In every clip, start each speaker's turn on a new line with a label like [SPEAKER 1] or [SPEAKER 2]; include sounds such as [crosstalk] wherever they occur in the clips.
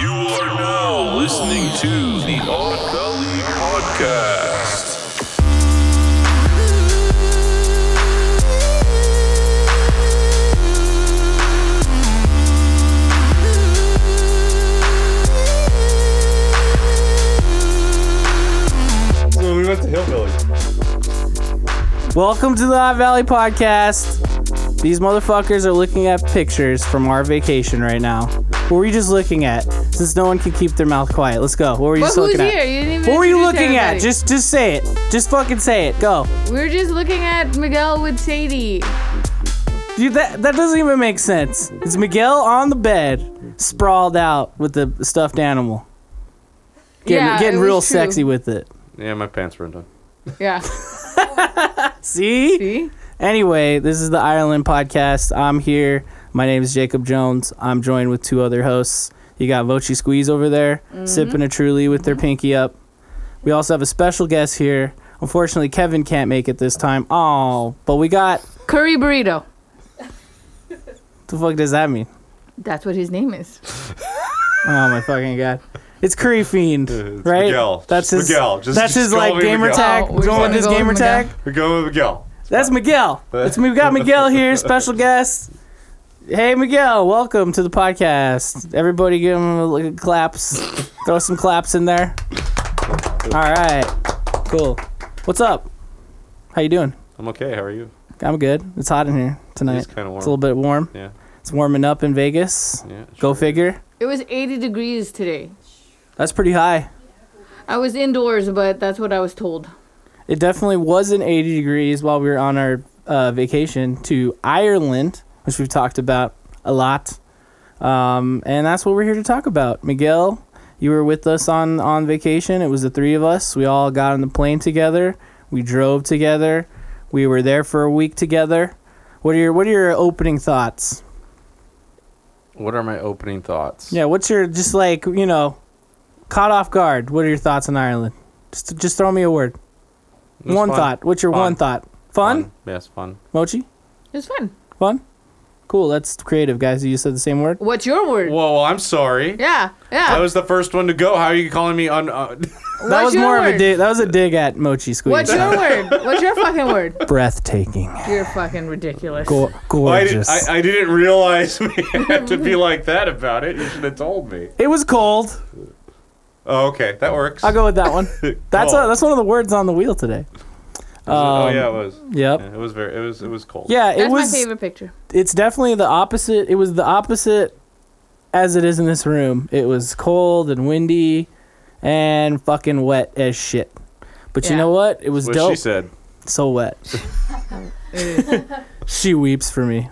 [SPEAKER 1] You are now listening to the Odd Valley Podcast.
[SPEAKER 2] So we went to Hillbilly.
[SPEAKER 3] Welcome to the Hot Valley Podcast. These motherfuckers are looking at pictures from our vacation right now. What were you just looking at? Since no one can keep their mouth quiet, let's go. What were you
[SPEAKER 4] But
[SPEAKER 3] just
[SPEAKER 4] who's
[SPEAKER 3] looking
[SPEAKER 4] here?
[SPEAKER 3] at?
[SPEAKER 4] You didn't even
[SPEAKER 3] What were you
[SPEAKER 4] introduce
[SPEAKER 3] looking at?
[SPEAKER 4] everybody.
[SPEAKER 3] Just, just say it. Just fucking say it. Go.
[SPEAKER 4] we were just looking at Miguel with Sadie.
[SPEAKER 3] Dude, that that doesn't even make sense. It's Miguel on the bed, sprawled out with the stuffed animal. Getting,
[SPEAKER 4] yeah,
[SPEAKER 3] getting
[SPEAKER 4] it was
[SPEAKER 3] real
[SPEAKER 4] true.
[SPEAKER 3] sexy with it.
[SPEAKER 2] Yeah, my pants were undone.
[SPEAKER 3] [laughs]
[SPEAKER 4] Yeah.
[SPEAKER 3] See?
[SPEAKER 4] See?
[SPEAKER 3] Anyway, this is the Ireland podcast. I'm here. My name is Jacob Jones. I'm joined with two other hosts. You got Voci Squeeze over there,
[SPEAKER 4] Mm-hmm.
[SPEAKER 3] sipping a truly with their pinky up. We also have a special guest here. Unfortunately, Kevin can't make it this time. Oh, but we got.
[SPEAKER 4] Curry burrito.
[SPEAKER 3] The fuck does that mean?
[SPEAKER 4] That's what his name is.
[SPEAKER 3] Oh my fucking god! It's Curry Fiend,
[SPEAKER 2] It's
[SPEAKER 3] right?
[SPEAKER 2] Miguel.
[SPEAKER 3] That's
[SPEAKER 2] Just
[SPEAKER 3] his.
[SPEAKER 2] Miguel. Just-
[SPEAKER 3] that's
[SPEAKER 2] just
[SPEAKER 3] his
[SPEAKER 2] call
[SPEAKER 3] like
[SPEAKER 2] me
[SPEAKER 3] gamer
[SPEAKER 2] Miguel.
[SPEAKER 3] tag.
[SPEAKER 4] Oh, we're
[SPEAKER 3] going
[SPEAKER 4] gonna
[SPEAKER 3] with his
[SPEAKER 4] go with
[SPEAKER 3] gamer
[SPEAKER 4] Miguel.
[SPEAKER 3] tag.
[SPEAKER 2] We go with Miguel.
[SPEAKER 3] That's Miguel. It's we got Miguel here,
[SPEAKER 2] [laughs]
[SPEAKER 3] special guest. Hey Miguel, welcome to the podcast. Everybody give him a little claps. Throw some claps in there. All right. Cool. What's up? How you doing?
[SPEAKER 2] I'm okay. How are you?
[SPEAKER 3] I'm good. It's hot in here tonight.
[SPEAKER 2] It's kind of warm.
[SPEAKER 3] It's a little bit warm.
[SPEAKER 2] Yeah.
[SPEAKER 3] It's warming up in Vegas.
[SPEAKER 2] Yeah.
[SPEAKER 3] Go figure.
[SPEAKER 4] It was 80 degrees today.
[SPEAKER 3] That's pretty high.
[SPEAKER 4] I was indoors, but that's what I was told.
[SPEAKER 3] It definitely wasn't 80 degrees while we were on our uh, vacation to Ireland, which we've talked about a lot. Um, and that's what we're here to talk about. Miguel, you were with us on, on vacation. It was the three of us. We all got on the plane together. We drove together. We were there for a week together. What are your What are your opening thoughts?
[SPEAKER 2] What are my opening thoughts?
[SPEAKER 3] Yeah, what's your just like you know, caught off guard? What are your thoughts on Ireland? Just just throw me a word.
[SPEAKER 2] It was
[SPEAKER 3] one
[SPEAKER 2] fun.
[SPEAKER 3] thought. What's your
[SPEAKER 2] Fun.
[SPEAKER 3] one thought? Fun?
[SPEAKER 2] Yes, fun.
[SPEAKER 3] Mochi.
[SPEAKER 4] It was fun.
[SPEAKER 3] Fun? Cool, that's creative, guys. You said the same word.
[SPEAKER 4] What's your word?
[SPEAKER 2] Whoa, I'm sorry.
[SPEAKER 4] Yeah. Yeah.
[SPEAKER 2] I was the first one to go. How are you calling me un? Uh, [laughs]
[SPEAKER 4] What's
[SPEAKER 3] that was
[SPEAKER 4] your
[SPEAKER 3] more
[SPEAKER 4] word?
[SPEAKER 3] of a dig. That was a dig at Mochi Squeeze.
[SPEAKER 4] What's your
[SPEAKER 3] [laughs]
[SPEAKER 4] word? What's your fucking word?
[SPEAKER 3] Breathtaking,
[SPEAKER 4] You're fucking ridiculous.
[SPEAKER 3] Go-
[SPEAKER 2] I,
[SPEAKER 3] gorgeous.
[SPEAKER 2] did, I, I didn't realize [laughs] we had to be like that about it. You should have told me.
[SPEAKER 3] it was cold.
[SPEAKER 2] Oh, okay, that works.
[SPEAKER 3] I'll go with that
[SPEAKER 2] [laughs]
[SPEAKER 3] one. That's a,
[SPEAKER 2] Cold.
[SPEAKER 3] that's one of the words on the wheel today.
[SPEAKER 2] oh
[SPEAKER 3] um,
[SPEAKER 2] yeah, it was.
[SPEAKER 3] Yep.
[SPEAKER 2] Yeah, it was very. It was. It was cold.
[SPEAKER 3] Yeah,
[SPEAKER 4] That's
[SPEAKER 3] it was.
[SPEAKER 4] my favorite picture.
[SPEAKER 3] It's definitely the opposite. It was the opposite as it is in this room. It was cold and windy, and fucking wet as shit. But you
[SPEAKER 4] Yeah.
[SPEAKER 3] know what? It was
[SPEAKER 2] What
[SPEAKER 3] dope.
[SPEAKER 2] she said.
[SPEAKER 3] So wet.
[SPEAKER 4] It is.
[SPEAKER 3] She weeps for me.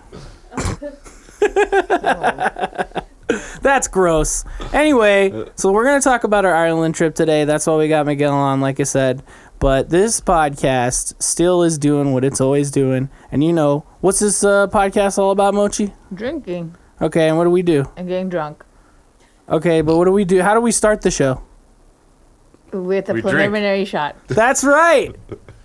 [SPEAKER 3] That's gross. Anyway, so we're going to talk about our Ireland trip today. That's why we got Miguel on, like I said. But this podcast still is doing what it's always doing. And you know, what's this uh, podcast all about, Mochi?
[SPEAKER 4] Drinking
[SPEAKER 3] Okay, and what do we do?
[SPEAKER 4] and getting drunk
[SPEAKER 3] Okay, but what do we do? How do we start the show?
[SPEAKER 4] with a
[SPEAKER 2] We drink.
[SPEAKER 4] preliminary shot. [laughs]
[SPEAKER 3] That's right.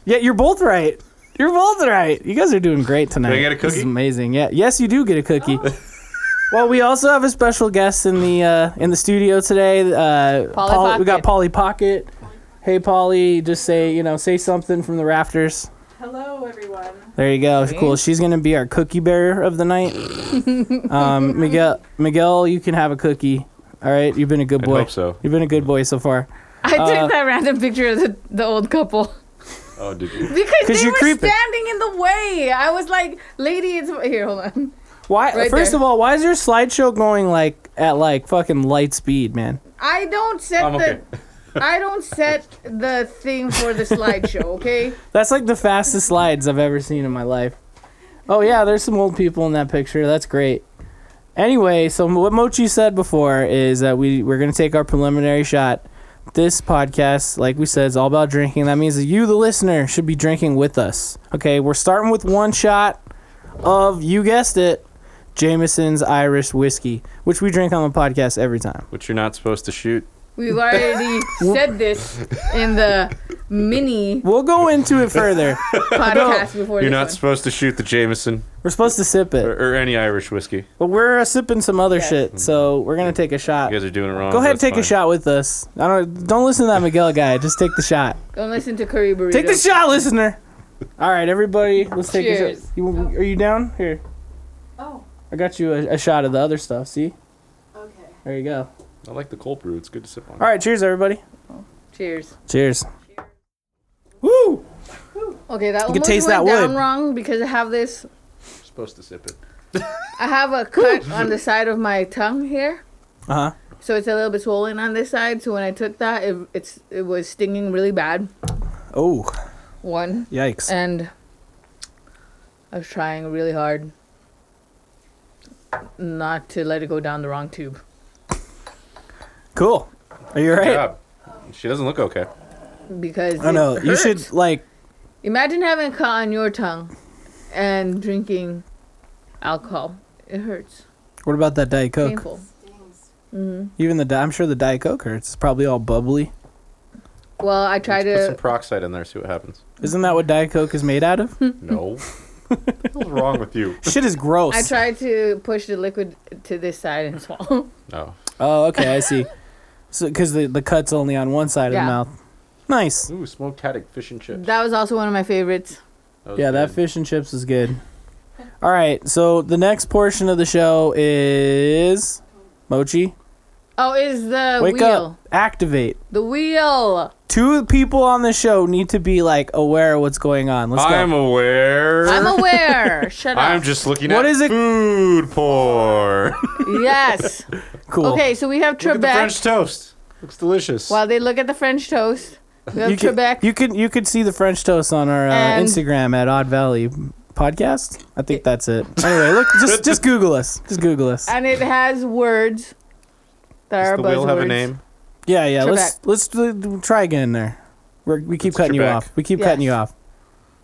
[SPEAKER 3] Yeah, you're both right. You're both right. You guys are doing great tonight.
[SPEAKER 2] get a
[SPEAKER 3] This is
[SPEAKER 2] cookie?
[SPEAKER 3] amazing. Yeah. Yes, you do get a cookie.
[SPEAKER 4] Oh.
[SPEAKER 3] [laughs] well, we also have a special guest in the uh, in the studio today. Uh,
[SPEAKER 4] Polly
[SPEAKER 3] Polly- we got
[SPEAKER 4] Pocket.
[SPEAKER 3] Polly Pocket. Hey, Polly, just say you know say something from the rafters.
[SPEAKER 5] Hello, everyone.
[SPEAKER 3] There you go.
[SPEAKER 4] See?
[SPEAKER 3] Cool. She's gonna be our cookie bearer of the
[SPEAKER 4] [laughs]
[SPEAKER 3] night. um, Miguel, Miguel, you can have a cookie. All right, you've been a good
[SPEAKER 2] I
[SPEAKER 3] boy.
[SPEAKER 2] hope so.
[SPEAKER 3] You've been a good boy so far.
[SPEAKER 4] I
[SPEAKER 3] Uh,
[SPEAKER 4] took that random picture of the, the old couple.
[SPEAKER 2] Oh, did you?
[SPEAKER 4] Because they
[SPEAKER 3] you're
[SPEAKER 4] were
[SPEAKER 3] creeping.
[SPEAKER 4] standing in the way. I was like, lady, it's here, hold on.
[SPEAKER 3] Why?
[SPEAKER 4] Right
[SPEAKER 3] first
[SPEAKER 4] there.
[SPEAKER 3] of all, why is your slideshow going like at like fucking light speed, man?
[SPEAKER 4] I don't set
[SPEAKER 2] I'm
[SPEAKER 3] [laughs]
[SPEAKER 2] okay. [laughs]
[SPEAKER 4] the I don't set the thing for the slideshow, okay?
[SPEAKER 3] That's like the fastest slides I've ever seen in my life. Oh yeah, there's some old people in that picture. That's great. Anyway, so what Mochi said before is that we we're gonna take our preliminary shot. This podcast, like we said, is all about drinking. That means that you, the listener, should be drinking with us. Okay, we're starting with one shot of you guessed it, Jameson's Irish whiskey, which we drink on the podcast every time.
[SPEAKER 2] Which you're not supposed to shoot.
[SPEAKER 4] We've already said this in the
[SPEAKER 2] [laughs]
[SPEAKER 4] mini
[SPEAKER 3] We'll go into it further.
[SPEAKER 4] podcast before
[SPEAKER 2] You're
[SPEAKER 4] this
[SPEAKER 2] not
[SPEAKER 4] one.
[SPEAKER 2] supposed to shoot the Jameson
[SPEAKER 3] We're supposed to sip
[SPEAKER 2] or,
[SPEAKER 3] it,
[SPEAKER 2] or any Irish whiskey.
[SPEAKER 3] but we're uh, sipping some other
[SPEAKER 4] Yeah.
[SPEAKER 3] shit, so we're gonna take a shot.
[SPEAKER 2] You guys are doing it wrong.
[SPEAKER 3] Go ahead, and
[SPEAKER 2] That's
[SPEAKER 3] take
[SPEAKER 2] fine.
[SPEAKER 3] a shot with us. I don't. Don't listen to that Miguel guy. Just take the shot.
[SPEAKER 4] Don't listen to Curry Burrito.
[SPEAKER 3] Take the shot, listener. All right, everybody, let's take a shot.
[SPEAKER 4] Cheers.
[SPEAKER 3] You, are you down? Here,
[SPEAKER 5] Oh,
[SPEAKER 3] I got you a, a shot of the other stuff. See,
[SPEAKER 5] okay.
[SPEAKER 3] there you go.
[SPEAKER 2] I like the cold brew. It's good to sip on.
[SPEAKER 3] All right, cheers, everybody.
[SPEAKER 4] Cheers.
[SPEAKER 3] Cheers. Woo!
[SPEAKER 4] Okay, that
[SPEAKER 3] can
[SPEAKER 4] almost
[SPEAKER 3] taste that
[SPEAKER 4] went down
[SPEAKER 3] wood.
[SPEAKER 4] wrong because I have this.
[SPEAKER 2] You're supposed to sip it.
[SPEAKER 4] I have a cut on the side of my tongue here,
[SPEAKER 3] Uh huh.
[SPEAKER 4] so it's a little bit swollen on this side. So when I took that, it it's it was stinging really bad.
[SPEAKER 3] Oh,
[SPEAKER 4] One
[SPEAKER 3] yikes!
[SPEAKER 4] and I was trying really hard not to let it go down the wrong tube.
[SPEAKER 3] Cool. Are you all
[SPEAKER 2] Good
[SPEAKER 3] right?
[SPEAKER 2] job. She doesn't look okay.
[SPEAKER 4] Because
[SPEAKER 3] I know.
[SPEAKER 4] it
[SPEAKER 3] You should
[SPEAKER 4] hurts.
[SPEAKER 3] like.
[SPEAKER 4] imagine having a cut on your tongue and drinking alcohol. It hurts.
[SPEAKER 3] What about that Diet Coke?
[SPEAKER 4] Painful.
[SPEAKER 5] Stings.
[SPEAKER 3] Even the Di- I'm sure the Diet Coke hurts. It's probably all bubbly.
[SPEAKER 4] Well, I try
[SPEAKER 2] Let's put some
[SPEAKER 4] to.
[SPEAKER 2] peroxide in there. See what happens.
[SPEAKER 3] Isn't that what Diet Coke is made
[SPEAKER 4] [laughs]
[SPEAKER 3] out of?
[SPEAKER 2] No. [laughs] What's wrong with you?
[SPEAKER 3] Shit is gross.
[SPEAKER 4] I tried to push the liquid to this side and swallow.
[SPEAKER 2] No.
[SPEAKER 3] Oh, okay, I see. So, because the the cut's only on one side
[SPEAKER 4] Yeah.
[SPEAKER 3] of the mouth. Nice.
[SPEAKER 2] Ooh, smoked haddock fish and chips.
[SPEAKER 4] [laughs] That was also one of my favorites.
[SPEAKER 2] was
[SPEAKER 3] Yeah, that
[SPEAKER 2] good.
[SPEAKER 3] fish and chips is good. All right, so the next portion of the show is Mochi.
[SPEAKER 4] Oh, is the
[SPEAKER 3] Wake
[SPEAKER 4] wheel.
[SPEAKER 3] up, activate.
[SPEAKER 4] The wheel.
[SPEAKER 3] Two people on the show need to be like aware of what's going on. Let's
[SPEAKER 2] I'm
[SPEAKER 3] go.
[SPEAKER 2] aware.
[SPEAKER 4] I'm aware. Shut up.
[SPEAKER 2] [laughs] I'm just looking
[SPEAKER 3] What
[SPEAKER 2] at
[SPEAKER 3] is it-
[SPEAKER 2] food [laughs] porn.
[SPEAKER 4] Yes.
[SPEAKER 3] Cool.
[SPEAKER 4] Okay, so we have
[SPEAKER 2] Look at the French
[SPEAKER 4] Trebek.
[SPEAKER 2] toast. Looks delicious.
[SPEAKER 4] While they look at the French toast, we have
[SPEAKER 3] You can,
[SPEAKER 4] Trebek.
[SPEAKER 3] you can you could see the French toast on our uh,
[SPEAKER 4] And-
[SPEAKER 3] Instagram at Odd Valley Podcast. I think that's it. Anyway, look,
[SPEAKER 2] [laughs]
[SPEAKER 3] just just Google us. Just Google us.
[SPEAKER 4] and it has words that
[SPEAKER 2] Does
[SPEAKER 4] are
[SPEAKER 2] the wheel
[SPEAKER 4] buzzwords.
[SPEAKER 2] have a name?
[SPEAKER 3] Yeah, yeah. Let's
[SPEAKER 4] Trebek.
[SPEAKER 3] let's uh, try again there. We're, we keep
[SPEAKER 2] It's
[SPEAKER 3] cutting you
[SPEAKER 2] Trebek.
[SPEAKER 3] off. We keep
[SPEAKER 4] Yes.
[SPEAKER 3] cutting you off.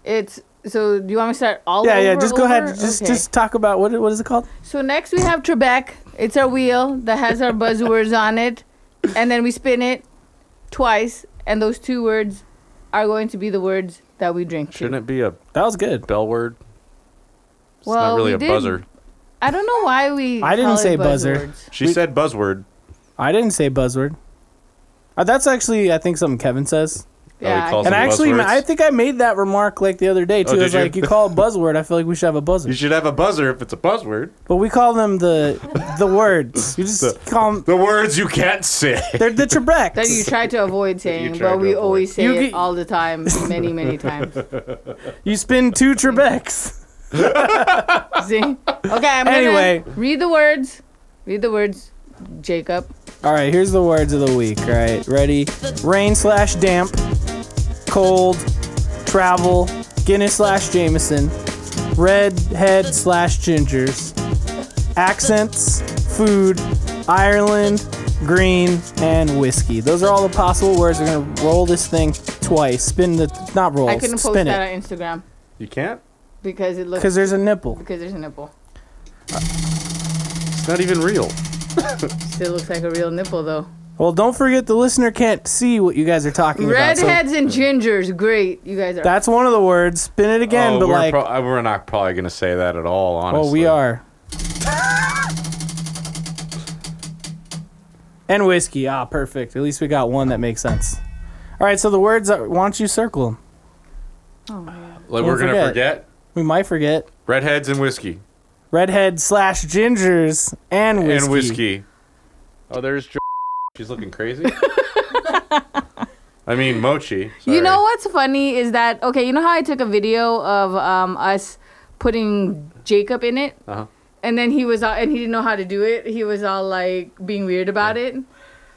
[SPEAKER 4] It's so. Do you want me to start all
[SPEAKER 3] yeah,
[SPEAKER 4] over?
[SPEAKER 3] yeah. Just go
[SPEAKER 4] over?
[SPEAKER 3] ahead. Just
[SPEAKER 4] Okay.
[SPEAKER 3] just talk about what what is it called?
[SPEAKER 4] So next we have Trebek. It's our wheel that has our buzzwords on it, and then we spin it twice, and those two words are going to be the words that we drink. to.
[SPEAKER 2] Shouldn't it be a
[SPEAKER 3] That was good.
[SPEAKER 2] bell word? It's
[SPEAKER 4] Well,
[SPEAKER 2] not really
[SPEAKER 4] we
[SPEAKER 2] a
[SPEAKER 4] did-
[SPEAKER 2] buzzer.
[SPEAKER 4] I don't know why we.
[SPEAKER 3] I didn't
[SPEAKER 4] call it
[SPEAKER 3] say buzzer.
[SPEAKER 4] buzzwords.
[SPEAKER 2] She said buzzword.
[SPEAKER 3] I didn't say buzzword. Uh, that's actually I think something Kevin says.
[SPEAKER 2] Oh, he
[SPEAKER 4] Yeah, I-
[SPEAKER 2] calls
[SPEAKER 3] And
[SPEAKER 2] Some
[SPEAKER 3] I actually
[SPEAKER 2] buzzwords.
[SPEAKER 3] I think I made that remark like the other day too.
[SPEAKER 2] Oh,
[SPEAKER 3] I
[SPEAKER 2] did
[SPEAKER 3] was
[SPEAKER 2] you?
[SPEAKER 3] like, you call it buzzword. I feel like we should have a buzzer.
[SPEAKER 2] You [laughs] should have a buzzer if it's a buzzword.
[SPEAKER 3] But we call them the the words.
[SPEAKER 2] [laughs]
[SPEAKER 3] You just
[SPEAKER 2] The-
[SPEAKER 3] call them
[SPEAKER 2] The words you can't say. [laughs]
[SPEAKER 3] they're the Trebeks.
[SPEAKER 4] That you try to avoid saying,
[SPEAKER 2] try
[SPEAKER 4] but
[SPEAKER 2] to
[SPEAKER 4] we
[SPEAKER 2] avoid.
[SPEAKER 4] always say
[SPEAKER 3] You
[SPEAKER 4] it
[SPEAKER 3] get-
[SPEAKER 4] all the time, many,
[SPEAKER 2] [laughs]
[SPEAKER 4] many times.
[SPEAKER 3] You spin two Trebeks.
[SPEAKER 4] See? Okay, I'm gonna
[SPEAKER 3] Anyway.
[SPEAKER 4] read the words. Read the words, Jacob.
[SPEAKER 3] All right, here's the words of the week. All right, ready? Rain slash damp, cold, travel, Guinness slash Jameson, red head slash gingers, accents, food, Ireland, green, and whiskey. Those are all the possible words. We're gonna roll this thing twice. Spin the not roll.
[SPEAKER 4] I couldn't post
[SPEAKER 3] spin
[SPEAKER 4] that
[SPEAKER 3] it
[SPEAKER 4] on Instagram
[SPEAKER 2] You can't?
[SPEAKER 4] because it looks
[SPEAKER 3] because there's a nipple.
[SPEAKER 4] because there's a nipple.
[SPEAKER 2] It's not even real.
[SPEAKER 4] Still looks like a real nipple though.
[SPEAKER 3] Well, don't forget the listener can't see what you guys are talking about. so
[SPEAKER 4] Redheads and gingers, great. You guys are.
[SPEAKER 3] that's one of the words. Spin it again,
[SPEAKER 2] oh,
[SPEAKER 3] but
[SPEAKER 2] we're,
[SPEAKER 3] like,
[SPEAKER 2] pro- uh, we're not probably going to say that at all, honestly.
[SPEAKER 3] well, we are. and whiskey. Ah, perfect. At least we got one that makes sense. All right, so the words that why don't you circle 'em?
[SPEAKER 2] Like, we're
[SPEAKER 3] Don't
[SPEAKER 2] going to forget
[SPEAKER 3] We might forget
[SPEAKER 2] redheads and whiskey.
[SPEAKER 3] redhead slash gingers and whiskey.
[SPEAKER 2] And whiskey. Oh, there's. Jo- She's looking
[SPEAKER 3] [laughs]
[SPEAKER 2] crazy. I mean, mochi.
[SPEAKER 4] You know
[SPEAKER 2] sorry.
[SPEAKER 4] what's funny is that okay. You know how I took a video of um, us putting Jacob in it,
[SPEAKER 2] Uh-huh.
[SPEAKER 4] and then he was all, and he didn't know how to do it. He was all like being weird about it.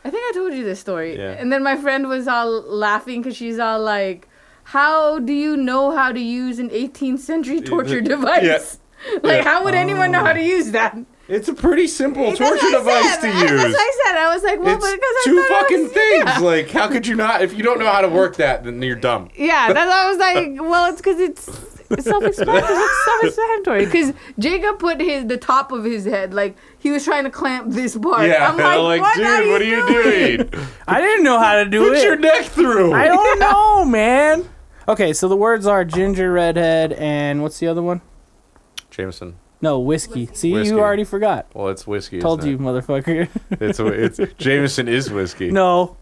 [SPEAKER 4] I think I told you this story.
[SPEAKER 2] Yeah.
[SPEAKER 4] And then my friend was all laughing because she's all like, "How do you know how to use an
[SPEAKER 2] [laughs]
[SPEAKER 4] 18th century torture device? [laughs]
[SPEAKER 2] Yeah.
[SPEAKER 4] like, how would anyone know how to use that?"
[SPEAKER 2] It's Oh. a pretty simple torture
[SPEAKER 4] That's what I
[SPEAKER 2] device
[SPEAKER 4] said.
[SPEAKER 2] to
[SPEAKER 4] I- [laughs] That's
[SPEAKER 2] use.
[SPEAKER 4] what I said. I was like, "Well, but because I
[SPEAKER 2] It's two
[SPEAKER 4] thought I
[SPEAKER 2] fucking
[SPEAKER 4] was-
[SPEAKER 2] things. Like, how could you not? If you don't know how to work that, then you're dumb.
[SPEAKER 4] Yeah, that's why I was like, well, it's because it's It's
[SPEAKER 2] [laughs]
[SPEAKER 4] self-explanatory. it's self-explanatory. Because Jacob put his the top of his head like he was trying to clamp this part.
[SPEAKER 2] Yeah,
[SPEAKER 4] I'm
[SPEAKER 2] [laughs]
[SPEAKER 4] like, what
[SPEAKER 2] dude,
[SPEAKER 4] are you
[SPEAKER 2] what are
[SPEAKER 4] doing?
[SPEAKER 2] you
[SPEAKER 3] [laughs]
[SPEAKER 2] doing?
[SPEAKER 3] I didn't know how to do
[SPEAKER 2] Put
[SPEAKER 3] it.
[SPEAKER 2] your neck through.
[SPEAKER 3] I
[SPEAKER 2] [laughs]
[SPEAKER 3] don't know, man. Okay, so the words are ginger redhead and what's the other one?
[SPEAKER 2] Jameson.
[SPEAKER 3] No, whiskey. See,
[SPEAKER 2] Whiskey.
[SPEAKER 3] you already forgot.
[SPEAKER 2] Well, it's whiskey.
[SPEAKER 3] Told you,
[SPEAKER 2] isn't [laughs]
[SPEAKER 3] motherfucker.
[SPEAKER 2] it? It's, it's
[SPEAKER 3] [laughs]
[SPEAKER 2] Jameson is whiskey.
[SPEAKER 3] no,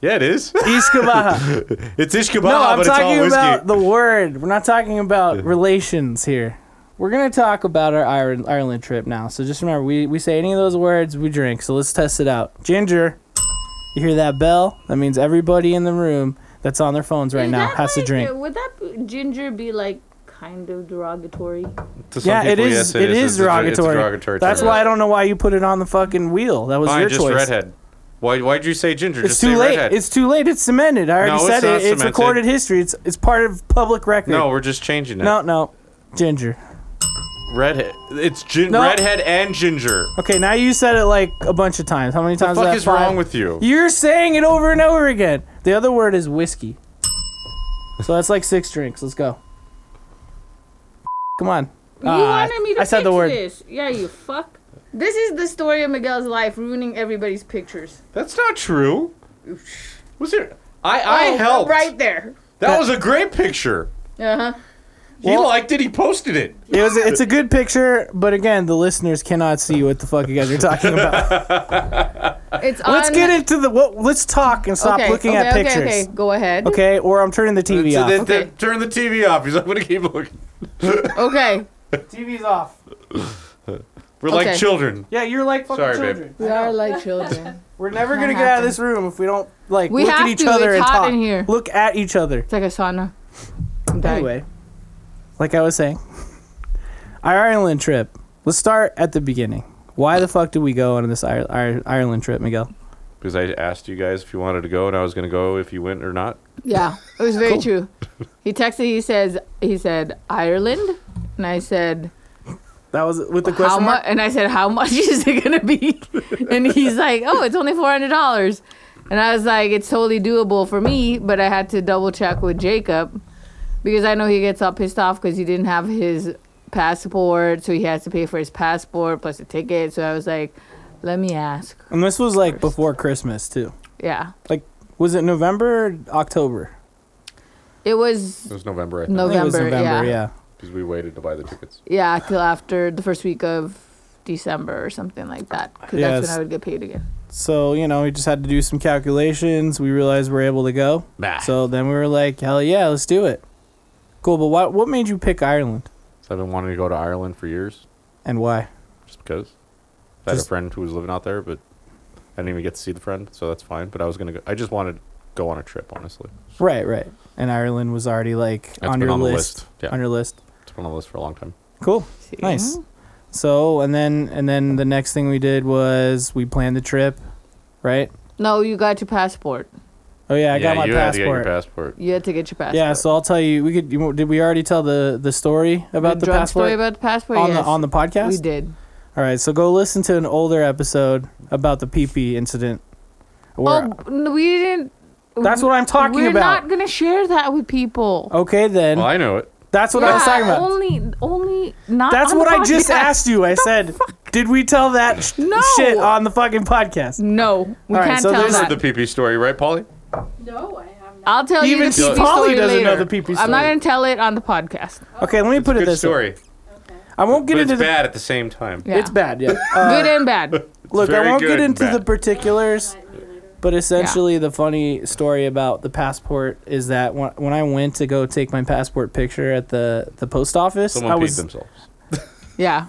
[SPEAKER 2] Yeah, it
[SPEAKER 3] [laughs]
[SPEAKER 2] is.
[SPEAKER 3] East Kabaha.
[SPEAKER 2] It's Ishkabaha,
[SPEAKER 3] No, I'm
[SPEAKER 2] but it's all
[SPEAKER 3] talking
[SPEAKER 2] whiskey.
[SPEAKER 3] about the word. We're not talking about relations here. We're gonna talk about our Ireland, Ireland trip now. So just remember, we, we say any of those words, we drink. So let's test it out. Ginger, you hear that bell? That means everybody in the room that's on their phones right
[SPEAKER 4] Is
[SPEAKER 3] now
[SPEAKER 4] that
[SPEAKER 3] has to
[SPEAKER 4] like-
[SPEAKER 3] drink.
[SPEAKER 4] Would that ginger be like kind of derogatory?
[SPEAKER 3] Uh,
[SPEAKER 2] To some
[SPEAKER 3] Yeah, it
[SPEAKER 2] people,
[SPEAKER 3] is.
[SPEAKER 2] yes,
[SPEAKER 3] it is,
[SPEAKER 2] It's a-
[SPEAKER 3] derogatory.
[SPEAKER 2] It's a derogatory
[SPEAKER 3] That's
[SPEAKER 2] term.
[SPEAKER 3] why I don't know why you put it on the fucking wheel. That was
[SPEAKER 2] Fine,
[SPEAKER 3] your
[SPEAKER 2] just
[SPEAKER 3] choice.
[SPEAKER 2] redhead. Why? Why'd you say ginger?
[SPEAKER 3] It's
[SPEAKER 2] just
[SPEAKER 3] too
[SPEAKER 2] say
[SPEAKER 3] late.
[SPEAKER 2] redhead.
[SPEAKER 3] It's too late. It's cemented. I already
[SPEAKER 2] No, it's
[SPEAKER 3] said
[SPEAKER 2] not
[SPEAKER 3] it. It's
[SPEAKER 2] cemented.
[SPEAKER 3] recorded history. It's it's part of public record.
[SPEAKER 2] no, we're just changing it.
[SPEAKER 3] no, no, ginger.
[SPEAKER 2] redhead. It's gin-
[SPEAKER 3] No.
[SPEAKER 2] redhead and ginger.
[SPEAKER 3] Okay, now you said it like a bunch of times. How many
[SPEAKER 2] What
[SPEAKER 3] times?
[SPEAKER 2] the fuck
[SPEAKER 3] that
[SPEAKER 2] is
[SPEAKER 3] five?
[SPEAKER 2] wrong with you?
[SPEAKER 3] You're saying it over and over again. The other word is whiskey. So that's like six drinks. Let's go. Come on.
[SPEAKER 4] You wanted me to
[SPEAKER 3] I said the
[SPEAKER 4] fix
[SPEAKER 3] word.
[SPEAKER 4] This. Yeah, you fuck. This is the story of Miguel's life, ruining everybody's pictures.
[SPEAKER 2] That's not true. Was it? I I
[SPEAKER 4] Oh,
[SPEAKER 2] helped.
[SPEAKER 4] right there.
[SPEAKER 2] That was a great picture.
[SPEAKER 4] Uh huh.
[SPEAKER 2] he
[SPEAKER 3] Well-
[SPEAKER 2] liked it. He posted it.
[SPEAKER 3] It was. It's a good picture, but again, the listeners cannot see what the fuck you guys are talking
[SPEAKER 2] [laughs]
[SPEAKER 3] about.
[SPEAKER 4] It's
[SPEAKER 3] let's
[SPEAKER 4] on-
[SPEAKER 3] get into the. Well, let's talk and stop
[SPEAKER 4] okay,
[SPEAKER 3] looking
[SPEAKER 4] okay,
[SPEAKER 3] at
[SPEAKER 4] okay,
[SPEAKER 3] pictures.
[SPEAKER 4] Okay,
[SPEAKER 3] Okay,
[SPEAKER 4] go ahead.
[SPEAKER 3] or I'm turning the TV
[SPEAKER 2] So
[SPEAKER 3] off.
[SPEAKER 2] then-
[SPEAKER 4] Okay.
[SPEAKER 2] then Turn the TV off. He's like, I'm gonna keep looking.
[SPEAKER 4] Okay.
[SPEAKER 3] TV's off.
[SPEAKER 2] We're
[SPEAKER 4] Okay.
[SPEAKER 2] like children.
[SPEAKER 3] Yeah, you're like fucking
[SPEAKER 2] Sorry, babe.
[SPEAKER 3] children.
[SPEAKER 4] We are like children.
[SPEAKER 3] We're never
[SPEAKER 4] That
[SPEAKER 3] gonna get out of
[SPEAKER 4] happened.
[SPEAKER 3] this room if we don't like
[SPEAKER 4] We
[SPEAKER 3] look
[SPEAKER 4] have
[SPEAKER 3] at each
[SPEAKER 4] to,
[SPEAKER 3] other
[SPEAKER 4] it's
[SPEAKER 3] and
[SPEAKER 4] hot
[SPEAKER 3] talk.
[SPEAKER 4] in here.
[SPEAKER 3] Look at each other.
[SPEAKER 4] It's like a sauna. I'm dying.
[SPEAKER 3] Anyway, like I was saying, [laughs] our Ireland trip. Let's start at the beginning. Why the fuck did we go on this Ir- Ir- Ireland trip, Miguel?
[SPEAKER 2] Because I asked you guys if you wanted to go, and I was gonna go if you went or not.
[SPEAKER 4] Yeah, it was very true. He texted. He says. He said Ireland, and I said
[SPEAKER 3] That was with the
[SPEAKER 4] how
[SPEAKER 3] question
[SPEAKER 4] much.
[SPEAKER 3] mark.
[SPEAKER 4] And I said how much [laughs] is it gonna be? [laughs] and he's like, oh, it's only four hundred dollars. And I was like, it's totally doable for me, but I had to double check with Jacob because I know he gets all pissed off because he didn't have his passport, so he has to pay for his passport plus a ticket. So I was like, let me ask.
[SPEAKER 3] And this was like before Christmas too.
[SPEAKER 4] Yeah,
[SPEAKER 3] Like, was it November, or October?
[SPEAKER 4] it was
[SPEAKER 2] It was November, I think,
[SPEAKER 3] I
[SPEAKER 4] November.
[SPEAKER 3] think it was November.
[SPEAKER 4] yeah.
[SPEAKER 3] Yeah.
[SPEAKER 2] because we waited to buy the tickets.
[SPEAKER 4] Yeah, till after the first week of December or something like that. 'cause that's
[SPEAKER 3] Yes.
[SPEAKER 4] when I would get paid again.
[SPEAKER 3] So you know, we just had to do some calculations. We realized we're able to go.
[SPEAKER 2] Bah.
[SPEAKER 3] So then we were like, hell yeah, let's do it. Cool, but what what made you pick Ireland
[SPEAKER 2] So I've been wanting to go to Ireland for years,
[SPEAKER 3] and why?
[SPEAKER 2] just because. I had a
[SPEAKER 3] Just-
[SPEAKER 2] friend who was living out there, but I didn't even get to see the friend, so that's fine. But I was gonna go. I just wanted to go on a trip, honestly.
[SPEAKER 3] Right, right. And Ireland was already like
[SPEAKER 2] That's
[SPEAKER 3] on
[SPEAKER 2] been
[SPEAKER 3] your
[SPEAKER 2] on the
[SPEAKER 3] list.
[SPEAKER 2] list, yeah.
[SPEAKER 3] On your list.
[SPEAKER 2] It's been on the list for a long time.
[SPEAKER 3] Cool.
[SPEAKER 4] See?
[SPEAKER 3] Nice. So and then and then the next thing we did was we planned the trip, right?
[SPEAKER 4] No, you got your passport.
[SPEAKER 3] Oh yeah, I got my
[SPEAKER 2] you had to get your
[SPEAKER 3] passport.
[SPEAKER 2] passport.
[SPEAKER 4] You had to get your passport.
[SPEAKER 3] Yeah, so I'll tell you. We could. you- Did we already tell the the story about the,
[SPEAKER 4] drug
[SPEAKER 3] passport
[SPEAKER 4] story about the passport.
[SPEAKER 3] on
[SPEAKER 4] yes.
[SPEAKER 3] the on the podcast?
[SPEAKER 4] We did.
[SPEAKER 3] All right, so go listen to an older episode about the PP incident. Where,
[SPEAKER 4] oh, no, we didn't.
[SPEAKER 3] that's what I'm talking
[SPEAKER 4] We're
[SPEAKER 3] about.
[SPEAKER 4] not gonna share that with people.
[SPEAKER 3] okay, then
[SPEAKER 2] Well, I know it.
[SPEAKER 3] that's what I was
[SPEAKER 4] Yeah,
[SPEAKER 3] talking about.
[SPEAKER 4] Only, only not.
[SPEAKER 3] That's
[SPEAKER 4] on
[SPEAKER 3] what
[SPEAKER 4] the
[SPEAKER 3] I just
[SPEAKER 4] podcast.
[SPEAKER 3] asked you. I said, did we tell that sh-
[SPEAKER 4] No.
[SPEAKER 3] shit on the fucking podcast?
[SPEAKER 4] No, we
[SPEAKER 3] All right,
[SPEAKER 4] can't
[SPEAKER 3] so
[SPEAKER 4] tell
[SPEAKER 3] there's
[SPEAKER 4] that.
[SPEAKER 2] The PP story, right, Polly?
[SPEAKER 5] No, I have not.
[SPEAKER 4] I'll tell
[SPEAKER 3] Even
[SPEAKER 4] you the PP
[SPEAKER 3] Polly
[SPEAKER 4] story
[SPEAKER 3] doesn't know
[SPEAKER 4] later.
[SPEAKER 3] the PP
[SPEAKER 4] I'm not
[SPEAKER 3] story.
[SPEAKER 4] gonna tell it on the podcast.
[SPEAKER 3] Okay, let me put it
[SPEAKER 2] Good
[SPEAKER 3] this way.
[SPEAKER 2] story,
[SPEAKER 3] I won't get
[SPEAKER 2] but
[SPEAKER 3] into
[SPEAKER 2] it's
[SPEAKER 3] the.
[SPEAKER 2] bad at the same time.
[SPEAKER 4] Yeah.
[SPEAKER 3] It's bad, yeah. Uh,
[SPEAKER 4] Good and bad.
[SPEAKER 3] [laughs] look, I
[SPEAKER 2] very
[SPEAKER 3] won't
[SPEAKER 2] good
[SPEAKER 3] get
[SPEAKER 2] and
[SPEAKER 3] into the
[SPEAKER 2] bad.
[SPEAKER 3] particulars,
[SPEAKER 5] Let me later.
[SPEAKER 3] but essentially, the funny story about the passport is that when, when I went to go take my passport picture at the, the post office, I
[SPEAKER 2] Someone peed
[SPEAKER 3] was.
[SPEAKER 2] themselves.
[SPEAKER 4] Yeah.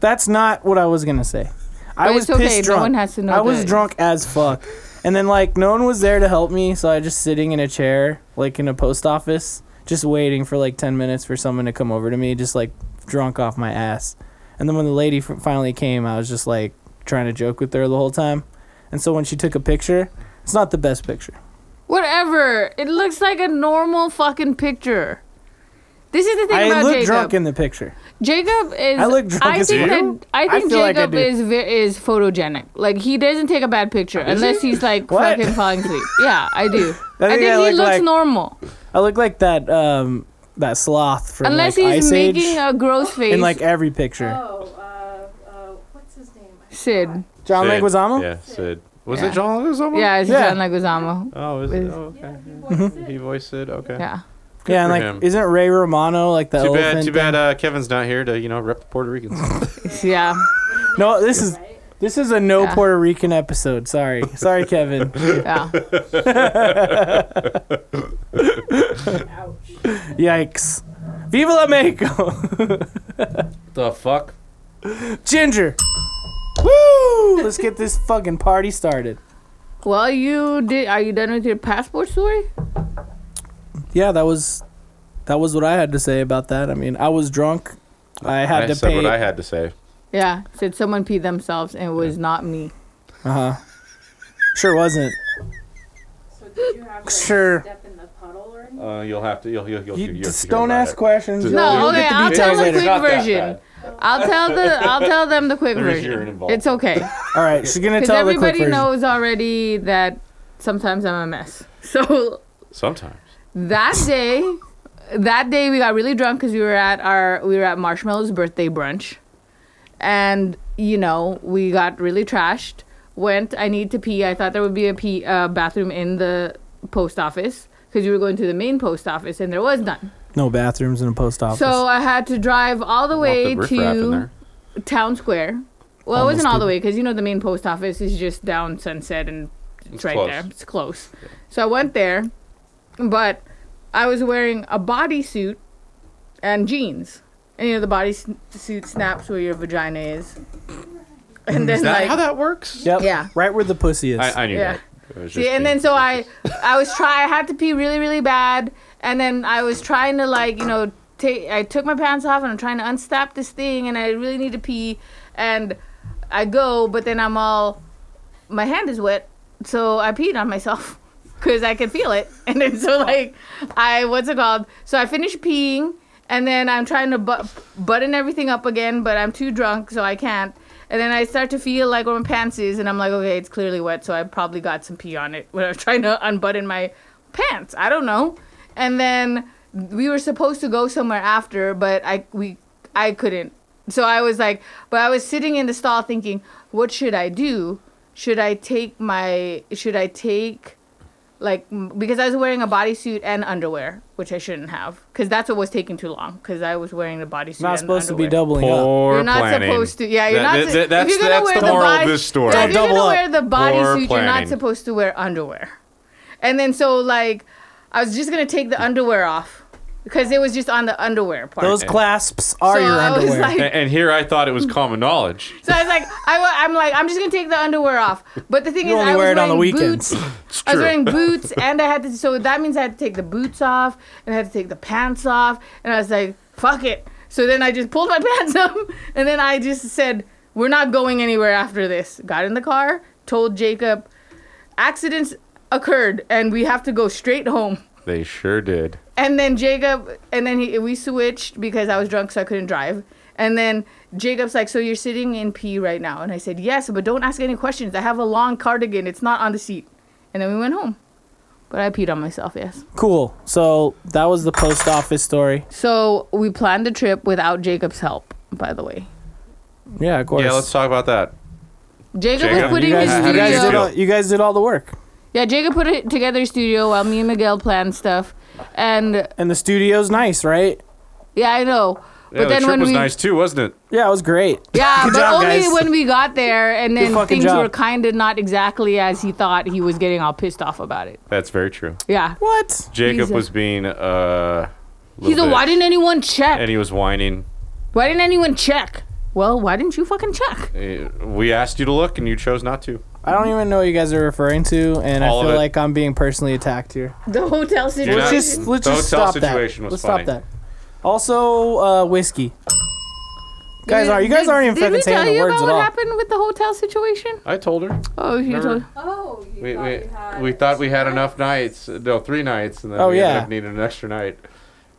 [SPEAKER 3] That's not what I was gonna say. I
[SPEAKER 4] But
[SPEAKER 3] was
[SPEAKER 4] it's okay,
[SPEAKER 3] pissed
[SPEAKER 4] no
[SPEAKER 3] drunk.
[SPEAKER 4] one has to know
[SPEAKER 3] I was
[SPEAKER 4] that.
[SPEAKER 3] drunk as fuck, and then like no one was there to help me, so I just sitting in a chair like in a post office, just waiting for like ten minutes for someone to come over to me, just like drunk off my ass. And then when the lady f- finally came, I was just like trying to joke with her the whole time. And so when she took a picture, it's not the best picture.
[SPEAKER 4] Whatever. It looks like a normal fucking picture. This is the thing
[SPEAKER 3] I
[SPEAKER 4] about
[SPEAKER 3] look
[SPEAKER 4] Jacob.
[SPEAKER 3] drunk in the picture.
[SPEAKER 4] Jacob is.
[SPEAKER 3] I look drunk
[SPEAKER 4] I
[SPEAKER 3] as
[SPEAKER 4] think
[SPEAKER 3] fuck.
[SPEAKER 4] that I
[SPEAKER 3] I
[SPEAKER 4] think
[SPEAKER 3] feel like I
[SPEAKER 4] Jacob
[SPEAKER 3] do.
[SPEAKER 4] is ve- is photogenic. Like he doesn't take a bad picture unless he's like
[SPEAKER 3] What? [laughs]
[SPEAKER 4] fucking falling asleep. Yeah, I do. I think,
[SPEAKER 3] I
[SPEAKER 4] he
[SPEAKER 3] look
[SPEAKER 4] looks
[SPEAKER 3] like-
[SPEAKER 4] normal.
[SPEAKER 3] I look like that um, that sloth from
[SPEAKER 4] Unless
[SPEAKER 3] like,
[SPEAKER 4] he's
[SPEAKER 3] Ice Age
[SPEAKER 4] making a gross face.
[SPEAKER 3] in like every picture.
[SPEAKER 5] Oh, uh, uh, what's his name? I
[SPEAKER 4] Sid.
[SPEAKER 5] forgot.
[SPEAKER 3] John
[SPEAKER 2] Sid.
[SPEAKER 3] Leguizamo.
[SPEAKER 2] Yeah, Sid. Was
[SPEAKER 4] Yeah.
[SPEAKER 2] it John Leguizamo?
[SPEAKER 4] Yeah, it's
[SPEAKER 3] Yeah.
[SPEAKER 4] John Leguizamo.
[SPEAKER 2] Oh, is it?
[SPEAKER 4] With-
[SPEAKER 2] Oh, okay.
[SPEAKER 5] Yeah, he voiced
[SPEAKER 2] He
[SPEAKER 5] it.
[SPEAKER 2] voiced Sid. Okay.
[SPEAKER 4] Yeah.
[SPEAKER 3] Yeah, and
[SPEAKER 2] for
[SPEAKER 3] like
[SPEAKER 2] him.
[SPEAKER 3] isn't Ray Romano like the
[SPEAKER 2] Too
[SPEAKER 3] elephant?
[SPEAKER 2] bad. Too
[SPEAKER 3] thing?
[SPEAKER 2] bad. Uh, Kevin's not here to you know rep the Puerto Ricans.
[SPEAKER 4] Yeah.
[SPEAKER 3] No, this is
[SPEAKER 5] Right?
[SPEAKER 3] this is a no
[SPEAKER 4] Yeah.
[SPEAKER 3] Puerto Rican episode. Sorry,
[SPEAKER 2] [laughs]
[SPEAKER 3] sorry, Kevin. [laughs]
[SPEAKER 4] Yeah.
[SPEAKER 5] Ouch.
[SPEAKER 3] Yikes! Viva la Mexico! [laughs]
[SPEAKER 2] the fuck?
[SPEAKER 3] Ginger. Woo! Let's get this fucking party started.
[SPEAKER 4] Well, you did. Are you done with your passport story?
[SPEAKER 3] Yeah, that was that was what I had to say about that. I mean, I was drunk. I had
[SPEAKER 2] I
[SPEAKER 3] to
[SPEAKER 2] said
[SPEAKER 3] pay.
[SPEAKER 2] what I had to say.
[SPEAKER 4] Yeah. Said someone peed themselves and it was not me.
[SPEAKER 3] Uh huh. Sure wasn't.
[SPEAKER 5] So did you have to like,
[SPEAKER 3] Sure.
[SPEAKER 5] step in the puddle or anything?
[SPEAKER 2] Uh, you'll have to. You'll. You'll. you'll
[SPEAKER 3] You
[SPEAKER 2] you'll
[SPEAKER 3] just
[SPEAKER 2] hear
[SPEAKER 3] don't
[SPEAKER 2] about
[SPEAKER 3] ask
[SPEAKER 2] it.
[SPEAKER 3] questions.
[SPEAKER 2] Just-
[SPEAKER 4] No.
[SPEAKER 3] You'll
[SPEAKER 4] okay.
[SPEAKER 3] get the
[SPEAKER 4] I'll tell
[SPEAKER 3] details
[SPEAKER 4] the
[SPEAKER 3] later.
[SPEAKER 4] quick
[SPEAKER 2] Not that
[SPEAKER 4] version.
[SPEAKER 2] bad.
[SPEAKER 4] I'll tell the.
[SPEAKER 3] [laughs]
[SPEAKER 4] I'll tell them the quick
[SPEAKER 2] There is urine
[SPEAKER 4] version.
[SPEAKER 2] involved.
[SPEAKER 4] It's okay.
[SPEAKER 3] All right, she's gonna
[SPEAKER 4] Because
[SPEAKER 3] tell the quick
[SPEAKER 4] everybody
[SPEAKER 3] version.
[SPEAKER 4] knows already that sometimes I'm a mess. So
[SPEAKER 2] Sometimes.
[SPEAKER 4] that day, that day we got really drunk because we were at our we were at Marshmallow's birthday brunch, and you know we got really trashed. Went. I need to pee. I thought there would be a pee uh, bathroom in the post office because you were going to the main post office and there was none.
[SPEAKER 3] No bathrooms in a post office.
[SPEAKER 4] So I had to drive all the way
[SPEAKER 2] Not the riffraff in
[SPEAKER 4] to
[SPEAKER 2] there.
[SPEAKER 4] town square. Well, it
[SPEAKER 3] Almost
[SPEAKER 4] wasn't all the
[SPEAKER 3] did-
[SPEAKER 4] way because you know the main post office is just down Sunset and it's, right
[SPEAKER 2] close.
[SPEAKER 4] there. It's close. So I went there, but I was wearing a bodysuit and jeans. And you know the bodysuit snaps where your vagina is. And then
[SPEAKER 2] Hmm, Is that
[SPEAKER 4] like
[SPEAKER 2] how that works?
[SPEAKER 3] yep.
[SPEAKER 4] yeah.
[SPEAKER 3] Right where the pussy is.
[SPEAKER 2] I, I knew
[SPEAKER 4] Yeah.
[SPEAKER 2] that. It was
[SPEAKER 4] See,
[SPEAKER 2] just
[SPEAKER 4] and
[SPEAKER 2] being
[SPEAKER 4] then so I,
[SPEAKER 2] facetious.
[SPEAKER 4] [laughs] I was try. I had to pee really, really bad, and then I was trying to like, you know, take. I took my pants off, and I'm trying to unstop this thing, and I really need to pee, and I go, but then I'm all, my hand is wet, so I peed on myself, [laughs] cause I could feel it, [laughs] and then so like, I what's it called? So I finished peeing, and then I'm trying to bu- button everything up again, but I'm too drunk, so I can't. And then I start to feel like where my pants is, and I'm like, okay, it's clearly wet, so I probably got some pee on it when I was [laughs] trying to unbutton my pants. I don't know. And then we were supposed to go somewhere after, but I we I couldn't. So I was like, but I was sitting in the stall thinking, what should I do? Should I take my? Should I take? like m- because I was wearing a bodysuit and underwear, which I shouldn't have, because that's what was taking too long. Because I was wearing the bodysuit.
[SPEAKER 3] Not
[SPEAKER 4] and
[SPEAKER 3] supposed to be
[SPEAKER 4] underwear.
[SPEAKER 3] doubling up.
[SPEAKER 2] Poor
[SPEAKER 4] You're not
[SPEAKER 2] planning.
[SPEAKER 4] supposed to. Yeah, you're
[SPEAKER 2] That-
[SPEAKER 4] not.
[SPEAKER 2] that-
[SPEAKER 4] su-
[SPEAKER 2] that- that's
[SPEAKER 4] if you're gonna
[SPEAKER 2] that's
[SPEAKER 4] wear
[SPEAKER 2] the
[SPEAKER 4] the
[SPEAKER 2] moral
[SPEAKER 4] body-
[SPEAKER 2] of this story.
[SPEAKER 4] Yeah, if you're
[SPEAKER 3] Don't
[SPEAKER 4] gonna
[SPEAKER 3] double up.
[SPEAKER 4] wear the
[SPEAKER 2] Poor
[SPEAKER 4] bodysuit, you're not
[SPEAKER 2] planning.
[SPEAKER 4] supposed to wear underwear. And then so like, I was just gonna take the underwear off because it was just on the underwear part.
[SPEAKER 3] Those clasps are
[SPEAKER 4] So
[SPEAKER 3] your
[SPEAKER 4] I was
[SPEAKER 3] underwear.
[SPEAKER 2] A-
[SPEAKER 4] like-
[SPEAKER 2] and, here I thought it was common knowledge.
[SPEAKER 4] so I was like, I, am like, I'm just gonna take the underwear off. But the thing
[SPEAKER 3] You
[SPEAKER 4] is,
[SPEAKER 3] only
[SPEAKER 4] I was
[SPEAKER 3] wear it
[SPEAKER 4] wearing
[SPEAKER 3] on the
[SPEAKER 4] boots.
[SPEAKER 3] [laughs] weekends.
[SPEAKER 2] It's
[SPEAKER 4] I was
[SPEAKER 2] true.
[SPEAKER 4] wearing boots, and I had to. So that means I had to take the boots off, and I had to take the pants off, and I was like, "Fuck it." So then I just pulled my [laughs] pants up, and then I just said, "We're not going anywhere after this." Got in the car, told Jacob, "Accidents occurred, and we have to go straight home."
[SPEAKER 2] they sure did.
[SPEAKER 4] And then Jacob, and then he, we switched because I was drunk, so I couldn't drive. And then Jacob's like, "So you're sitting in P right now?" And I said, "Yes, but don't ask any questions. I have a long cardigan. It's not on the seat." And then we went home. But I peed on myself. Yes.
[SPEAKER 3] Cool. So that was the post office story.
[SPEAKER 4] So we planned a trip without Jacob's help. By the way,
[SPEAKER 3] Yeah, of course.
[SPEAKER 2] Yeah, let's talk about that.
[SPEAKER 4] Jacob,
[SPEAKER 2] Jacob,
[SPEAKER 4] was putting
[SPEAKER 3] you guys,
[SPEAKER 4] his
[SPEAKER 2] how
[SPEAKER 3] you
[SPEAKER 4] studio.
[SPEAKER 2] did
[SPEAKER 3] guys
[SPEAKER 2] you
[SPEAKER 3] did
[SPEAKER 2] feel?
[SPEAKER 3] all, you guys did all the work,
[SPEAKER 4] yeah, Jacob put it together his studio while me and Miguel planned stuff. And
[SPEAKER 3] and the studio's nice, right?
[SPEAKER 4] yeah, I know.
[SPEAKER 2] Yeah, the trip was nice too, wasn't it?
[SPEAKER 3] Yeah, it was great.
[SPEAKER 4] Yeah,
[SPEAKER 3] Good
[SPEAKER 4] but
[SPEAKER 3] job,
[SPEAKER 4] only
[SPEAKER 3] guys.
[SPEAKER 4] when we got there, and
[SPEAKER 3] Good
[SPEAKER 4] then
[SPEAKER 3] fucking
[SPEAKER 4] things
[SPEAKER 3] job.
[SPEAKER 4] were kind of not exactly as he thought. He was getting all pissed off about it.
[SPEAKER 2] That's very true.
[SPEAKER 4] Yeah,
[SPEAKER 3] What?
[SPEAKER 2] Jacob
[SPEAKER 4] He's a-
[SPEAKER 2] was being uh.
[SPEAKER 4] he's a
[SPEAKER 2] little
[SPEAKER 4] why
[SPEAKER 2] bitch,
[SPEAKER 4] didn't anyone check?
[SPEAKER 2] And he was whining.
[SPEAKER 4] why didn't anyone check? Well, why didn't you fucking check?
[SPEAKER 2] Uh, We asked you to look, and you chose not to.
[SPEAKER 3] I don't even know what you guys are referring to, and
[SPEAKER 2] All
[SPEAKER 3] I
[SPEAKER 2] of
[SPEAKER 3] feel
[SPEAKER 2] it.
[SPEAKER 3] like I'm being personally attacked here.
[SPEAKER 4] The hotel situation.
[SPEAKER 2] not-
[SPEAKER 3] Let's just let's
[SPEAKER 2] the
[SPEAKER 3] just
[SPEAKER 2] hotel
[SPEAKER 3] stop that.
[SPEAKER 2] situation was
[SPEAKER 3] let's
[SPEAKER 2] funny.
[SPEAKER 3] stop that. Also, uh, whiskey. Guys, are you guys aren't even
[SPEAKER 4] did
[SPEAKER 3] fucking
[SPEAKER 4] we tell
[SPEAKER 3] saying the
[SPEAKER 4] you
[SPEAKER 3] words
[SPEAKER 4] about
[SPEAKER 3] at
[SPEAKER 4] what
[SPEAKER 3] all?
[SPEAKER 4] happened with the hotel situation?
[SPEAKER 2] I told her.
[SPEAKER 4] Oh, you
[SPEAKER 2] Remember?
[SPEAKER 4] told.
[SPEAKER 5] Oh, you
[SPEAKER 2] We,
[SPEAKER 5] thought
[SPEAKER 2] we,
[SPEAKER 5] you had
[SPEAKER 2] we
[SPEAKER 5] an
[SPEAKER 2] thought we had
[SPEAKER 5] extra
[SPEAKER 2] enough nights. uh, No, three nights, and then
[SPEAKER 3] Oh,
[SPEAKER 2] we
[SPEAKER 3] yeah.
[SPEAKER 2] ended up needing an extra night.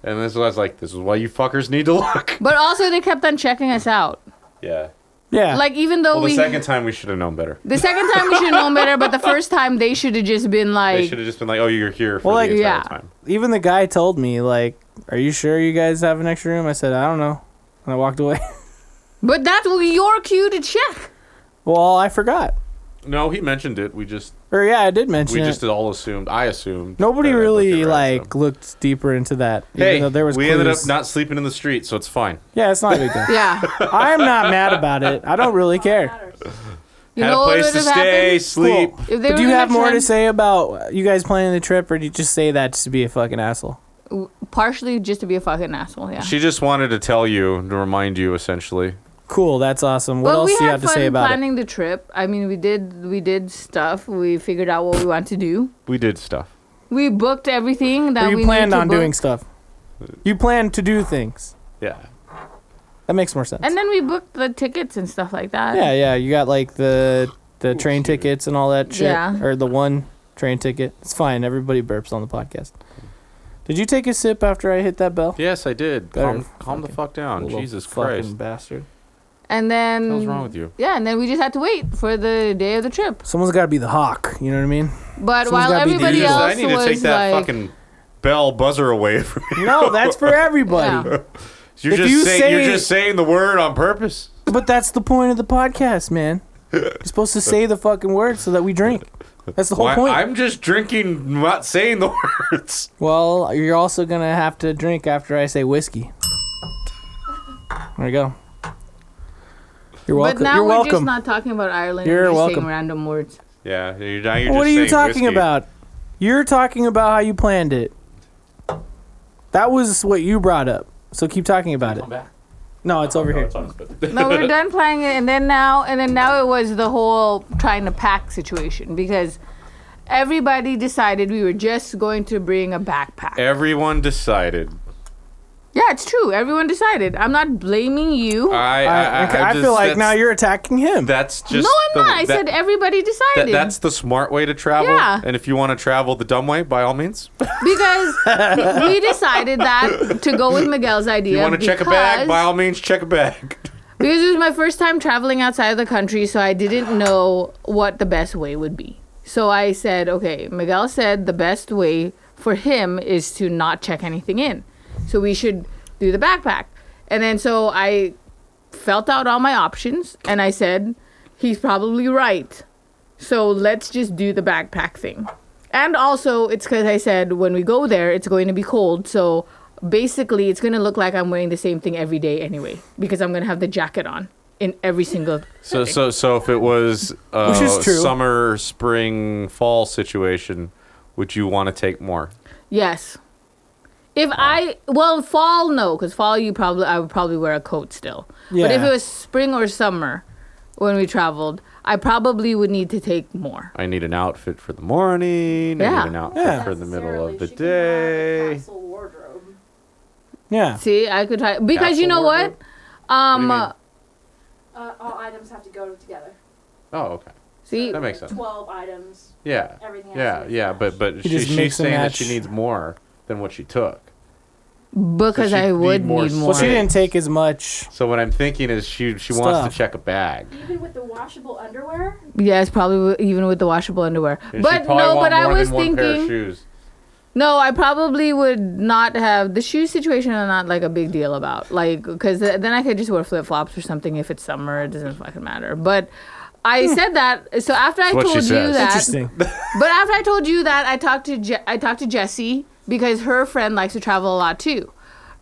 [SPEAKER 2] And this was I was like, this is why you fuckers need to look.
[SPEAKER 4] But also, they kept on checking us out.
[SPEAKER 2] [laughs] Yeah.
[SPEAKER 3] Yeah.
[SPEAKER 4] Like even though
[SPEAKER 2] Well, the
[SPEAKER 4] we
[SPEAKER 2] second time we should have known better.
[SPEAKER 4] the second time we should have known better, but the first time they should have just been
[SPEAKER 2] They
[SPEAKER 4] like,
[SPEAKER 2] should have just been like, "Oh, you're here for
[SPEAKER 3] Well, like-
[SPEAKER 2] the entire
[SPEAKER 4] Yeah.
[SPEAKER 2] time."
[SPEAKER 3] even the guy told me like, "Are you sure you guys have an extra room?" I said, "I don't know," and I walked away. [laughs]
[SPEAKER 4] but that was your cue to check.
[SPEAKER 3] well, I forgot.
[SPEAKER 2] No, he mentioned it. We just
[SPEAKER 3] Or yeah, I did mention
[SPEAKER 2] we
[SPEAKER 3] it.
[SPEAKER 2] just all assumed. I assumed.
[SPEAKER 3] Nobody
[SPEAKER 2] that I looked
[SPEAKER 3] really
[SPEAKER 2] at her ass,
[SPEAKER 3] like looked deeper into that.
[SPEAKER 2] so. Hey,
[SPEAKER 3] even though there was
[SPEAKER 2] we ended up
[SPEAKER 3] clues.
[SPEAKER 2] not sleeping in the street, so it's fine.
[SPEAKER 3] Yeah, it's not a
[SPEAKER 2] [laughs]
[SPEAKER 3] big deal.
[SPEAKER 4] Yeah,
[SPEAKER 3] [laughs] I'm not mad about it. I don't really care.
[SPEAKER 5] Matters.
[SPEAKER 4] you
[SPEAKER 2] Had
[SPEAKER 4] know
[SPEAKER 2] a
[SPEAKER 4] what
[SPEAKER 2] place
[SPEAKER 4] would
[SPEAKER 2] to
[SPEAKER 4] have
[SPEAKER 2] stay,
[SPEAKER 4] happened.
[SPEAKER 2] sleep.
[SPEAKER 3] Cool.
[SPEAKER 4] If they
[SPEAKER 3] But
[SPEAKER 4] were
[SPEAKER 3] do you
[SPEAKER 4] the
[SPEAKER 3] have
[SPEAKER 4] next
[SPEAKER 3] more
[SPEAKER 4] one-
[SPEAKER 3] to say about you guys planning the trip, or do you just say that just to be a fucking asshole?
[SPEAKER 4] Partially just to be a fucking asshole. Yeah.
[SPEAKER 2] She just wanted to tell you to remind you, essentially.
[SPEAKER 3] Cool, that's awesome. What
[SPEAKER 4] But
[SPEAKER 3] else
[SPEAKER 4] we
[SPEAKER 3] do you
[SPEAKER 4] had
[SPEAKER 3] have to
[SPEAKER 4] fun
[SPEAKER 3] say about it?
[SPEAKER 4] planning the trip. I mean, we did we did stuff. We figured out what we want to do.
[SPEAKER 2] We did stuff.
[SPEAKER 4] We booked everything that
[SPEAKER 3] Or
[SPEAKER 4] we
[SPEAKER 3] you planned
[SPEAKER 4] need to
[SPEAKER 3] on
[SPEAKER 4] book.
[SPEAKER 3] doing stuff. You planned to do things.
[SPEAKER 2] Yeah.
[SPEAKER 3] That makes more sense.
[SPEAKER 4] And then we booked the tickets and stuff like that.
[SPEAKER 3] yeah, yeah, you got like the the train tickets and all that shit,
[SPEAKER 4] Yeah.
[SPEAKER 3] or the one train ticket. It's fine. Everybody burps on the podcast. Did you take a sip after I hit that bell?
[SPEAKER 2] Yes, I did.
[SPEAKER 3] Better
[SPEAKER 2] Calm, calm the
[SPEAKER 3] fucking
[SPEAKER 2] fuck down.
[SPEAKER 3] Little
[SPEAKER 2] Jesus
[SPEAKER 3] fucking
[SPEAKER 2] Christ.
[SPEAKER 3] bastard.
[SPEAKER 4] And then
[SPEAKER 3] Mm.
[SPEAKER 2] What's wrong with you?
[SPEAKER 4] Yeah, and then we just had to wait for the day of the trip.
[SPEAKER 3] Someone's got to be the hawk. You know what I
[SPEAKER 4] [laughs]
[SPEAKER 3] mean?
[SPEAKER 4] But
[SPEAKER 3] Someone's
[SPEAKER 4] while
[SPEAKER 3] gotta be
[SPEAKER 4] everybody
[SPEAKER 3] doing
[SPEAKER 2] Jesus,
[SPEAKER 4] else
[SPEAKER 2] I need to
[SPEAKER 4] was
[SPEAKER 2] take that
[SPEAKER 4] like,
[SPEAKER 2] fucking bell buzzer away [laughs] from you.
[SPEAKER 3] No, that's for everybody.
[SPEAKER 4] Yeah.
[SPEAKER 2] You're
[SPEAKER 3] If
[SPEAKER 2] just
[SPEAKER 3] you
[SPEAKER 2] saying
[SPEAKER 3] say-
[SPEAKER 2] you're just saying the word on purpose.
[SPEAKER 3] But that's the point of the podcast, man. You're supposed to say the fucking words so that we drink. That's the whole
[SPEAKER 2] Why-
[SPEAKER 3] point.
[SPEAKER 2] I'm just drinking, not saying the [laughs] words.
[SPEAKER 3] Well, you're also gonna have to drink after I say
[SPEAKER 4] [laughs]
[SPEAKER 3] whiskey. There you go. You're
[SPEAKER 4] but
[SPEAKER 3] welcome.
[SPEAKER 4] now
[SPEAKER 3] You're
[SPEAKER 4] we're just
[SPEAKER 3] welcome.
[SPEAKER 4] not talking about Ireland.
[SPEAKER 3] You're
[SPEAKER 4] we're just
[SPEAKER 3] welcome.
[SPEAKER 4] saying random words.
[SPEAKER 2] Yeah, you're, now you're
[SPEAKER 3] what
[SPEAKER 2] just
[SPEAKER 3] are you
[SPEAKER 2] saying
[SPEAKER 3] talking
[SPEAKER 2] whiskey.
[SPEAKER 3] about? You're talking about how you planned it. That was what you brought up. So keep talking about it. No, it's over here.
[SPEAKER 4] No,
[SPEAKER 2] [laughs]
[SPEAKER 4] we we're done playing it, and then now, and then now it was the whole trying to pack situation because everybody decided we were just going to bring a backpack.
[SPEAKER 2] Everyone decided.
[SPEAKER 4] yeah, it's true. Everyone decided. I'm not blaming you.
[SPEAKER 2] I I,
[SPEAKER 3] I,
[SPEAKER 2] I,
[SPEAKER 3] okay, I
[SPEAKER 2] just-
[SPEAKER 3] feel like now
[SPEAKER 2] that's-
[SPEAKER 3] you're attacking him.
[SPEAKER 2] That's just
[SPEAKER 4] no, I'm
[SPEAKER 2] the-
[SPEAKER 4] not. I
[SPEAKER 2] that-
[SPEAKER 4] said everybody
[SPEAKER 2] that,
[SPEAKER 4] decided
[SPEAKER 2] that's the smart way to travel.
[SPEAKER 4] Yeah.
[SPEAKER 2] And if you want to travel the dumb way, by all means. [laughs]
[SPEAKER 4] because we decided that to go with Miguel's idea.
[SPEAKER 2] you want to check a bag,
[SPEAKER 4] because-
[SPEAKER 2] by all means, check a bag.
[SPEAKER 4] Because it was my first time traveling outside of the country, so I didn't know what the best way would be. So I said, okay, Miguel said the best way for him is to not check anything in. So we should do the backpack. And then so I felt out all my options and I said, he's probably right. So let's just do the backpack thing. And also, it's because I said when we go there, it's going to be cold. So basically, it's going to look like I'm wearing the same thing every day anyway, because I'm going to have the jacket on in every single.
[SPEAKER 2] So so so if it was uh,
[SPEAKER 3] [laughs] Which is true.
[SPEAKER 2] summer, spring, fall situation, would you want to take more?
[SPEAKER 4] Yes. If I well fall no because fall you probably I would probably wear a coat still. But if
[SPEAKER 3] Yeah.
[SPEAKER 4] it was spring or summer, when we traveled, I probably would need to take more.
[SPEAKER 2] I need an outfit for the morning. I
[SPEAKER 4] Yeah.
[SPEAKER 2] need an outfit
[SPEAKER 3] Yeah.
[SPEAKER 2] for the middle
[SPEAKER 5] Necessarily,
[SPEAKER 2] of the
[SPEAKER 5] she can have a
[SPEAKER 2] day.
[SPEAKER 5] capsule wardrobe.
[SPEAKER 3] yeah.
[SPEAKER 4] See, I could try because you
[SPEAKER 2] Capsule
[SPEAKER 4] know
[SPEAKER 2] wardrobe?
[SPEAKER 4] what, um,
[SPEAKER 2] What do you mean?
[SPEAKER 5] Uh, all items have to go together.
[SPEAKER 2] Oh, okay.
[SPEAKER 4] see,
[SPEAKER 2] That makes sense.
[SPEAKER 5] Twelve items.
[SPEAKER 2] Yeah.
[SPEAKER 5] Everything has
[SPEAKER 2] Yeah,
[SPEAKER 5] to be
[SPEAKER 2] yeah, but
[SPEAKER 5] matched.
[SPEAKER 2] but she,
[SPEAKER 3] just
[SPEAKER 2] she's
[SPEAKER 3] mix and
[SPEAKER 2] saying that she
[SPEAKER 3] match.
[SPEAKER 2] needs more than what she took.
[SPEAKER 4] because
[SPEAKER 2] So she'd
[SPEAKER 4] I would
[SPEAKER 2] need more
[SPEAKER 4] need more.
[SPEAKER 3] Well, she didn't take as much.
[SPEAKER 2] So what I'm thinking is she she wants
[SPEAKER 3] Stuff.
[SPEAKER 2] to check a bag.
[SPEAKER 5] Even with the washable underwear,
[SPEAKER 4] Yes, probably w- even with the washable underwear.
[SPEAKER 2] And
[SPEAKER 4] but
[SPEAKER 2] she'd probably
[SPEAKER 4] no,
[SPEAKER 2] want
[SPEAKER 4] but I
[SPEAKER 2] more than
[SPEAKER 4] was
[SPEAKER 2] one pair of
[SPEAKER 4] thinking.
[SPEAKER 2] shoes.
[SPEAKER 4] No, I probably would not have the shoe situation. I'm not like a big deal about like because then I could just wear flip flops or something if it's summer. It doesn't fucking matter. But I said that. So after I
[SPEAKER 2] Hmm. what she
[SPEAKER 4] told you
[SPEAKER 2] says.
[SPEAKER 4] that,
[SPEAKER 3] [laughs] Interesting.
[SPEAKER 4] but after I told you that, I talked to Je- I talked to Jessie because her friend likes to travel a lot too,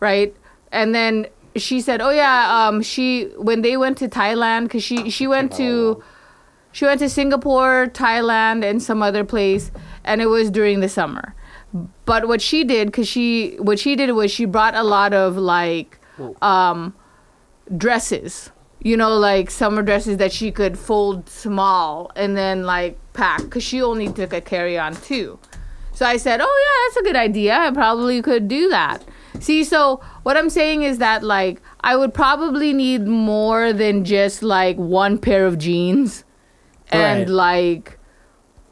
[SPEAKER 4] right? And then she said, "Oh yeah, um, she when they went to Thailand because she she went to she went to Singapore, Thailand, and some other place, and it was during the summer. But what she did, because she what she did was she brought a lot of like um, dresses. You know, like summer dresses that she could fold small and then like pack because she only took a carry on too. So I said, Oh, yeah, that's a good idea. I probably could do that. See, so what I'm saying is that like I would probably need more than just like one pair of jeans and
[SPEAKER 3] Right.
[SPEAKER 4] like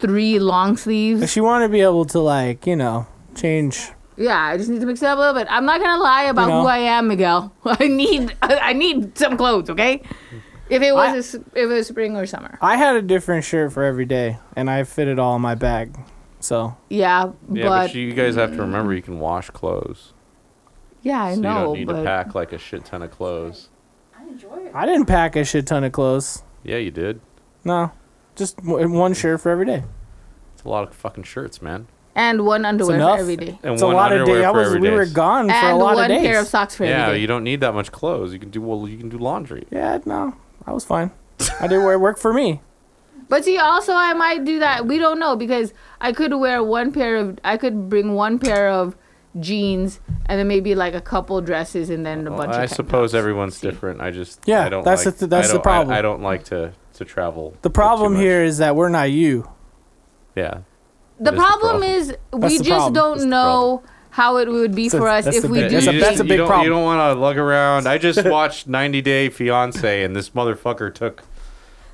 [SPEAKER 4] three long sleeves.
[SPEAKER 3] If she wanted to be able to like, you know, change.
[SPEAKER 4] Yeah, I just need to mix it up a little bit. I'm not gonna lie about [laughs]
[SPEAKER 3] You know?
[SPEAKER 4] who I am, Miguel. I need I need some clothes, okay? If it was
[SPEAKER 3] I-
[SPEAKER 4] a s if it was spring or summer.
[SPEAKER 3] I had a different shirt for every day, and I fit it all in my bag. So
[SPEAKER 4] Yeah,
[SPEAKER 2] Yeah,
[SPEAKER 4] but,
[SPEAKER 2] but, you guys have to remember you can wash clothes.
[SPEAKER 4] yeah, I
[SPEAKER 2] so you
[SPEAKER 4] know,
[SPEAKER 2] don't need to
[SPEAKER 4] but
[SPEAKER 2] pack like a shit ton of clothes.
[SPEAKER 5] I enjoy it.
[SPEAKER 3] I didn't pack a shit ton of clothes.
[SPEAKER 2] Yeah, you did.
[SPEAKER 3] No, just w- one shirt for every day.
[SPEAKER 2] It's a lot of fucking shirts, man.
[SPEAKER 4] and one underwear for
[SPEAKER 3] enough.
[SPEAKER 4] every day,
[SPEAKER 2] And
[SPEAKER 3] it's a lot of day. I was we were gone for a
[SPEAKER 4] and
[SPEAKER 3] lot
[SPEAKER 4] one
[SPEAKER 3] of days.
[SPEAKER 4] pair of socks for
[SPEAKER 2] Yeah,
[SPEAKER 4] every day.
[SPEAKER 2] you don't need that much clothes. You can do well. You can do laundry.
[SPEAKER 3] yeah, no, I was fine. I did where it worked for me.
[SPEAKER 4] But see, also I might do that. We don't know because I could wear one pair of, I could bring one pair of jeans and then maybe like a couple dresses and then a
[SPEAKER 2] Well,
[SPEAKER 4] bunch.
[SPEAKER 2] I
[SPEAKER 4] of tank
[SPEAKER 2] suppose
[SPEAKER 4] tops.
[SPEAKER 2] everyone's different. I just
[SPEAKER 3] Yeah,
[SPEAKER 2] I don't
[SPEAKER 3] that's
[SPEAKER 2] like,
[SPEAKER 3] the th- that's
[SPEAKER 2] I
[SPEAKER 3] the
[SPEAKER 2] don't- I-
[SPEAKER 3] problem.
[SPEAKER 2] I, don't like to to travel.
[SPEAKER 3] The
[SPEAKER 2] too
[SPEAKER 3] problem
[SPEAKER 2] much.
[SPEAKER 3] here is that we're not you.
[SPEAKER 2] Yeah, That is
[SPEAKER 4] The
[SPEAKER 2] the
[SPEAKER 4] problem
[SPEAKER 2] problem.
[SPEAKER 4] is
[SPEAKER 3] That's
[SPEAKER 4] we
[SPEAKER 3] the
[SPEAKER 4] just
[SPEAKER 3] problem.
[SPEAKER 4] don't
[SPEAKER 2] That's the
[SPEAKER 4] know how it would be
[SPEAKER 3] It's a-
[SPEAKER 4] for us
[SPEAKER 3] that's
[SPEAKER 4] if
[SPEAKER 3] the
[SPEAKER 4] we
[SPEAKER 3] big-
[SPEAKER 4] do.
[SPEAKER 3] that's a-
[SPEAKER 4] something.
[SPEAKER 3] that's a
[SPEAKER 2] you
[SPEAKER 3] big
[SPEAKER 2] don't,
[SPEAKER 3] problem.
[SPEAKER 2] You don't want to lug around. I
[SPEAKER 3] [laughs]
[SPEAKER 2] just watched 90 Day Fiance, and this motherfucker took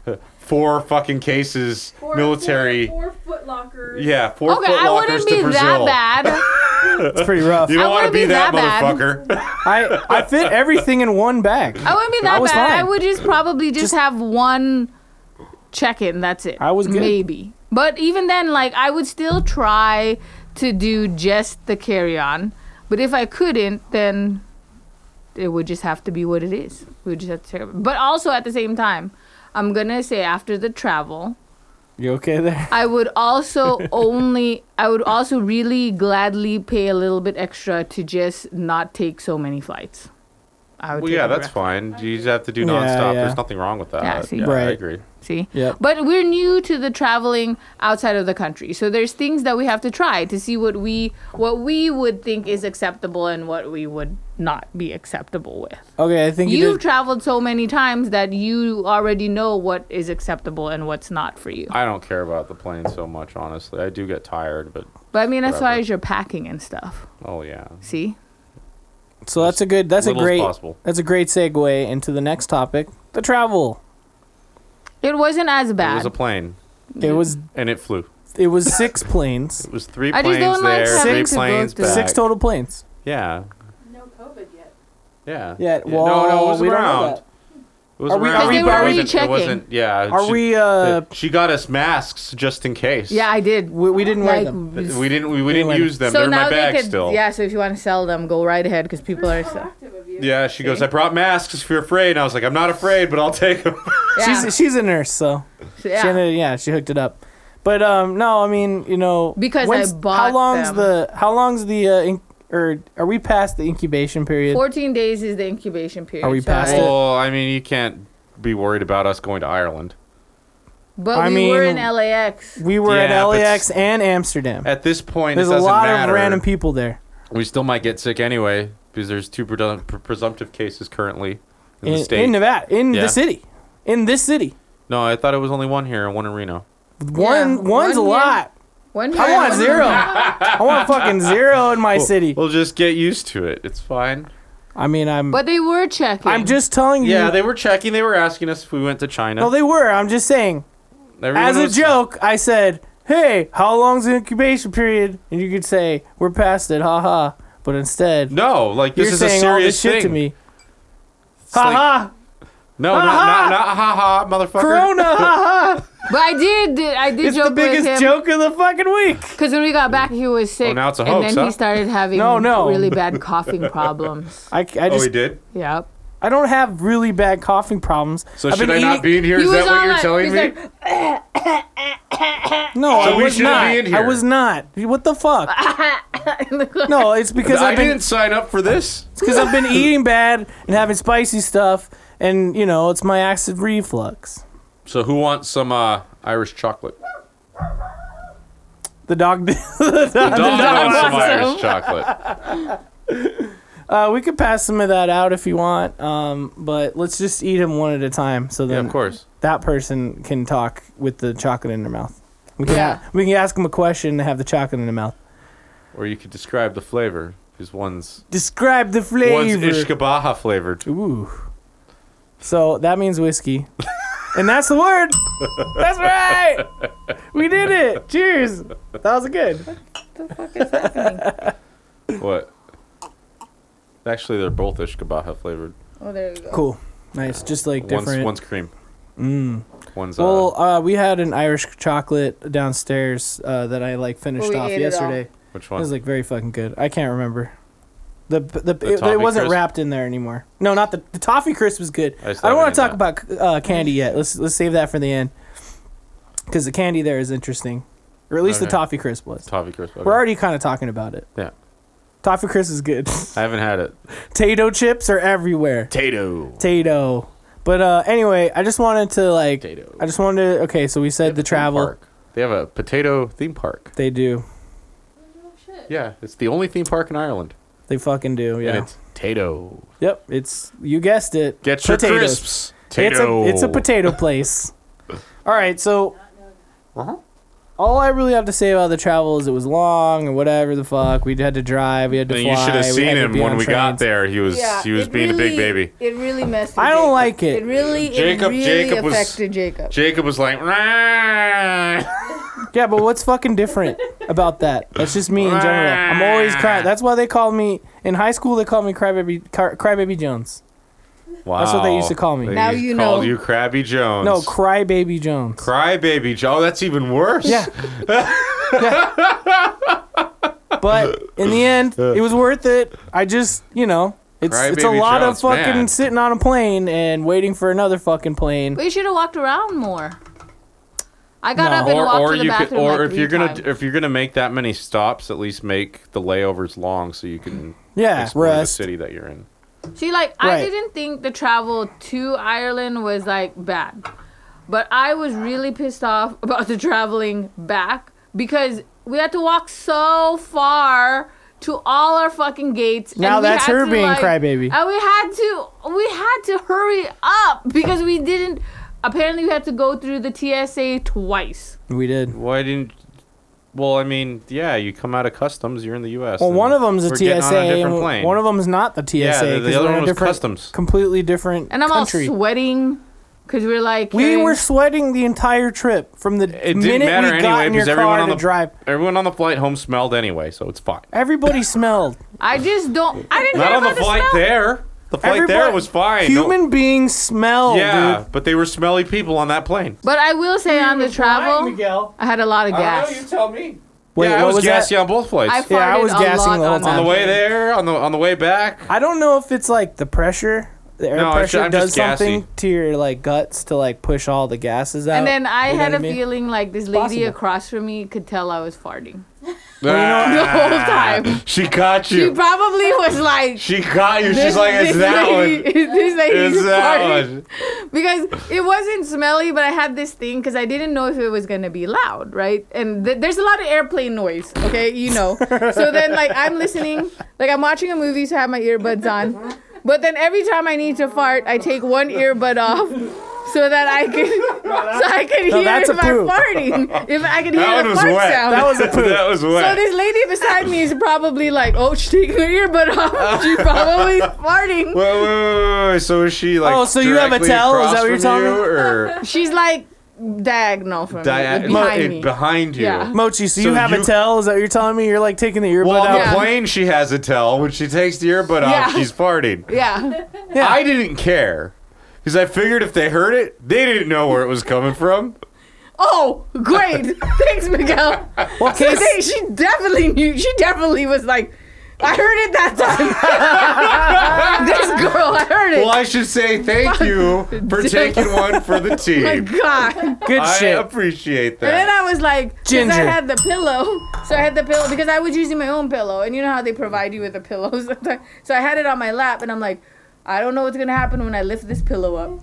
[SPEAKER 2] [laughs] four fucking cases
[SPEAKER 5] Four-
[SPEAKER 2] military.
[SPEAKER 5] Four, four foot lockers.
[SPEAKER 2] yeah, four
[SPEAKER 4] Okay,
[SPEAKER 2] foot
[SPEAKER 4] I
[SPEAKER 2] lockers
[SPEAKER 4] wouldn't
[SPEAKER 2] to
[SPEAKER 4] be
[SPEAKER 2] Brazil.
[SPEAKER 4] that
[SPEAKER 3] [laughs]
[SPEAKER 4] bad.
[SPEAKER 3] It's
[SPEAKER 2] [laughs]
[SPEAKER 3] pretty rough.
[SPEAKER 2] You
[SPEAKER 4] I
[SPEAKER 2] don't want to
[SPEAKER 4] wouldn't
[SPEAKER 2] be,
[SPEAKER 4] be
[SPEAKER 2] that,
[SPEAKER 4] that bad. [laughs]
[SPEAKER 2] motherfucker.
[SPEAKER 3] I I fit everything in one bag.
[SPEAKER 4] I wouldn't be that
[SPEAKER 3] was
[SPEAKER 4] bad. I
[SPEAKER 3] fine.
[SPEAKER 4] would just probably just,
[SPEAKER 3] Just-
[SPEAKER 4] have one check in. That's it.
[SPEAKER 3] I was good.
[SPEAKER 4] Maybe. But even then, like, I would still try to do just the carry on. But if I couldn't, then it would just have to be what it is. We would just have to take it. But also at the same time, I'm going to say after the travel,
[SPEAKER 3] You okay there?
[SPEAKER 4] I would also only, I would also really gladly pay a little bit extra to just not take so many flights. I would
[SPEAKER 2] Well,
[SPEAKER 4] take
[SPEAKER 2] yeah,
[SPEAKER 4] a
[SPEAKER 2] that's
[SPEAKER 4] breath.
[SPEAKER 2] fine. You just have to do
[SPEAKER 3] Yeah,
[SPEAKER 2] nonstop.
[SPEAKER 3] yeah.
[SPEAKER 2] There's nothing wrong with that.
[SPEAKER 4] Yeah, see.
[SPEAKER 2] I
[SPEAKER 3] Right.
[SPEAKER 2] agree.
[SPEAKER 4] See?
[SPEAKER 3] Yep.
[SPEAKER 4] But we're new to the traveling outside of the country. So there's things that we have to try to see what we what we would think is acceptable and what we would not be acceptable with.
[SPEAKER 3] Okay, I think you,
[SPEAKER 4] You've
[SPEAKER 3] did.
[SPEAKER 4] traveled so many times that you already know what is acceptable and what's not for you.
[SPEAKER 2] I don't care about the plane so much, honestly. I do get tired, but
[SPEAKER 4] But I mean as far
[SPEAKER 2] Whatever.
[SPEAKER 4] as your packing and stuff.
[SPEAKER 2] oh yeah.
[SPEAKER 4] See?
[SPEAKER 3] So that's a good. That's a
[SPEAKER 2] Little as
[SPEAKER 3] great.
[SPEAKER 2] possible.
[SPEAKER 3] That's a great segue into the next topic: the travel.
[SPEAKER 4] It wasn't as
[SPEAKER 2] It
[SPEAKER 4] bad.
[SPEAKER 2] was a plane,
[SPEAKER 3] It was
[SPEAKER 2] and it flew.
[SPEAKER 3] it was
[SPEAKER 2] [laughs]
[SPEAKER 3] six planes,
[SPEAKER 2] It was three
[SPEAKER 4] I just
[SPEAKER 2] planes
[SPEAKER 4] don't like
[SPEAKER 2] there,
[SPEAKER 4] having
[SPEAKER 2] three
[SPEAKER 4] to go
[SPEAKER 2] planes
[SPEAKER 4] through-
[SPEAKER 2] back.
[SPEAKER 3] six total planes.
[SPEAKER 2] Yeah,
[SPEAKER 5] No COVID yet.
[SPEAKER 2] Yeah.
[SPEAKER 3] Yeah, well,
[SPEAKER 2] no, no, it was
[SPEAKER 3] we don't know
[SPEAKER 2] around.
[SPEAKER 3] that.
[SPEAKER 2] It was
[SPEAKER 3] Are we-
[SPEAKER 2] around.
[SPEAKER 3] are we-
[SPEAKER 2] It
[SPEAKER 3] are we
[SPEAKER 2] wasn't-
[SPEAKER 4] checking?
[SPEAKER 2] It wasn't, yeah.
[SPEAKER 3] Are
[SPEAKER 2] she,
[SPEAKER 3] we? Uh,
[SPEAKER 2] she got us masks just in case.
[SPEAKER 4] yeah, I did.
[SPEAKER 3] we, we didn't wear
[SPEAKER 4] Like,
[SPEAKER 3] them.
[SPEAKER 2] We didn't. We, we didn't
[SPEAKER 3] Anyway.
[SPEAKER 2] use them. They're in my bag still.
[SPEAKER 4] Yeah, so if you want to sell them, go right ahead because people are
[SPEAKER 5] Very
[SPEAKER 4] still.
[SPEAKER 5] proactive of you.
[SPEAKER 2] Yeah, she goes.
[SPEAKER 4] See?
[SPEAKER 2] I brought masks if you're afraid. And I was like, I'm not afraid, but I'll take
[SPEAKER 3] [laughs]
[SPEAKER 2] them.
[SPEAKER 4] Yeah.
[SPEAKER 3] She's she's a nurse, so
[SPEAKER 4] yeah.
[SPEAKER 3] she ended, yeah she hooked it up. But um, no, I mean you know
[SPEAKER 4] Because I
[SPEAKER 3] when's-
[SPEAKER 4] bought
[SPEAKER 3] how long's
[SPEAKER 4] them.
[SPEAKER 3] the how long's the uh, in, or are we past the incubation period?
[SPEAKER 4] 14 days is the incubation period.
[SPEAKER 3] Are we
[SPEAKER 4] so I-
[SPEAKER 3] past it?
[SPEAKER 2] well, I mean, you can't be worried about us going to Ireland.
[SPEAKER 4] But
[SPEAKER 3] I
[SPEAKER 4] we were in
[SPEAKER 3] mean-
[SPEAKER 4] LAX.
[SPEAKER 3] We were
[SPEAKER 2] Yeah,
[SPEAKER 3] at
[SPEAKER 2] but
[SPEAKER 3] LAX and Amsterdam.
[SPEAKER 2] At this point,
[SPEAKER 3] There's
[SPEAKER 2] it
[SPEAKER 3] a
[SPEAKER 2] doesn't
[SPEAKER 3] lot
[SPEAKER 2] matter.
[SPEAKER 3] of random people there.
[SPEAKER 2] We still might get sick anyway because there's two predu- pre- presumptive cases currently in,
[SPEAKER 3] in,
[SPEAKER 2] the state.
[SPEAKER 3] in Nevada, in
[SPEAKER 2] Yeah.
[SPEAKER 3] the city, in this city.
[SPEAKER 2] no, I thought it was only one here and one in Reno.
[SPEAKER 3] One,
[SPEAKER 4] one
[SPEAKER 3] one's a
[SPEAKER 4] here.
[SPEAKER 3] lot.
[SPEAKER 4] One
[SPEAKER 3] I
[SPEAKER 4] year-
[SPEAKER 3] want zero. I want fucking zero in my
[SPEAKER 2] [laughs]
[SPEAKER 3] city. Mm-hmm.
[SPEAKER 2] We'll just get used to it. It's fine.
[SPEAKER 3] I mean, I'm,
[SPEAKER 4] But they were checking.
[SPEAKER 3] I'm just telling you.
[SPEAKER 2] Yeah, they were checking. They were asking us if we went to China.
[SPEAKER 3] no, they were. I'm just saying.
[SPEAKER 2] Everyone
[SPEAKER 3] As a
[SPEAKER 2] was-
[SPEAKER 3] joke, I said, "Hey, how long's the incubation period?" And you could say, "We're past it, haha." But instead,
[SPEAKER 2] No, like this
[SPEAKER 3] you're
[SPEAKER 2] is a
[SPEAKER 3] saying
[SPEAKER 2] serious
[SPEAKER 3] all this
[SPEAKER 2] thing.
[SPEAKER 3] shit to me.
[SPEAKER 2] like-
[SPEAKER 3] Haha,
[SPEAKER 2] No, not, not, not ha ha, motherfucker.
[SPEAKER 3] Corona,
[SPEAKER 2] [laughs]
[SPEAKER 3] haha.
[SPEAKER 4] but I did. I did
[SPEAKER 3] It's
[SPEAKER 4] joke
[SPEAKER 3] the biggest
[SPEAKER 4] with him.
[SPEAKER 3] joke of the fucking week.
[SPEAKER 4] Because when we got back, he was sick.
[SPEAKER 2] Oh, now it's a
[SPEAKER 4] and
[SPEAKER 2] hoax,
[SPEAKER 4] then
[SPEAKER 2] huh?
[SPEAKER 4] he started having
[SPEAKER 3] No, no.
[SPEAKER 4] really bad coughing [laughs] problems.
[SPEAKER 3] I, I just
[SPEAKER 2] Oh, he did.
[SPEAKER 4] Yep.
[SPEAKER 3] I don't have really bad coughing problems.
[SPEAKER 2] So
[SPEAKER 3] I've
[SPEAKER 2] should
[SPEAKER 3] been
[SPEAKER 2] I not
[SPEAKER 3] eating-
[SPEAKER 2] be in here?
[SPEAKER 4] He
[SPEAKER 2] Is
[SPEAKER 4] was
[SPEAKER 2] that what
[SPEAKER 4] on
[SPEAKER 2] you're
[SPEAKER 4] like-
[SPEAKER 2] telling
[SPEAKER 4] he's
[SPEAKER 2] me?
[SPEAKER 4] like,
[SPEAKER 3] No,
[SPEAKER 2] So
[SPEAKER 3] I
[SPEAKER 2] we
[SPEAKER 3] was
[SPEAKER 2] shouldn't
[SPEAKER 3] not.
[SPEAKER 2] be in
[SPEAKER 3] I
[SPEAKER 2] here.
[SPEAKER 3] was not. What the
[SPEAKER 4] [laughs]
[SPEAKER 3] fuck? no, it's because
[SPEAKER 2] I
[SPEAKER 3] I've been
[SPEAKER 2] didn't sign up for this.
[SPEAKER 3] because I've been eating bad and having spicy stuff, and you know it's my acid reflux.
[SPEAKER 2] So who wants some uh, Irish chocolate?
[SPEAKER 3] [laughs] The dog.
[SPEAKER 2] The dog,
[SPEAKER 3] [laughs]
[SPEAKER 2] wants some
[SPEAKER 4] wants
[SPEAKER 2] Irish chocolate.
[SPEAKER 3] uh, we could pass some of that out if you want, um, but let's just eat them one at a time. So
[SPEAKER 2] Yeah,
[SPEAKER 3] then
[SPEAKER 2] of course.
[SPEAKER 3] that person can talk with the chocolate in their mouth. We can
[SPEAKER 4] Yeah.
[SPEAKER 3] we can ask them a question and have the chocolate in their mouth.
[SPEAKER 2] Or you could describe the flavor because one's
[SPEAKER 3] Describe the
[SPEAKER 2] one's
[SPEAKER 3] flavor.
[SPEAKER 2] ishkabaha flavored.
[SPEAKER 3] Ooh. So that
[SPEAKER 2] [laughs]
[SPEAKER 3] means whiskey. and that's the word. That's right. We did it. Cheers. That was good.
[SPEAKER 2] What? Actually, they're both ishkabaha flavored.
[SPEAKER 4] [laughs] Oh, there you go.
[SPEAKER 3] Cool. Nice, just like
[SPEAKER 2] One's,
[SPEAKER 3] different. Mm.
[SPEAKER 2] one's cream. One's uh,
[SPEAKER 3] well, uh, we had an Irish chocolate downstairs uh, that I like finished
[SPEAKER 4] Oh, we
[SPEAKER 3] off
[SPEAKER 4] ate it all.
[SPEAKER 3] yesterday.
[SPEAKER 2] which
[SPEAKER 3] It
[SPEAKER 2] one?
[SPEAKER 3] was like very fucking good. I can't remember. The the, it,
[SPEAKER 2] toffee
[SPEAKER 3] it wasn't
[SPEAKER 2] crisp?
[SPEAKER 3] wrapped in there anymore. No, not the the toffee crisp was good.
[SPEAKER 2] I
[SPEAKER 3] I,
[SPEAKER 2] just
[SPEAKER 3] don't want to talk
[SPEAKER 2] haven't
[SPEAKER 3] about uh, candy yet. Let's let's save that for the end because the candy there is interesting, or at least the
[SPEAKER 2] Okay.
[SPEAKER 3] toffee crisp was.
[SPEAKER 2] Toffee crisp. okay.
[SPEAKER 3] We're already kind of talking about it.
[SPEAKER 2] Yeah.
[SPEAKER 3] Toffee crisp is good. [laughs]
[SPEAKER 2] I haven't had it.
[SPEAKER 3] Tato chips are everywhere.
[SPEAKER 2] Tato.
[SPEAKER 3] Tato. But uh, anyway, I just wanted to like.
[SPEAKER 2] Tato.
[SPEAKER 3] I just wanted. To, okay, so we said the travel.
[SPEAKER 2] They have a potato theme park.
[SPEAKER 3] They do.
[SPEAKER 5] Oh, shit.
[SPEAKER 2] Yeah, it's the only theme park in Ireland.
[SPEAKER 3] They fucking do. Yeah.
[SPEAKER 2] And it's Tato.
[SPEAKER 3] yep. It's you guessed it.
[SPEAKER 2] Get your
[SPEAKER 3] Potatoes.
[SPEAKER 2] crisps.
[SPEAKER 3] It's a
[SPEAKER 2] Tato.
[SPEAKER 3] it's a
[SPEAKER 2] [laughs]
[SPEAKER 3] potato place. All right, so
[SPEAKER 2] Uh-huh.
[SPEAKER 3] all I really have to say about the travel is it was long and whatever the fuck. We had to drive. We had to
[SPEAKER 2] And
[SPEAKER 3] fly.
[SPEAKER 2] you should have
[SPEAKER 3] we
[SPEAKER 2] seen
[SPEAKER 3] had to
[SPEAKER 2] him
[SPEAKER 3] be
[SPEAKER 2] when
[SPEAKER 3] on
[SPEAKER 2] we got
[SPEAKER 3] trains.
[SPEAKER 2] there. He was he was
[SPEAKER 4] it
[SPEAKER 2] being a big
[SPEAKER 4] really-
[SPEAKER 2] baby.
[SPEAKER 4] It really messed. With
[SPEAKER 3] I don't
[SPEAKER 4] Jacob.
[SPEAKER 3] like it.
[SPEAKER 4] It really,
[SPEAKER 2] Jacob-
[SPEAKER 4] it really
[SPEAKER 2] Jacob was-
[SPEAKER 4] affected Jacob.
[SPEAKER 2] Jacob was like, "Rah."
[SPEAKER 3] Yeah, but what's fucking different about that? That's just me in general. I'm always
[SPEAKER 2] [laughs]
[SPEAKER 3] cry. That's why they called me in high school. They called me crybaby Car- crybaby Jones.
[SPEAKER 2] wow.
[SPEAKER 3] what they used to call me.
[SPEAKER 2] They
[SPEAKER 4] Now
[SPEAKER 2] used to
[SPEAKER 4] you
[SPEAKER 2] call
[SPEAKER 4] know.
[SPEAKER 2] you Krabby Jones.
[SPEAKER 3] No, crybaby Jones.
[SPEAKER 2] Crybaby Joe. Oh, that's even worse.
[SPEAKER 3] Yeah. But in the end, it was worth it. I just, you know, it's it's a
[SPEAKER 2] Crybaby
[SPEAKER 3] lot
[SPEAKER 2] Jones,
[SPEAKER 3] of fucking
[SPEAKER 2] man.
[SPEAKER 3] sitting on a plane and waiting for another fucking plane.
[SPEAKER 4] We should have walked around more. I got
[SPEAKER 3] No.
[SPEAKER 4] up and
[SPEAKER 2] Or,
[SPEAKER 4] walked
[SPEAKER 2] or
[SPEAKER 4] to the
[SPEAKER 2] you could,
[SPEAKER 4] bathroom.
[SPEAKER 2] or
[SPEAKER 4] like
[SPEAKER 2] if you're
[SPEAKER 4] three
[SPEAKER 2] gonna
[SPEAKER 4] times.
[SPEAKER 2] if you're gonna make that many stops, at least make the layovers long so you can
[SPEAKER 3] Yeah,
[SPEAKER 2] explore the
[SPEAKER 3] rest.
[SPEAKER 2] city that you're in.
[SPEAKER 4] See, like
[SPEAKER 3] Right.
[SPEAKER 4] I didn't think the travel to Ireland was like bad, but I was really pissed off [laughs] about the traveling back because we had to walk so far to all our fucking gates. and
[SPEAKER 3] Now
[SPEAKER 4] we
[SPEAKER 3] that's
[SPEAKER 4] had
[SPEAKER 3] her
[SPEAKER 4] to,
[SPEAKER 3] being
[SPEAKER 4] like-
[SPEAKER 3] crybaby.
[SPEAKER 4] And we had to we had to hurry up because we didn't. Apparently, we had to go through the TSA twice.
[SPEAKER 3] We did.
[SPEAKER 2] Why didn't? Well, I mean, yeah, you come out of customs, you're in the U.S.
[SPEAKER 3] Well,
[SPEAKER 2] and
[SPEAKER 3] one of them's a
[SPEAKER 2] we're
[SPEAKER 3] TSA.
[SPEAKER 2] getting on a different
[SPEAKER 3] and
[SPEAKER 2] plane.
[SPEAKER 3] One of them's not the TSA.
[SPEAKER 2] Yeah, the,
[SPEAKER 3] 'cause
[SPEAKER 2] the other
[SPEAKER 3] we're in
[SPEAKER 2] one
[SPEAKER 3] a
[SPEAKER 2] was
[SPEAKER 3] different,
[SPEAKER 2] customs.
[SPEAKER 3] Completely different
[SPEAKER 4] And I'm
[SPEAKER 3] country.
[SPEAKER 4] all sweating because we're like
[SPEAKER 3] we
[SPEAKER 4] carrying-
[SPEAKER 3] were sweating the entire trip from the
[SPEAKER 2] It didn't
[SPEAKER 3] minute
[SPEAKER 2] matter
[SPEAKER 3] we got
[SPEAKER 2] anyway
[SPEAKER 3] in your
[SPEAKER 2] because everyone
[SPEAKER 3] car
[SPEAKER 2] on
[SPEAKER 3] to
[SPEAKER 2] the-
[SPEAKER 3] drive.
[SPEAKER 2] Everyone on the flight home smelled anyway, so it's fine. [laughs]
[SPEAKER 3] Everybody smelled.
[SPEAKER 4] I just don't. I didn't
[SPEAKER 2] Not
[SPEAKER 4] care
[SPEAKER 2] on the
[SPEAKER 4] about
[SPEAKER 2] flight
[SPEAKER 4] smell.
[SPEAKER 2] there. The flight there
[SPEAKER 3] Everybody-
[SPEAKER 2] was fine. No-
[SPEAKER 3] Human beings smell,
[SPEAKER 2] yeah,
[SPEAKER 3] Oh, dude.
[SPEAKER 2] but they were smelly people on that plane.
[SPEAKER 4] But I will say on the travel, I had a lot of gas.
[SPEAKER 2] tell me.
[SPEAKER 3] Wait,
[SPEAKER 2] yeah, I
[SPEAKER 3] what
[SPEAKER 2] was,
[SPEAKER 3] was that?
[SPEAKER 2] gassy on both flights.
[SPEAKER 4] I farted
[SPEAKER 3] Yeah, I was gassing
[SPEAKER 4] a lot
[SPEAKER 3] the whole
[SPEAKER 4] on,
[SPEAKER 3] time.
[SPEAKER 2] on
[SPEAKER 4] that
[SPEAKER 2] the way
[SPEAKER 4] plane.
[SPEAKER 2] there, on the on the way back.
[SPEAKER 3] I don't know if it's like the pressure, the air
[SPEAKER 2] No, it's-
[SPEAKER 3] pressure
[SPEAKER 2] I'm
[SPEAKER 3] does
[SPEAKER 2] just gassy.
[SPEAKER 3] something to your like guts to like push all the gases out.
[SPEAKER 4] And then I
[SPEAKER 3] You know
[SPEAKER 4] had
[SPEAKER 3] what
[SPEAKER 4] a
[SPEAKER 3] mean?
[SPEAKER 4] feeling like this lady
[SPEAKER 3] possible.
[SPEAKER 4] across from me could tell I was farting. [laughs]
[SPEAKER 2] Ah,
[SPEAKER 4] The
[SPEAKER 2] [laughs]
[SPEAKER 4] whole time.
[SPEAKER 2] She caught
[SPEAKER 4] She
[SPEAKER 2] you.
[SPEAKER 4] probably was like,
[SPEAKER 2] She caught you.
[SPEAKER 4] this,
[SPEAKER 2] She's like,
[SPEAKER 4] this
[SPEAKER 2] it's
[SPEAKER 4] [laughs]
[SPEAKER 2] that
[SPEAKER 4] lady,
[SPEAKER 2] one.
[SPEAKER 4] This lady's
[SPEAKER 2] It's
[SPEAKER 4] [laughs]
[SPEAKER 2] that
[SPEAKER 4] farting.
[SPEAKER 2] one.
[SPEAKER 4] Because it wasn't smelly, but I had this thing because I didn't know if it was going to be loud, right? And th- there's a lot of airplane noise, okay? You know. so then, like, I'm listening, like, I'm watching a movie, so I have my earbuds on. But then every time I need to fart, I take one earbud off. So that I can, so I can hear
[SPEAKER 3] that's
[SPEAKER 4] if
[SPEAKER 3] a
[SPEAKER 4] I'm
[SPEAKER 3] poo.
[SPEAKER 4] farting, if I can hear
[SPEAKER 2] That
[SPEAKER 4] the
[SPEAKER 2] one was
[SPEAKER 4] fart
[SPEAKER 2] wet.
[SPEAKER 4] sound.
[SPEAKER 3] That
[SPEAKER 2] [laughs]
[SPEAKER 3] was a poop.
[SPEAKER 2] That was
[SPEAKER 4] So
[SPEAKER 2] wet.
[SPEAKER 4] this lady beside me is probably like, oh, she's taking her earbud off. She's probably farting.
[SPEAKER 2] Wait, wait, wait, wait, wait. So is she like?
[SPEAKER 3] Oh, so you have a
[SPEAKER 2] directly
[SPEAKER 3] towel? Is
[SPEAKER 2] across
[SPEAKER 3] that what you're
[SPEAKER 2] from
[SPEAKER 3] telling me?
[SPEAKER 2] you,
[SPEAKER 4] [laughs]
[SPEAKER 2] Or [laughs]
[SPEAKER 4] She's like diagonal from
[SPEAKER 2] dia-
[SPEAKER 4] me, behind
[SPEAKER 2] it-
[SPEAKER 4] me.
[SPEAKER 2] behind you.
[SPEAKER 4] Yeah.
[SPEAKER 3] Mochi, so,
[SPEAKER 2] So
[SPEAKER 3] you have
[SPEAKER 2] you-
[SPEAKER 3] a tell? Is that what you're telling me? You're like taking the earbud
[SPEAKER 2] Well, on
[SPEAKER 3] out?
[SPEAKER 2] the
[SPEAKER 4] Yeah.
[SPEAKER 2] plane, she has a towel. When she takes the earbud off,
[SPEAKER 4] Yeah.
[SPEAKER 2] she's
[SPEAKER 4] [laughs]
[SPEAKER 2] farting.
[SPEAKER 4] yeah.
[SPEAKER 2] I didn't care because I figured if they heard it, they didn't know where it was coming from.
[SPEAKER 4] Oh, great.
[SPEAKER 2] [laughs]
[SPEAKER 4] Thanks, Miguel.
[SPEAKER 3] Well,
[SPEAKER 4] So
[SPEAKER 3] case,
[SPEAKER 4] they, she definitely knew. She definitely was like, I heard it that time. [laughs] this girl, I heard it.
[SPEAKER 2] Well, I should say thank you
[SPEAKER 4] [laughs]
[SPEAKER 2] for taking one for the
[SPEAKER 4] My
[SPEAKER 2] team.
[SPEAKER 4] God.
[SPEAKER 3] good
[SPEAKER 2] I
[SPEAKER 3] shit.
[SPEAKER 2] appreciate
[SPEAKER 4] And then
[SPEAKER 2] that.
[SPEAKER 4] I was like, 'cause I
[SPEAKER 3] Ginger.
[SPEAKER 4] had the pillow. So I had the pillow because I was using my own pillow. And you know how they provide you with a pillow sometimes. [laughs] So I had it on my lap and I'm like, I don't know what's going to happen when I lift this pillow up.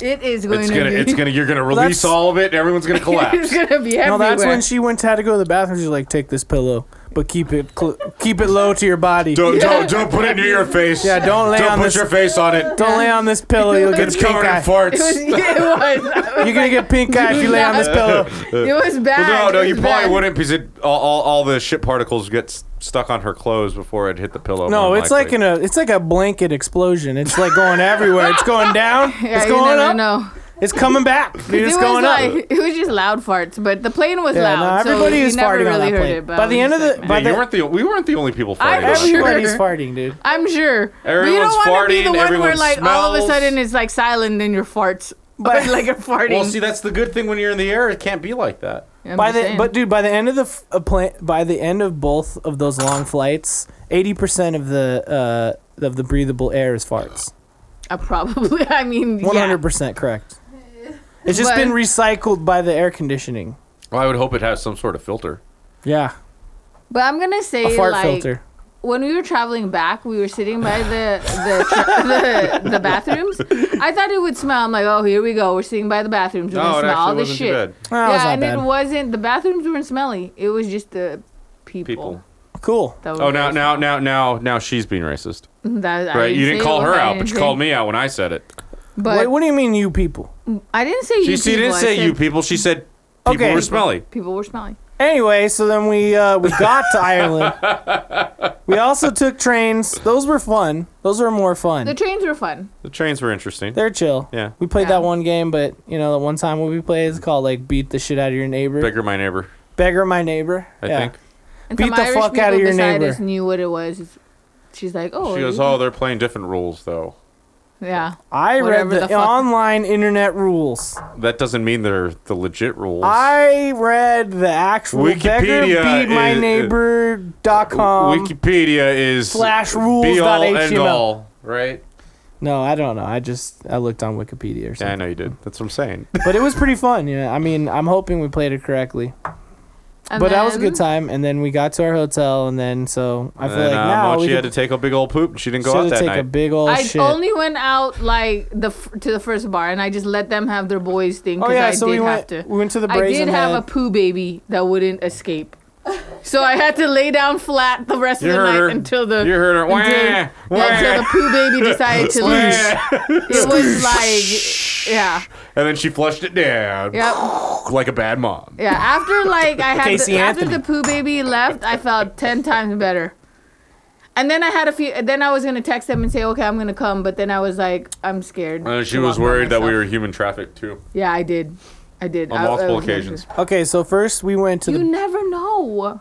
[SPEAKER 4] It is going
[SPEAKER 2] It's
[SPEAKER 4] to
[SPEAKER 2] gonna,
[SPEAKER 4] be.
[SPEAKER 2] it's gonna,
[SPEAKER 4] [laughs]
[SPEAKER 2] you're gonna
[SPEAKER 3] that's-
[SPEAKER 2] release all of it, and everyone's gonna
[SPEAKER 4] it's
[SPEAKER 2] collapse.
[SPEAKER 4] [laughs] gonna be everywhere.
[SPEAKER 3] no, that's when she went to, had to go to the bathroom. She's like, take this pillow, but keep it cl- keep it low to your body. Don't,
[SPEAKER 2] Don't, don't, don't put it near your face.
[SPEAKER 3] Yeah, don't lay
[SPEAKER 2] don't
[SPEAKER 3] on
[SPEAKER 2] put
[SPEAKER 3] this-
[SPEAKER 2] your face on it.
[SPEAKER 3] lay on this pillow. You'll get
[SPEAKER 2] It's
[SPEAKER 3] pink
[SPEAKER 2] covered in
[SPEAKER 3] eye.
[SPEAKER 2] [laughs]
[SPEAKER 4] [laughs] It was, [laughs]
[SPEAKER 2] farts.
[SPEAKER 4] yeah, it was.
[SPEAKER 2] [laughs]
[SPEAKER 4] I was
[SPEAKER 3] You're gonna
[SPEAKER 4] like,
[SPEAKER 3] get pink eye if you lay on this pillow.
[SPEAKER 4] It was bad.
[SPEAKER 2] Well, no, no,
[SPEAKER 4] It
[SPEAKER 2] you
[SPEAKER 4] was
[SPEAKER 2] probably
[SPEAKER 4] bad.
[SPEAKER 2] wouldn't because it all, all, all the shit particles get s- stuck on her clothes before it hit the pillow.
[SPEAKER 3] No,
[SPEAKER 2] more
[SPEAKER 3] it's like
[SPEAKER 2] likely.
[SPEAKER 3] in a it's like a blanket explosion. It's like going everywhere. It's going down.
[SPEAKER 4] [laughs] Yeah,
[SPEAKER 3] it's
[SPEAKER 4] you
[SPEAKER 3] going
[SPEAKER 4] never
[SPEAKER 3] up.
[SPEAKER 4] know.
[SPEAKER 3] It's coming
[SPEAKER 4] [laughs]
[SPEAKER 3] back. Dude, it's
[SPEAKER 4] it was
[SPEAKER 3] going
[SPEAKER 4] like [laughs]
[SPEAKER 3] up.
[SPEAKER 4] it was just loud farts, but the plane was
[SPEAKER 3] Yeah, no,
[SPEAKER 4] loud. so
[SPEAKER 3] everybody
[SPEAKER 4] you
[SPEAKER 3] was
[SPEAKER 4] never
[SPEAKER 3] farting on
[SPEAKER 4] really
[SPEAKER 3] that
[SPEAKER 4] heard
[SPEAKER 3] plane.
[SPEAKER 4] it, but
[SPEAKER 3] By
[SPEAKER 4] I was
[SPEAKER 3] the end
[SPEAKER 4] just
[SPEAKER 3] of
[SPEAKER 4] like,
[SPEAKER 3] the-
[SPEAKER 4] man.
[SPEAKER 3] by
[SPEAKER 2] Yeah, you weren't the we weren't the only people
[SPEAKER 4] I'm
[SPEAKER 2] fighting. about it.
[SPEAKER 4] sure.
[SPEAKER 3] Everybody's farting, dude.
[SPEAKER 4] I'm sure. but you
[SPEAKER 2] Everyone's
[SPEAKER 4] don't want to be
[SPEAKER 2] farting,
[SPEAKER 4] the one where
[SPEAKER 2] everyone
[SPEAKER 4] like all of a
[SPEAKER 2] smells.
[SPEAKER 4] sudden it's like silent and your farts, [laughs] but like you're farting.
[SPEAKER 2] Well, see, that's the good thing when you're in the air. It can't be like that.
[SPEAKER 4] I'm
[SPEAKER 3] by
[SPEAKER 4] just
[SPEAKER 3] the
[SPEAKER 4] saying.
[SPEAKER 3] but dude, by the end of the f- uh, plan, by the end of both of those long flights, eighty percent of the uh, of the breathable air is farts.
[SPEAKER 4] I Uh, probably, [laughs] I mean,
[SPEAKER 3] One
[SPEAKER 4] yeah.
[SPEAKER 3] hundred percent
[SPEAKER 4] [laughs]
[SPEAKER 3] correct. It's just been
[SPEAKER 4] But-
[SPEAKER 3] recycled by the air conditioning.
[SPEAKER 2] Well, I would hope it has some sort of filter.
[SPEAKER 3] Yeah,
[SPEAKER 4] But I'm gonna
[SPEAKER 3] a
[SPEAKER 4] say
[SPEAKER 3] fart
[SPEAKER 4] like
[SPEAKER 3] filter.
[SPEAKER 4] when we were traveling back, we were sitting by the [laughs] the, the the bathrooms. I thought it would smell. I'm like, oh, here we go. We're sitting by the bathrooms. We're
[SPEAKER 2] No,
[SPEAKER 4] gonna
[SPEAKER 2] it
[SPEAKER 4] smell all
[SPEAKER 2] actually
[SPEAKER 4] this
[SPEAKER 2] wasn't
[SPEAKER 4] shit.
[SPEAKER 2] too bad.
[SPEAKER 3] Oh,
[SPEAKER 4] Yeah,
[SPEAKER 3] that's not
[SPEAKER 4] and
[SPEAKER 3] bad.
[SPEAKER 4] it wasn't. The bathrooms weren't smelly. It was just the people.
[SPEAKER 2] People.
[SPEAKER 3] cool.
[SPEAKER 4] That
[SPEAKER 2] Oh, now, now, now, now, now she's being racist,
[SPEAKER 4] That, I
[SPEAKER 2] right? you didn't
[SPEAKER 4] say
[SPEAKER 2] call
[SPEAKER 4] it,
[SPEAKER 2] her
[SPEAKER 4] I
[SPEAKER 2] out, but
[SPEAKER 4] didn't
[SPEAKER 2] you
[SPEAKER 4] say-
[SPEAKER 2] called me out when I said it.
[SPEAKER 4] But
[SPEAKER 3] Wait, what do you mean, you people?
[SPEAKER 4] I didn't say
[SPEAKER 2] She,
[SPEAKER 4] you.
[SPEAKER 2] she
[SPEAKER 4] people.
[SPEAKER 2] didn't
[SPEAKER 4] I
[SPEAKER 2] say
[SPEAKER 4] said
[SPEAKER 2] you people. She said people
[SPEAKER 3] Okay.
[SPEAKER 2] were smelly.
[SPEAKER 4] People were smelly.
[SPEAKER 3] Anyway, so then we uh, we got
[SPEAKER 2] [laughs]
[SPEAKER 3] to Ireland. We also took trains. Those were fun. Those were more
[SPEAKER 4] The
[SPEAKER 3] fun.
[SPEAKER 4] trains were fun.
[SPEAKER 2] The trains were interesting.
[SPEAKER 3] They're chill.
[SPEAKER 2] yeah,
[SPEAKER 3] We played
[SPEAKER 4] Yeah.
[SPEAKER 3] that one game, but you know, the one time what we played is called like beat the shit out of your neighbor.
[SPEAKER 2] bigger my neighbor.
[SPEAKER 3] Beggar my neighbor.
[SPEAKER 2] I
[SPEAKER 3] yeah.
[SPEAKER 2] think
[SPEAKER 4] And
[SPEAKER 3] Beat
[SPEAKER 4] some
[SPEAKER 3] the
[SPEAKER 4] Irish
[SPEAKER 3] fuck outta
[SPEAKER 4] people
[SPEAKER 3] your
[SPEAKER 4] beside
[SPEAKER 3] neighbor.
[SPEAKER 4] us knew what it was. She's like, oh,
[SPEAKER 2] she goes.
[SPEAKER 4] you-
[SPEAKER 2] Oh, they're playing different rules though.
[SPEAKER 4] yeah.
[SPEAKER 3] I read
[SPEAKER 4] Whatever
[SPEAKER 3] the,
[SPEAKER 4] the fuck.
[SPEAKER 3] online internet rules.
[SPEAKER 2] That doesn't mean they're the legit rules.
[SPEAKER 3] I read the actual Beggar
[SPEAKER 2] Wikipedia
[SPEAKER 3] beat my
[SPEAKER 2] is- uh,
[SPEAKER 3] neighbor dot
[SPEAKER 2] um,
[SPEAKER 3] com.
[SPEAKER 2] Wikipedia is
[SPEAKER 3] slash
[SPEAKER 2] be all and
[SPEAKER 3] rules.html.
[SPEAKER 2] all, right?
[SPEAKER 3] no, I don't know. I just I looked on Wikipedia or
[SPEAKER 2] Yeah, I
[SPEAKER 3] something.
[SPEAKER 2] know you did. That's what I'm saying.
[SPEAKER 3] but it was pretty fun. Yeah, I mean, I'm hoping we played it correctly.
[SPEAKER 4] And
[SPEAKER 3] but that was a
[SPEAKER 4] then-
[SPEAKER 3] good time. And then we got to our hotel, and then so I feel
[SPEAKER 2] and,
[SPEAKER 3] like
[SPEAKER 2] uh,
[SPEAKER 3] now we
[SPEAKER 2] Mochi had to
[SPEAKER 3] could
[SPEAKER 2] take a big old poop, and she didn't go
[SPEAKER 3] still
[SPEAKER 2] out that
[SPEAKER 3] take
[SPEAKER 2] night.
[SPEAKER 3] a big old
[SPEAKER 4] I
[SPEAKER 3] shit.
[SPEAKER 4] only went out like the f- to the first bar, and I just let them have their boys thing
[SPEAKER 3] oh
[SPEAKER 4] because
[SPEAKER 3] yeah,
[SPEAKER 4] I
[SPEAKER 3] so
[SPEAKER 4] did
[SPEAKER 3] we
[SPEAKER 4] have
[SPEAKER 3] went.
[SPEAKER 4] to.
[SPEAKER 3] We went to the
[SPEAKER 4] I
[SPEAKER 3] Brazen
[SPEAKER 4] did have
[SPEAKER 3] Head.
[SPEAKER 4] a poo baby that wouldn't escape, so I had to lay down flat the rest
[SPEAKER 2] You
[SPEAKER 4] of the
[SPEAKER 2] heard
[SPEAKER 4] night
[SPEAKER 2] her.
[SPEAKER 4] until the
[SPEAKER 2] you heard her.
[SPEAKER 4] until,
[SPEAKER 2] Wah,
[SPEAKER 4] until the poo baby decided to leave.
[SPEAKER 2] [laughs]
[SPEAKER 4] It was like, yeah,
[SPEAKER 2] And then she flushed it down
[SPEAKER 4] yeah,
[SPEAKER 2] like a bad mom.
[SPEAKER 4] yeah. After like I had
[SPEAKER 3] Casey
[SPEAKER 4] the, after
[SPEAKER 3] Anthony.
[SPEAKER 4] the poo baby left, I felt ten times better. And then I had a few. Then I was gonna text them and say, "Okay, I'm gonna come," but then I was like, "I'm scared."
[SPEAKER 2] And she
[SPEAKER 4] to
[SPEAKER 2] was
[SPEAKER 4] walk by
[SPEAKER 2] worried that we
[SPEAKER 4] myself.
[SPEAKER 2] were human trafficked too
[SPEAKER 4] Yeah, I did. I did.
[SPEAKER 2] on
[SPEAKER 4] I- I
[SPEAKER 2] multiple
[SPEAKER 4] was nervous.
[SPEAKER 2] occasions.
[SPEAKER 3] Okay, so first we went to
[SPEAKER 4] You
[SPEAKER 3] the.
[SPEAKER 4] never know.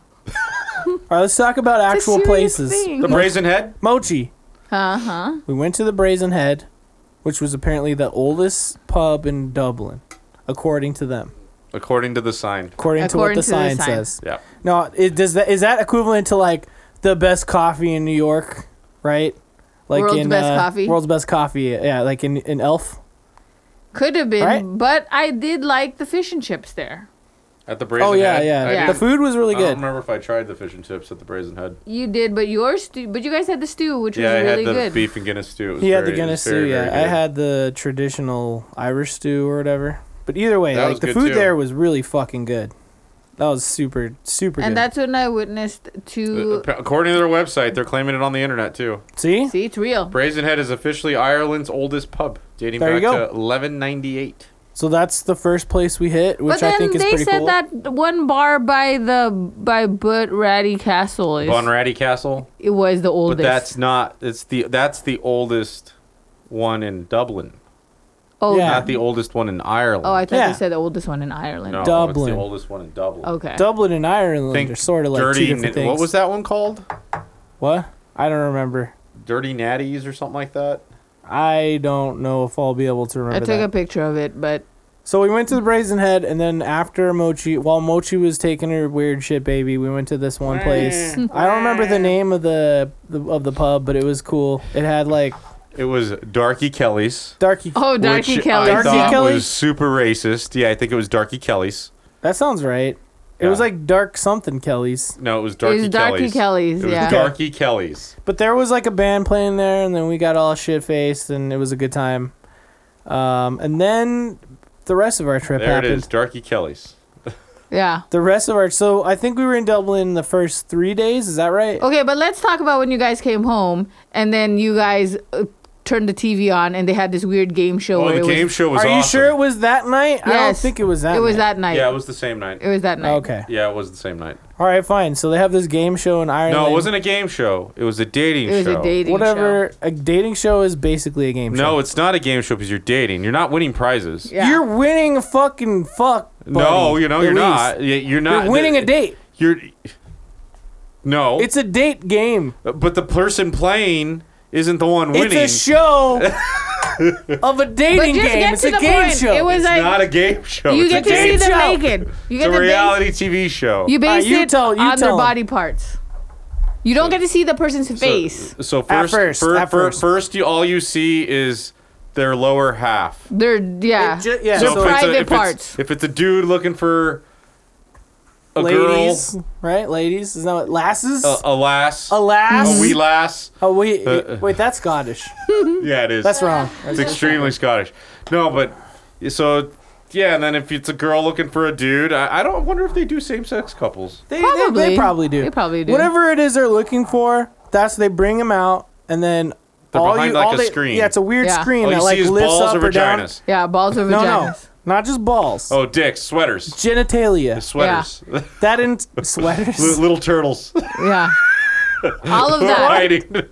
[SPEAKER 3] All right, let's talk about
[SPEAKER 4] It's a
[SPEAKER 3] actual
[SPEAKER 4] serious
[SPEAKER 3] places.
[SPEAKER 4] thing.
[SPEAKER 2] The brazen head.
[SPEAKER 3] Mochi.
[SPEAKER 4] Uh huh.
[SPEAKER 3] We went to the Brazen Head, which was apparently the oldest pub in Dublin, according to them.
[SPEAKER 2] According to the sign.
[SPEAKER 3] According to what
[SPEAKER 4] According
[SPEAKER 3] the,
[SPEAKER 4] to the
[SPEAKER 3] sign,
[SPEAKER 4] sign.
[SPEAKER 3] says.
[SPEAKER 2] Yeah.
[SPEAKER 3] No, it, does that is that equivalent to like the best coffee in New York, right? Like uh,
[SPEAKER 4] World's best coffee?
[SPEAKER 3] World's best coffee. Yeah, like in, in Elf.
[SPEAKER 4] Could have been,
[SPEAKER 3] Right?
[SPEAKER 4] but I did like the fish and chips there.
[SPEAKER 2] At the brazen
[SPEAKER 3] Oh yeah,
[SPEAKER 2] head.
[SPEAKER 3] yeah.
[SPEAKER 2] I
[SPEAKER 4] Yeah.
[SPEAKER 3] The
[SPEAKER 2] didn't-
[SPEAKER 3] food was really
[SPEAKER 2] I don't
[SPEAKER 3] good.
[SPEAKER 2] remember if I tried the fish and chips at the brazen head.
[SPEAKER 4] You did, but your stew, but you guys had the stew, which
[SPEAKER 2] Yeah, I
[SPEAKER 4] was
[SPEAKER 2] had
[SPEAKER 4] really
[SPEAKER 2] the
[SPEAKER 4] good.
[SPEAKER 2] beef and Guinness stew. It was
[SPEAKER 3] He had
[SPEAKER 2] very-
[SPEAKER 3] the
[SPEAKER 2] it
[SPEAKER 3] Guinness
[SPEAKER 2] was very,
[SPEAKER 3] stew. Yeah,
[SPEAKER 2] very
[SPEAKER 3] I
[SPEAKER 2] good.
[SPEAKER 3] had the traditional Irish stew or whatever. But either way,
[SPEAKER 2] That was
[SPEAKER 3] like the
[SPEAKER 2] good
[SPEAKER 3] food
[SPEAKER 2] too.
[SPEAKER 3] there was really fucking good. That was super super
[SPEAKER 4] and
[SPEAKER 3] good.
[SPEAKER 4] that's when I witnessed two.
[SPEAKER 2] Uh, According to their website, they're claiming it on the internet too.
[SPEAKER 3] See?
[SPEAKER 4] See, it's real.
[SPEAKER 2] Brazen Head is officially Ireland's oldest pub, dating
[SPEAKER 3] There you
[SPEAKER 2] back to
[SPEAKER 3] go.
[SPEAKER 2] 1198.
[SPEAKER 3] So that's the first place we hit, which
[SPEAKER 4] But then
[SPEAKER 3] I think is
[SPEAKER 4] they
[SPEAKER 3] pretty
[SPEAKER 4] said
[SPEAKER 3] cool.
[SPEAKER 4] that one bar by the by But Ratty Castle is
[SPEAKER 2] Bonratty Castle,
[SPEAKER 4] it was the
[SPEAKER 2] but
[SPEAKER 4] oldest.
[SPEAKER 2] that's not. It's the that's the oldest one in Dublin,
[SPEAKER 4] oh,
[SPEAKER 3] Yeah.
[SPEAKER 2] not the oldest one in Ireland.
[SPEAKER 4] oh, I thought
[SPEAKER 3] Yeah.
[SPEAKER 4] you said the oldest one in Ireland.
[SPEAKER 2] no,
[SPEAKER 3] Dublin.
[SPEAKER 2] It's the oldest one in Dublin.
[SPEAKER 4] Okay.
[SPEAKER 3] Dublin and Ireland are sort of like
[SPEAKER 2] dirty.
[SPEAKER 3] two different
[SPEAKER 2] Na-
[SPEAKER 3] things.
[SPEAKER 2] What was that one called?
[SPEAKER 3] What? I don't remember.
[SPEAKER 2] Dirty Natties or something like that.
[SPEAKER 3] I don't know if I'll be able to
[SPEAKER 4] I
[SPEAKER 3] remember
[SPEAKER 4] took a
[SPEAKER 3] that.
[SPEAKER 4] picture of it, but
[SPEAKER 3] so we went to the Brazen Head, and then after Mochi, while Mochi was taking her weird shit baby, we went to this one place. I don't remember the name of the, the of the pub, but it was cool. It had like
[SPEAKER 2] It was Darky Kelly's.
[SPEAKER 3] darky.
[SPEAKER 4] oh, Darky
[SPEAKER 2] which
[SPEAKER 4] Kelly.
[SPEAKER 2] I
[SPEAKER 3] Darky
[SPEAKER 2] thought
[SPEAKER 3] Kelly's?
[SPEAKER 2] was super racist. Yeah, I think it was Darky Kelly's.
[SPEAKER 3] That sounds right. It was
[SPEAKER 2] Yeah.
[SPEAKER 3] like dark something Kelly's,
[SPEAKER 2] No, it was
[SPEAKER 4] It
[SPEAKER 2] Darky
[SPEAKER 4] was Darky
[SPEAKER 2] Kelly's.
[SPEAKER 4] Kelly's.
[SPEAKER 2] It was
[SPEAKER 4] yeah.
[SPEAKER 2] Darky Kelly's.
[SPEAKER 3] but there was like a band playing there, and then we got all shit faced, and it was a good time. Um, and then the rest of our trip
[SPEAKER 2] There
[SPEAKER 3] happened.
[SPEAKER 2] it is, Darky Kelly's.
[SPEAKER 4] Yeah.
[SPEAKER 3] The rest of our so I think we were in Dublin the first three days. Is that right?
[SPEAKER 4] Okay, but let's talk about when you guys came home and then you guys uh, turned the TV on and they had this weird game show.
[SPEAKER 2] Oh,
[SPEAKER 4] where
[SPEAKER 2] the
[SPEAKER 4] it
[SPEAKER 2] game
[SPEAKER 4] was,
[SPEAKER 2] show was
[SPEAKER 3] Are you
[SPEAKER 2] awesome.
[SPEAKER 3] sure it was that night? I don't
[SPEAKER 4] Yes.
[SPEAKER 3] think it was that.
[SPEAKER 4] It was
[SPEAKER 3] night.
[SPEAKER 4] that night.
[SPEAKER 2] Yeah, it was the same night.
[SPEAKER 4] It was that night.
[SPEAKER 3] Okay.
[SPEAKER 2] Yeah, it was the same night.
[SPEAKER 3] All right, fine. So they have this game show in Ireland.
[SPEAKER 2] No, it wasn't a game show. It was a dating
[SPEAKER 4] It was
[SPEAKER 2] show.
[SPEAKER 4] a dating
[SPEAKER 3] Whatever. A dating show is basically a game show.
[SPEAKER 2] No, it's not a game show because you're dating. You're not winning prizes.
[SPEAKER 4] Yeah.
[SPEAKER 3] You're winning a fucking fuck.
[SPEAKER 2] No,
[SPEAKER 3] buddy,
[SPEAKER 2] you know
[SPEAKER 3] at
[SPEAKER 2] you're
[SPEAKER 3] least.
[SPEAKER 2] not. Y- You're not.
[SPEAKER 3] You're winning
[SPEAKER 2] the-
[SPEAKER 3] a date.
[SPEAKER 2] You're. No,
[SPEAKER 3] It's a date game.
[SPEAKER 2] but the person playing isn't the one winning.
[SPEAKER 3] It's a show
[SPEAKER 2] [laughs]
[SPEAKER 3] of a
[SPEAKER 4] But
[SPEAKER 3] dating
[SPEAKER 4] just
[SPEAKER 3] game.
[SPEAKER 4] get
[SPEAKER 3] It's
[SPEAKER 4] to
[SPEAKER 3] a
[SPEAKER 4] the
[SPEAKER 3] game
[SPEAKER 4] point.
[SPEAKER 3] show.
[SPEAKER 4] It was
[SPEAKER 2] It's
[SPEAKER 4] like
[SPEAKER 2] not a game show.
[SPEAKER 4] you
[SPEAKER 2] it's
[SPEAKER 4] get
[SPEAKER 2] a
[SPEAKER 4] to see
[SPEAKER 2] game
[SPEAKER 4] them
[SPEAKER 2] show.
[SPEAKER 3] show.
[SPEAKER 4] naked. You
[SPEAKER 2] It's
[SPEAKER 4] get
[SPEAKER 2] a
[SPEAKER 4] to base-
[SPEAKER 2] reality TV show.
[SPEAKER 4] You
[SPEAKER 3] right,
[SPEAKER 4] base
[SPEAKER 3] you
[SPEAKER 4] it
[SPEAKER 3] tell- you
[SPEAKER 4] on
[SPEAKER 3] tell
[SPEAKER 4] their
[SPEAKER 3] 'em.
[SPEAKER 4] body parts. You don't get to see the person's face.
[SPEAKER 2] So first,
[SPEAKER 3] first,
[SPEAKER 2] fir-
[SPEAKER 3] at
[SPEAKER 2] fir-
[SPEAKER 3] first.
[SPEAKER 2] first you, all you see is their lower half.
[SPEAKER 4] They're yeah.
[SPEAKER 3] It ju- yeah,
[SPEAKER 4] Their
[SPEAKER 2] if
[SPEAKER 3] so-
[SPEAKER 2] it's a-
[SPEAKER 4] private
[SPEAKER 2] if it's-
[SPEAKER 4] parts.
[SPEAKER 2] If it's a dude looking for a
[SPEAKER 3] ladies, right? Ladies, is that what lasses?
[SPEAKER 2] girl, a, a lass,
[SPEAKER 3] a lass.
[SPEAKER 2] a wee lass.
[SPEAKER 3] A wee-
[SPEAKER 2] Uh, uh.
[SPEAKER 3] wait, that's Scottish.
[SPEAKER 2] Yeah, it is.
[SPEAKER 3] That's wrong.
[SPEAKER 2] It's extremely Scottish. No, but so yeah, and then if it's a girl looking for a dude, I, I don't I wonder if they do same-sex couples.
[SPEAKER 3] They probably, they,
[SPEAKER 4] Probably.
[SPEAKER 3] probably do.
[SPEAKER 4] They probably do.
[SPEAKER 3] Whatever it is they're looking for, that's they bring them out, and then
[SPEAKER 2] They're
[SPEAKER 3] all
[SPEAKER 2] behind,
[SPEAKER 3] you,
[SPEAKER 2] like,
[SPEAKER 3] all
[SPEAKER 2] a
[SPEAKER 3] they-
[SPEAKER 2] screen.
[SPEAKER 3] Yeah, it's a weird
[SPEAKER 4] Yeah.
[SPEAKER 3] screen
[SPEAKER 2] All you
[SPEAKER 3] that like
[SPEAKER 2] see is
[SPEAKER 3] lifts
[SPEAKER 2] balls
[SPEAKER 3] up
[SPEAKER 2] or
[SPEAKER 3] or down.
[SPEAKER 2] vaginas.
[SPEAKER 4] yeah, balls or
[SPEAKER 3] No, no,
[SPEAKER 4] vaginas.
[SPEAKER 3] not just balls.
[SPEAKER 2] Oh, dicks,
[SPEAKER 3] [laughs]
[SPEAKER 2] sweaters,
[SPEAKER 3] Genitalia.
[SPEAKER 2] sweaters, [laughs] Li-
[SPEAKER 3] That in
[SPEAKER 2] [laughs]
[SPEAKER 3] sweaters.
[SPEAKER 2] little
[SPEAKER 3] [laughs]
[SPEAKER 2] turtles
[SPEAKER 4] Yeah.
[SPEAKER 2] [laughs]
[SPEAKER 4] All of that.
[SPEAKER 2] riding.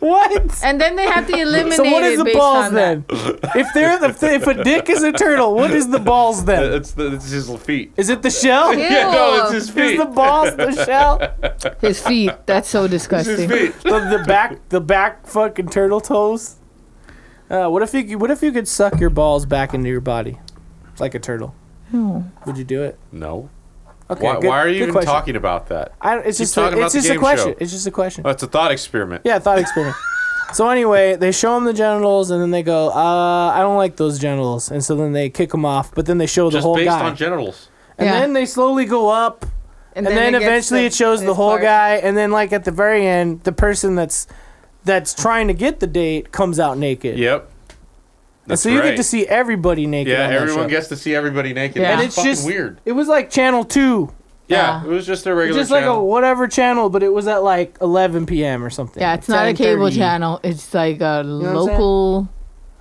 [SPEAKER 3] what?
[SPEAKER 4] And then they have
[SPEAKER 2] [laughs]
[SPEAKER 4] to eliminate
[SPEAKER 3] So what
[SPEAKER 4] it
[SPEAKER 3] is the
[SPEAKER 4] based
[SPEAKER 3] balls
[SPEAKER 4] on that.
[SPEAKER 3] then? if they're the, if, if a dick is a turtle, what is the balls
[SPEAKER 2] [laughs]
[SPEAKER 3] then?
[SPEAKER 2] That's the, it's his feet.
[SPEAKER 3] Is it the shell?
[SPEAKER 4] Yeah.
[SPEAKER 2] Yeah, no, it's [laughs] his
[SPEAKER 3] Is
[SPEAKER 2] feet.
[SPEAKER 3] the balls the shell?
[SPEAKER 2] [laughs]
[SPEAKER 3] The,
[SPEAKER 4] His feet. That's so disgusting.
[SPEAKER 2] It's [laughs] his feet.
[SPEAKER 3] the back the back fucking turtle toes. Uh, what if you could- what if you could suck your balls back into your body, like a turtle? Would you do it?
[SPEAKER 2] No.
[SPEAKER 3] [laughs] Okay.
[SPEAKER 2] Why,
[SPEAKER 3] good-
[SPEAKER 2] why are you
[SPEAKER 3] good
[SPEAKER 2] even
[SPEAKER 3] question.
[SPEAKER 2] talking about that?
[SPEAKER 3] I, it's just
[SPEAKER 2] talking
[SPEAKER 3] a,
[SPEAKER 2] about
[SPEAKER 3] it's
[SPEAKER 2] the
[SPEAKER 3] just a
[SPEAKER 2] game
[SPEAKER 3] question.
[SPEAKER 2] show. Uh,
[SPEAKER 3] It's just a question.
[SPEAKER 2] That's a thought experiment.
[SPEAKER 3] Yeah,
[SPEAKER 2] [laughs]
[SPEAKER 3] thought experiment. so anyway, they show them the genitals, and then they go, uh, "I don't like those genitals," and so then they kick them off. But then they show the
[SPEAKER 2] Just
[SPEAKER 3] whole
[SPEAKER 2] based
[SPEAKER 3] guy,
[SPEAKER 2] on genitals.
[SPEAKER 3] and
[SPEAKER 4] Yeah.
[SPEAKER 3] then they slowly go up, and, then,
[SPEAKER 4] gets
[SPEAKER 3] eventually
[SPEAKER 4] the-
[SPEAKER 3] it shows the
[SPEAKER 4] this
[SPEAKER 3] whole
[SPEAKER 4] part.
[SPEAKER 3] guy, and then like at the very end, the person that's that's trying to get the date comes out naked.
[SPEAKER 2] Yep.
[SPEAKER 3] and
[SPEAKER 2] That's
[SPEAKER 3] so you
[SPEAKER 2] right.
[SPEAKER 3] get to see everybody naked.
[SPEAKER 2] Yeah,
[SPEAKER 3] on that
[SPEAKER 2] everyone
[SPEAKER 3] show.
[SPEAKER 2] gets to see everybody naked.
[SPEAKER 4] Yeah.
[SPEAKER 2] Yeah.
[SPEAKER 4] And
[SPEAKER 2] it's fucking weird.
[SPEAKER 3] It was like Channel Two,
[SPEAKER 2] Yeah,
[SPEAKER 4] Yeah.
[SPEAKER 2] it was just a regular
[SPEAKER 3] just like a
[SPEAKER 2] channel.
[SPEAKER 3] whatever channel, but it was at like 11 p.m. or something.
[SPEAKER 4] Yeah, it's not a cable
[SPEAKER 3] 10:30.
[SPEAKER 4] channel. It's like
[SPEAKER 3] what
[SPEAKER 4] a
[SPEAKER 3] I'm
[SPEAKER 4] local.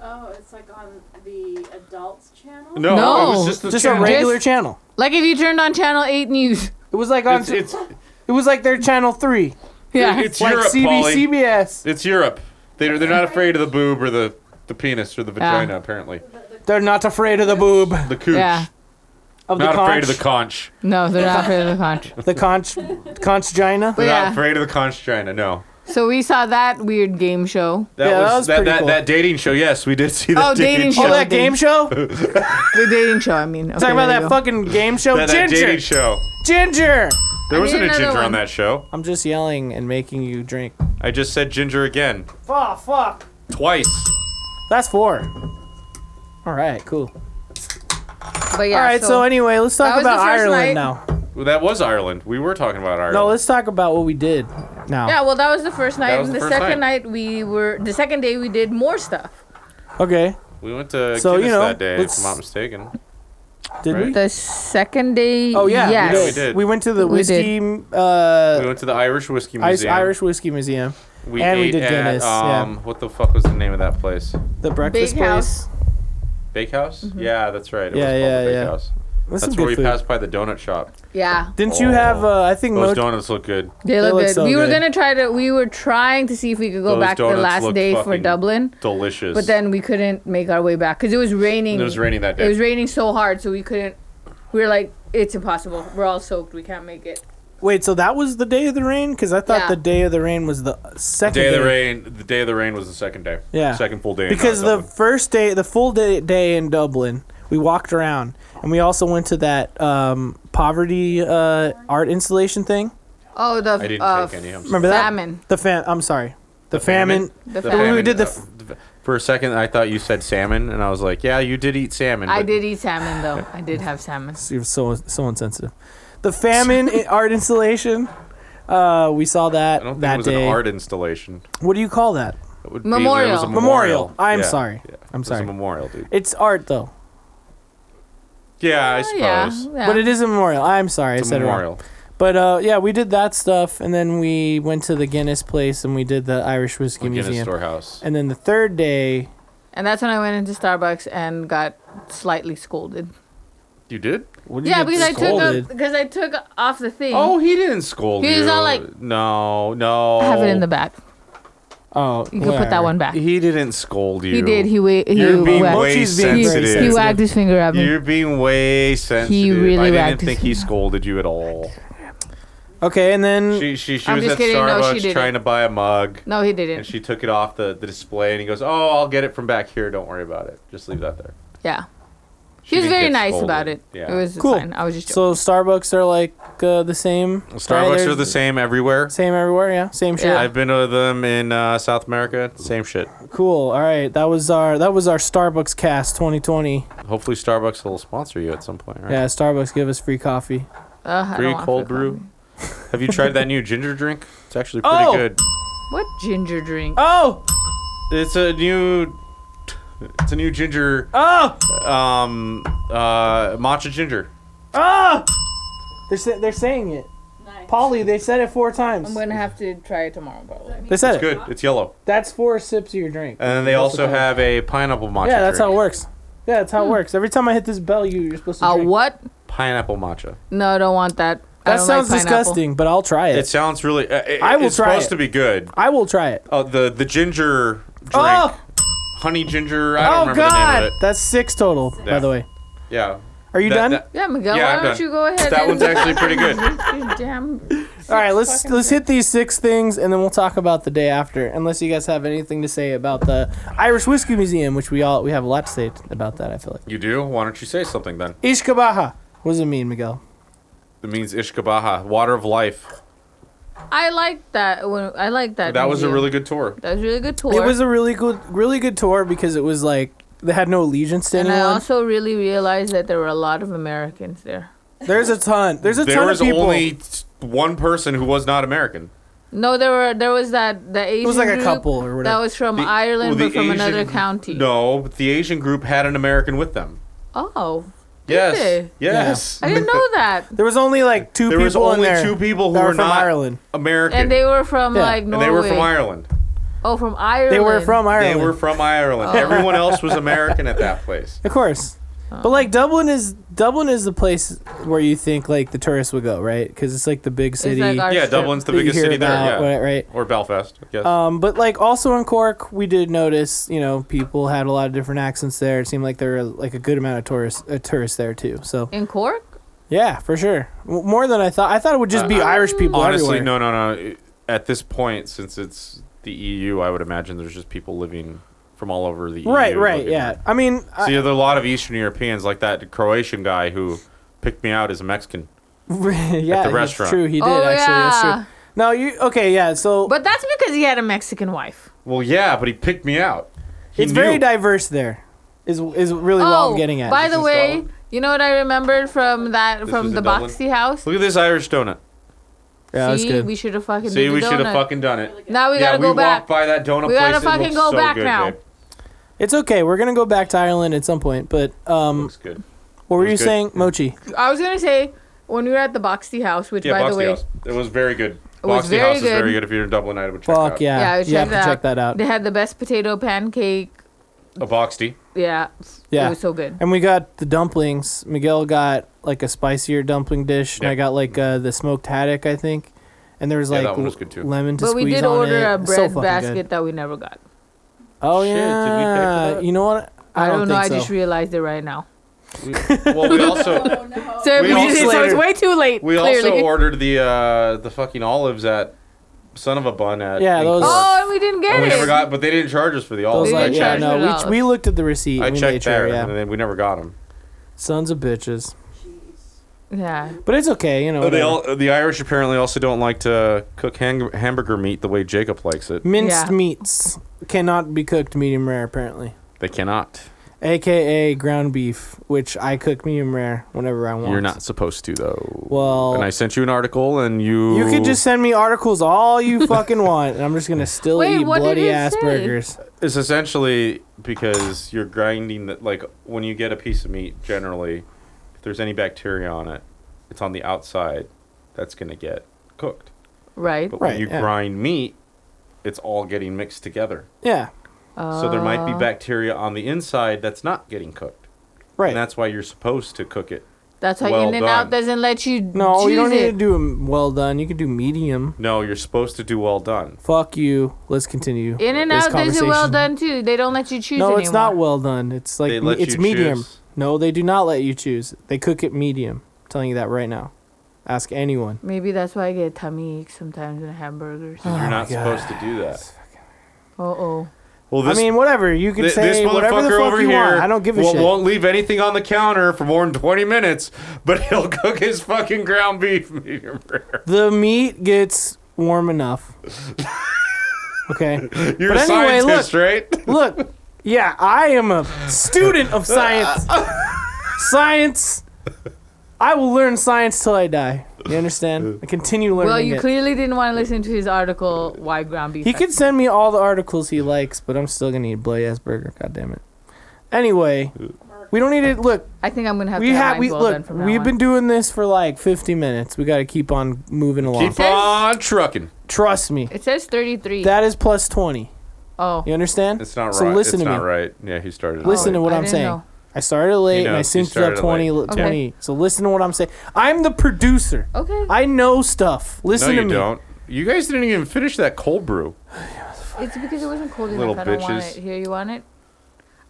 [SPEAKER 5] Oh, it's like on the adults channel.
[SPEAKER 2] no,
[SPEAKER 4] No,
[SPEAKER 2] it was just, the
[SPEAKER 3] Just
[SPEAKER 2] channel.
[SPEAKER 3] a regular
[SPEAKER 4] Just-
[SPEAKER 3] channel.
[SPEAKER 4] Like if you turned on Channel 8 News. [laughs]
[SPEAKER 3] It was like on.
[SPEAKER 2] It's, it's,
[SPEAKER 3] It was like their channel three,
[SPEAKER 4] Yeah.
[SPEAKER 2] it's
[SPEAKER 3] like
[SPEAKER 2] Europe,
[SPEAKER 3] CB,
[SPEAKER 2] Polly.
[SPEAKER 3] CBS.
[SPEAKER 2] It's Europe. They're, they're not afraid of the boob or the, the penis or the
[SPEAKER 4] Yeah.
[SPEAKER 2] vagina, apparently.
[SPEAKER 3] They're not afraid of the boob
[SPEAKER 2] The cooch.
[SPEAKER 4] yeah.
[SPEAKER 3] of the
[SPEAKER 2] Not afraid
[SPEAKER 3] conch,
[SPEAKER 2] of the conch.
[SPEAKER 4] No, they're not afraid
[SPEAKER 2] [laughs]
[SPEAKER 4] of the conch.
[SPEAKER 3] the conch, conchgina.
[SPEAKER 4] But
[SPEAKER 2] They're
[SPEAKER 4] yeah.
[SPEAKER 2] not afraid of the conch vagina, no.
[SPEAKER 4] So we saw that weird game show.
[SPEAKER 2] That
[SPEAKER 3] Yeah, that
[SPEAKER 2] was,
[SPEAKER 3] was
[SPEAKER 2] that,
[SPEAKER 3] pretty
[SPEAKER 2] that,
[SPEAKER 3] cool.
[SPEAKER 2] that dating show. Yes, we did see the
[SPEAKER 4] Oh, dating
[SPEAKER 3] Oh,
[SPEAKER 4] show.
[SPEAKER 3] that game show.
[SPEAKER 4] The dating show, I mean. Okay,
[SPEAKER 3] Talking about
[SPEAKER 4] there
[SPEAKER 3] that
[SPEAKER 4] you go.
[SPEAKER 3] fucking game show,
[SPEAKER 2] That, that
[SPEAKER 3] Ginger.
[SPEAKER 2] dating show.
[SPEAKER 3] Ginger.
[SPEAKER 2] There
[SPEAKER 4] I
[SPEAKER 2] wasn't
[SPEAKER 4] need
[SPEAKER 2] a
[SPEAKER 4] another
[SPEAKER 2] ginger on
[SPEAKER 4] one.
[SPEAKER 2] that show.
[SPEAKER 3] I'm just yelling and making you drink.
[SPEAKER 2] I just said ginger again.
[SPEAKER 3] Oh, fuck.
[SPEAKER 2] Twice.
[SPEAKER 3] That's four. All right, cool.
[SPEAKER 4] But yeah,
[SPEAKER 3] All right, so, anyway, let's
[SPEAKER 4] That
[SPEAKER 3] talk
[SPEAKER 4] was the
[SPEAKER 3] about
[SPEAKER 4] first
[SPEAKER 3] Ireland
[SPEAKER 4] night.
[SPEAKER 3] now.
[SPEAKER 2] Well, that was Ireland. We were talking about Ireland.
[SPEAKER 3] No, let's talk about what we did now.
[SPEAKER 4] Yeah, well, that was the first night.
[SPEAKER 2] That was
[SPEAKER 4] and
[SPEAKER 2] the
[SPEAKER 4] the,
[SPEAKER 2] first
[SPEAKER 4] second night. we were, the second day we did more stuff.
[SPEAKER 3] Okay.
[SPEAKER 2] we went to
[SPEAKER 3] So,
[SPEAKER 2] Guinness
[SPEAKER 3] you know,
[SPEAKER 2] that day, if
[SPEAKER 3] let's- Uh,
[SPEAKER 2] I'm not mistaken.
[SPEAKER 3] Did
[SPEAKER 2] Right.
[SPEAKER 3] we?
[SPEAKER 4] The second day.
[SPEAKER 3] Oh yeah,
[SPEAKER 4] yes.
[SPEAKER 2] Yeah, we did.
[SPEAKER 3] We went to the
[SPEAKER 4] We did.
[SPEAKER 3] whiskey, uh,
[SPEAKER 2] We went to the Irish Whiskey
[SPEAKER 3] Ice-
[SPEAKER 2] Museum.
[SPEAKER 3] Irish whiskey museum.
[SPEAKER 2] We
[SPEAKER 3] and we
[SPEAKER 2] ate
[SPEAKER 3] did
[SPEAKER 2] at,
[SPEAKER 3] Guinness, yeah.
[SPEAKER 2] Um, What the fuck was the name of that place?
[SPEAKER 3] The breakfast
[SPEAKER 4] Big
[SPEAKER 3] place.
[SPEAKER 4] house.
[SPEAKER 2] Bakehouse? Yeah, that's right. It
[SPEAKER 3] Mm-hmm. Yeah,
[SPEAKER 2] was called
[SPEAKER 3] yeah,
[SPEAKER 2] the
[SPEAKER 3] yeah.
[SPEAKER 2] Bakehouse.
[SPEAKER 3] That's,
[SPEAKER 2] That's
[SPEAKER 3] some
[SPEAKER 2] where
[SPEAKER 3] good
[SPEAKER 2] we
[SPEAKER 3] food.
[SPEAKER 2] passed by the donut shop.
[SPEAKER 4] Yeah.
[SPEAKER 3] Didn't you have? Uh, I think
[SPEAKER 2] Those
[SPEAKER 3] Mo-
[SPEAKER 2] donuts look good.
[SPEAKER 4] They
[SPEAKER 3] look
[SPEAKER 4] look good.
[SPEAKER 3] so
[SPEAKER 4] we were
[SPEAKER 3] good.
[SPEAKER 4] gonna try to. We were trying to see if we could go
[SPEAKER 2] Those
[SPEAKER 4] back the
[SPEAKER 2] donuts
[SPEAKER 4] last
[SPEAKER 2] look
[SPEAKER 4] day for
[SPEAKER 2] fucking
[SPEAKER 4] Dublin,
[SPEAKER 2] Delicious.
[SPEAKER 4] but then we couldn't make our way back because it was raining.
[SPEAKER 2] it was raining that day.
[SPEAKER 4] It was raining so hard, so we couldn't. We were like, it's impossible. We're all soaked. We can't make it.
[SPEAKER 3] Wait, so that was the day of the rain? Because I thought
[SPEAKER 4] Yeah.
[SPEAKER 3] the day of the rain was the second
[SPEAKER 2] day of the rain. The day of the rain was the second day.
[SPEAKER 3] Yeah.
[SPEAKER 2] Second full day. in
[SPEAKER 3] Because the
[SPEAKER 2] Dublin.
[SPEAKER 3] first day, the full day, day in Dublin, we walked around and we also went to that um, poverty uh, art installation thing.
[SPEAKER 4] Oh, the
[SPEAKER 2] I didn't
[SPEAKER 4] uh,
[SPEAKER 2] take any. I'm sorry.
[SPEAKER 3] Remember that?
[SPEAKER 4] Famine.
[SPEAKER 3] The fam. I'm sorry. The, famine.
[SPEAKER 4] The
[SPEAKER 2] The
[SPEAKER 4] famine.
[SPEAKER 3] We did the
[SPEAKER 2] uh, the- for a second, I thought you said salmon, and I was like, "Yeah, you did eat salmon."
[SPEAKER 4] I
[SPEAKER 2] but-
[SPEAKER 4] did eat salmon though. I did have salmon.
[SPEAKER 3] You're so so insensitive. The famine i- art installation. Uh, we saw that
[SPEAKER 2] I don't think
[SPEAKER 3] that
[SPEAKER 2] it was
[SPEAKER 3] day.
[SPEAKER 2] an art installation.
[SPEAKER 3] What do you call that?
[SPEAKER 2] It would Be, it was
[SPEAKER 4] Memorial.
[SPEAKER 2] a
[SPEAKER 3] Memorial. I'm
[SPEAKER 2] Yeah.
[SPEAKER 3] sorry.
[SPEAKER 2] Yeah.
[SPEAKER 3] I'm
[SPEAKER 2] It
[SPEAKER 3] sorry.
[SPEAKER 2] was a memorial, dude.
[SPEAKER 3] It's art though,
[SPEAKER 2] Yeah, I
[SPEAKER 4] Yeah,
[SPEAKER 2] suppose.
[SPEAKER 4] Oh, yeah.
[SPEAKER 3] but it is a memorial. I'm sorry,
[SPEAKER 2] It's a
[SPEAKER 3] I said it wrong.
[SPEAKER 2] memorial.
[SPEAKER 3] But uh, yeah, we did that stuff, and then we went to the Guinness place and we did the Irish Whiskey
[SPEAKER 2] Guinness
[SPEAKER 3] Museum.
[SPEAKER 2] storehouse.
[SPEAKER 3] And then the third day,
[SPEAKER 4] And that's when I went into Starbucks and got slightly scolded.
[SPEAKER 2] You did?
[SPEAKER 3] what did
[SPEAKER 4] Yeah,
[SPEAKER 3] you get
[SPEAKER 4] because I
[SPEAKER 3] scolded?
[SPEAKER 4] took because I took off the thing.
[SPEAKER 2] Oh, he didn't scold
[SPEAKER 4] He was
[SPEAKER 2] you.
[SPEAKER 4] all like-
[SPEAKER 2] no, no.
[SPEAKER 4] I have it in the back.
[SPEAKER 3] Oh,
[SPEAKER 4] You can put that one back. He,
[SPEAKER 2] He didn't scold you.
[SPEAKER 4] did. He wa- he
[SPEAKER 2] You're being
[SPEAKER 4] whacked.
[SPEAKER 2] way
[SPEAKER 3] Mochi's being
[SPEAKER 4] he,
[SPEAKER 3] very
[SPEAKER 2] sensitive.
[SPEAKER 4] he wagged his finger at me.
[SPEAKER 2] You're being way sensitive.
[SPEAKER 4] really
[SPEAKER 2] I didn't
[SPEAKER 4] whacked his
[SPEAKER 2] think he
[SPEAKER 4] finger.
[SPEAKER 2] scolded you at all.
[SPEAKER 3] Okay, and then
[SPEAKER 2] She she, she
[SPEAKER 4] I'm
[SPEAKER 2] was
[SPEAKER 4] just
[SPEAKER 2] at
[SPEAKER 4] kidding. No, she
[SPEAKER 2] Starbucks
[SPEAKER 4] didn't.
[SPEAKER 2] trying to buy a mug,
[SPEAKER 4] no, he didn't.
[SPEAKER 2] and she took it off the, the display, and he goes, "Oh, I'll get it from back here. Don't worry about it. Just leave that there."
[SPEAKER 4] yeah,
[SPEAKER 2] She
[SPEAKER 4] he was
[SPEAKER 2] didn't
[SPEAKER 4] very
[SPEAKER 2] get
[SPEAKER 4] nice
[SPEAKER 2] scolded.
[SPEAKER 4] about it.
[SPEAKER 2] Yeah.
[SPEAKER 4] It was
[SPEAKER 3] Cool.
[SPEAKER 4] fine. I was just joking.
[SPEAKER 3] so Starbucks are like uh, the same. right?
[SPEAKER 2] Starbucks
[SPEAKER 3] They're
[SPEAKER 2] are the same everywhere.
[SPEAKER 3] Same everywhere, yeah. Same shit.
[SPEAKER 4] Yeah.
[SPEAKER 2] I've been to them in uh, South America. Same shit.
[SPEAKER 3] Cool. All right, that was our that was our Starbucks cast 2020.
[SPEAKER 2] Hopefully, Starbucks will sponsor you at some point, right?
[SPEAKER 3] Yeah, Starbucks give us free coffee.
[SPEAKER 4] Ugh, I don't
[SPEAKER 2] Free
[SPEAKER 4] want
[SPEAKER 2] cold
[SPEAKER 4] free
[SPEAKER 2] brew.
[SPEAKER 4] coffee.
[SPEAKER 2] Have you tried
[SPEAKER 4] [laughs]
[SPEAKER 2] that new ginger drink? It's actually pretty
[SPEAKER 3] Oh!
[SPEAKER 2] good.
[SPEAKER 4] What ginger drink?
[SPEAKER 2] Ah.
[SPEAKER 3] Oh,
[SPEAKER 2] It's a new. It's a new ginger,
[SPEAKER 3] oh,
[SPEAKER 2] um, uh, matcha ginger.
[SPEAKER 3] oh! They're sa- they're saying it.
[SPEAKER 5] Nice.
[SPEAKER 3] Polly, they said it four times.
[SPEAKER 4] I'm gonna have to try it tomorrow, probably.
[SPEAKER 3] They said
[SPEAKER 2] It's
[SPEAKER 3] it.
[SPEAKER 2] good. It's yellow.
[SPEAKER 3] That's four sips of your drink.
[SPEAKER 2] And then they also have a pineapple matcha.
[SPEAKER 3] yeah, that's how
[SPEAKER 2] drink.
[SPEAKER 3] it works. Yeah, that's how it works. Every time I hit this bell, you, you're supposed to.
[SPEAKER 4] Hmm. Uh,
[SPEAKER 3] drink.
[SPEAKER 4] what?
[SPEAKER 2] Pineapple matcha.
[SPEAKER 4] No, I don't want that. I
[SPEAKER 3] That
[SPEAKER 4] don't
[SPEAKER 3] sounds
[SPEAKER 4] like pineapple.
[SPEAKER 3] disgusting, but I'll try it.
[SPEAKER 2] It sounds really. Uh, it,
[SPEAKER 3] I will
[SPEAKER 2] it's
[SPEAKER 3] try
[SPEAKER 2] supposed
[SPEAKER 3] it.
[SPEAKER 2] to be good.
[SPEAKER 3] I will try it.
[SPEAKER 2] Oh, the the ginger drink,
[SPEAKER 3] Oh,
[SPEAKER 2] honey ginger. I don't
[SPEAKER 3] oh
[SPEAKER 2] remember the name
[SPEAKER 3] God!
[SPEAKER 2] of it.
[SPEAKER 3] That's six total, by
[SPEAKER 2] Yeah.
[SPEAKER 3] the way.
[SPEAKER 2] Yeah.
[SPEAKER 3] Are you
[SPEAKER 2] That-
[SPEAKER 3] done?
[SPEAKER 2] that-
[SPEAKER 4] Yeah, Miguel,
[SPEAKER 2] Yeah,
[SPEAKER 4] why
[SPEAKER 2] I'm
[SPEAKER 4] don't
[SPEAKER 2] done.
[SPEAKER 4] you go ahead?
[SPEAKER 2] that
[SPEAKER 4] and-
[SPEAKER 2] one's actually pretty
[SPEAKER 4] [laughs]
[SPEAKER 2] good.
[SPEAKER 4] You Damn.
[SPEAKER 3] All right, let's let's hit these six things, and then we'll talk about the day after. Unless you guys have anything to say about the Irish Whiskey Museum, which we all we have a lot to say t- about that. I feel like
[SPEAKER 2] You do? Why don't you say something then?
[SPEAKER 3] Ishkabaha. What does it mean, Miguel?
[SPEAKER 2] It means Ishkabaha, water of life.
[SPEAKER 4] I like that. When I like that.
[SPEAKER 2] That was a
[SPEAKER 4] museum.
[SPEAKER 2] really good tour.
[SPEAKER 4] That was a really good tour.
[SPEAKER 3] It was a really good, really good tour because it was like they had no allegiance to
[SPEAKER 4] and
[SPEAKER 3] anyone.
[SPEAKER 4] I also really realized that there were a lot of Americans there.
[SPEAKER 3] There's a ton. There's a
[SPEAKER 2] There
[SPEAKER 3] ton
[SPEAKER 2] was
[SPEAKER 3] of people.
[SPEAKER 2] only t- one person who was not American.
[SPEAKER 4] No, there were there was that the Asian.
[SPEAKER 3] was like a
[SPEAKER 4] group
[SPEAKER 3] couple or whatever. oh,
[SPEAKER 4] That was from
[SPEAKER 2] The-
[SPEAKER 4] Ireland,
[SPEAKER 2] well,
[SPEAKER 4] but
[SPEAKER 2] the
[SPEAKER 4] from another
[SPEAKER 2] Asian-
[SPEAKER 4] county.
[SPEAKER 2] No, but the Asian group had an American with them.
[SPEAKER 4] Oh,
[SPEAKER 2] Yes.
[SPEAKER 4] they?
[SPEAKER 2] Yes.
[SPEAKER 4] I didn't know that.
[SPEAKER 3] There was only like two
[SPEAKER 2] There
[SPEAKER 3] people
[SPEAKER 2] was
[SPEAKER 3] in
[SPEAKER 2] only
[SPEAKER 3] there.
[SPEAKER 2] two people who
[SPEAKER 3] that
[SPEAKER 2] were
[SPEAKER 3] were from
[SPEAKER 2] not
[SPEAKER 3] Ireland.
[SPEAKER 2] American.
[SPEAKER 4] And they were from
[SPEAKER 3] Yeah.
[SPEAKER 4] like
[SPEAKER 2] And
[SPEAKER 4] Norway.
[SPEAKER 2] they were from Ireland.
[SPEAKER 4] Oh, from Ireland.
[SPEAKER 3] They were from Ireland.
[SPEAKER 2] They were from
[SPEAKER 4] Oh.
[SPEAKER 2] Ireland. Everyone else
[SPEAKER 4] [laughs]
[SPEAKER 2] was American at that place.
[SPEAKER 3] Of course. But
[SPEAKER 4] Um.
[SPEAKER 3] like Dublin is Dublin is the place where you think like the tourists would go, right? Because it's like the big city.
[SPEAKER 4] like our-
[SPEAKER 2] Yeah,
[SPEAKER 4] Sure.
[SPEAKER 2] Dublin's the
[SPEAKER 3] that you
[SPEAKER 2] biggest
[SPEAKER 3] hear
[SPEAKER 2] city there.
[SPEAKER 3] about,
[SPEAKER 2] Yeah.
[SPEAKER 3] right, right.
[SPEAKER 2] Or Belfast, I
[SPEAKER 4] Oh,
[SPEAKER 2] guess.
[SPEAKER 3] Um, but like also in Cork, we did notice you know people had a lot of different accents there. It seemed like there were like a good amount of tourists uh, tourists there too. So
[SPEAKER 4] in Cork.
[SPEAKER 3] yeah, for sure, W- more than I thought. I thought it would just be
[SPEAKER 2] Uh,
[SPEAKER 3] Irish people
[SPEAKER 2] Honestly,
[SPEAKER 3] everywhere.
[SPEAKER 2] no, no, no. At this point, since it's the EU, I would imagine there's just people living from all over the EU.
[SPEAKER 3] Right, right,
[SPEAKER 2] looking
[SPEAKER 3] yeah.
[SPEAKER 2] at it.
[SPEAKER 3] I mean,
[SPEAKER 2] See,
[SPEAKER 3] [laughs] I,
[SPEAKER 2] there are a lot of Eastern Europeans, like that Croatian guy who picked me out as a Mexican.
[SPEAKER 3] yeah, it's
[SPEAKER 2] restaurant.
[SPEAKER 3] true. He did
[SPEAKER 4] Oh,
[SPEAKER 3] actually. That's
[SPEAKER 4] yeah.
[SPEAKER 3] true. No, you okay? Yeah, so
[SPEAKER 4] But that's because he had a Mexican wife.
[SPEAKER 2] Well, yeah, but he picked me out. He
[SPEAKER 3] it's very
[SPEAKER 2] knew.
[SPEAKER 3] diverse there. Is is really what
[SPEAKER 4] Oh,
[SPEAKER 3] I'm getting at.
[SPEAKER 4] by
[SPEAKER 3] This
[SPEAKER 4] the
[SPEAKER 3] is
[SPEAKER 4] way,
[SPEAKER 3] Dublin.
[SPEAKER 4] you know what I remembered from that
[SPEAKER 2] was
[SPEAKER 4] from the
[SPEAKER 2] in Dublin?
[SPEAKER 4] Boxty House.
[SPEAKER 2] Look at this Irish donut.
[SPEAKER 3] yeah, that's
[SPEAKER 4] See,
[SPEAKER 3] good.
[SPEAKER 4] we should have fucking.
[SPEAKER 2] See,
[SPEAKER 4] did the
[SPEAKER 2] we should have
[SPEAKER 4] donut.
[SPEAKER 2] fucking done it.
[SPEAKER 4] Now we
[SPEAKER 2] yeah,
[SPEAKER 4] gotta
[SPEAKER 2] we
[SPEAKER 4] go
[SPEAKER 2] walked
[SPEAKER 4] back.
[SPEAKER 2] by that donut
[SPEAKER 4] We
[SPEAKER 2] place.
[SPEAKER 4] gotta
[SPEAKER 2] it
[SPEAKER 4] fucking
[SPEAKER 2] looks
[SPEAKER 4] go
[SPEAKER 2] so
[SPEAKER 4] back
[SPEAKER 2] good,
[SPEAKER 4] now.
[SPEAKER 2] babe.
[SPEAKER 3] it's okay. We're gonna go back to Ireland at some point. But um,
[SPEAKER 2] Looks good.
[SPEAKER 3] what were
[SPEAKER 2] was
[SPEAKER 3] you
[SPEAKER 2] good.
[SPEAKER 3] saying, Mochi?
[SPEAKER 4] I was gonna say when we were at the Boxty House, which
[SPEAKER 2] Yeah,
[SPEAKER 4] by
[SPEAKER 2] Boxty
[SPEAKER 4] the way,
[SPEAKER 2] House. It was very good.
[SPEAKER 4] was
[SPEAKER 2] Boxty
[SPEAKER 4] very
[SPEAKER 2] House is very
[SPEAKER 4] good.
[SPEAKER 2] good. If you're in Dublin, I would check it
[SPEAKER 3] Fuck
[SPEAKER 2] out.
[SPEAKER 3] yeah,
[SPEAKER 4] yeah, I
[SPEAKER 3] you have to check that out.
[SPEAKER 4] [laughs] They had the best potato pancake.
[SPEAKER 2] A
[SPEAKER 3] [laughs]
[SPEAKER 2] Boxty.
[SPEAKER 4] Yeah,
[SPEAKER 3] Yeah.
[SPEAKER 4] it was so good.
[SPEAKER 3] And we got the dumplings. Miguel got like a spicier dumpling dish, and I
[SPEAKER 2] Yep.
[SPEAKER 3] got like uh, the smoked haddock, I think. And there was
[SPEAKER 2] Yeah,
[SPEAKER 3] like
[SPEAKER 2] that one was
[SPEAKER 3] l-
[SPEAKER 2] good, too.
[SPEAKER 3] lemon to
[SPEAKER 4] But we
[SPEAKER 3] squeeze
[SPEAKER 4] did
[SPEAKER 3] on
[SPEAKER 4] order
[SPEAKER 3] it.
[SPEAKER 4] a
[SPEAKER 3] It's so
[SPEAKER 4] bread
[SPEAKER 3] fucking
[SPEAKER 4] basket
[SPEAKER 3] good.
[SPEAKER 4] that we never got.
[SPEAKER 3] Oh
[SPEAKER 2] Shit, did we pay for
[SPEAKER 3] yeah,
[SPEAKER 2] that?
[SPEAKER 3] you know what?
[SPEAKER 4] I, don't, know.
[SPEAKER 3] think
[SPEAKER 4] I
[SPEAKER 3] so.
[SPEAKER 4] just realized it right now.
[SPEAKER 2] We- well, we also
[SPEAKER 5] Oh
[SPEAKER 4] [laughs]
[SPEAKER 5] no.
[SPEAKER 4] So,
[SPEAKER 2] We
[SPEAKER 4] we
[SPEAKER 2] also-
[SPEAKER 4] did, so it's way too late.
[SPEAKER 2] we
[SPEAKER 4] clearly.
[SPEAKER 2] also ordered the uh, the fucking olives at Son of a Bun at
[SPEAKER 3] Yeah,
[SPEAKER 2] in
[SPEAKER 3] those-
[SPEAKER 2] Cork.
[SPEAKER 4] [laughs] Oh, and we didn't get
[SPEAKER 2] And we
[SPEAKER 4] it.
[SPEAKER 2] never got, but they didn't charge us for the
[SPEAKER 3] I was
[SPEAKER 2] olives.
[SPEAKER 4] They
[SPEAKER 3] like,
[SPEAKER 4] didn't
[SPEAKER 3] yeah,
[SPEAKER 4] charge
[SPEAKER 3] no,
[SPEAKER 4] it
[SPEAKER 3] we,
[SPEAKER 4] out.
[SPEAKER 3] we looked at the receipt.
[SPEAKER 2] I
[SPEAKER 3] we made
[SPEAKER 2] checked
[SPEAKER 3] sure,
[SPEAKER 2] there, and
[SPEAKER 3] yeah.
[SPEAKER 2] then we never got them.
[SPEAKER 3] Sons of bitches.
[SPEAKER 5] Jeez.
[SPEAKER 4] yeah.
[SPEAKER 3] But it's okay, you know.
[SPEAKER 2] Oh, They
[SPEAKER 3] whatever.
[SPEAKER 2] all, the Irish apparently also don't like to cook hang- hamburger meat the way Jacob likes it.
[SPEAKER 3] Minced
[SPEAKER 4] Yeah.
[SPEAKER 3] meats cannot be cooked medium rare, apparently.
[SPEAKER 2] They cannot.
[SPEAKER 3] AKA ground beef, which I cook medium rare whenever I want.
[SPEAKER 2] You're not supposed to though.
[SPEAKER 3] Well-
[SPEAKER 2] and I sent you an article, and you
[SPEAKER 3] You could just send me articles all you fucking want, and I'm just gonna still
[SPEAKER 4] Wait,
[SPEAKER 3] eat
[SPEAKER 4] what did
[SPEAKER 3] bloody
[SPEAKER 4] it
[SPEAKER 3] ass
[SPEAKER 4] say?
[SPEAKER 3] burgers.
[SPEAKER 2] It's essentially because you're grinding that. Like when you get a piece of meat, generally, if there's any bacteria on it, it's on the outside. that's going to get cooked.
[SPEAKER 4] right?
[SPEAKER 2] But
[SPEAKER 3] Right,
[SPEAKER 2] when you
[SPEAKER 3] yeah.
[SPEAKER 2] grind meat, it's all getting mixed together.
[SPEAKER 3] Yeah.
[SPEAKER 2] so there
[SPEAKER 3] Ah.
[SPEAKER 4] Oh.
[SPEAKER 2] might be bacteria on the inside that's not getting cooked.
[SPEAKER 3] Right.
[SPEAKER 2] And that's why you're supposed to cook it.
[SPEAKER 4] That's why
[SPEAKER 2] Well
[SPEAKER 4] In and
[SPEAKER 2] done.
[SPEAKER 4] Out doesn't let you.
[SPEAKER 3] no,
[SPEAKER 4] choose
[SPEAKER 3] you don't need
[SPEAKER 4] it.
[SPEAKER 3] to do 'em well done. You can do medium.
[SPEAKER 2] No, you're supposed to do well done.
[SPEAKER 3] Fuck you. Let's continue.
[SPEAKER 4] In and
[SPEAKER 3] this
[SPEAKER 4] Out does it
[SPEAKER 3] conversation.
[SPEAKER 4] well done too. They don't let you choose.
[SPEAKER 3] No, it's not
[SPEAKER 4] anymore.
[SPEAKER 3] well done. It's like
[SPEAKER 2] They
[SPEAKER 3] me-
[SPEAKER 2] let
[SPEAKER 3] it's
[SPEAKER 2] you
[SPEAKER 3] medium.
[SPEAKER 2] choose.
[SPEAKER 3] No, they do not let you choose. They cook it medium. I'm telling you that right now. Ask anyone.
[SPEAKER 4] Maybe that's why I get tummy aches sometimes in hamburgers.
[SPEAKER 3] Oh
[SPEAKER 2] You're
[SPEAKER 4] Uh
[SPEAKER 2] not
[SPEAKER 3] God.
[SPEAKER 2] supposed to do that.
[SPEAKER 4] oh.
[SPEAKER 2] Well,
[SPEAKER 3] I mean, whatever. You can
[SPEAKER 2] Th-
[SPEAKER 3] say
[SPEAKER 2] this
[SPEAKER 3] whatever the
[SPEAKER 2] motherfucker
[SPEAKER 3] fuck
[SPEAKER 2] over
[SPEAKER 3] you
[SPEAKER 2] here
[SPEAKER 3] want. I don't give a
[SPEAKER 2] won't,
[SPEAKER 3] shit.
[SPEAKER 2] won't leave anything on the counter for more than 20 minutes, but [laughs] he'll cook his fucking ground beef [laughs] medium rare.
[SPEAKER 3] The meat gets warm enough. okay.
[SPEAKER 2] You're
[SPEAKER 3] But
[SPEAKER 2] a
[SPEAKER 3] anyway, look.
[SPEAKER 2] scientist, right?
[SPEAKER 3] Look, yeah, I am a student of science. science. I will learn science till I die. You understand? I continue learning.
[SPEAKER 4] Well, you
[SPEAKER 3] it.
[SPEAKER 4] clearly didn't want to listen to his article. Why ground beef?
[SPEAKER 3] He could send me all the articles he likes, but I'm still gonna eat a bloody ass burger. God damn it. Anyway, we don't need to look.
[SPEAKER 4] I think I'm gonna have
[SPEAKER 3] We
[SPEAKER 4] to have
[SPEAKER 3] have
[SPEAKER 4] mine
[SPEAKER 3] we
[SPEAKER 4] well done
[SPEAKER 3] look.
[SPEAKER 4] from now
[SPEAKER 3] We've
[SPEAKER 4] on.
[SPEAKER 3] been doing this for like 50 minutes. We got to keep on moving along.
[SPEAKER 2] Keep on trucking.
[SPEAKER 3] Trust me.
[SPEAKER 4] It says 33.
[SPEAKER 3] That is plus 20.
[SPEAKER 4] oh,
[SPEAKER 3] You understand?
[SPEAKER 2] It's not
[SPEAKER 3] So
[SPEAKER 2] right.
[SPEAKER 3] listen
[SPEAKER 2] it's
[SPEAKER 3] to
[SPEAKER 2] not
[SPEAKER 3] me.
[SPEAKER 2] right. Yeah, he started. it
[SPEAKER 3] Listen to
[SPEAKER 2] late.
[SPEAKER 3] what
[SPEAKER 4] I
[SPEAKER 3] I'm
[SPEAKER 4] didn't
[SPEAKER 3] saying.
[SPEAKER 4] know.
[SPEAKER 3] I started late
[SPEAKER 2] You know,
[SPEAKER 3] and I
[SPEAKER 2] you
[SPEAKER 3] synced it
[SPEAKER 2] started
[SPEAKER 3] up 20,
[SPEAKER 2] late.
[SPEAKER 3] li- 20. So listen to what I'm saying. I'm the producer.
[SPEAKER 4] okay.
[SPEAKER 3] I know stuff. Listen
[SPEAKER 2] No,
[SPEAKER 3] to
[SPEAKER 2] you
[SPEAKER 3] me.
[SPEAKER 2] don't. You guys didn't even finish that cold brew.
[SPEAKER 4] it's because it wasn't cold enough.
[SPEAKER 2] Little
[SPEAKER 4] I don't want
[SPEAKER 2] bitches.
[SPEAKER 4] it. Here, you want it?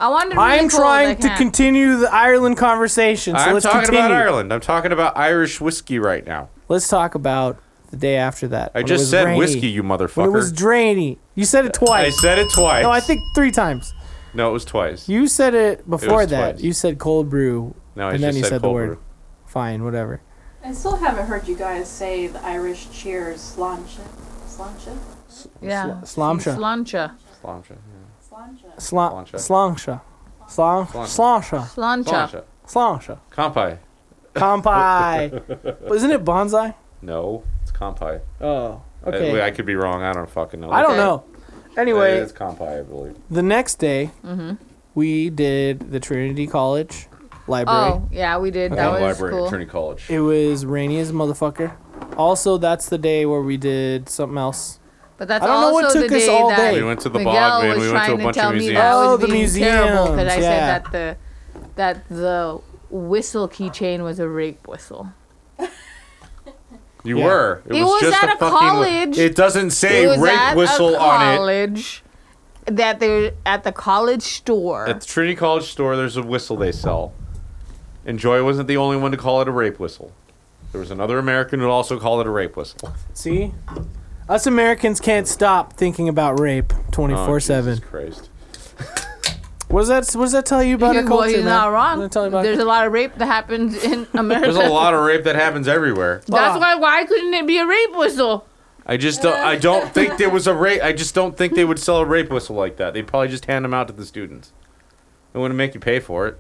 [SPEAKER 4] I wanted. Really
[SPEAKER 3] I'm
[SPEAKER 4] cold. I
[SPEAKER 3] trying to
[SPEAKER 4] can't.
[SPEAKER 3] continue the Ireland conversation. So
[SPEAKER 2] I'm
[SPEAKER 3] let's
[SPEAKER 2] talking
[SPEAKER 3] continue.
[SPEAKER 2] about Ireland. I'm talking about Irish whiskey right now.
[SPEAKER 3] Let's talk about the day after that.
[SPEAKER 2] I
[SPEAKER 3] when it
[SPEAKER 2] just
[SPEAKER 3] was
[SPEAKER 2] said
[SPEAKER 3] rainy.
[SPEAKER 2] whiskey, you
[SPEAKER 3] When it was
[SPEAKER 2] motherfucker.
[SPEAKER 3] drainy. You said it twice.
[SPEAKER 2] I said it twice.
[SPEAKER 3] no, I think three times.
[SPEAKER 2] No, it was twice.
[SPEAKER 3] You said it before that.
[SPEAKER 2] twice.
[SPEAKER 3] You said cold brew.
[SPEAKER 2] No, I
[SPEAKER 3] and then
[SPEAKER 2] just
[SPEAKER 3] you
[SPEAKER 2] said
[SPEAKER 3] said the
[SPEAKER 2] cold
[SPEAKER 3] word.
[SPEAKER 2] brew.
[SPEAKER 3] Fine, whatever.
[SPEAKER 5] I still haven't heard you guys say the Irish cheers, sláinte, sláinte,
[SPEAKER 4] Yeah.
[SPEAKER 3] Sl- sláinte.
[SPEAKER 4] Slancha.
[SPEAKER 2] Sláinte, yeah.
[SPEAKER 5] sláinte.
[SPEAKER 3] Sla- Slangsha. Slang- Slangsha.
[SPEAKER 4] Slancha.
[SPEAKER 2] Sláinte.
[SPEAKER 3] Slangsha.
[SPEAKER 2] Kampai.
[SPEAKER 4] [laughs]
[SPEAKER 3] Kampai. Isn't it bonsai?
[SPEAKER 2] No, it's Kampai.
[SPEAKER 3] Oh.
[SPEAKER 2] I-
[SPEAKER 3] Okay.
[SPEAKER 2] Uh, I, could be wrong. I don't fucking know.
[SPEAKER 3] I don't
[SPEAKER 4] Okay.
[SPEAKER 3] know. Anyway,
[SPEAKER 2] it's Kampai, I believe.
[SPEAKER 3] the next day,
[SPEAKER 4] Mm-hmm.
[SPEAKER 3] we did the Trinity College library.
[SPEAKER 4] Oh, yeah, we did. That
[SPEAKER 2] Law
[SPEAKER 4] was
[SPEAKER 2] Library
[SPEAKER 4] cool.
[SPEAKER 2] at Trinity College.
[SPEAKER 3] It was rainy as a motherfucker. Also, that's the day where we did something else.
[SPEAKER 4] But that's
[SPEAKER 3] I don't know
[SPEAKER 4] also
[SPEAKER 3] what
[SPEAKER 4] the
[SPEAKER 3] took us
[SPEAKER 4] day
[SPEAKER 3] all
[SPEAKER 4] that
[SPEAKER 3] day.
[SPEAKER 2] we went to the
[SPEAKER 4] Miguel
[SPEAKER 2] bog, man.
[SPEAKER 4] was
[SPEAKER 2] We went
[SPEAKER 4] trying
[SPEAKER 2] to a
[SPEAKER 4] to
[SPEAKER 2] bunch
[SPEAKER 4] tell
[SPEAKER 2] of
[SPEAKER 4] me
[SPEAKER 2] museums.
[SPEAKER 4] that I was
[SPEAKER 3] Oh, the
[SPEAKER 4] being terrible because I
[SPEAKER 3] museums, yeah.
[SPEAKER 4] said that the that the whistle keychain was a rape whistle.
[SPEAKER 2] You
[SPEAKER 3] Yeah.
[SPEAKER 2] were.
[SPEAKER 4] It was at a
[SPEAKER 2] fucking-
[SPEAKER 4] college.
[SPEAKER 2] It doesn't say
[SPEAKER 4] it was
[SPEAKER 2] rape
[SPEAKER 4] at
[SPEAKER 2] whistle
[SPEAKER 4] a
[SPEAKER 2] on it.
[SPEAKER 4] college that they're at the college store.
[SPEAKER 2] At the Trinity College store, there's a whistle they sell. And Joy wasn't the only one to call it a rape whistle. There was another American who also called it a rape whistle.
[SPEAKER 3] See? Us Americans can't stop thinking about rape 24 7.
[SPEAKER 2] Oh, Jesus Christ.
[SPEAKER 3] What does that What does that tell you about
[SPEAKER 4] You-
[SPEAKER 3] our
[SPEAKER 4] well,
[SPEAKER 3] culture?
[SPEAKER 4] you're
[SPEAKER 3] man?
[SPEAKER 4] not
[SPEAKER 3] What
[SPEAKER 4] wrong.
[SPEAKER 3] does that tell you about-
[SPEAKER 4] There's a lot of rape that happens
[SPEAKER 3] [laughs]
[SPEAKER 4] in America.
[SPEAKER 2] There's a lot of rape that happens everywhere.
[SPEAKER 4] That's
[SPEAKER 3] Ah.
[SPEAKER 4] why. Why couldn't it be a rape whistle?
[SPEAKER 2] I just don't. I
[SPEAKER 4] [laughs]
[SPEAKER 2] don't think there was a rape. I just don't think they would sell a rape whistle like that. They'd probably just hand them out to the students. They wouldn't make you pay for it.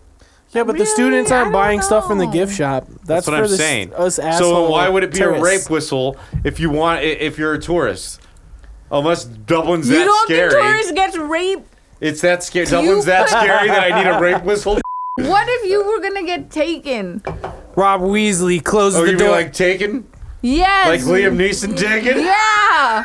[SPEAKER 3] yeah, but the
[SPEAKER 4] Really?
[SPEAKER 3] students
[SPEAKER 4] I
[SPEAKER 3] aren't
[SPEAKER 4] don't
[SPEAKER 3] buying stuff from the
[SPEAKER 4] know.
[SPEAKER 3] gift shop. That's,
[SPEAKER 2] That's what
[SPEAKER 3] for
[SPEAKER 2] I'm
[SPEAKER 3] the s-
[SPEAKER 2] saying.
[SPEAKER 3] Us
[SPEAKER 2] so
[SPEAKER 3] asshole
[SPEAKER 2] then why would it be a
[SPEAKER 3] tourists.
[SPEAKER 2] rape whistle if you want i- if you're a tourist? Unless Dublin's
[SPEAKER 4] you
[SPEAKER 2] that
[SPEAKER 4] don't
[SPEAKER 2] scary.
[SPEAKER 4] think tourists gets raped?
[SPEAKER 2] It's that scary. Dublin's that scary that I need a
[SPEAKER 4] [laughs]
[SPEAKER 2] rape whistle.
[SPEAKER 4] What if you were gonna get taken?
[SPEAKER 3] Rob Weasley
[SPEAKER 2] Oh,
[SPEAKER 3] closes the
[SPEAKER 2] you'd be
[SPEAKER 3] door.
[SPEAKER 2] like taken, like
[SPEAKER 4] Yes.
[SPEAKER 2] Liam Neeson taken.
[SPEAKER 4] yeah.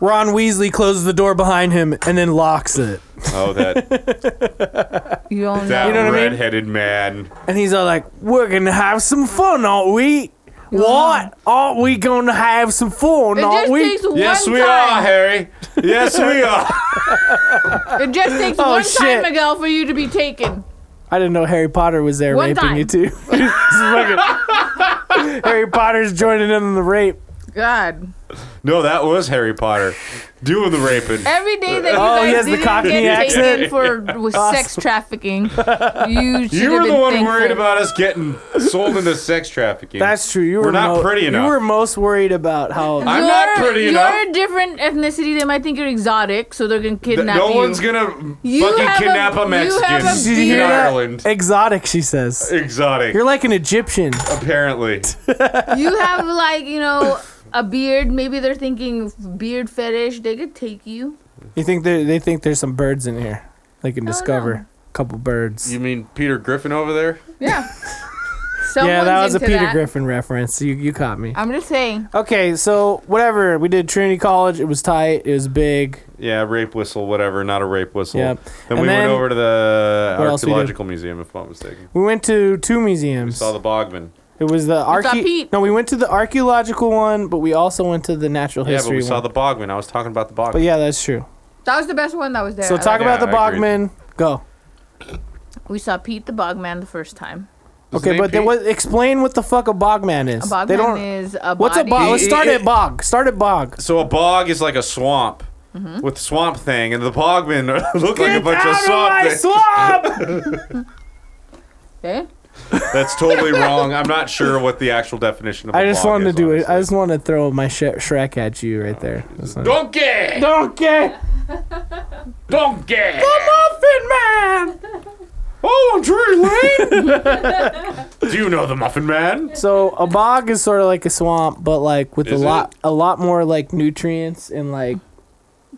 [SPEAKER 3] Ron Weasley closes the door behind him and then locks it.
[SPEAKER 2] Oh, that that
[SPEAKER 4] You don't know.
[SPEAKER 3] know what I mean?
[SPEAKER 2] redheaded man.
[SPEAKER 3] And he's all like, "We're gonna have some fun, aren't we? What? Aren't we gonna have some fun,
[SPEAKER 4] It
[SPEAKER 3] aren't
[SPEAKER 4] just
[SPEAKER 3] we?"
[SPEAKER 4] takes one
[SPEAKER 2] Yes,
[SPEAKER 4] time.
[SPEAKER 2] we are, Harry. Yes, we are.
[SPEAKER 4] It just takes
[SPEAKER 3] Oh,
[SPEAKER 4] one
[SPEAKER 3] shit.
[SPEAKER 4] time, Miguel, for you to be taken.
[SPEAKER 3] I didn't know Harry Potter was there
[SPEAKER 4] One
[SPEAKER 3] raping
[SPEAKER 4] time.
[SPEAKER 3] you too. [laughs] This is
[SPEAKER 4] [laughs]
[SPEAKER 3] fucking- Harry Potter's joining in on the rape.
[SPEAKER 4] God.
[SPEAKER 2] No, that was Harry Potter doing the raping.
[SPEAKER 4] Every day that you
[SPEAKER 3] Oh, he
[SPEAKER 4] guys
[SPEAKER 3] has the
[SPEAKER 4] didn't
[SPEAKER 3] Cockney
[SPEAKER 4] get
[SPEAKER 3] accent. [laughs]
[SPEAKER 4] taken for with sex trafficking, you should
[SPEAKER 2] You were
[SPEAKER 4] have
[SPEAKER 2] the
[SPEAKER 4] been
[SPEAKER 2] one
[SPEAKER 4] thankful.
[SPEAKER 2] worried about us getting sold into sex trafficking.
[SPEAKER 3] That's true. You were,
[SPEAKER 2] We're not
[SPEAKER 3] mo-
[SPEAKER 2] pretty enough.
[SPEAKER 3] You were most worried about
[SPEAKER 4] [laughs]
[SPEAKER 3] how.
[SPEAKER 2] I'm not
[SPEAKER 4] You're-
[SPEAKER 2] pretty
[SPEAKER 4] you're
[SPEAKER 2] enough.
[SPEAKER 4] a different ethnicity. They might think you're exotic, so they're gonna
[SPEAKER 2] Th-
[SPEAKER 4] kidnap
[SPEAKER 2] no
[SPEAKER 4] you.
[SPEAKER 2] one's gonna
[SPEAKER 4] You
[SPEAKER 2] fucking
[SPEAKER 4] have a-
[SPEAKER 2] kidnap a,
[SPEAKER 4] you have a
[SPEAKER 2] Mexican
[SPEAKER 3] Did you
[SPEAKER 4] beard.
[SPEAKER 2] in
[SPEAKER 3] hear that?
[SPEAKER 2] Ireland.
[SPEAKER 3] Exotic, she says.
[SPEAKER 2] Exotic,
[SPEAKER 3] You're like an Egyptian. [laughs]
[SPEAKER 2] apparently.
[SPEAKER 4] you have like you know a beard. Maybe they're thinking beard fetish. They could take you.
[SPEAKER 3] You think they they think there's some birds in here? They can
[SPEAKER 4] no.
[SPEAKER 3] discover a couple birds.
[SPEAKER 2] You mean Peter Griffin over there?
[SPEAKER 4] Yeah. [laughs] Someone's
[SPEAKER 3] yeah, that was a
[SPEAKER 4] into
[SPEAKER 3] Peter
[SPEAKER 4] that.
[SPEAKER 3] Griffin reference. You you caught me.
[SPEAKER 4] I'm just saying.
[SPEAKER 3] Okay, so whatever we did, Trinity College. It was tight. It was big.
[SPEAKER 2] Yeah, rape whistle, whatever, not a rape whistle.
[SPEAKER 3] Yep.
[SPEAKER 2] Then
[SPEAKER 3] And
[SPEAKER 2] we
[SPEAKER 3] then-
[SPEAKER 2] went over to the
[SPEAKER 3] What else we do?
[SPEAKER 2] archaeological museum, if I'm not mistaken.
[SPEAKER 3] We went to two museums.
[SPEAKER 2] Saw the Bogman.
[SPEAKER 3] it was the
[SPEAKER 4] saw
[SPEAKER 3] archae.
[SPEAKER 4] Pete.
[SPEAKER 3] No, we went to the archaeological one, but we also went to the natural
[SPEAKER 2] Yeah, but
[SPEAKER 3] history
[SPEAKER 2] we saw
[SPEAKER 3] one.
[SPEAKER 2] the Bogman. I was talking about the Bogman.
[SPEAKER 3] but yeah, that's true.
[SPEAKER 4] That was the best one that was there.
[SPEAKER 3] So
[SPEAKER 4] I
[SPEAKER 3] talk
[SPEAKER 4] like
[SPEAKER 2] Yeah,
[SPEAKER 3] about the
[SPEAKER 2] I agree.
[SPEAKER 3] Bogman. Go.
[SPEAKER 4] it. we saw Pete the Bogman the first time.
[SPEAKER 2] His
[SPEAKER 3] Okay,
[SPEAKER 2] name
[SPEAKER 3] but they,
[SPEAKER 2] Pete?
[SPEAKER 3] what, explain what the fuck a Bogman is.
[SPEAKER 4] A Bogman
[SPEAKER 3] they don't.
[SPEAKER 4] is a
[SPEAKER 3] what's a
[SPEAKER 4] body.
[SPEAKER 3] bog? Let's
[SPEAKER 2] It-
[SPEAKER 3] start
[SPEAKER 2] it-
[SPEAKER 3] at bog. Start at bog.
[SPEAKER 2] So a bog is like a swamp
[SPEAKER 4] Mm-hmm.
[SPEAKER 2] with swamp thing, and the Bogman [laughs] look like a bunch of swamp. thing. [laughs]
[SPEAKER 3] swamp!
[SPEAKER 4] Okay?
[SPEAKER 2] That's totally wrong. I'm not sure what the actual definition of. I
[SPEAKER 3] I just wanted to do it. I just wanted to throw my sh- Shrek at you right there. That's not-
[SPEAKER 2] Donkey,
[SPEAKER 3] Donkey,
[SPEAKER 2] donkey.
[SPEAKER 3] Muffin Man.
[SPEAKER 2] Oh, Drew Lane. [laughs] do you know the Muffin Man?
[SPEAKER 3] So a bog is sort of like a swamp, but like with
[SPEAKER 2] Is
[SPEAKER 3] a
[SPEAKER 2] it?
[SPEAKER 3] lot, a lot more like nutrients and like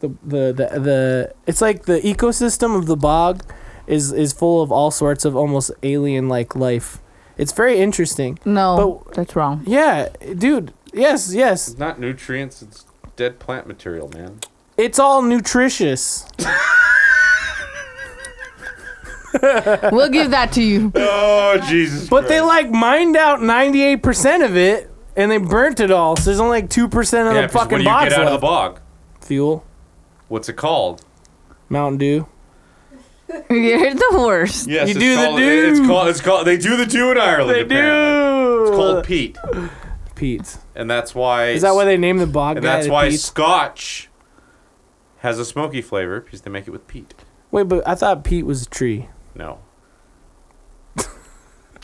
[SPEAKER 3] the the the, the it's like the ecosystem of the bog is is full of all sorts of almost alien like life. It's very interesting.
[SPEAKER 4] No, that's
[SPEAKER 2] [laughs]
[SPEAKER 4] wrong.
[SPEAKER 3] Yeah, dude. Yes, yes.
[SPEAKER 2] It's not nutrients. It's dead plant material, man.
[SPEAKER 3] It's all nutritious.
[SPEAKER 4] we'll give that to you. [laughs]
[SPEAKER 2] Oh Jesus!
[SPEAKER 3] But they like mined out 98% of it and they burnt it all. So there's only like 2% of
[SPEAKER 2] yeah,
[SPEAKER 3] the
[SPEAKER 2] 'cause what do
[SPEAKER 3] fucking
[SPEAKER 2] you
[SPEAKER 3] box
[SPEAKER 2] get out
[SPEAKER 3] left.
[SPEAKER 2] of the bog?
[SPEAKER 3] Fuel,
[SPEAKER 2] What's it called?
[SPEAKER 3] Mountain Dew.
[SPEAKER 4] You're the worst.
[SPEAKER 2] Yes,
[SPEAKER 3] You
[SPEAKER 2] it's
[SPEAKER 3] do the
[SPEAKER 2] called, it- It's
[SPEAKER 3] do.
[SPEAKER 2] called. It's called. They do the do in Ireland.
[SPEAKER 3] They
[SPEAKER 2] apparently.
[SPEAKER 3] do.
[SPEAKER 2] It's called peat,
[SPEAKER 3] Pete's.
[SPEAKER 2] and that's why.
[SPEAKER 3] Is that why they named the bog
[SPEAKER 2] And
[SPEAKER 3] guy
[SPEAKER 2] that's
[SPEAKER 3] the
[SPEAKER 2] why
[SPEAKER 3] Pete's?
[SPEAKER 2] Scotch has a smoky flavor because they make it with peat.
[SPEAKER 3] Wait, but I thought Pete was a tree.
[SPEAKER 2] No,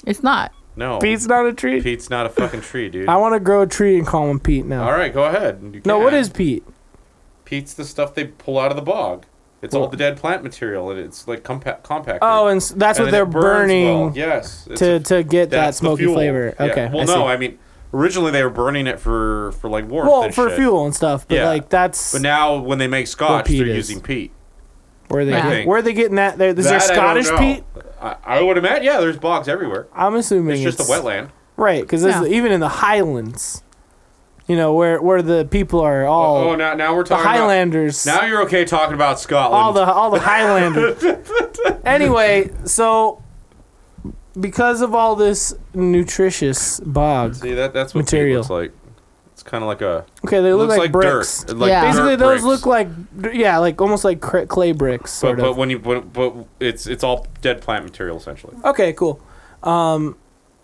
[SPEAKER 4] It's not.
[SPEAKER 2] no.
[SPEAKER 3] Pete's not a tree?
[SPEAKER 2] Peat's not a fucking tree, dude.
[SPEAKER 3] I want to grow a tree and call him Pete now.
[SPEAKER 2] All right, go ahead. You
[SPEAKER 3] No,
[SPEAKER 2] can.
[SPEAKER 3] what is Pete?
[SPEAKER 2] peat's? The stuff they pull out of the bog. It's all
[SPEAKER 3] Well-
[SPEAKER 2] the dead plant material, and it's like compa- compact.
[SPEAKER 3] Oh, and s- that's what they're burning
[SPEAKER 2] Yes, it's
[SPEAKER 3] to,
[SPEAKER 2] a-
[SPEAKER 3] to get that
[SPEAKER 2] that's the
[SPEAKER 3] smoky
[SPEAKER 2] fuel.
[SPEAKER 3] flavor.
[SPEAKER 2] Yeah.
[SPEAKER 3] Okay.
[SPEAKER 2] Well,
[SPEAKER 3] I see.
[SPEAKER 2] no, I mean originally they were burning it for for like warmth.
[SPEAKER 3] well,
[SPEAKER 2] and
[SPEAKER 3] for
[SPEAKER 2] shit.
[SPEAKER 3] fuel and stuff, but
[SPEAKER 2] Yeah.
[SPEAKER 3] like that's
[SPEAKER 2] But now when they make Scotch,
[SPEAKER 3] peat
[SPEAKER 2] they're
[SPEAKER 3] is.
[SPEAKER 2] using peat.
[SPEAKER 3] where they
[SPEAKER 4] I
[SPEAKER 3] get,
[SPEAKER 2] think.
[SPEAKER 3] where are they getting that? There, is there
[SPEAKER 2] That I don't
[SPEAKER 3] Scottish
[SPEAKER 2] know.
[SPEAKER 3] Pete?
[SPEAKER 2] I, I would imagine. Yeah, there's bogs everywhere.
[SPEAKER 3] I'm assuming
[SPEAKER 2] It's
[SPEAKER 3] it's,
[SPEAKER 2] just a wetland.
[SPEAKER 3] right? Because
[SPEAKER 4] Yeah.
[SPEAKER 3] even in the Highlands, you know where where the people are all
[SPEAKER 2] Oh, now now we're
[SPEAKER 3] the
[SPEAKER 2] talking. about-
[SPEAKER 3] Highlanders,
[SPEAKER 2] Now you're okay talking about Scotland.
[SPEAKER 3] all the
[SPEAKER 2] [laughs]
[SPEAKER 3] all the Highlanders. anyway, so because of all this nutritious bog,
[SPEAKER 2] See that that's what
[SPEAKER 3] Material.
[SPEAKER 2] material looks like. It's kind of like a
[SPEAKER 3] okay, they
[SPEAKER 2] it
[SPEAKER 3] look
[SPEAKER 2] looks
[SPEAKER 3] like,
[SPEAKER 2] like
[SPEAKER 3] bricks.
[SPEAKER 2] dirt. Like
[SPEAKER 4] Yeah.
[SPEAKER 2] dirt
[SPEAKER 3] Basically, those
[SPEAKER 2] bricks.
[SPEAKER 3] look like d- yeah, like almost like cra- clay bricks,
[SPEAKER 2] But,
[SPEAKER 3] sort
[SPEAKER 2] but
[SPEAKER 3] of.
[SPEAKER 2] when you but, but it's it's all dead plant material essentially.
[SPEAKER 3] Okay, cool. Um,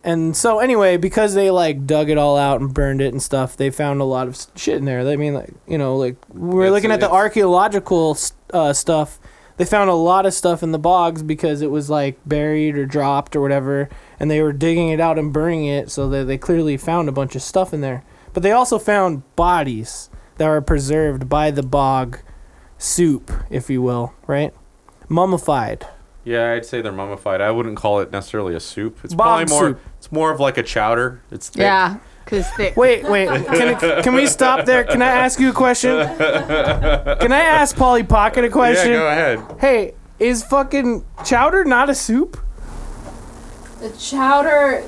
[SPEAKER 3] and so anyway, because they like dug it all out and burned it and stuff, they found a lot of s- shit in there. I mean, like you know, like we're
[SPEAKER 2] It's-
[SPEAKER 3] looking at the
[SPEAKER 2] it's-
[SPEAKER 3] archaeological s- uh, stuff. They found a lot of stuff in the bogs because it was like buried or dropped or whatever, and they were digging it out and burning it, so they they clearly found a bunch of stuff in there. But they also found bodies that were preserved by the bog soup, if you will, right? Mummified.
[SPEAKER 2] Yeah, I'd say they're mummified. I wouldn't call it necessarily a soup. It's
[SPEAKER 3] Bog
[SPEAKER 2] probably more.
[SPEAKER 3] soup.
[SPEAKER 2] It's more of like a chowder. It's thick.
[SPEAKER 4] Yeah, because thick.
[SPEAKER 3] Wait,
[SPEAKER 2] [laughs]
[SPEAKER 3] wait. Can, can we stop there? Can I ask you a question? Can I ask Polly Pocket a
[SPEAKER 2] Yeah,
[SPEAKER 3] question?
[SPEAKER 2] go ahead.
[SPEAKER 3] hey, is fucking chowder not a soup?
[SPEAKER 5] The chowder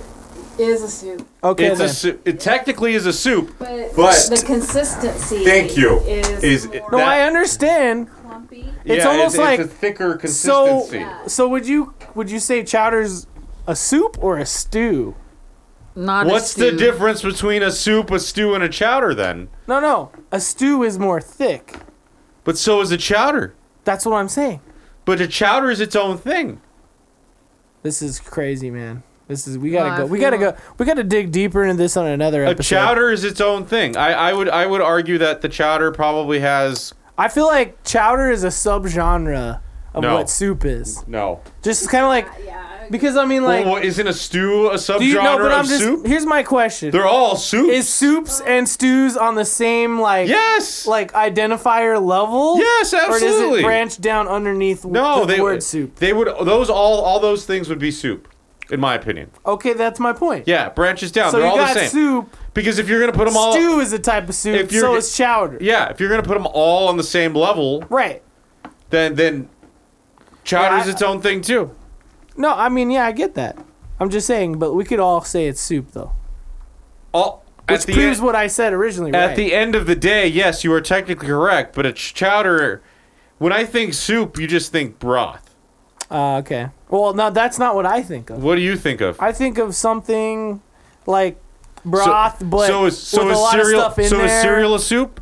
[SPEAKER 5] is a soup,
[SPEAKER 3] Okay,
[SPEAKER 2] It's a
[SPEAKER 3] then.
[SPEAKER 2] soup. It technically is a soup.
[SPEAKER 5] but,
[SPEAKER 2] But-
[SPEAKER 5] the consistency.
[SPEAKER 2] Thank you.
[SPEAKER 5] Is,
[SPEAKER 2] Is-
[SPEAKER 5] more
[SPEAKER 3] no,
[SPEAKER 2] that-
[SPEAKER 3] I understand.
[SPEAKER 5] clumpy.
[SPEAKER 3] It's almost like-
[SPEAKER 2] a thicker
[SPEAKER 3] So,
[SPEAKER 2] consistency.
[SPEAKER 3] so would you would you say chowder's a soup or a stew?
[SPEAKER 4] Not a
[SPEAKER 2] What's the
[SPEAKER 4] stew.
[SPEAKER 2] difference between a soup, a stew, and a chowder then?
[SPEAKER 3] No, no. A stew is more thick.
[SPEAKER 2] But so is a chowder.
[SPEAKER 3] That's what I'm saying.
[SPEAKER 2] But a chowder is its own thing.
[SPEAKER 3] This is crazy, man. This is we
[SPEAKER 4] Nah,
[SPEAKER 3] gotta go.
[SPEAKER 4] if
[SPEAKER 3] We
[SPEAKER 4] you
[SPEAKER 3] gotta
[SPEAKER 4] want-
[SPEAKER 3] go. We gotta dig deeper into this on another
[SPEAKER 2] A
[SPEAKER 3] episode.
[SPEAKER 2] chowder is its own thing. I, I would I would argue that the chowder probably has
[SPEAKER 3] I feel like chowder is a subgenre of
[SPEAKER 2] No.
[SPEAKER 3] what soup is.
[SPEAKER 2] no.
[SPEAKER 3] Just kind of like
[SPEAKER 5] Yeah.
[SPEAKER 3] because I mean like
[SPEAKER 2] well, what, isn't a stew a subgenre
[SPEAKER 3] do you know? But
[SPEAKER 2] of
[SPEAKER 3] I'm just
[SPEAKER 2] soup?
[SPEAKER 3] here's my question:
[SPEAKER 2] They're all soup.
[SPEAKER 3] Is soups and stews on the same like
[SPEAKER 2] yes.
[SPEAKER 3] like identifier level?
[SPEAKER 2] Yes,
[SPEAKER 3] Or does it
[SPEAKER 2] absolutely.
[SPEAKER 3] branch down underneath
[SPEAKER 2] no,
[SPEAKER 3] the
[SPEAKER 2] they
[SPEAKER 3] word soup?
[SPEAKER 2] They would those all all those things would be soup, in my opinion.
[SPEAKER 3] Okay, that's my point.
[SPEAKER 2] Yeah, branches down.
[SPEAKER 3] So
[SPEAKER 2] They're
[SPEAKER 3] you
[SPEAKER 2] all
[SPEAKER 3] got
[SPEAKER 2] the same.
[SPEAKER 3] soup.
[SPEAKER 2] Because if you're gonna put them all,
[SPEAKER 3] stew is a type of soup.
[SPEAKER 2] If you're-
[SPEAKER 3] So is chowder.
[SPEAKER 2] yeah, if you're gonna put them all on the same level,
[SPEAKER 3] Right.
[SPEAKER 2] then then chowder's
[SPEAKER 3] Yeah, I-
[SPEAKER 2] its own thing too.
[SPEAKER 3] No, I mean yeah, I get that. I'm just saying, but we could all say it's soup though,
[SPEAKER 2] All,
[SPEAKER 3] which
[SPEAKER 2] at the
[SPEAKER 3] proves
[SPEAKER 2] end-
[SPEAKER 3] what I said originally.
[SPEAKER 2] At
[SPEAKER 3] right.
[SPEAKER 2] the end of the day, yes, you are technically correct, but a ch- chowder. When I think soup, you just think broth.
[SPEAKER 3] uh, okay. Well, no, that's not what I think of.
[SPEAKER 2] What do you think of?
[SPEAKER 3] I think of something like broth, but
[SPEAKER 2] is, so
[SPEAKER 3] with
[SPEAKER 2] is
[SPEAKER 3] a lot
[SPEAKER 2] cereal.
[SPEAKER 3] of stuff in
[SPEAKER 2] so
[SPEAKER 3] there.
[SPEAKER 2] is cereal a soup?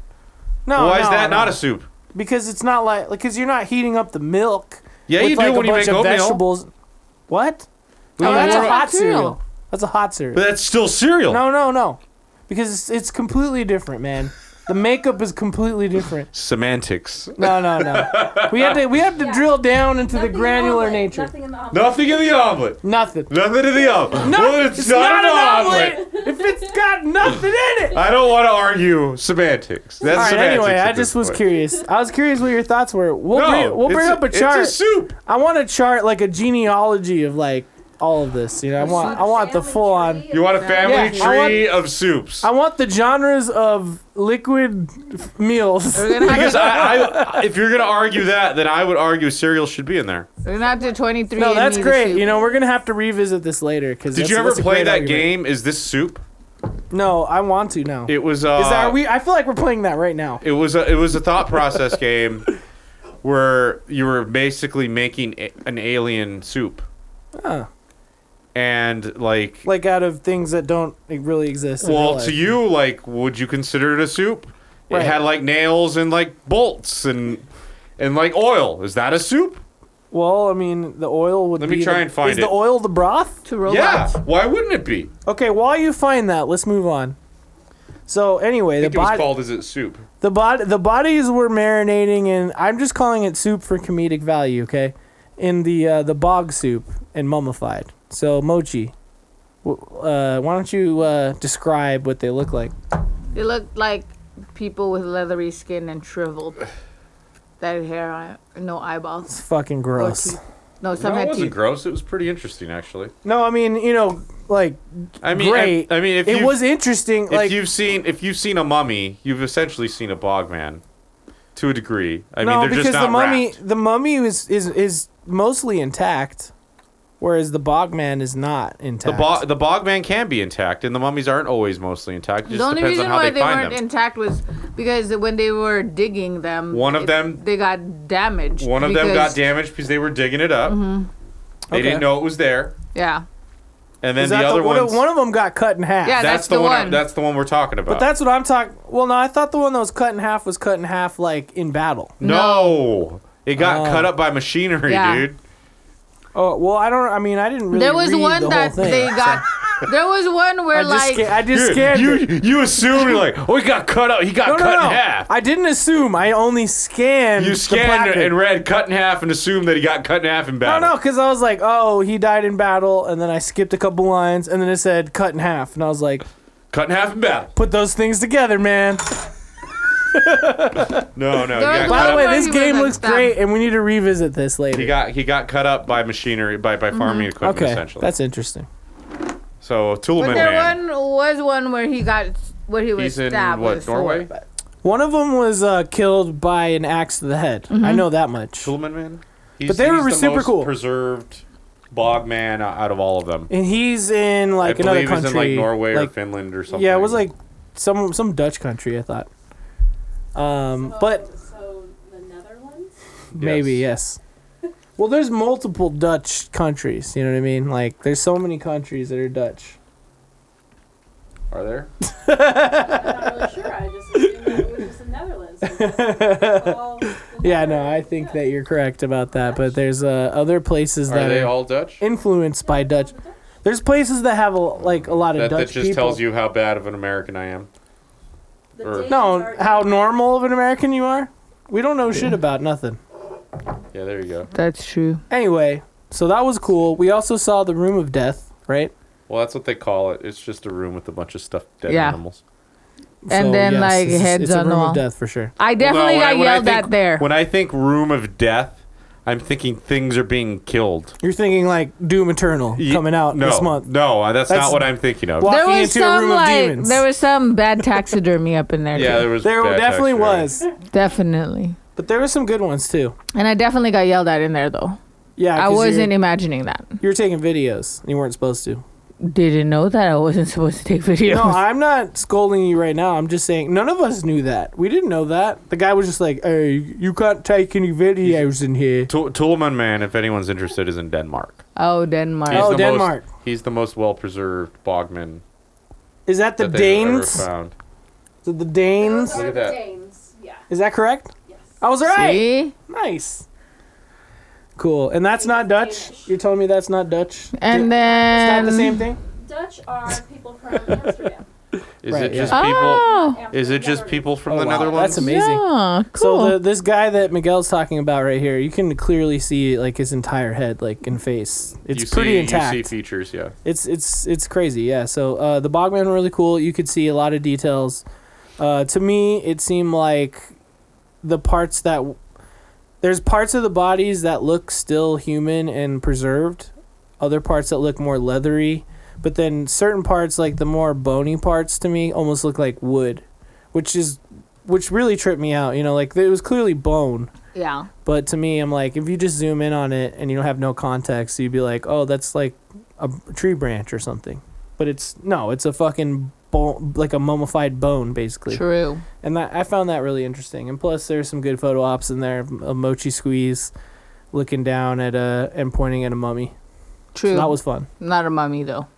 [SPEAKER 3] No,
[SPEAKER 2] Why is
[SPEAKER 3] Oh, no,
[SPEAKER 2] that
[SPEAKER 3] no.
[SPEAKER 2] not a soup?
[SPEAKER 3] Because it's not like because you're not heating up the milk.
[SPEAKER 2] Yeah,
[SPEAKER 3] with
[SPEAKER 2] you do
[SPEAKER 3] like a
[SPEAKER 2] when you
[SPEAKER 3] bunch
[SPEAKER 2] make
[SPEAKER 3] of
[SPEAKER 2] oatmeal.
[SPEAKER 3] vegetables. What? No,
[SPEAKER 4] Oh,
[SPEAKER 3] that's a
[SPEAKER 4] that's
[SPEAKER 3] hot
[SPEAKER 4] hot cereal.
[SPEAKER 3] cereal. That's a hot cereal.
[SPEAKER 2] But that's still cereal.
[SPEAKER 3] No, no, no. Because it's, it's completely different, man. The makeup is completely different.
[SPEAKER 2] Semantics.
[SPEAKER 3] No, no, no. We had to we had to drill down into the granular nature.
[SPEAKER 5] Nothing in the omelet.
[SPEAKER 2] Nothing in the omelet.
[SPEAKER 3] Nothing.
[SPEAKER 2] Nothing in the omelet.
[SPEAKER 3] No,
[SPEAKER 2] well, it's, not, an omelet.
[SPEAKER 3] if it's got nothing in it.
[SPEAKER 2] I don't want to argue semantics. That's
[SPEAKER 3] All right.
[SPEAKER 2] semantics.
[SPEAKER 3] Anyway,
[SPEAKER 2] at
[SPEAKER 3] I
[SPEAKER 2] this
[SPEAKER 3] just was
[SPEAKER 2] point.
[SPEAKER 3] curious. I was curious what your thoughts were. We'll
[SPEAKER 2] No,
[SPEAKER 3] bring, we'll bring
[SPEAKER 2] it's
[SPEAKER 3] up a chart.
[SPEAKER 2] It's a soup.
[SPEAKER 3] I want a chart like a genealogy of like all of this. You know, I want I want the full on.
[SPEAKER 2] You want a family
[SPEAKER 3] Yeah, I want-
[SPEAKER 2] tree of soups.
[SPEAKER 3] I want the genres of liquid f- meals.
[SPEAKER 4] We're gonna have
[SPEAKER 2] Because
[SPEAKER 4] to,
[SPEAKER 2] I,
[SPEAKER 3] [laughs]
[SPEAKER 2] I, if you're gonna argue that, then I would argue cereal should be in there.
[SPEAKER 4] we're gonna have to 23.
[SPEAKER 3] No,
[SPEAKER 4] and
[SPEAKER 3] that's
[SPEAKER 4] me the
[SPEAKER 3] great.
[SPEAKER 4] soup.
[SPEAKER 3] You know, we're gonna have to revisit this later. Cause
[SPEAKER 2] Did
[SPEAKER 3] that's-
[SPEAKER 2] you ever
[SPEAKER 3] that's a
[SPEAKER 2] play
[SPEAKER 3] great
[SPEAKER 2] that
[SPEAKER 3] argument.
[SPEAKER 2] game? Is this soup?
[SPEAKER 3] No, I want to now.
[SPEAKER 2] It was. Uh,
[SPEAKER 3] Is that are we? I feel like we're playing that right now.
[SPEAKER 2] It was. A, it was a thought process game where you were basically making a, an alien soup.
[SPEAKER 3] Huh.
[SPEAKER 2] And like,
[SPEAKER 3] Like out of things that don't like, really exist. in real
[SPEAKER 2] well,
[SPEAKER 3] life.
[SPEAKER 2] to you, like, would you consider it a soup?
[SPEAKER 3] Right.
[SPEAKER 2] It had like nails and like bolts and and like oil. Is that a soup?
[SPEAKER 3] Well, I mean, the oil would.
[SPEAKER 2] Let me
[SPEAKER 3] be
[SPEAKER 2] try
[SPEAKER 3] the-
[SPEAKER 2] and find
[SPEAKER 3] Is the
[SPEAKER 2] it.
[SPEAKER 3] oil the broth?
[SPEAKER 4] to roll
[SPEAKER 2] Yeah. Why wouldn't it be?
[SPEAKER 3] Okay, while you find that, let's move on. So anyway,
[SPEAKER 2] I
[SPEAKER 3] the
[SPEAKER 2] think it was
[SPEAKER 3] body,
[SPEAKER 2] called. Is it soup?
[SPEAKER 3] the body, the bodies were marinating, and I'm just calling it soup for comedic value. Okay, in the uh, the bog soup and mummified. So mochi, w- uh, why don't you uh, describe what they look like?
[SPEAKER 4] They looked like people with leathery skin and shriveled. That hair on it, no eyeballs.
[SPEAKER 3] It's fucking
[SPEAKER 4] or
[SPEAKER 3] gross.
[SPEAKER 4] teeth. No, some
[SPEAKER 2] No, it
[SPEAKER 4] had
[SPEAKER 2] wasn't
[SPEAKER 4] teeth.
[SPEAKER 2] gross. It was pretty interesting, actually.
[SPEAKER 3] No, I mean, you know, like
[SPEAKER 2] I mean,
[SPEAKER 3] great.
[SPEAKER 2] I, I mean, if
[SPEAKER 3] it
[SPEAKER 2] you
[SPEAKER 3] was interesting.
[SPEAKER 2] if
[SPEAKER 3] Like
[SPEAKER 2] you've seen if you've seen a mummy, you've essentially seen a bog man, to a degree. I
[SPEAKER 3] no,
[SPEAKER 2] mean, they're
[SPEAKER 3] because
[SPEAKER 2] just not
[SPEAKER 3] the mummy,
[SPEAKER 2] wrapped.
[SPEAKER 3] the mummy is is is mostly intact, whereas the bogman is not
[SPEAKER 2] The
[SPEAKER 3] intact.
[SPEAKER 2] bog the bog man can be intact, and the mummies aren't always mostly intact. It
[SPEAKER 4] the
[SPEAKER 2] just
[SPEAKER 4] only
[SPEAKER 2] depends
[SPEAKER 4] reason
[SPEAKER 2] on how
[SPEAKER 4] why
[SPEAKER 2] they,
[SPEAKER 4] they,
[SPEAKER 2] find
[SPEAKER 4] weren't
[SPEAKER 2] them.
[SPEAKER 4] intact was because when they were digging them,
[SPEAKER 2] One of
[SPEAKER 4] it-
[SPEAKER 2] them-
[SPEAKER 4] they got damaged.
[SPEAKER 2] One of them got
[SPEAKER 4] because- Mm-hmm.
[SPEAKER 2] damaged because they were digging it up. They
[SPEAKER 3] Okay.
[SPEAKER 2] didn't know it was there,
[SPEAKER 4] Yeah,
[SPEAKER 2] and then
[SPEAKER 3] Is
[SPEAKER 2] the
[SPEAKER 3] that
[SPEAKER 2] other
[SPEAKER 3] one,
[SPEAKER 2] ones-
[SPEAKER 3] of- one of them got cut in half.
[SPEAKER 4] Yeah,
[SPEAKER 2] that's,
[SPEAKER 4] that's
[SPEAKER 2] the,
[SPEAKER 4] the
[SPEAKER 2] one.
[SPEAKER 4] one.
[SPEAKER 2] That's the one we're talking about.
[SPEAKER 3] but that's what I'm talking. Well, no, I thought the one that was cut in half was cut in half like in battle.
[SPEAKER 2] no, it got
[SPEAKER 3] Oh.
[SPEAKER 2] cut up by machinery,
[SPEAKER 4] Yeah.
[SPEAKER 2] dude.
[SPEAKER 3] Oh well, I don't. I mean, I didn't really.
[SPEAKER 4] there was
[SPEAKER 3] read
[SPEAKER 4] one
[SPEAKER 3] the
[SPEAKER 4] that
[SPEAKER 3] whole thing.
[SPEAKER 4] they
[SPEAKER 3] [laughs]
[SPEAKER 4] got. there was one where
[SPEAKER 3] I just,
[SPEAKER 4] like
[SPEAKER 3] sca- I just
[SPEAKER 2] Dude,
[SPEAKER 3] scared
[SPEAKER 2] you
[SPEAKER 3] it.
[SPEAKER 2] you assume you're like, oh, he got cut up. He got
[SPEAKER 3] No, no,
[SPEAKER 2] cut
[SPEAKER 3] no.
[SPEAKER 2] in half.
[SPEAKER 3] I didn't assume. I only scanned.
[SPEAKER 2] You
[SPEAKER 3] the
[SPEAKER 2] scanned
[SPEAKER 3] placard.
[SPEAKER 2] and read cut in half and assumed that he got cut in half in
[SPEAKER 3] No,
[SPEAKER 2] battle.
[SPEAKER 3] no, because I was like, oh, he died in battle, and then I skipped a couple lines, and then it said cut in half, and I was like,
[SPEAKER 2] Cut in half in battle.
[SPEAKER 3] put those things together, man.
[SPEAKER 2] No, no. He
[SPEAKER 4] There
[SPEAKER 2] got, cut
[SPEAKER 3] By
[SPEAKER 4] was one
[SPEAKER 3] the
[SPEAKER 2] up,
[SPEAKER 3] way,
[SPEAKER 4] Whatever
[SPEAKER 3] this
[SPEAKER 4] he
[SPEAKER 3] game
[SPEAKER 4] was
[SPEAKER 3] looks
[SPEAKER 4] like,
[SPEAKER 3] great, and we need to revisit this
[SPEAKER 2] he
[SPEAKER 3] later.
[SPEAKER 2] got he got cut up by machinery by
[SPEAKER 4] Mm-hmm.
[SPEAKER 2] by farming equipment
[SPEAKER 3] Okay,
[SPEAKER 2] essentially.
[SPEAKER 3] that's interesting.
[SPEAKER 2] so Toolman
[SPEAKER 4] But there
[SPEAKER 2] man.
[SPEAKER 4] one was one where he got where he was
[SPEAKER 2] He's in
[SPEAKER 4] stabbed with a
[SPEAKER 2] what
[SPEAKER 4] sword.
[SPEAKER 2] Norway?
[SPEAKER 3] One of them was uh, killed by an axe to the head. I know that much.
[SPEAKER 2] Toolman man. He's,
[SPEAKER 3] But they were
[SPEAKER 2] he's the
[SPEAKER 3] super
[SPEAKER 2] most
[SPEAKER 3] cool.
[SPEAKER 2] Preserved bog man out of all of them.
[SPEAKER 3] And he's in like
[SPEAKER 2] I
[SPEAKER 3] another
[SPEAKER 2] believe he's
[SPEAKER 3] country,
[SPEAKER 2] in like Norway
[SPEAKER 3] like-
[SPEAKER 2] or Finland or something.
[SPEAKER 3] Yeah, it was like some some Dutch country, I thought. Um, but
[SPEAKER 5] So the Netherlands?
[SPEAKER 3] Maybe yes. Well, there's multiple Dutch countries. You know what I mean? Like, there's so many countries that are Dutch.
[SPEAKER 2] Are there?
[SPEAKER 5] I'm not really sure. I just assumed that it was just
[SPEAKER 3] [laughs]
[SPEAKER 5] the Netherlands.
[SPEAKER 3] Yeah, no, I think that you're correct about that. But there's uh, other places
[SPEAKER 2] Are
[SPEAKER 3] that
[SPEAKER 2] they
[SPEAKER 3] are
[SPEAKER 2] all Dutch?
[SPEAKER 3] influenced by Dutch. There's places that have a, like a lot of
[SPEAKER 2] That, that
[SPEAKER 3] Dutch
[SPEAKER 2] just
[SPEAKER 3] people.
[SPEAKER 2] tells you how bad of an American I am. Or-
[SPEAKER 3] no, how normal of an American you are. We don't know shit about nothing.
[SPEAKER 2] Yeah, there you go.
[SPEAKER 4] That's true.
[SPEAKER 3] Anyway, so that was cool. We also saw the Room of Death, right?
[SPEAKER 2] Well, that's what they call it. It's just a room with a bunch of stuffed dead
[SPEAKER 4] Yeah.
[SPEAKER 2] animals.
[SPEAKER 4] And
[SPEAKER 3] So,
[SPEAKER 4] then, like,
[SPEAKER 3] it's-
[SPEAKER 4] heads
[SPEAKER 3] it's a
[SPEAKER 4] on the
[SPEAKER 3] Room
[SPEAKER 4] wall.
[SPEAKER 3] of Death for sure.
[SPEAKER 4] I
[SPEAKER 2] Well, no,
[SPEAKER 4] definitely
[SPEAKER 2] when I-
[SPEAKER 4] got
[SPEAKER 2] when I
[SPEAKER 4] yelled
[SPEAKER 2] think-
[SPEAKER 4] at there.
[SPEAKER 2] When I think room of death, I'm thinking things are being killed.
[SPEAKER 3] You're thinking like Doom Eternal
[SPEAKER 2] Ye-
[SPEAKER 3] coming out
[SPEAKER 2] no,
[SPEAKER 3] this month.
[SPEAKER 2] No, uh, that's,
[SPEAKER 3] That's-
[SPEAKER 2] not what I'm thinking of.
[SPEAKER 3] Why-
[SPEAKER 4] there
[SPEAKER 3] walking
[SPEAKER 4] was
[SPEAKER 3] into a
[SPEAKER 4] some
[SPEAKER 3] room of
[SPEAKER 4] like
[SPEAKER 3] demons.
[SPEAKER 4] there was some bad taxidermy up in there.
[SPEAKER 2] Yeah,
[SPEAKER 4] too.
[SPEAKER 2] there was.
[SPEAKER 3] There
[SPEAKER 2] bad
[SPEAKER 3] definitely
[SPEAKER 2] taxidermy.
[SPEAKER 3] was,
[SPEAKER 4] definitely.
[SPEAKER 3] but there were some good ones too.
[SPEAKER 4] And I definitely got yelled at in there though.
[SPEAKER 3] Yeah,
[SPEAKER 4] I
[SPEAKER 3] 'cause
[SPEAKER 4] wasn't
[SPEAKER 3] You're,
[SPEAKER 4] imagining that.
[SPEAKER 3] you're taking videos. And you weren't supposed to.
[SPEAKER 4] Didn't know that I wasn't [laughs] supposed to take videos.
[SPEAKER 3] No, I'm not scolding you right now. I'm just saying none of us knew that. We didn't know that. The guy was just like, "Hey, you can't take any videos in here."
[SPEAKER 2] Tool- Toolman Man, if anyone's interested, is in Denmark.
[SPEAKER 4] oh, Denmark.
[SPEAKER 3] Oh,
[SPEAKER 2] the
[SPEAKER 3] Denmark.
[SPEAKER 2] Most, he's the most well preserved bogman
[SPEAKER 3] Is that the
[SPEAKER 2] that they've ever
[SPEAKER 3] Danes?
[SPEAKER 2] found.
[SPEAKER 3] Is it the Danes?
[SPEAKER 2] Look at that.
[SPEAKER 5] Danes. Yeah.
[SPEAKER 3] Is Oh. that correct?
[SPEAKER 5] Yes.
[SPEAKER 3] I was right.
[SPEAKER 4] See?
[SPEAKER 3] Nice. Cool. And that's not Dutch. You're telling me that's not Dutch?
[SPEAKER 4] And
[SPEAKER 3] it's
[SPEAKER 4] then
[SPEAKER 3] not the same thing.
[SPEAKER 5] Dutch are people from
[SPEAKER 3] [laughs]
[SPEAKER 5] Amsterdam.
[SPEAKER 2] Is
[SPEAKER 3] Right,
[SPEAKER 2] it just
[SPEAKER 4] yeah.
[SPEAKER 2] people?
[SPEAKER 4] Oh.
[SPEAKER 2] Is it just
[SPEAKER 5] Amsterdam.
[SPEAKER 2] people from
[SPEAKER 3] Oh,
[SPEAKER 2] the
[SPEAKER 3] wow,
[SPEAKER 2] Netherlands?
[SPEAKER 3] That's amazing.
[SPEAKER 4] Yeah, cool.
[SPEAKER 3] So the, this guy that Miguel's talking about right here, you can clearly see like his entire head, like and face. It's
[SPEAKER 2] You
[SPEAKER 3] pretty
[SPEAKER 2] see,
[SPEAKER 3] intact.
[SPEAKER 2] You see features, yeah.
[SPEAKER 3] It's it's it's crazy, yeah. So uh, the Bogman were really cool. You could see a lot of details. Uh, to me, it seemed like the parts that there's parts of the bodies that look still human and preserved, other parts that look more leathery, but then certain parts like the more bony parts to me almost look like wood, which is which really tripped me out. You know, like it was clearly bone.
[SPEAKER 4] yeah.
[SPEAKER 3] But to me, I'm like, if you just zoom in on it and you don't have no context, you'd be like, oh, that's like a b- tree branch or something. But it's no, it's a fucking bone, like a mummified bone, basically.
[SPEAKER 4] True.
[SPEAKER 3] And that, I found that really interesting. And plus, there's some good photo ops in there. A mochi squeeze, looking down at a and pointing at a mummy.
[SPEAKER 4] True.
[SPEAKER 3] So that was fun.
[SPEAKER 4] not a mummy though.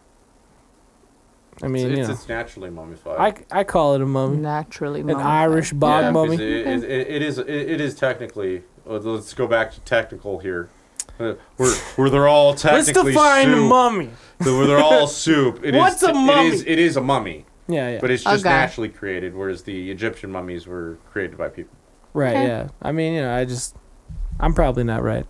[SPEAKER 3] I mean,
[SPEAKER 2] it's,
[SPEAKER 3] you
[SPEAKER 2] it's,
[SPEAKER 3] know,
[SPEAKER 2] it's naturally mummified.
[SPEAKER 3] I, I call it a mummy,
[SPEAKER 4] Naturally,
[SPEAKER 3] Um, an
[SPEAKER 4] mummified.
[SPEAKER 3] Irish bog
[SPEAKER 2] yeah, 'cause
[SPEAKER 3] mummy.
[SPEAKER 2] It, it, it, it is. It, it is technically. uh, Let's go back to technical here. Uh, We're we're they're all
[SPEAKER 3] Let's
[SPEAKER 2] technically
[SPEAKER 3] define
[SPEAKER 2] soup.
[SPEAKER 3] mummy.
[SPEAKER 2] So Where they're all soup. It is
[SPEAKER 3] What's a
[SPEAKER 2] t-
[SPEAKER 3] mummy?
[SPEAKER 2] It is, it is a mummy,
[SPEAKER 3] Yeah, yeah.
[SPEAKER 2] but it's just
[SPEAKER 4] Okay.
[SPEAKER 2] naturally created, whereas the Egyptian mummies were created by people.
[SPEAKER 3] Right.
[SPEAKER 4] Okay.
[SPEAKER 3] Yeah. I mean, you know, I just, I'm probably not right.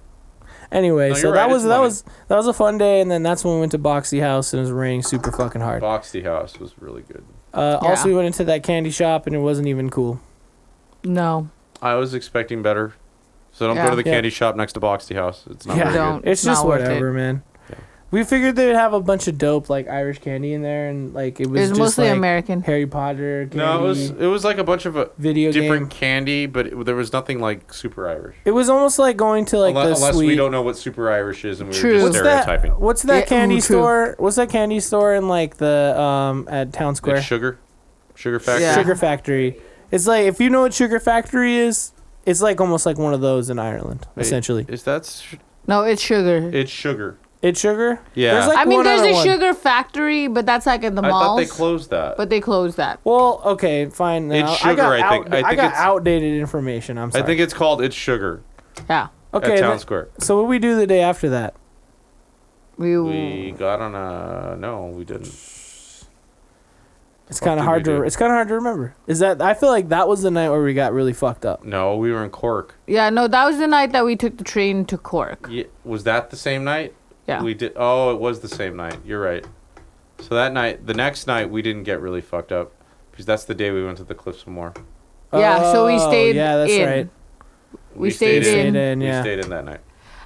[SPEAKER 3] Anyway,
[SPEAKER 2] No,
[SPEAKER 3] so
[SPEAKER 2] you're
[SPEAKER 3] that
[SPEAKER 2] right,
[SPEAKER 3] was
[SPEAKER 2] it's
[SPEAKER 3] that
[SPEAKER 2] money.
[SPEAKER 3] was that was a fun day, and then that's when we went to Boxy House and it was raining super fucking hard. Uh,
[SPEAKER 2] Boxty House was really good.
[SPEAKER 3] Also,
[SPEAKER 4] Yeah.
[SPEAKER 3] we went into that candy shop and it wasn't even cool.
[SPEAKER 4] No,
[SPEAKER 2] I was expecting better, so don't go
[SPEAKER 4] Yeah.
[SPEAKER 2] to the
[SPEAKER 3] Yeah.
[SPEAKER 2] candy shop next to Boxty House. It's not
[SPEAKER 3] Yeah.
[SPEAKER 2] very
[SPEAKER 4] Don't.
[SPEAKER 2] good.
[SPEAKER 3] It's
[SPEAKER 4] It's not
[SPEAKER 3] just
[SPEAKER 4] worth
[SPEAKER 3] whatever, man. We figured they'd have a bunch of dope like Irish candy in there, and like it was,
[SPEAKER 4] it's
[SPEAKER 3] just
[SPEAKER 4] mostly
[SPEAKER 3] like,
[SPEAKER 4] American.
[SPEAKER 3] Harry Potter. Candy,
[SPEAKER 2] No, it was it was like a bunch of uh
[SPEAKER 3] video
[SPEAKER 2] different
[SPEAKER 3] game.
[SPEAKER 2] candy, but it, there was nothing like super Irish.
[SPEAKER 3] It was almost like going to like
[SPEAKER 2] unless
[SPEAKER 3] the
[SPEAKER 2] unless
[SPEAKER 3] sweet.
[SPEAKER 2] we don't know what super Irish is and we
[SPEAKER 4] True.
[SPEAKER 2] were just
[SPEAKER 3] what's
[SPEAKER 2] stereotyping.
[SPEAKER 3] that? What's that
[SPEAKER 4] Yeah, ooh,
[SPEAKER 3] candy
[SPEAKER 4] true.
[SPEAKER 3] store? What's that candy store in like the um at Town Square?
[SPEAKER 2] Like sugar, sugar factory.
[SPEAKER 4] Yeah.
[SPEAKER 3] Sugar Factory. It's like if you know what Sugar Factory is, it's like almost like one of those in Ireland,
[SPEAKER 2] Wait,
[SPEAKER 3] essentially.
[SPEAKER 2] Is that? su-
[SPEAKER 4] No, it's sugar.
[SPEAKER 2] It's sugar.
[SPEAKER 3] It's sugar.
[SPEAKER 2] Yeah.
[SPEAKER 3] There's like
[SPEAKER 4] I mean,
[SPEAKER 3] one
[SPEAKER 4] there's
[SPEAKER 3] other
[SPEAKER 4] a
[SPEAKER 3] one.
[SPEAKER 4] sugar factory, but that's like in the
[SPEAKER 2] I thought
[SPEAKER 4] malls.
[SPEAKER 2] they closed that.
[SPEAKER 4] but they closed that.
[SPEAKER 3] Well, okay, fine.
[SPEAKER 2] It's
[SPEAKER 3] now. I
[SPEAKER 2] sugar,
[SPEAKER 3] got
[SPEAKER 2] I think.
[SPEAKER 3] out-
[SPEAKER 2] I think
[SPEAKER 3] got
[SPEAKER 2] it's-
[SPEAKER 3] outdated information. I'm sorry.
[SPEAKER 2] I think it's called It's Sugar
[SPEAKER 4] Yeah,
[SPEAKER 3] okay.
[SPEAKER 2] at Town
[SPEAKER 3] th-
[SPEAKER 2] Square.
[SPEAKER 3] so what we do the day after that?
[SPEAKER 4] we.
[SPEAKER 2] We got on a no, we didn't.
[SPEAKER 3] It's
[SPEAKER 2] Fuck
[SPEAKER 3] kind of
[SPEAKER 2] did
[SPEAKER 3] hard
[SPEAKER 2] we
[SPEAKER 3] to.
[SPEAKER 2] do?
[SPEAKER 3] It's kind of hard to remember. Is that I feel like that was the night where we got really fucked up.
[SPEAKER 2] No, we were in Cork.
[SPEAKER 4] yeah, no, that was the night that we took the train to Cork.
[SPEAKER 2] Ye- Was that the same night?
[SPEAKER 4] Yeah.
[SPEAKER 2] We did. Oh, it was the same night. You're right. So that night, the next night, we didn't get really fucked up because that's the day we went to the Cliffs of Moher.
[SPEAKER 4] Yeah, so we
[SPEAKER 3] Oh,
[SPEAKER 4] stayed
[SPEAKER 3] Yeah, that's
[SPEAKER 4] in.
[SPEAKER 3] right.
[SPEAKER 4] We stayed in.
[SPEAKER 3] Stayed in, yeah.
[SPEAKER 2] We stayed in that night.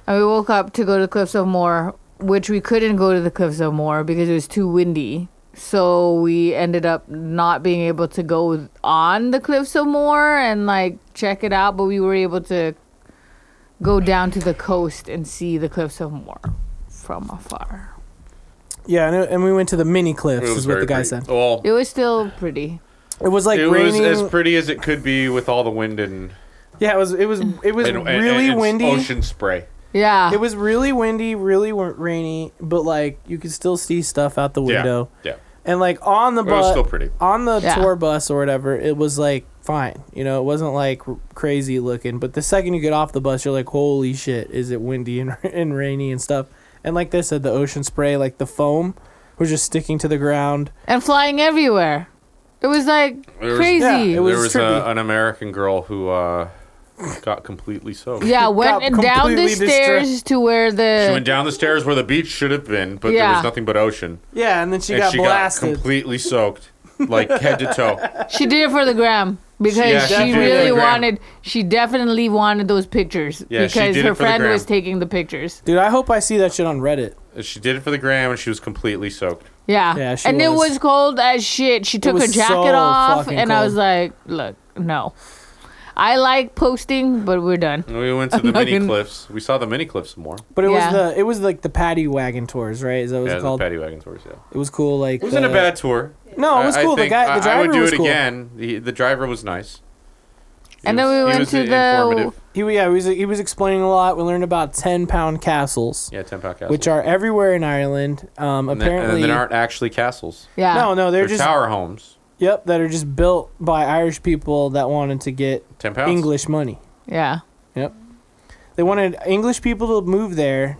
[SPEAKER 4] And we woke up to go to the Cliffs of Moher, which we couldn't go to the Cliffs of Moher because it was too windy. So we ended up not being able to go on the Cliffs of Moher and like check it out, but we were able to go down to the coast and see the Cliffs of Moher from afar.
[SPEAKER 3] Yeah, and, it- and we went to the mini cliffs.
[SPEAKER 2] It was
[SPEAKER 3] Is what
[SPEAKER 2] very
[SPEAKER 3] the guy
[SPEAKER 2] pretty.
[SPEAKER 3] said.
[SPEAKER 2] Well,
[SPEAKER 4] It was still pretty.
[SPEAKER 3] It was like
[SPEAKER 2] it
[SPEAKER 3] raining.
[SPEAKER 2] was as pretty as it could be with all the wind and,
[SPEAKER 3] yeah, it was. It was. It was
[SPEAKER 2] and, and-
[SPEAKER 3] really
[SPEAKER 2] and it's
[SPEAKER 3] windy.
[SPEAKER 2] ocean spray.
[SPEAKER 4] Yeah.
[SPEAKER 3] It was really windy, really wa- rainy, but like you could still see stuff out the window.
[SPEAKER 2] Yeah. Yeah.
[SPEAKER 3] And like on the
[SPEAKER 2] It was still
[SPEAKER 3] bus,
[SPEAKER 2] pretty.
[SPEAKER 3] on the
[SPEAKER 4] Yeah.
[SPEAKER 3] tour bus or whatever, it was like fine. You know, it wasn't like r- crazy looking. But the second you get off the bus, you're like, holy shit, is it windy and, and rainy and stuff? And like they said, the ocean spray, like the foam, was just sticking to the ground.
[SPEAKER 4] and flying everywhere. It was like
[SPEAKER 2] There was-
[SPEAKER 4] crazy.
[SPEAKER 3] Yeah, it
[SPEAKER 4] Yeah,
[SPEAKER 3] was
[SPEAKER 2] there was
[SPEAKER 3] trippy.
[SPEAKER 2] a, an American girl who uh, got completely soaked.
[SPEAKER 4] went
[SPEAKER 3] Got
[SPEAKER 4] down the
[SPEAKER 3] completely
[SPEAKER 4] stairs to where the
[SPEAKER 2] She went down the stairs where the beach should have been, but there
[SPEAKER 4] Yeah.
[SPEAKER 2] was nothing but ocean.
[SPEAKER 3] Yeah, and then she
[SPEAKER 2] and
[SPEAKER 3] got
[SPEAKER 2] she got
[SPEAKER 3] blasted.
[SPEAKER 2] completely soaked, like head to toe.
[SPEAKER 4] She did it for the gram because
[SPEAKER 2] Yeah,
[SPEAKER 4] she,
[SPEAKER 2] she did it for
[SPEAKER 4] really
[SPEAKER 2] the gram.
[SPEAKER 4] wanted. She definitely wanted those pictures
[SPEAKER 2] Yeah, she
[SPEAKER 4] because
[SPEAKER 2] did it
[SPEAKER 4] her
[SPEAKER 2] for the
[SPEAKER 4] friend
[SPEAKER 2] gram.
[SPEAKER 4] was taking the pictures.
[SPEAKER 3] Dude, I hope I see that shit on Reddit.
[SPEAKER 2] She did it for the gram, and she was completely soaked.
[SPEAKER 4] Yeah,
[SPEAKER 3] Yeah, she
[SPEAKER 4] and
[SPEAKER 3] was.
[SPEAKER 4] it was cold as shit. She took her
[SPEAKER 3] was
[SPEAKER 4] jacket
[SPEAKER 3] so
[SPEAKER 4] off,
[SPEAKER 3] fucking
[SPEAKER 4] and I was
[SPEAKER 3] cold.
[SPEAKER 4] like, "Look, no." I like posting, but we're done.
[SPEAKER 2] We went
[SPEAKER 3] [laughs]
[SPEAKER 2] to the
[SPEAKER 4] not
[SPEAKER 2] mini
[SPEAKER 4] gonna-
[SPEAKER 2] cliffs. We saw the mini cliffs some more.
[SPEAKER 3] But it
[SPEAKER 4] Yeah.
[SPEAKER 3] was the it was like the paddy wagon tours, right? Is that what
[SPEAKER 2] yeah,
[SPEAKER 3] it's
[SPEAKER 2] the
[SPEAKER 3] called?
[SPEAKER 2] paddy wagon tours. Yeah,
[SPEAKER 3] It was cool. Like
[SPEAKER 2] it wasn't a
[SPEAKER 3] the-
[SPEAKER 2] bad tour.
[SPEAKER 3] No, it was
[SPEAKER 2] I- I
[SPEAKER 3] cool. the
[SPEAKER 2] think
[SPEAKER 3] guy, the
[SPEAKER 2] I, I
[SPEAKER 3] driver
[SPEAKER 2] would do
[SPEAKER 3] was
[SPEAKER 2] it
[SPEAKER 3] cool.
[SPEAKER 2] again. The, the driver was nice. He
[SPEAKER 4] And then
[SPEAKER 2] was-
[SPEAKER 4] we
[SPEAKER 2] he
[SPEAKER 4] went
[SPEAKER 2] was
[SPEAKER 4] to the-
[SPEAKER 2] informative.
[SPEAKER 3] He yeah, he was he was explaining a lot. We learned about ten pound castles,
[SPEAKER 2] yeah ten pound castles,
[SPEAKER 3] which are everywhere in Ireland. Um,
[SPEAKER 2] and, apparently
[SPEAKER 3] apparently,
[SPEAKER 2] and they aren't actually castles.
[SPEAKER 4] Yeah.
[SPEAKER 3] no, no, they're,
[SPEAKER 2] They're,
[SPEAKER 3] just
[SPEAKER 2] tower homes.
[SPEAKER 3] yep, that are just built by Irish people that wanted to get
[SPEAKER 2] Ten pounds.
[SPEAKER 3] English money.
[SPEAKER 4] Yeah.
[SPEAKER 3] Yep, they wanted English people to move there,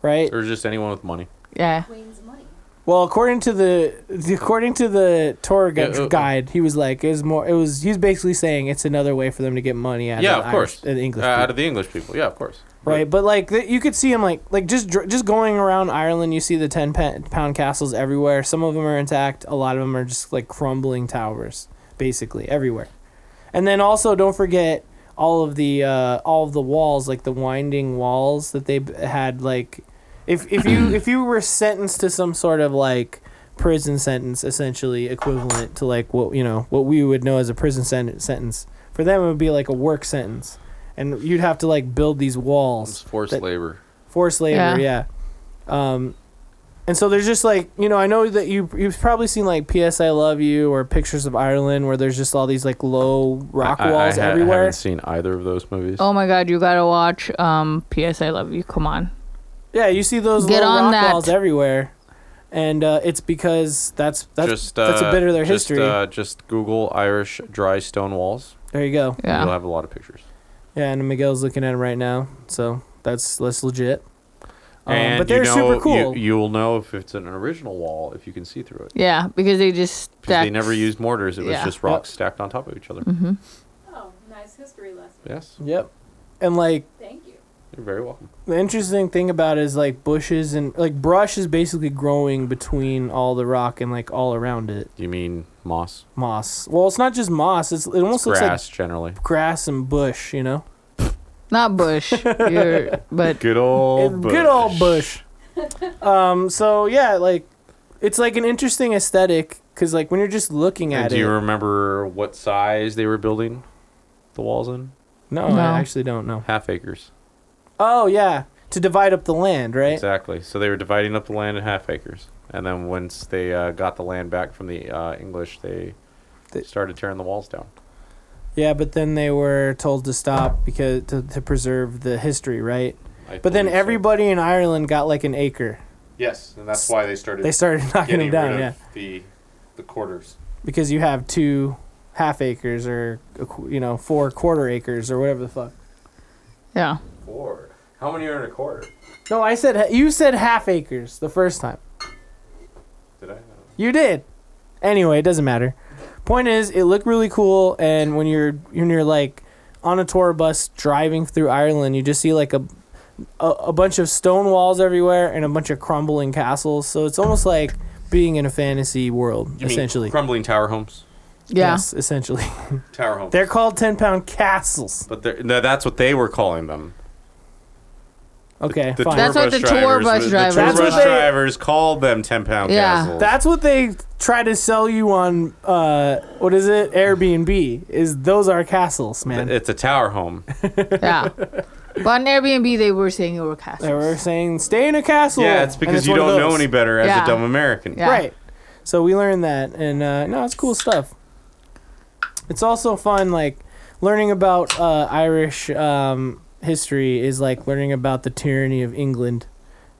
[SPEAKER 3] right?
[SPEAKER 2] or just anyone with money.
[SPEAKER 4] Yeah.
[SPEAKER 5] Wayne's money.
[SPEAKER 3] Well, according to the, the according to the tour gu-
[SPEAKER 2] Yeah, uh, uh.
[SPEAKER 3] guide, he was like, it was more. It was he was basically saying it's another way for them to get money out.
[SPEAKER 2] yeah,
[SPEAKER 3] of,
[SPEAKER 2] of
[SPEAKER 3] the
[SPEAKER 2] course.
[SPEAKER 3] Irish- uh, the English
[SPEAKER 2] Uh, out
[SPEAKER 3] people.
[SPEAKER 2] of the English people. Yeah, of course.
[SPEAKER 3] right? But like th- you could see him like like just dr- just going around Ireland, you see the ten pa- pound castles everywhere. Some of them are intact, a lot of them are just like crumbling towers, basically everywhere. And then also don't forget all of the uh, all of the walls, like the winding walls that they b- had. Like if if you if you were sentenced to some sort of like prison sentence, essentially equivalent to like what you know what we would know as a prison sen- sentence. For them, it would be like a work sentence. And you'd have to like build these walls
[SPEAKER 2] It's forced
[SPEAKER 3] that-
[SPEAKER 2] labor.
[SPEAKER 3] forced labor. Yeah.
[SPEAKER 4] Yeah.
[SPEAKER 3] Um, and so there's just like you know I know that you you've probably seen like P.S. I Love You or pictures of Ireland where there's just all these like low rock
[SPEAKER 2] I- I-
[SPEAKER 3] walls
[SPEAKER 2] I, ha-
[SPEAKER 3] everywhere.
[SPEAKER 2] haven't seen either of those movies.
[SPEAKER 4] Oh my God, you gotta watch um, P.S. I Love You. Come on.
[SPEAKER 3] yeah, you see those
[SPEAKER 4] Get
[SPEAKER 3] low
[SPEAKER 4] on
[SPEAKER 3] rock
[SPEAKER 4] that.
[SPEAKER 3] walls everywhere, and uh, it's because that's that's
[SPEAKER 2] just uh,
[SPEAKER 3] that's a bit of their
[SPEAKER 2] just,
[SPEAKER 3] history.
[SPEAKER 2] Uh, just Google Irish dry stone walls.
[SPEAKER 3] there you go.
[SPEAKER 2] and You'll
[SPEAKER 4] Yeah.
[SPEAKER 2] have a lot of pictures.
[SPEAKER 3] Yeah, and Miguel's looking at him right now, so that's that's legit. Um,
[SPEAKER 2] and
[SPEAKER 3] but
[SPEAKER 2] you
[SPEAKER 3] they're
[SPEAKER 2] know,
[SPEAKER 3] super cool.
[SPEAKER 2] You, you'll know if it's an original wall if you can see through it.
[SPEAKER 4] Yeah, because they just
[SPEAKER 2] Because they
[SPEAKER 4] stacked-
[SPEAKER 2] never used mortars. It was
[SPEAKER 4] Yeah.
[SPEAKER 2] just rocks
[SPEAKER 3] Yep. Mm-hmm.
[SPEAKER 2] stacked on top of each other.
[SPEAKER 5] Oh, nice history lesson.
[SPEAKER 2] Yes,
[SPEAKER 3] yep, and like
[SPEAKER 5] Thank you.
[SPEAKER 2] you're very welcome.
[SPEAKER 3] The interesting thing about it is like bushes and like brush is basically growing between all the rock and like all around it
[SPEAKER 2] You mean moss,
[SPEAKER 3] moss. Well, it's not just moss. It's it almost looks
[SPEAKER 2] grass generally.
[SPEAKER 3] like grass and bush. You know,
[SPEAKER 4] Not Bush,
[SPEAKER 3] [laughs]
[SPEAKER 4] you're, but
[SPEAKER 2] Good old
[SPEAKER 3] It's good old bush.
[SPEAKER 2] [laughs]
[SPEAKER 3] um. So yeah, like it's like an interesting aesthetic because like when you're just looking
[SPEAKER 2] And
[SPEAKER 3] at
[SPEAKER 2] do
[SPEAKER 3] it,
[SPEAKER 2] you remember what size they were building the walls in?
[SPEAKER 3] no,
[SPEAKER 4] No.
[SPEAKER 3] I actually don't know.
[SPEAKER 2] Half acres.
[SPEAKER 3] Oh yeah, to divide up the land, right?
[SPEAKER 2] Exactly. So they were dividing up the land in half acres, and then once they uh, got the land back from the uh, English, they
[SPEAKER 3] They-
[SPEAKER 2] started tearing the walls down.
[SPEAKER 3] Yeah, but then they were told to stop because to, to preserve the history, right?
[SPEAKER 2] I
[SPEAKER 3] But then
[SPEAKER 2] believe so.
[SPEAKER 3] everybody in Ireland got like an acre.
[SPEAKER 2] Yes, and that's why they started.
[SPEAKER 3] They started [laughs] knocking them down,
[SPEAKER 2] rid
[SPEAKER 3] yeah,
[SPEAKER 2] of The the quarters.
[SPEAKER 3] because you have two half acres or a qu- you know four quarter acres or whatever the fuck.
[SPEAKER 4] yeah.
[SPEAKER 2] Four. How many are in a quarter?
[SPEAKER 3] No, I said ha- you said half acres the first time.
[SPEAKER 2] Did I?
[SPEAKER 3] You did. Anyway, it doesn't matter. Point is, it looked really cool, and when you're when you're like on a tour bus driving through Ireland, you just see like a a, a bunch of stone walls everywhere and a bunch of crumbling castles. So it's almost like being in a fantasy world, essentially.
[SPEAKER 2] crumbling tower homes.
[SPEAKER 4] Yeah.
[SPEAKER 3] Yes, essentially. [laughs]
[SPEAKER 2] Tower homes.
[SPEAKER 3] They're called ten pound castles.
[SPEAKER 2] but they're, no, that's what they were calling them.
[SPEAKER 3] Okay,
[SPEAKER 2] The
[SPEAKER 3] fine.
[SPEAKER 2] tour
[SPEAKER 4] That's what
[SPEAKER 2] bus
[SPEAKER 4] the tour
[SPEAKER 2] drivers-
[SPEAKER 4] bus
[SPEAKER 2] the
[SPEAKER 4] drivers-
[SPEAKER 2] tour
[SPEAKER 3] That's
[SPEAKER 2] bus
[SPEAKER 3] what they-
[SPEAKER 2] drivers called them ten pound
[SPEAKER 4] Yeah.
[SPEAKER 2] castles.
[SPEAKER 3] That's what they try to sell you on uh what is it? Airbnb is those are castles, man.
[SPEAKER 2] It's a tower home.
[SPEAKER 4] [laughs] Yeah. but on Airbnb, they were saying you were castles.
[SPEAKER 3] they were saying stay in a castle.
[SPEAKER 2] yeah, it's
[SPEAKER 3] and
[SPEAKER 2] because you
[SPEAKER 3] one of
[SPEAKER 2] don't know
[SPEAKER 3] those.
[SPEAKER 2] any better as
[SPEAKER 4] Yeah.
[SPEAKER 2] a dumb American.
[SPEAKER 4] Yeah.
[SPEAKER 3] Right. So we learned that and uh no, it's cool stuff. It's also fun like learning about uh Irish um history is like learning about the tyranny of England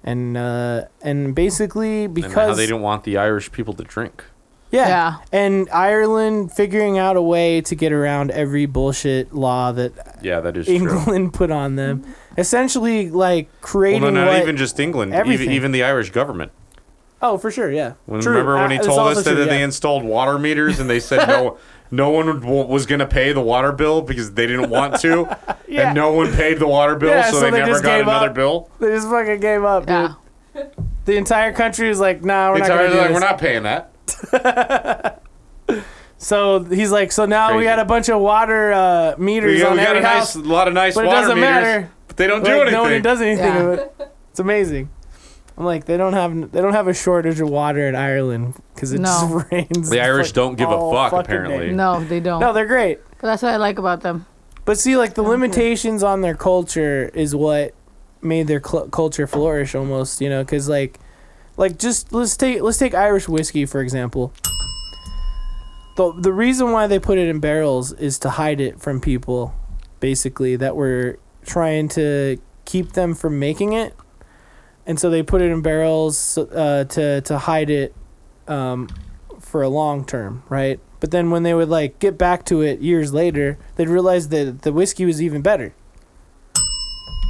[SPEAKER 3] and uh and basically because
[SPEAKER 2] And how they didn't want the Irish people to drink.
[SPEAKER 3] Yeah.
[SPEAKER 4] Yeah.
[SPEAKER 3] And Ireland figuring out a way to get around every bullshit law that
[SPEAKER 2] Yeah, that is true.
[SPEAKER 3] England [laughs] put on them. Essentially, like
[SPEAKER 2] Well,
[SPEAKER 3] creating
[SPEAKER 2] no, not
[SPEAKER 3] what-
[SPEAKER 2] even just England.
[SPEAKER 3] everything.
[SPEAKER 2] Even, even the Irish government.
[SPEAKER 3] oh, for sure, yeah.
[SPEAKER 2] When,
[SPEAKER 3] True.
[SPEAKER 2] Remember when he
[SPEAKER 3] Uh, it's
[SPEAKER 2] told
[SPEAKER 3] also
[SPEAKER 2] us that
[SPEAKER 3] true,
[SPEAKER 2] they
[SPEAKER 3] yeah.
[SPEAKER 2] installed water meters and they said
[SPEAKER 3] [laughs]
[SPEAKER 2] no, no one would- w- was going to pay the water bill because they didn't want to,
[SPEAKER 3] [laughs] Yeah.
[SPEAKER 2] and no one paid the water bill,
[SPEAKER 3] Yeah,
[SPEAKER 2] so,
[SPEAKER 3] so
[SPEAKER 2] they,
[SPEAKER 3] they
[SPEAKER 2] never
[SPEAKER 3] just
[SPEAKER 2] got
[SPEAKER 3] gave
[SPEAKER 2] another
[SPEAKER 3] up.
[SPEAKER 2] bill.
[SPEAKER 3] they just fucking gave up, dude.
[SPEAKER 4] Yeah.
[SPEAKER 3] The entire country was like, "Nah, we're
[SPEAKER 2] It's
[SPEAKER 3] not gonna
[SPEAKER 2] already
[SPEAKER 3] do
[SPEAKER 2] like
[SPEAKER 3] this."
[SPEAKER 2] we're not paying that.
[SPEAKER 3] So he's like, "So now we
[SPEAKER 2] Crazy.
[SPEAKER 3] had a bunch of water uh, meters
[SPEAKER 2] We,
[SPEAKER 3] on
[SPEAKER 2] we got
[SPEAKER 3] every
[SPEAKER 2] a nice,
[SPEAKER 3] house,
[SPEAKER 2] lot of nice
[SPEAKER 3] but it
[SPEAKER 2] water
[SPEAKER 3] doesn't
[SPEAKER 2] meters,
[SPEAKER 3] matter.
[SPEAKER 2] but they don't do
[SPEAKER 3] Like,
[SPEAKER 2] anything.
[SPEAKER 3] no one does anything
[SPEAKER 4] Yeah.
[SPEAKER 3] with it. It's amazing." I'm like, they don't have they don't have a shortage of water in Ireland because it
[SPEAKER 4] No.
[SPEAKER 3] just [laughs] rains.
[SPEAKER 2] The Irish don't give a
[SPEAKER 3] all
[SPEAKER 2] fuck,
[SPEAKER 3] fucking
[SPEAKER 2] apparently.
[SPEAKER 3] day.
[SPEAKER 4] No, they don't.
[SPEAKER 3] No, they're great.
[SPEAKER 4] But that's what I like about them.
[SPEAKER 3] But see, like the limitations on their culture is what made their cl- culture flourish almost, you know, because like, like just let's take let's take Irish whiskey for example. The the reason why they put it in barrels is to hide it from people, basically that were trying to keep them from making it, and so they put it in barrels uh, to to hide it um, for a long term, right? But then when they would like get back to it years later, they'd realize that the whiskey was even better.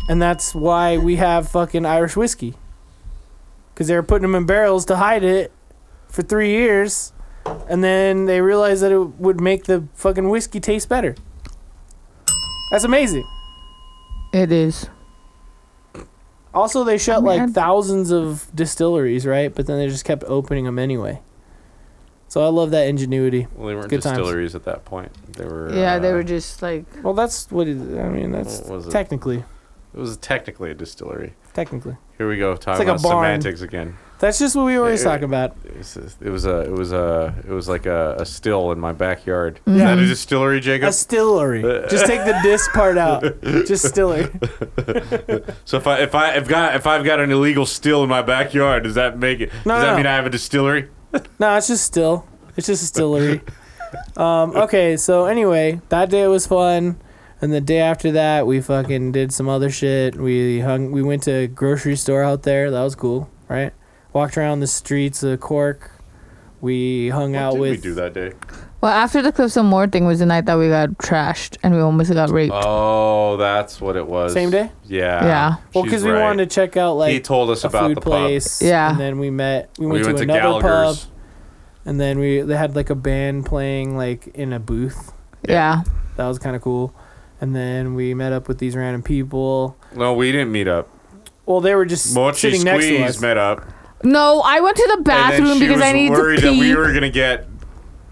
[SPEAKER 3] And that's why we have fucking Irish whiskey. Cuz they were putting them in barrels to hide it for 3 years and then they realized that it would make the fucking whiskey taste better. That's amazing.
[SPEAKER 4] It is.
[SPEAKER 3] Also, they shut
[SPEAKER 4] I'm
[SPEAKER 3] like
[SPEAKER 4] mad.
[SPEAKER 3] thousands of distilleries, right? But then they just kept opening them anyway. So I love that ingenuity.
[SPEAKER 2] Well, they weren't
[SPEAKER 3] Good times.
[SPEAKER 2] distilleries at that point. They were.
[SPEAKER 4] Yeah, they
[SPEAKER 2] uh,
[SPEAKER 4] were just like
[SPEAKER 3] Well, that's what it, I mean. That's
[SPEAKER 2] What was it?
[SPEAKER 3] technically,
[SPEAKER 2] It was technically a distillery.
[SPEAKER 3] technically.
[SPEAKER 2] Here we go talking
[SPEAKER 3] like a
[SPEAKER 2] about
[SPEAKER 3] barn.
[SPEAKER 2] semantics again.
[SPEAKER 3] That's just what we always
[SPEAKER 2] Yeah,
[SPEAKER 3] talk about.
[SPEAKER 2] It was, it was a. It was a. It was like a, a still in my backyard. Is
[SPEAKER 3] Yeah.
[SPEAKER 2] that a distillery, Jacob?
[SPEAKER 3] A stillery. just take the dis part
[SPEAKER 2] [laughs]
[SPEAKER 3] out. Just stiller.
[SPEAKER 2] so if I if I have got if I've got an illegal still in my backyard, does that make it?
[SPEAKER 3] No,
[SPEAKER 2] does
[SPEAKER 3] no,
[SPEAKER 2] that
[SPEAKER 3] no.
[SPEAKER 2] mean I have a distillery?
[SPEAKER 3] No, it's just still. It's just a stillery. um, okay, so anyway, that day was fun, and the day after that, we fucking did some other shit. We hung. We went to a grocery store out there. That was cool, right? Walked around the streets of Cork. We hung
[SPEAKER 2] What
[SPEAKER 3] out
[SPEAKER 2] did
[SPEAKER 3] with.
[SPEAKER 2] we do that day?
[SPEAKER 4] Well, after the Cliffs of Moore thing was the night that we got trashed and we almost got raped.
[SPEAKER 2] Oh, that's what it was.
[SPEAKER 3] Same day?
[SPEAKER 2] Yeah.
[SPEAKER 4] Yeah.
[SPEAKER 3] Well, because we wanted to check out like
[SPEAKER 2] he told us
[SPEAKER 3] a
[SPEAKER 2] about
[SPEAKER 3] food
[SPEAKER 2] the
[SPEAKER 3] place.
[SPEAKER 4] Yeah.
[SPEAKER 3] and then we met. We
[SPEAKER 2] pub.
[SPEAKER 3] went,
[SPEAKER 2] we went to,
[SPEAKER 3] to, another pub.
[SPEAKER 2] Gallagher's.
[SPEAKER 3] and then we they had like a band playing like in a booth
[SPEAKER 4] yeah.
[SPEAKER 3] that was kind of cool and then we met up with these random people
[SPEAKER 2] No, we didn't meet up.
[SPEAKER 3] well they were just
[SPEAKER 2] Mochi
[SPEAKER 3] sitting next to us
[SPEAKER 2] Squeeze met up.
[SPEAKER 4] No, I went to the
[SPEAKER 2] and then
[SPEAKER 4] bathroom
[SPEAKER 2] she
[SPEAKER 4] because
[SPEAKER 2] was
[SPEAKER 4] I needed to
[SPEAKER 2] worried
[SPEAKER 4] pee.
[SPEAKER 2] that we were gonna get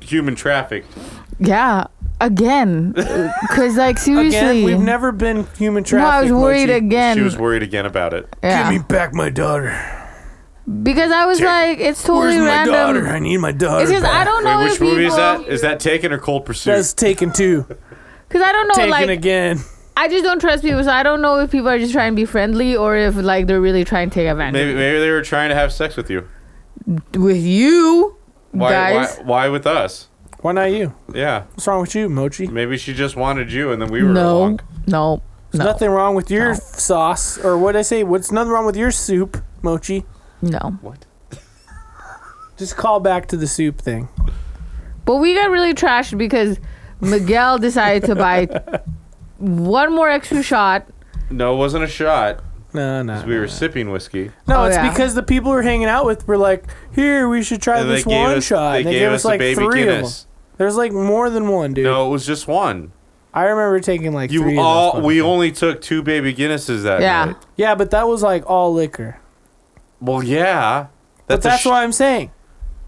[SPEAKER 2] human trafficked.
[SPEAKER 4] yeah.
[SPEAKER 2] [laughs]
[SPEAKER 4] Again. Because, like, seriously.
[SPEAKER 3] again we've never been human
[SPEAKER 4] No, I
[SPEAKER 3] trafficked
[SPEAKER 4] was worried
[SPEAKER 3] Mochi.
[SPEAKER 4] again.
[SPEAKER 2] She was worried again about it.
[SPEAKER 4] yeah.
[SPEAKER 3] back my daughter
[SPEAKER 4] because I was like, it's totally random.
[SPEAKER 3] i need my daughter
[SPEAKER 4] It's because I
[SPEAKER 3] back."
[SPEAKER 4] don't know
[SPEAKER 2] Wait, which
[SPEAKER 4] if
[SPEAKER 2] movie is that?
[SPEAKER 4] people.
[SPEAKER 2] Is that Taken or Cold Pursuit?
[SPEAKER 3] that's taken
[SPEAKER 4] [laughs]
[SPEAKER 3] two
[SPEAKER 4] Because I don't know,
[SPEAKER 3] taken
[SPEAKER 4] Oh, like,
[SPEAKER 3] again
[SPEAKER 4] I just don't trust people, so I don't know if people are just trying to be friendly or if like they're really trying to take advantage
[SPEAKER 2] maybe maybe they were trying to have sex with you.
[SPEAKER 4] with you
[SPEAKER 2] Why,
[SPEAKER 4] guys.
[SPEAKER 2] why why with us?
[SPEAKER 3] why not you
[SPEAKER 2] Yeah.
[SPEAKER 3] what's wrong with you mochi
[SPEAKER 2] Maybe she just wanted you and then we were
[SPEAKER 4] no,
[SPEAKER 2] along.
[SPEAKER 4] no,
[SPEAKER 3] There's
[SPEAKER 4] no,
[SPEAKER 3] nothing wrong with your sauce or what i say what's nothing wrong with your soup mochi
[SPEAKER 4] no.
[SPEAKER 2] What?
[SPEAKER 3] just call back to the soup thing
[SPEAKER 4] But we got really trashed because Miguel decided to buy one more extra shot.
[SPEAKER 2] No, it wasn't a shot.
[SPEAKER 3] no no
[SPEAKER 2] We were sipping whiskey.
[SPEAKER 3] No,
[SPEAKER 4] Oh,
[SPEAKER 3] it's
[SPEAKER 4] yeah.
[SPEAKER 3] because the people we we're hanging out with were like, "Here, we should try
[SPEAKER 2] And
[SPEAKER 3] this one shot." and they gave us
[SPEAKER 2] a
[SPEAKER 3] like three of them. There's like more than one, dude.
[SPEAKER 2] No, it was just one.
[SPEAKER 3] I remember taking like three.
[SPEAKER 2] You
[SPEAKER 3] of
[SPEAKER 2] all
[SPEAKER 3] those
[SPEAKER 2] we
[SPEAKER 3] fucking-
[SPEAKER 2] only took two baby Guinnesses that
[SPEAKER 4] Yeah.
[SPEAKER 2] night.
[SPEAKER 3] Yeah, but that was like all liquor.
[SPEAKER 2] Well, yeah.
[SPEAKER 3] But
[SPEAKER 2] a
[SPEAKER 3] that's
[SPEAKER 2] sh-
[SPEAKER 3] what I'm saying.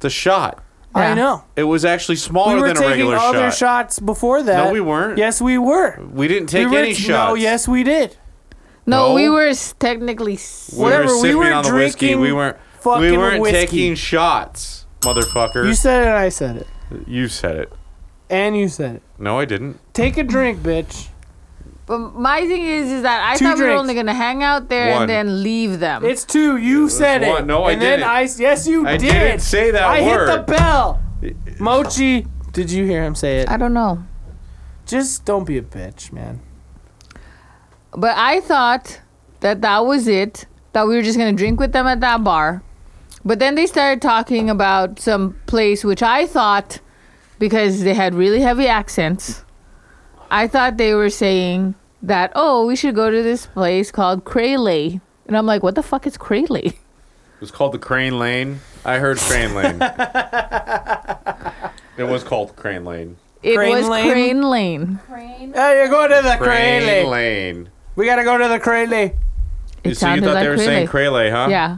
[SPEAKER 2] the shot.
[SPEAKER 4] Yeah.
[SPEAKER 3] I know.
[SPEAKER 2] It was actually smaller
[SPEAKER 3] We were
[SPEAKER 2] than a
[SPEAKER 3] taking
[SPEAKER 2] regular
[SPEAKER 3] other
[SPEAKER 2] shot.
[SPEAKER 3] shots before that.
[SPEAKER 2] No, we weren't.
[SPEAKER 3] Yes, we were.
[SPEAKER 2] We didn't take
[SPEAKER 3] we were,
[SPEAKER 2] any shots.
[SPEAKER 3] No, yes, we did.
[SPEAKER 4] No,
[SPEAKER 2] No.
[SPEAKER 4] we were s- technically. s-
[SPEAKER 2] we
[SPEAKER 3] whatever,
[SPEAKER 2] Were
[SPEAKER 3] we
[SPEAKER 2] sipping
[SPEAKER 3] were
[SPEAKER 2] on the whiskey.
[SPEAKER 3] drinking
[SPEAKER 2] We weren't. We
[SPEAKER 3] fucking
[SPEAKER 2] weren't
[SPEAKER 3] whiskey.
[SPEAKER 2] taking shots, motherfucker.
[SPEAKER 3] You said it, and I said it,
[SPEAKER 2] You said it.
[SPEAKER 3] and you said it.
[SPEAKER 2] No, I didn't.
[SPEAKER 3] Take a drink, bitch.
[SPEAKER 4] But my thing is, is that I
[SPEAKER 3] Two
[SPEAKER 4] thought we were
[SPEAKER 3] drinks.
[SPEAKER 4] only gonna hang out there
[SPEAKER 2] One.
[SPEAKER 4] and then leave them.
[SPEAKER 3] It's two. You said it.
[SPEAKER 2] one. No, I
[SPEAKER 3] and then
[SPEAKER 2] didn't.
[SPEAKER 3] I s- yes, you
[SPEAKER 2] I
[SPEAKER 3] did.
[SPEAKER 2] didn't say that
[SPEAKER 3] I
[SPEAKER 2] word.
[SPEAKER 3] hit the bell. Mochi, did you hear him say it?
[SPEAKER 4] I don't know.
[SPEAKER 3] Just don't be a bitch, man.
[SPEAKER 4] But I thought that that was it. That we were just gonna drink with them at that bar. But then they started talking about some place which I thought, because they had really heavy accents, I thought they were saying that oh we should go to this place called Crayley, and I'm like what the fuck is Crayley?
[SPEAKER 2] It was called the Crane Lane. I heard Crane
[SPEAKER 4] [laughs]
[SPEAKER 2] Lane. it was called Crane Lane.
[SPEAKER 4] [laughs] It
[SPEAKER 3] Crane
[SPEAKER 4] was
[SPEAKER 3] Lane?
[SPEAKER 4] Crane Lane.
[SPEAKER 5] Crane.
[SPEAKER 3] Hey, you're going to the
[SPEAKER 2] Crane
[SPEAKER 3] Crayley.
[SPEAKER 2] Lane.
[SPEAKER 3] We gotta go to the Crayley.
[SPEAKER 4] It
[SPEAKER 2] so you
[SPEAKER 4] sounded
[SPEAKER 2] thought
[SPEAKER 4] like
[SPEAKER 2] they were
[SPEAKER 4] Crayley.
[SPEAKER 2] saying Crane huh? [laughs]
[SPEAKER 4] Yeah.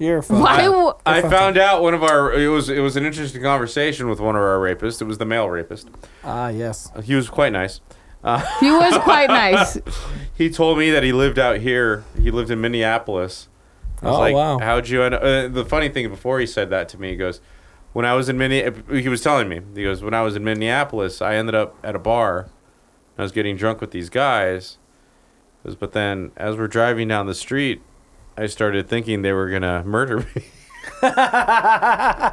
[SPEAKER 3] You're fine.
[SPEAKER 4] Why? w-
[SPEAKER 2] I found out one of our it was it was an interesting conversation with one of our rapists. It was the male rapist.
[SPEAKER 3] Ah, yes.
[SPEAKER 2] He was quite nice. [laughs]
[SPEAKER 4] he was quite nice.
[SPEAKER 2] He told me that he lived out here. He lived in Minneapolis, I was
[SPEAKER 3] Oh,
[SPEAKER 2] like, [laughs]
[SPEAKER 3] wow.
[SPEAKER 2] How'd you? End uh, the funny thing before he said that to me, he goes, when I was in Minneapolis, he was telling me, he goes, when I was in Minneapolis, I ended up at a bar. and I was getting drunk with these guys. He goes, but then as we're driving down the street, I started thinking they were gonna [laughs] murder me.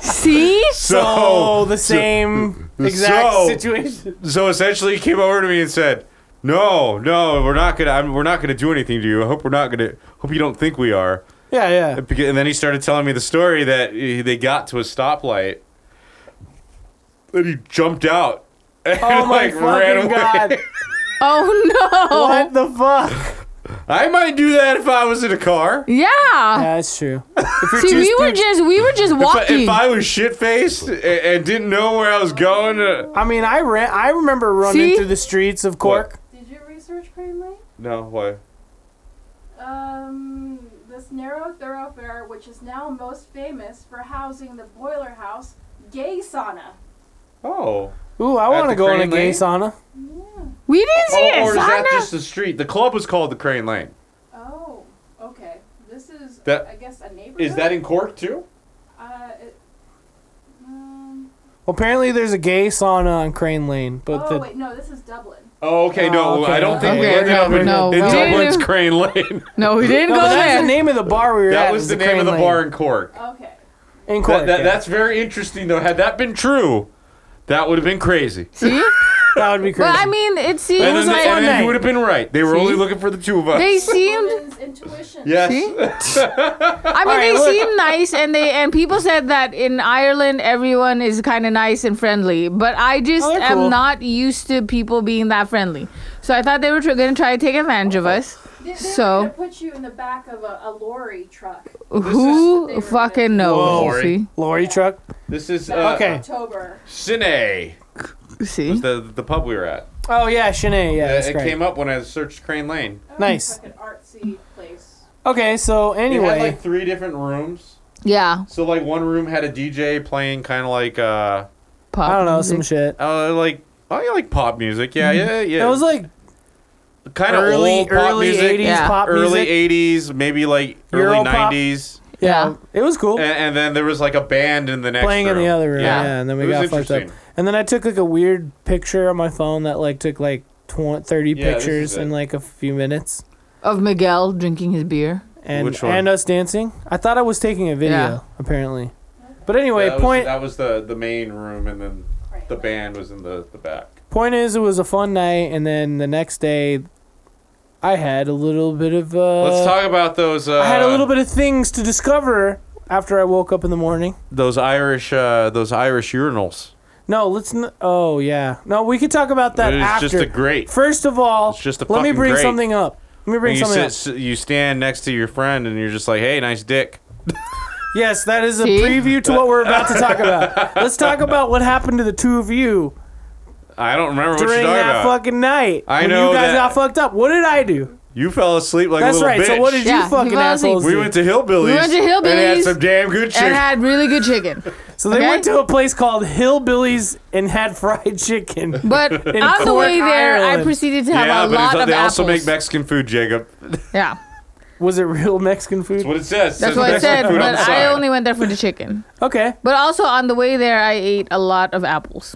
[SPEAKER 4] See?
[SPEAKER 3] So the same exact
[SPEAKER 2] so-
[SPEAKER 3] situation. [laughs]
[SPEAKER 2] So essentially, he came over to me and said, "No, no, we're not gonna. I'm, we're not gonna do anything to you. I hope we're not gonna. Hope you don't think we are."
[SPEAKER 3] Yeah, yeah.
[SPEAKER 2] Beca- And then he started telling me the story that he- they got to a stoplight, and he jumped out and
[SPEAKER 3] Oh
[SPEAKER 2] [laughs]
[SPEAKER 3] my
[SPEAKER 2] like ran
[SPEAKER 3] fucking
[SPEAKER 2] away.
[SPEAKER 3] god!
[SPEAKER 4] [laughs] Oh no.
[SPEAKER 3] What the fuck?
[SPEAKER 2] I might do that if I was in a car. If
[SPEAKER 4] Yeah.
[SPEAKER 3] Yeah, that's true.
[SPEAKER 4] [laughs] See, we were just we were just
[SPEAKER 2] I,
[SPEAKER 4] walking.
[SPEAKER 2] if I was shit faced and, and didn't know where I was going, uh,
[SPEAKER 3] I mean, I ran. I remember running
[SPEAKER 4] See?
[SPEAKER 3] through the streets of Cork.
[SPEAKER 5] Did you research Crane Lane?
[SPEAKER 2] no, why?
[SPEAKER 5] Um, this narrow thoroughfare, which is now most famous for housing the boiler house, gay sauna.
[SPEAKER 2] Oh,
[SPEAKER 3] Ooh, I
[SPEAKER 2] At
[SPEAKER 3] want
[SPEAKER 2] the
[SPEAKER 3] to go in a
[SPEAKER 2] Crane
[SPEAKER 3] gay
[SPEAKER 2] Lane?
[SPEAKER 3] sauna.
[SPEAKER 4] we didn't see
[SPEAKER 2] oh, or
[SPEAKER 4] it.
[SPEAKER 2] is that
[SPEAKER 4] Sana.
[SPEAKER 2] just the street? The club was called the Crane Lane.
[SPEAKER 5] Oh, okay. This is,
[SPEAKER 2] That-
[SPEAKER 5] I guess, a neighborhood.
[SPEAKER 2] Is that in Cork too?
[SPEAKER 5] Uh, it, um,
[SPEAKER 3] Well, apparently there's a gay sauna on Crane Lane, but
[SPEAKER 5] oh
[SPEAKER 3] the
[SPEAKER 5] wait, no, this is Dublin.
[SPEAKER 2] Oh, okay,
[SPEAKER 3] Oh,
[SPEAKER 2] no,
[SPEAKER 3] okay.
[SPEAKER 2] I don't think we
[SPEAKER 4] Okay,
[SPEAKER 2] ended
[SPEAKER 4] no,
[SPEAKER 2] up in,
[SPEAKER 4] no,
[SPEAKER 2] in
[SPEAKER 4] well-
[SPEAKER 2] Dublin's
[SPEAKER 4] Didn't-
[SPEAKER 2] Crane Lane. [laughs]
[SPEAKER 4] no, we didn't
[SPEAKER 3] no,
[SPEAKER 4] go
[SPEAKER 3] but that's
[SPEAKER 4] there.
[SPEAKER 3] the name of the bar we were at.
[SPEAKER 2] that was the name of the
[SPEAKER 3] Crane
[SPEAKER 2] bar
[SPEAKER 3] Lane.
[SPEAKER 2] in Cork.
[SPEAKER 5] Okay.
[SPEAKER 3] in Cork.
[SPEAKER 2] That, that,
[SPEAKER 3] yeah.
[SPEAKER 2] That's very interesting, though. Had that been true, that would have been crazy.
[SPEAKER 4] See?
[SPEAKER 3] that would be crazy.
[SPEAKER 4] But I mean, it seems
[SPEAKER 2] and then,
[SPEAKER 4] like
[SPEAKER 2] they- and then
[SPEAKER 3] night.
[SPEAKER 2] you would have been right. They were
[SPEAKER 4] See?
[SPEAKER 2] only looking for the two of us.
[SPEAKER 4] they seemed.
[SPEAKER 5] Women's intuition.
[SPEAKER 2] yes. [laughs]
[SPEAKER 4] I mean,
[SPEAKER 3] All right,
[SPEAKER 4] they
[SPEAKER 3] look.
[SPEAKER 4] seemed nice, and they and people said that in Ireland everyone is kind of nice and friendly. But I just
[SPEAKER 3] Oh, they're
[SPEAKER 4] am
[SPEAKER 3] cool.
[SPEAKER 4] not used to people being that friendly. So I thought they were tr- going to try to take advantage of us.
[SPEAKER 5] They, they
[SPEAKER 4] So-
[SPEAKER 5] were gonna put you in the back of a, a lorry truck.
[SPEAKER 4] Who
[SPEAKER 5] This is-
[SPEAKER 4] fucking knows?
[SPEAKER 2] Whoa. Sorry.
[SPEAKER 4] See,
[SPEAKER 3] Lorry truck.
[SPEAKER 2] This is uh,
[SPEAKER 5] back in
[SPEAKER 3] Okay.
[SPEAKER 5] October.
[SPEAKER 2] Cine,
[SPEAKER 4] see.
[SPEAKER 2] the, the pub we were at.
[SPEAKER 3] Oh yeah, Shanae. Yeah,
[SPEAKER 2] Uh,
[SPEAKER 3] that's
[SPEAKER 2] it
[SPEAKER 3] great.
[SPEAKER 2] came up when I searched Crane Lane.
[SPEAKER 5] That was
[SPEAKER 3] Nice.
[SPEAKER 5] Like Oh, an artsy place.
[SPEAKER 3] Okay, so
[SPEAKER 2] It had
[SPEAKER 3] anyway,
[SPEAKER 2] like three different rooms.
[SPEAKER 4] Yeah,
[SPEAKER 2] So like one room had a DJ playing kind of like uh,
[SPEAKER 4] pop.
[SPEAKER 3] I don't know some
[SPEAKER 4] music.
[SPEAKER 3] shit.
[SPEAKER 2] uh like oh yeah like pop music yeah yeah yeah.
[SPEAKER 3] It Mm-hmm. was like
[SPEAKER 2] kind of
[SPEAKER 3] early
[SPEAKER 2] old pop
[SPEAKER 3] early
[SPEAKER 2] music.
[SPEAKER 3] 80s
[SPEAKER 4] Yeah.
[SPEAKER 3] pop
[SPEAKER 2] early
[SPEAKER 3] music.
[SPEAKER 2] 80s, maybe like
[SPEAKER 3] Euro
[SPEAKER 2] early
[SPEAKER 3] pop.
[SPEAKER 2] 90s.
[SPEAKER 3] Yeah.
[SPEAKER 4] Yeah.
[SPEAKER 3] it was cool.
[SPEAKER 2] And, and then there was like a band in the next
[SPEAKER 3] playing in the
[SPEAKER 2] room.
[SPEAKER 3] other room. Yeah,
[SPEAKER 4] Yeah.
[SPEAKER 3] and then we
[SPEAKER 2] It was
[SPEAKER 3] got fucked up.
[SPEAKER 2] interesting.
[SPEAKER 3] And then I took like a weird picture on my phone that like took like 20, 30
[SPEAKER 2] Yeah, this
[SPEAKER 3] pictures
[SPEAKER 2] is it.
[SPEAKER 3] in like a few minutes.
[SPEAKER 4] of Miguel drinking his beer.
[SPEAKER 3] And
[SPEAKER 2] Which one?
[SPEAKER 3] and us dancing. I thought I was taking a video
[SPEAKER 4] Yeah.
[SPEAKER 3] apparently. But anyway,
[SPEAKER 2] that
[SPEAKER 3] point
[SPEAKER 2] Was, that was the the main room, and then
[SPEAKER 5] Crane
[SPEAKER 2] the
[SPEAKER 5] Lane.
[SPEAKER 2] band was in the the back.
[SPEAKER 3] point is it was a fun night and then the next day I had a little bit of uh
[SPEAKER 2] Let's talk about those. Uh,
[SPEAKER 3] I had a little bit of things to discover after I woke up in the morning.
[SPEAKER 2] Those Irish, uh, those Irish urinals.
[SPEAKER 3] No, let's. N- oh yeah. No, we could talk about that
[SPEAKER 2] It is
[SPEAKER 3] after.
[SPEAKER 2] just a great.
[SPEAKER 3] First of all,
[SPEAKER 2] It's just a
[SPEAKER 3] let me
[SPEAKER 2] fucking
[SPEAKER 3] bring
[SPEAKER 2] great.
[SPEAKER 3] something up. Let me bring
[SPEAKER 2] And you
[SPEAKER 3] something
[SPEAKER 2] sit,
[SPEAKER 3] up.
[SPEAKER 2] s- you stand next to your friend, and you're just like, "Hey, nice dick."
[SPEAKER 3] Yes, that is a
[SPEAKER 4] See?
[SPEAKER 3] preview to what we're about to talk about. Let's talk about what happened to the two of you
[SPEAKER 2] I don't remember what
[SPEAKER 3] during
[SPEAKER 2] you're talking
[SPEAKER 3] that
[SPEAKER 2] about.
[SPEAKER 3] fucking night.
[SPEAKER 2] I
[SPEAKER 3] when
[SPEAKER 2] know
[SPEAKER 3] you guys
[SPEAKER 2] that-
[SPEAKER 3] got fucked up. What did I do?
[SPEAKER 2] you fell asleep like a
[SPEAKER 3] That's
[SPEAKER 2] little
[SPEAKER 3] right.
[SPEAKER 2] bitch.
[SPEAKER 3] So what did
[SPEAKER 4] Yeah,
[SPEAKER 3] you
[SPEAKER 4] he
[SPEAKER 3] fucking
[SPEAKER 4] fell asleep.
[SPEAKER 3] assholes
[SPEAKER 2] we
[SPEAKER 3] do?
[SPEAKER 2] went to Hillbillies.
[SPEAKER 4] We went to
[SPEAKER 2] and had
[SPEAKER 4] Hillbillies
[SPEAKER 2] some damn good shit.
[SPEAKER 4] And had really good chicken.
[SPEAKER 3] so they
[SPEAKER 4] okay.
[SPEAKER 3] went to a place called Hillbillies and had [laughs] fried chicken.
[SPEAKER 2] [laughs]
[SPEAKER 4] But on the
[SPEAKER 3] Cork,
[SPEAKER 4] way there,
[SPEAKER 3] Ireland.
[SPEAKER 4] I proceeded to have
[SPEAKER 2] yeah,
[SPEAKER 4] a
[SPEAKER 2] but
[SPEAKER 4] lot
[SPEAKER 2] it's-
[SPEAKER 4] of
[SPEAKER 2] they
[SPEAKER 4] apples.
[SPEAKER 2] also make Mexican food, Jacob.
[SPEAKER 4] yeah,
[SPEAKER 3] Was it real Mexican
[SPEAKER 2] That's
[SPEAKER 3] food?
[SPEAKER 2] what it says.
[SPEAKER 4] that's
[SPEAKER 2] It says
[SPEAKER 4] what I
[SPEAKER 2] Mexican
[SPEAKER 4] said.
[SPEAKER 2] food on
[SPEAKER 4] But
[SPEAKER 2] the
[SPEAKER 4] I
[SPEAKER 2] side.
[SPEAKER 4] only went there for the chicken.
[SPEAKER 3] Okay.
[SPEAKER 4] But also on the way there, I ate a lot of apples.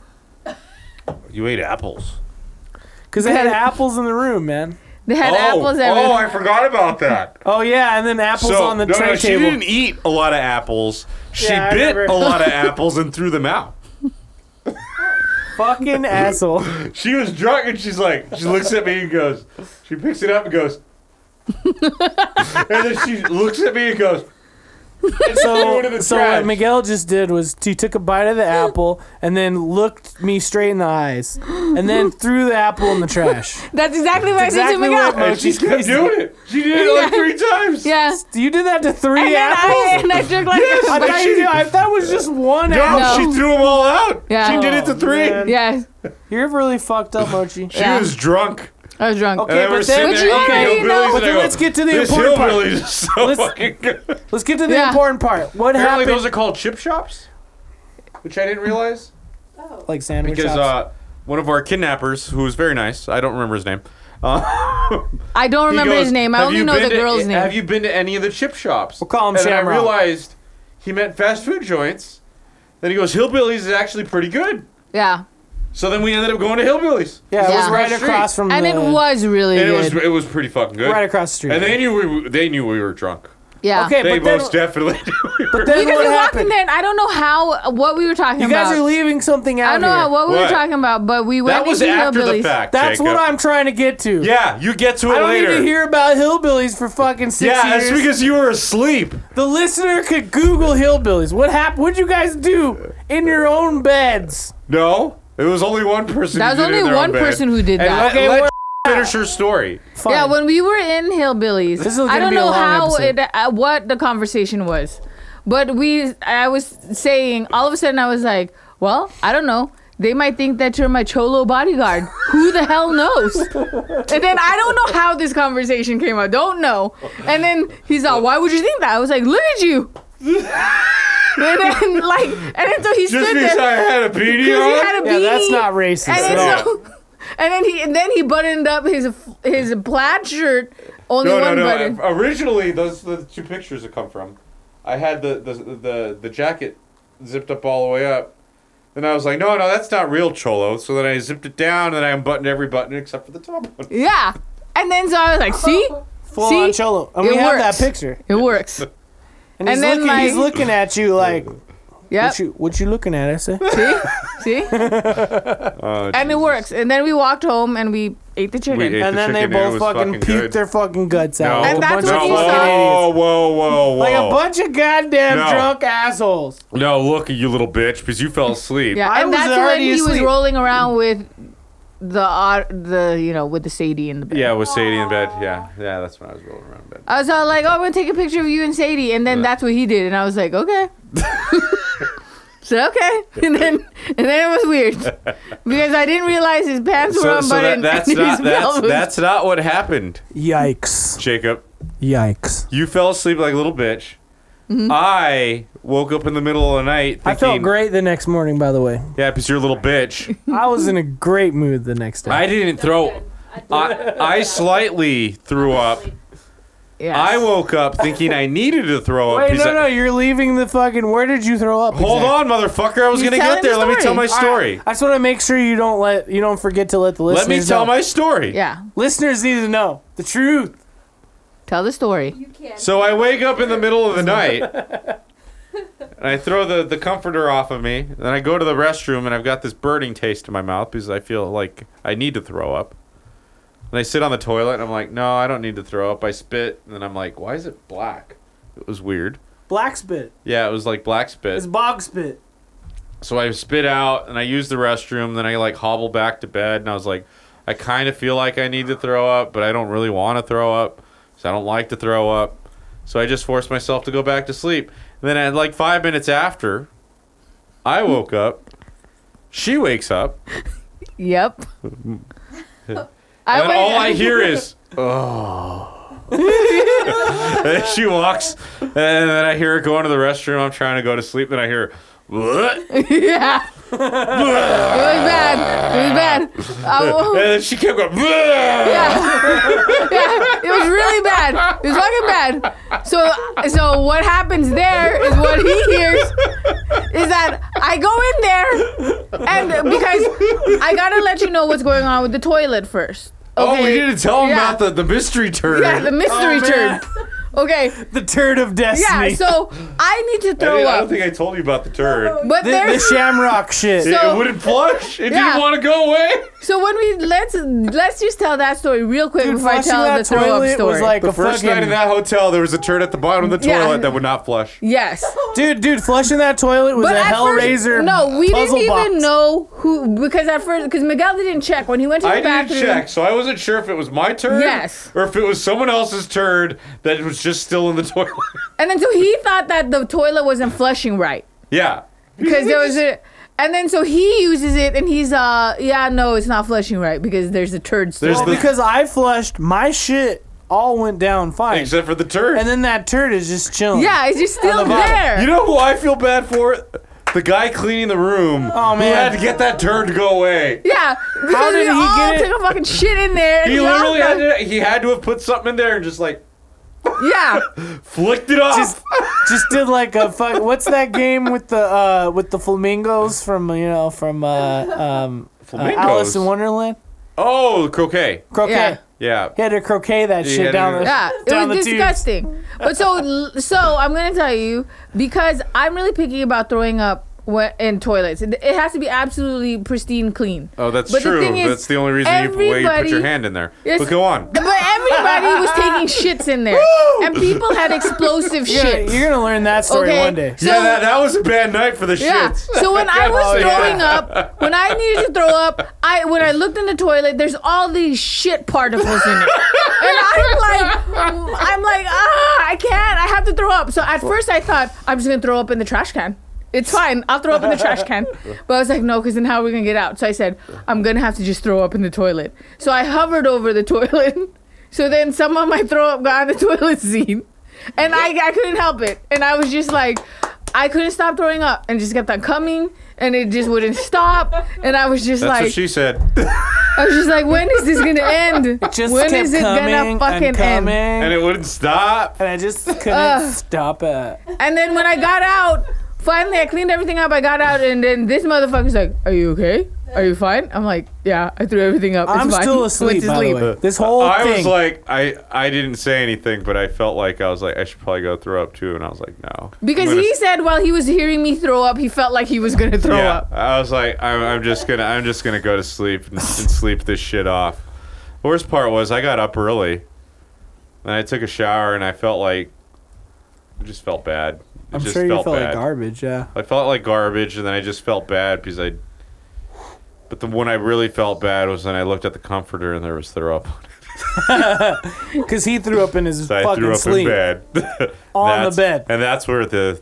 [SPEAKER 2] You ate apples.
[SPEAKER 3] Because they had apples in the room, man.
[SPEAKER 4] They had apples everywhere.
[SPEAKER 2] oh, I forgot about that.
[SPEAKER 3] Oh yeah, and then apples
[SPEAKER 2] so,
[SPEAKER 3] on the
[SPEAKER 2] no,
[SPEAKER 3] tray
[SPEAKER 2] no, she
[SPEAKER 3] table.
[SPEAKER 2] didn't eat a lot of apples. She
[SPEAKER 3] Yeah, I
[SPEAKER 2] bit
[SPEAKER 3] remember.
[SPEAKER 2] a lot
[SPEAKER 3] [laughs]
[SPEAKER 2] of apples and threw them out. [laughs]
[SPEAKER 3] Fucking asshole.
[SPEAKER 2] She was drunk and she's like, she looks at me and goes, she picks it up and
[SPEAKER 3] [laughs]
[SPEAKER 2] goes, and then she looks at me and goes, and threw it in
[SPEAKER 3] So,
[SPEAKER 2] the
[SPEAKER 3] so
[SPEAKER 2] trash.
[SPEAKER 3] what Miguel just did was he took a bite
[SPEAKER 4] [laughs]
[SPEAKER 3] of the apple and then looked me straight in the eyes and
[SPEAKER 4] [gasps]
[SPEAKER 3] then threw the apple in the
[SPEAKER 4] [laughs]
[SPEAKER 3] trash.
[SPEAKER 4] That's exactly what I did
[SPEAKER 3] exactly
[SPEAKER 4] to Miguel.
[SPEAKER 3] what-
[SPEAKER 2] and she
[SPEAKER 3] She's
[SPEAKER 2] kept
[SPEAKER 3] crazy.
[SPEAKER 2] doing it. She did it like three times.
[SPEAKER 4] yeah.
[SPEAKER 3] You did that to
[SPEAKER 4] And
[SPEAKER 3] three [laughs]
[SPEAKER 4] then
[SPEAKER 3] apples.
[SPEAKER 4] I, and I took like
[SPEAKER 2] Yes,
[SPEAKER 3] I
[SPEAKER 2] but
[SPEAKER 3] thought,
[SPEAKER 2] she-
[SPEAKER 3] you, I thought it was just one
[SPEAKER 2] No,
[SPEAKER 3] apple.
[SPEAKER 4] No.
[SPEAKER 2] she threw them all out.
[SPEAKER 4] Yeah.
[SPEAKER 2] She did it to
[SPEAKER 3] Oh,
[SPEAKER 2] three.
[SPEAKER 3] man.
[SPEAKER 4] [laughs] Yeah.
[SPEAKER 3] You're really fucked up, Mochi.
[SPEAKER 2] She
[SPEAKER 4] Yeah.
[SPEAKER 2] was drunk.
[SPEAKER 4] I was drunk.
[SPEAKER 3] Okay,
[SPEAKER 2] And
[SPEAKER 3] but
[SPEAKER 2] we're
[SPEAKER 3] then-
[SPEAKER 2] sitting
[SPEAKER 4] But
[SPEAKER 2] there
[SPEAKER 4] you
[SPEAKER 2] eating hillbillies,
[SPEAKER 4] already know-
[SPEAKER 2] and
[SPEAKER 3] But
[SPEAKER 2] I
[SPEAKER 3] then
[SPEAKER 2] go,
[SPEAKER 3] let's get to the
[SPEAKER 2] this
[SPEAKER 3] important part.
[SPEAKER 2] hillbillies is so
[SPEAKER 3] Let's-
[SPEAKER 2] fucking good.
[SPEAKER 3] Let's get to the
[SPEAKER 4] Yeah.
[SPEAKER 3] important part. What
[SPEAKER 2] Apparently,
[SPEAKER 3] happened?
[SPEAKER 2] those are called chip shops, which I didn't realize.
[SPEAKER 5] Oh.
[SPEAKER 3] like sandwich
[SPEAKER 2] Because
[SPEAKER 3] shops.
[SPEAKER 2] uh, one of our kidnappers, who was very nice, I don't remember his name, uh,
[SPEAKER 4] I don't
[SPEAKER 2] He
[SPEAKER 4] remember
[SPEAKER 2] goes,
[SPEAKER 4] his name. I
[SPEAKER 2] "Have
[SPEAKER 4] only
[SPEAKER 2] you
[SPEAKER 4] know
[SPEAKER 2] been
[SPEAKER 4] the
[SPEAKER 2] to-
[SPEAKER 4] girl's name.
[SPEAKER 2] Have you been to any of the chip shops?
[SPEAKER 3] We'll call him
[SPEAKER 2] and then I
[SPEAKER 3] Shamrock.
[SPEAKER 2] realized he meant fast food joints. Then he goes, Hillbillies is actually pretty good.
[SPEAKER 4] yeah.
[SPEAKER 2] So then we ended up going to Hillbillies.
[SPEAKER 3] Yeah, it was
[SPEAKER 4] Yeah.
[SPEAKER 3] right across from
[SPEAKER 4] And
[SPEAKER 3] the,
[SPEAKER 4] it was really
[SPEAKER 2] And Mm. it
[SPEAKER 4] good.
[SPEAKER 2] was it was pretty fucking good.
[SPEAKER 3] right across the street.
[SPEAKER 2] And they knew we they knew we were drunk.
[SPEAKER 4] yeah.
[SPEAKER 3] okay,
[SPEAKER 2] They
[SPEAKER 3] but then,
[SPEAKER 2] most definitely [laughs] knew we were.
[SPEAKER 3] then
[SPEAKER 4] We
[SPEAKER 3] what
[SPEAKER 4] just walked in
[SPEAKER 3] happened?
[SPEAKER 4] there and I don't know how what we were talking
[SPEAKER 3] You
[SPEAKER 4] about.
[SPEAKER 3] guys are leaving something
[SPEAKER 4] I
[SPEAKER 3] out
[SPEAKER 4] don't know
[SPEAKER 3] here.
[SPEAKER 4] what we
[SPEAKER 2] What?
[SPEAKER 4] were talking about, but we went
[SPEAKER 2] That was
[SPEAKER 4] into
[SPEAKER 2] after the
[SPEAKER 4] Hillbillies.
[SPEAKER 2] fact.
[SPEAKER 3] That's
[SPEAKER 2] Jacob.
[SPEAKER 3] what I'm trying to get to.
[SPEAKER 2] Yeah, you get to it
[SPEAKER 3] I don't
[SPEAKER 2] later.
[SPEAKER 3] need to hear about hillbillies for fucking six
[SPEAKER 2] yeah,
[SPEAKER 3] years.
[SPEAKER 2] that's because you were asleep.
[SPEAKER 3] the listener could Google hillbillies. What happened? What'd you guys do in your own beds?
[SPEAKER 2] No, it was only one person.
[SPEAKER 4] That
[SPEAKER 2] who
[SPEAKER 4] was
[SPEAKER 2] did it in
[SPEAKER 4] only
[SPEAKER 2] their own
[SPEAKER 4] one
[SPEAKER 2] bed.
[SPEAKER 4] person who did
[SPEAKER 2] And
[SPEAKER 4] that.
[SPEAKER 2] let-
[SPEAKER 3] Okay,
[SPEAKER 2] let
[SPEAKER 4] [laughs]
[SPEAKER 3] what-
[SPEAKER 2] finish her story.
[SPEAKER 3] Fine.
[SPEAKER 4] Yeah, when we were in Hillbillies,
[SPEAKER 3] This is gonna
[SPEAKER 4] I don't
[SPEAKER 3] be a
[SPEAKER 4] know
[SPEAKER 3] long
[SPEAKER 4] how
[SPEAKER 3] episode.
[SPEAKER 4] it, uh, what the conversation was, but we I was saying all of a sudden I was like, well, I don't know. They might think that you're my cholo bodyguard. Who the
[SPEAKER 2] [laughs]
[SPEAKER 4] hell knows? And then I don't know how this conversation came up. Don't know. And then he's like, why would you think that? I was like, look
[SPEAKER 2] [laughs]
[SPEAKER 4] at you. and then like, and then so he
[SPEAKER 2] Just
[SPEAKER 4] stood
[SPEAKER 2] because
[SPEAKER 4] there.
[SPEAKER 2] I had a beanie
[SPEAKER 4] He
[SPEAKER 2] on.
[SPEAKER 4] had a
[SPEAKER 3] yeah, that's
[SPEAKER 4] beanie.
[SPEAKER 3] not racist.
[SPEAKER 4] And
[SPEAKER 3] at
[SPEAKER 4] then,
[SPEAKER 3] all.
[SPEAKER 2] all.
[SPEAKER 4] so, [laughs] and then he and then he buttoned up his his plaid shirt. Only
[SPEAKER 2] no, no,
[SPEAKER 4] one
[SPEAKER 2] no.
[SPEAKER 4] button.
[SPEAKER 2] Originally, those the two pictures that come from. I had the the, the the jacket zipped up all the way up, and I was like, no, no, that's not real cholo. So then I zipped it down, and I unbuttoned every button except for the top one.
[SPEAKER 4] yeah. And then so I was like, see,
[SPEAKER 3] Full
[SPEAKER 4] See?
[SPEAKER 3] on cholo. And we
[SPEAKER 4] It
[SPEAKER 3] have
[SPEAKER 4] works.
[SPEAKER 3] that picture.
[SPEAKER 2] [laughs]
[SPEAKER 4] it works.
[SPEAKER 3] And, he's,
[SPEAKER 4] And then,
[SPEAKER 3] looking, he's
[SPEAKER 4] like-
[SPEAKER 3] looking at you like,
[SPEAKER 4] Yep.
[SPEAKER 3] what you, what you looking at? I said,
[SPEAKER 4] see, [laughs] see,
[SPEAKER 2] Uh,
[SPEAKER 4] and it works. And then we walked home and we ate the chicken.
[SPEAKER 2] We ate-
[SPEAKER 3] and
[SPEAKER 2] the
[SPEAKER 3] then they
[SPEAKER 2] chicken and it
[SPEAKER 3] both
[SPEAKER 2] was
[SPEAKER 3] fucking,
[SPEAKER 2] fucking
[SPEAKER 3] puked
[SPEAKER 2] good.
[SPEAKER 3] their fucking guts out.
[SPEAKER 2] No,
[SPEAKER 3] like a
[SPEAKER 4] And that's
[SPEAKER 3] bunch
[SPEAKER 2] no,
[SPEAKER 4] what
[SPEAKER 3] of
[SPEAKER 4] he
[SPEAKER 3] fucking
[SPEAKER 4] said.
[SPEAKER 2] whoa,
[SPEAKER 3] idiots.
[SPEAKER 2] whoa, whoa, whoa!
[SPEAKER 3] Like a bunch of goddamn
[SPEAKER 2] No.
[SPEAKER 3] drunk assholes.
[SPEAKER 2] no, look at you, little bitch, because you fell asleep.
[SPEAKER 4] yeah,
[SPEAKER 3] I
[SPEAKER 4] and
[SPEAKER 3] was
[SPEAKER 4] that's when
[SPEAKER 3] already
[SPEAKER 4] he was
[SPEAKER 3] asleep.
[SPEAKER 4] rolling around with the uh, the you know with the Sadie in the bed.
[SPEAKER 2] Yeah, with Sadie in bed. Yeah, yeah, that's when I was rolling around in bed.
[SPEAKER 4] I was all like, oh, I'm gonna take a picture of you and Sadie, and then that's what he did, and I was
[SPEAKER 2] [laughs]
[SPEAKER 4] like, okay. so okay, and then and then it was weird because I didn't realize his pants
[SPEAKER 2] So,
[SPEAKER 4] were
[SPEAKER 2] so that,
[SPEAKER 4] unbuttoned.
[SPEAKER 2] that's
[SPEAKER 4] and
[SPEAKER 2] not
[SPEAKER 4] his
[SPEAKER 2] that's,
[SPEAKER 4] belt was-
[SPEAKER 2] that's not what happened,
[SPEAKER 3] Yikes.
[SPEAKER 2] Jacob.
[SPEAKER 3] Yikes.
[SPEAKER 2] You fell asleep like a little bitch.
[SPEAKER 4] Mm-hmm.
[SPEAKER 2] I woke up in the middle of the night thinking,
[SPEAKER 3] I felt great the next morning, by the way.
[SPEAKER 2] Yeah, because you're a little
[SPEAKER 4] [laughs]
[SPEAKER 2] bitch.
[SPEAKER 3] I was in a great mood the next day.
[SPEAKER 2] I didn't throw. I, I slightly threw up.
[SPEAKER 4] Yes.
[SPEAKER 2] I woke up thinking I needed to throw up.
[SPEAKER 3] Wait,
[SPEAKER 2] because
[SPEAKER 3] no,
[SPEAKER 2] I-
[SPEAKER 3] no, you're leaving the fucking. Where did you throw up?
[SPEAKER 2] Hold
[SPEAKER 3] exactly?
[SPEAKER 2] on, motherfucker. I was
[SPEAKER 4] He's
[SPEAKER 2] going to get
[SPEAKER 4] telling
[SPEAKER 2] there.
[SPEAKER 4] his
[SPEAKER 2] Let me tell my
[SPEAKER 4] story. All right.
[SPEAKER 2] story.
[SPEAKER 3] I just want to make sure you don't let you don't forget to let the listeners.
[SPEAKER 2] Let me tell
[SPEAKER 3] know.
[SPEAKER 2] my story.
[SPEAKER 4] yeah,
[SPEAKER 3] listeners need to know the truth.
[SPEAKER 4] tell the story.
[SPEAKER 5] You can.
[SPEAKER 2] So I wake up in the middle of the night and I throw the, the comforter off of me. Then I go to the restroom and I've got this burning taste in my mouth because I feel like I need to throw up. And I sit on the toilet and I'm like, no, I don't need to throw up. I spit and then I'm like, why is it black? It was weird.
[SPEAKER 3] Black spit.
[SPEAKER 2] Yeah, it was like black spit.
[SPEAKER 3] It's bog spit.
[SPEAKER 2] So I spit out and I use the restroom. Then I like hobble back to bed and I was like, I kind of feel like I need to throw up, but I don't really want to throw up because I don't like to throw up. So I just forced myself to go back to sleep. And then at like five minutes after, I woke up. She wakes up.
[SPEAKER 4] Yep.
[SPEAKER 2] [laughs] And
[SPEAKER 4] went-
[SPEAKER 2] all I hear is, oh. [laughs] and she walks. And then I hear her going to the restroom. I'm trying to go to sleep. Then I hear, what?
[SPEAKER 4] [laughs]
[SPEAKER 2] [laughs]
[SPEAKER 4] yeah, it was bad. It was bad. I
[SPEAKER 2] And [laughs]
[SPEAKER 4] wo-
[SPEAKER 2] then she kept going, "Bleh."
[SPEAKER 4] yeah, [laughs] it was really bad. It was fucking bad. So, so what happens there is what he hears is that I go in there, and because I gotta let you know what's going on with the toilet first.
[SPEAKER 2] Oh, we
[SPEAKER 4] okay?
[SPEAKER 2] didn't tell him
[SPEAKER 4] Yeah.
[SPEAKER 2] about the, the mystery turd.
[SPEAKER 4] yeah the mystery
[SPEAKER 3] Oh, man.
[SPEAKER 4] turd. Okay,
[SPEAKER 3] The turd of destiny.
[SPEAKER 4] yeah. So I need to
[SPEAKER 2] I,
[SPEAKER 4] throw
[SPEAKER 2] didn't- I
[SPEAKER 4] up,
[SPEAKER 2] don't think I told you about the turd.
[SPEAKER 4] but
[SPEAKER 3] the, the
[SPEAKER 4] there's
[SPEAKER 3] shamrock shit.
[SPEAKER 2] It- it,
[SPEAKER 4] So-
[SPEAKER 2] wouldn't
[SPEAKER 4] [laughs]
[SPEAKER 2] flush. It
[SPEAKER 4] Yeah.
[SPEAKER 2] didn't want to go away.
[SPEAKER 4] So when we let's let's just tell that story real quick
[SPEAKER 3] Dude,
[SPEAKER 4] before I
[SPEAKER 3] flushing
[SPEAKER 4] tell
[SPEAKER 3] that
[SPEAKER 4] the throw up
[SPEAKER 3] toilet
[SPEAKER 4] story.
[SPEAKER 3] was like
[SPEAKER 2] The
[SPEAKER 3] a
[SPEAKER 2] first
[SPEAKER 3] fucking.
[SPEAKER 2] night in that hotel, there was a turd at the bottom of the
[SPEAKER 4] Yeah.
[SPEAKER 2] toilet that would not flush.
[SPEAKER 4] yes,
[SPEAKER 3] dude, dude, flushing that toilet was
[SPEAKER 4] but
[SPEAKER 3] a
[SPEAKER 4] at first,
[SPEAKER 3] Hellraiser.
[SPEAKER 4] no, we didn't
[SPEAKER 3] puzzle box.
[SPEAKER 4] even know who because at first because Miguel didn't check when he went to the
[SPEAKER 2] I
[SPEAKER 4] bathroom.
[SPEAKER 2] didn't check, so I wasn't sure if it was my turd
[SPEAKER 4] Yes.
[SPEAKER 2] or if it was someone else's turd that was just still in the [laughs] toilet.
[SPEAKER 4] And then so he thought that the toilet wasn't flushing right
[SPEAKER 2] yeah.
[SPEAKER 4] because there was a. And then so he uses it and he's uh yeah no it's not flushing right because there's a turd still.
[SPEAKER 2] There's
[SPEAKER 3] Well,
[SPEAKER 2] the-
[SPEAKER 3] because I flushed, my shit all went down fine,
[SPEAKER 2] Except for the turd.
[SPEAKER 3] and then that turd is just chilling.
[SPEAKER 4] yeah, it's just still
[SPEAKER 3] the bottom.
[SPEAKER 4] there.
[SPEAKER 2] you know who I feel bad for? the guy cleaning the room
[SPEAKER 3] Oh,
[SPEAKER 2] who
[SPEAKER 3] man.
[SPEAKER 2] had to get that turd to go away.
[SPEAKER 4] Yeah, because
[SPEAKER 3] did
[SPEAKER 4] we
[SPEAKER 3] he
[SPEAKER 4] all
[SPEAKER 3] get it?
[SPEAKER 4] took a fucking shit in there. and
[SPEAKER 2] He
[SPEAKER 4] we all
[SPEAKER 2] literally
[SPEAKER 4] got-
[SPEAKER 2] had to, he had to have put something in there and just like
[SPEAKER 4] Yeah,
[SPEAKER 2] flicked it off.
[SPEAKER 3] Just, just did like a fuck. What's that game with the uh with the flamingos from you know from uh um uh,
[SPEAKER 2] Flamingos.
[SPEAKER 3] Alice in Wonderland?
[SPEAKER 2] oh, croquet.
[SPEAKER 3] Croquet.
[SPEAKER 4] Yeah.
[SPEAKER 2] Yeah.
[SPEAKER 3] He had to croquet that
[SPEAKER 2] He had
[SPEAKER 3] shit
[SPEAKER 2] to
[SPEAKER 3] down
[SPEAKER 2] do
[SPEAKER 3] the.
[SPEAKER 4] yeah. It
[SPEAKER 3] Down the
[SPEAKER 4] was
[SPEAKER 3] tubes.
[SPEAKER 4] disgusting. But so, so I'm gonna tell you because I'm really picky about throwing up wh- in toilets. It, it has to be absolutely pristine clean.
[SPEAKER 2] Oh, that's
[SPEAKER 4] But the
[SPEAKER 2] true.
[SPEAKER 4] thing is,
[SPEAKER 2] that's the only reason you, why you put
[SPEAKER 4] everybody-
[SPEAKER 2] your hand in there.
[SPEAKER 4] Yes.
[SPEAKER 2] But go on.
[SPEAKER 4] But everybody was taking shits
[SPEAKER 3] [laughs]
[SPEAKER 4] in there, and people had explosive
[SPEAKER 3] You're gonna-
[SPEAKER 4] shits.
[SPEAKER 3] You're gonna learn that story
[SPEAKER 4] Okay.
[SPEAKER 3] one day.
[SPEAKER 4] [laughs] So-
[SPEAKER 2] yeah, that, that was a bad night for the
[SPEAKER 4] Yeah.
[SPEAKER 2] shits.
[SPEAKER 4] So when
[SPEAKER 2] [laughs]
[SPEAKER 4] I was
[SPEAKER 3] Oh, yeah.
[SPEAKER 4] throwing up, when I needed to throw up, I when I looked in the toilet, there's all these shit particles in it. And I'm like, I'm like, ah, I can't. I have to throw up. So at first I thought I'm just gonna throw up in the trash can. It's fine. I'll throw up in the trash can. But I was like, no, because then how are we gonna get out? So I said, I'm gonna have to just throw up in the toilet. So I hovered over the [laughs] toilet. So then some of my throw up got on the toilet seat. And I, I couldn't help it. And I was just like, I couldn't stop throwing up and just kept on coming and it just wouldn't stop. And I was just
[SPEAKER 2] That's what
[SPEAKER 4] like,
[SPEAKER 2] she said.
[SPEAKER 4] I was just like, when is this gonna
[SPEAKER 3] [laughs]
[SPEAKER 4] end?
[SPEAKER 3] Just
[SPEAKER 4] when
[SPEAKER 3] kept
[SPEAKER 4] is it
[SPEAKER 3] coming
[SPEAKER 4] gonna fucking
[SPEAKER 3] and
[SPEAKER 4] end?
[SPEAKER 3] coming,
[SPEAKER 2] And it wouldn't stop.
[SPEAKER 3] and I just couldn't
[SPEAKER 4] Ugh.
[SPEAKER 3] stop it.
[SPEAKER 4] And then when I got out, finally I cleaned everything up. I got out, and then this motherfucker's like, "Are you okay? Are you fine?" I'm like, "Yeah, I threw everything up. It's
[SPEAKER 3] I'm
[SPEAKER 4] fine."
[SPEAKER 3] still
[SPEAKER 4] Went
[SPEAKER 3] asleep.
[SPEAKER 4] to
[SPEAKER 3] By the
[SPEAKER 4] sleep.
[SPEAKER 3] way, [laughs] this whole
[SPEAKER 2] I
[SPEAKER 3] thing.
[SPEAKER 2] was like, I, I didn't say anything, but I felt like I was like, I should probably go throw up too. And I was like, no.
[SPEAKER 4] Because
[SPEAKER 2] I'm gonna-
[SPEAKER 4] he said while he was hearing me throw up, he felt like he was gonna throw
[SPEAKER 2] yeah,
[SPEAKER 4] up.
[SPEAKER 2] I was like, I'm, I'm just gonna, I'm just gonna go to sleep and, and sleep this shit off. The worst part was I got up early, and I took a shower, and I felt like, I just felt bad. It
[SPEAKER 3] I'm
[SPEAKER 2] just
[SPEAKER 3] sure you felt
[SPEAKER 2] bad.
[SPEAKER 3] like garbage. Yeah.
[SPEAKER 2] I felt like garbage, and then I just felt bad because I. But the one I really felt bad was when I looked at the comforter and there was throw up. [laughs]
[SPEAKER 3] Because he threw up in his
[SPEAKER 2] So I
[SPEAKER 3] fucking
[SPEAKER 2] threw up
[SPEAKER 3] sleep.
[SPEAKER 2] in bed. [laughs]
[SPEAKER 3] On the
[SPEAKER 2] That's-
[SPEAKER 3] bed.
[SPEAKER 2] And that's where the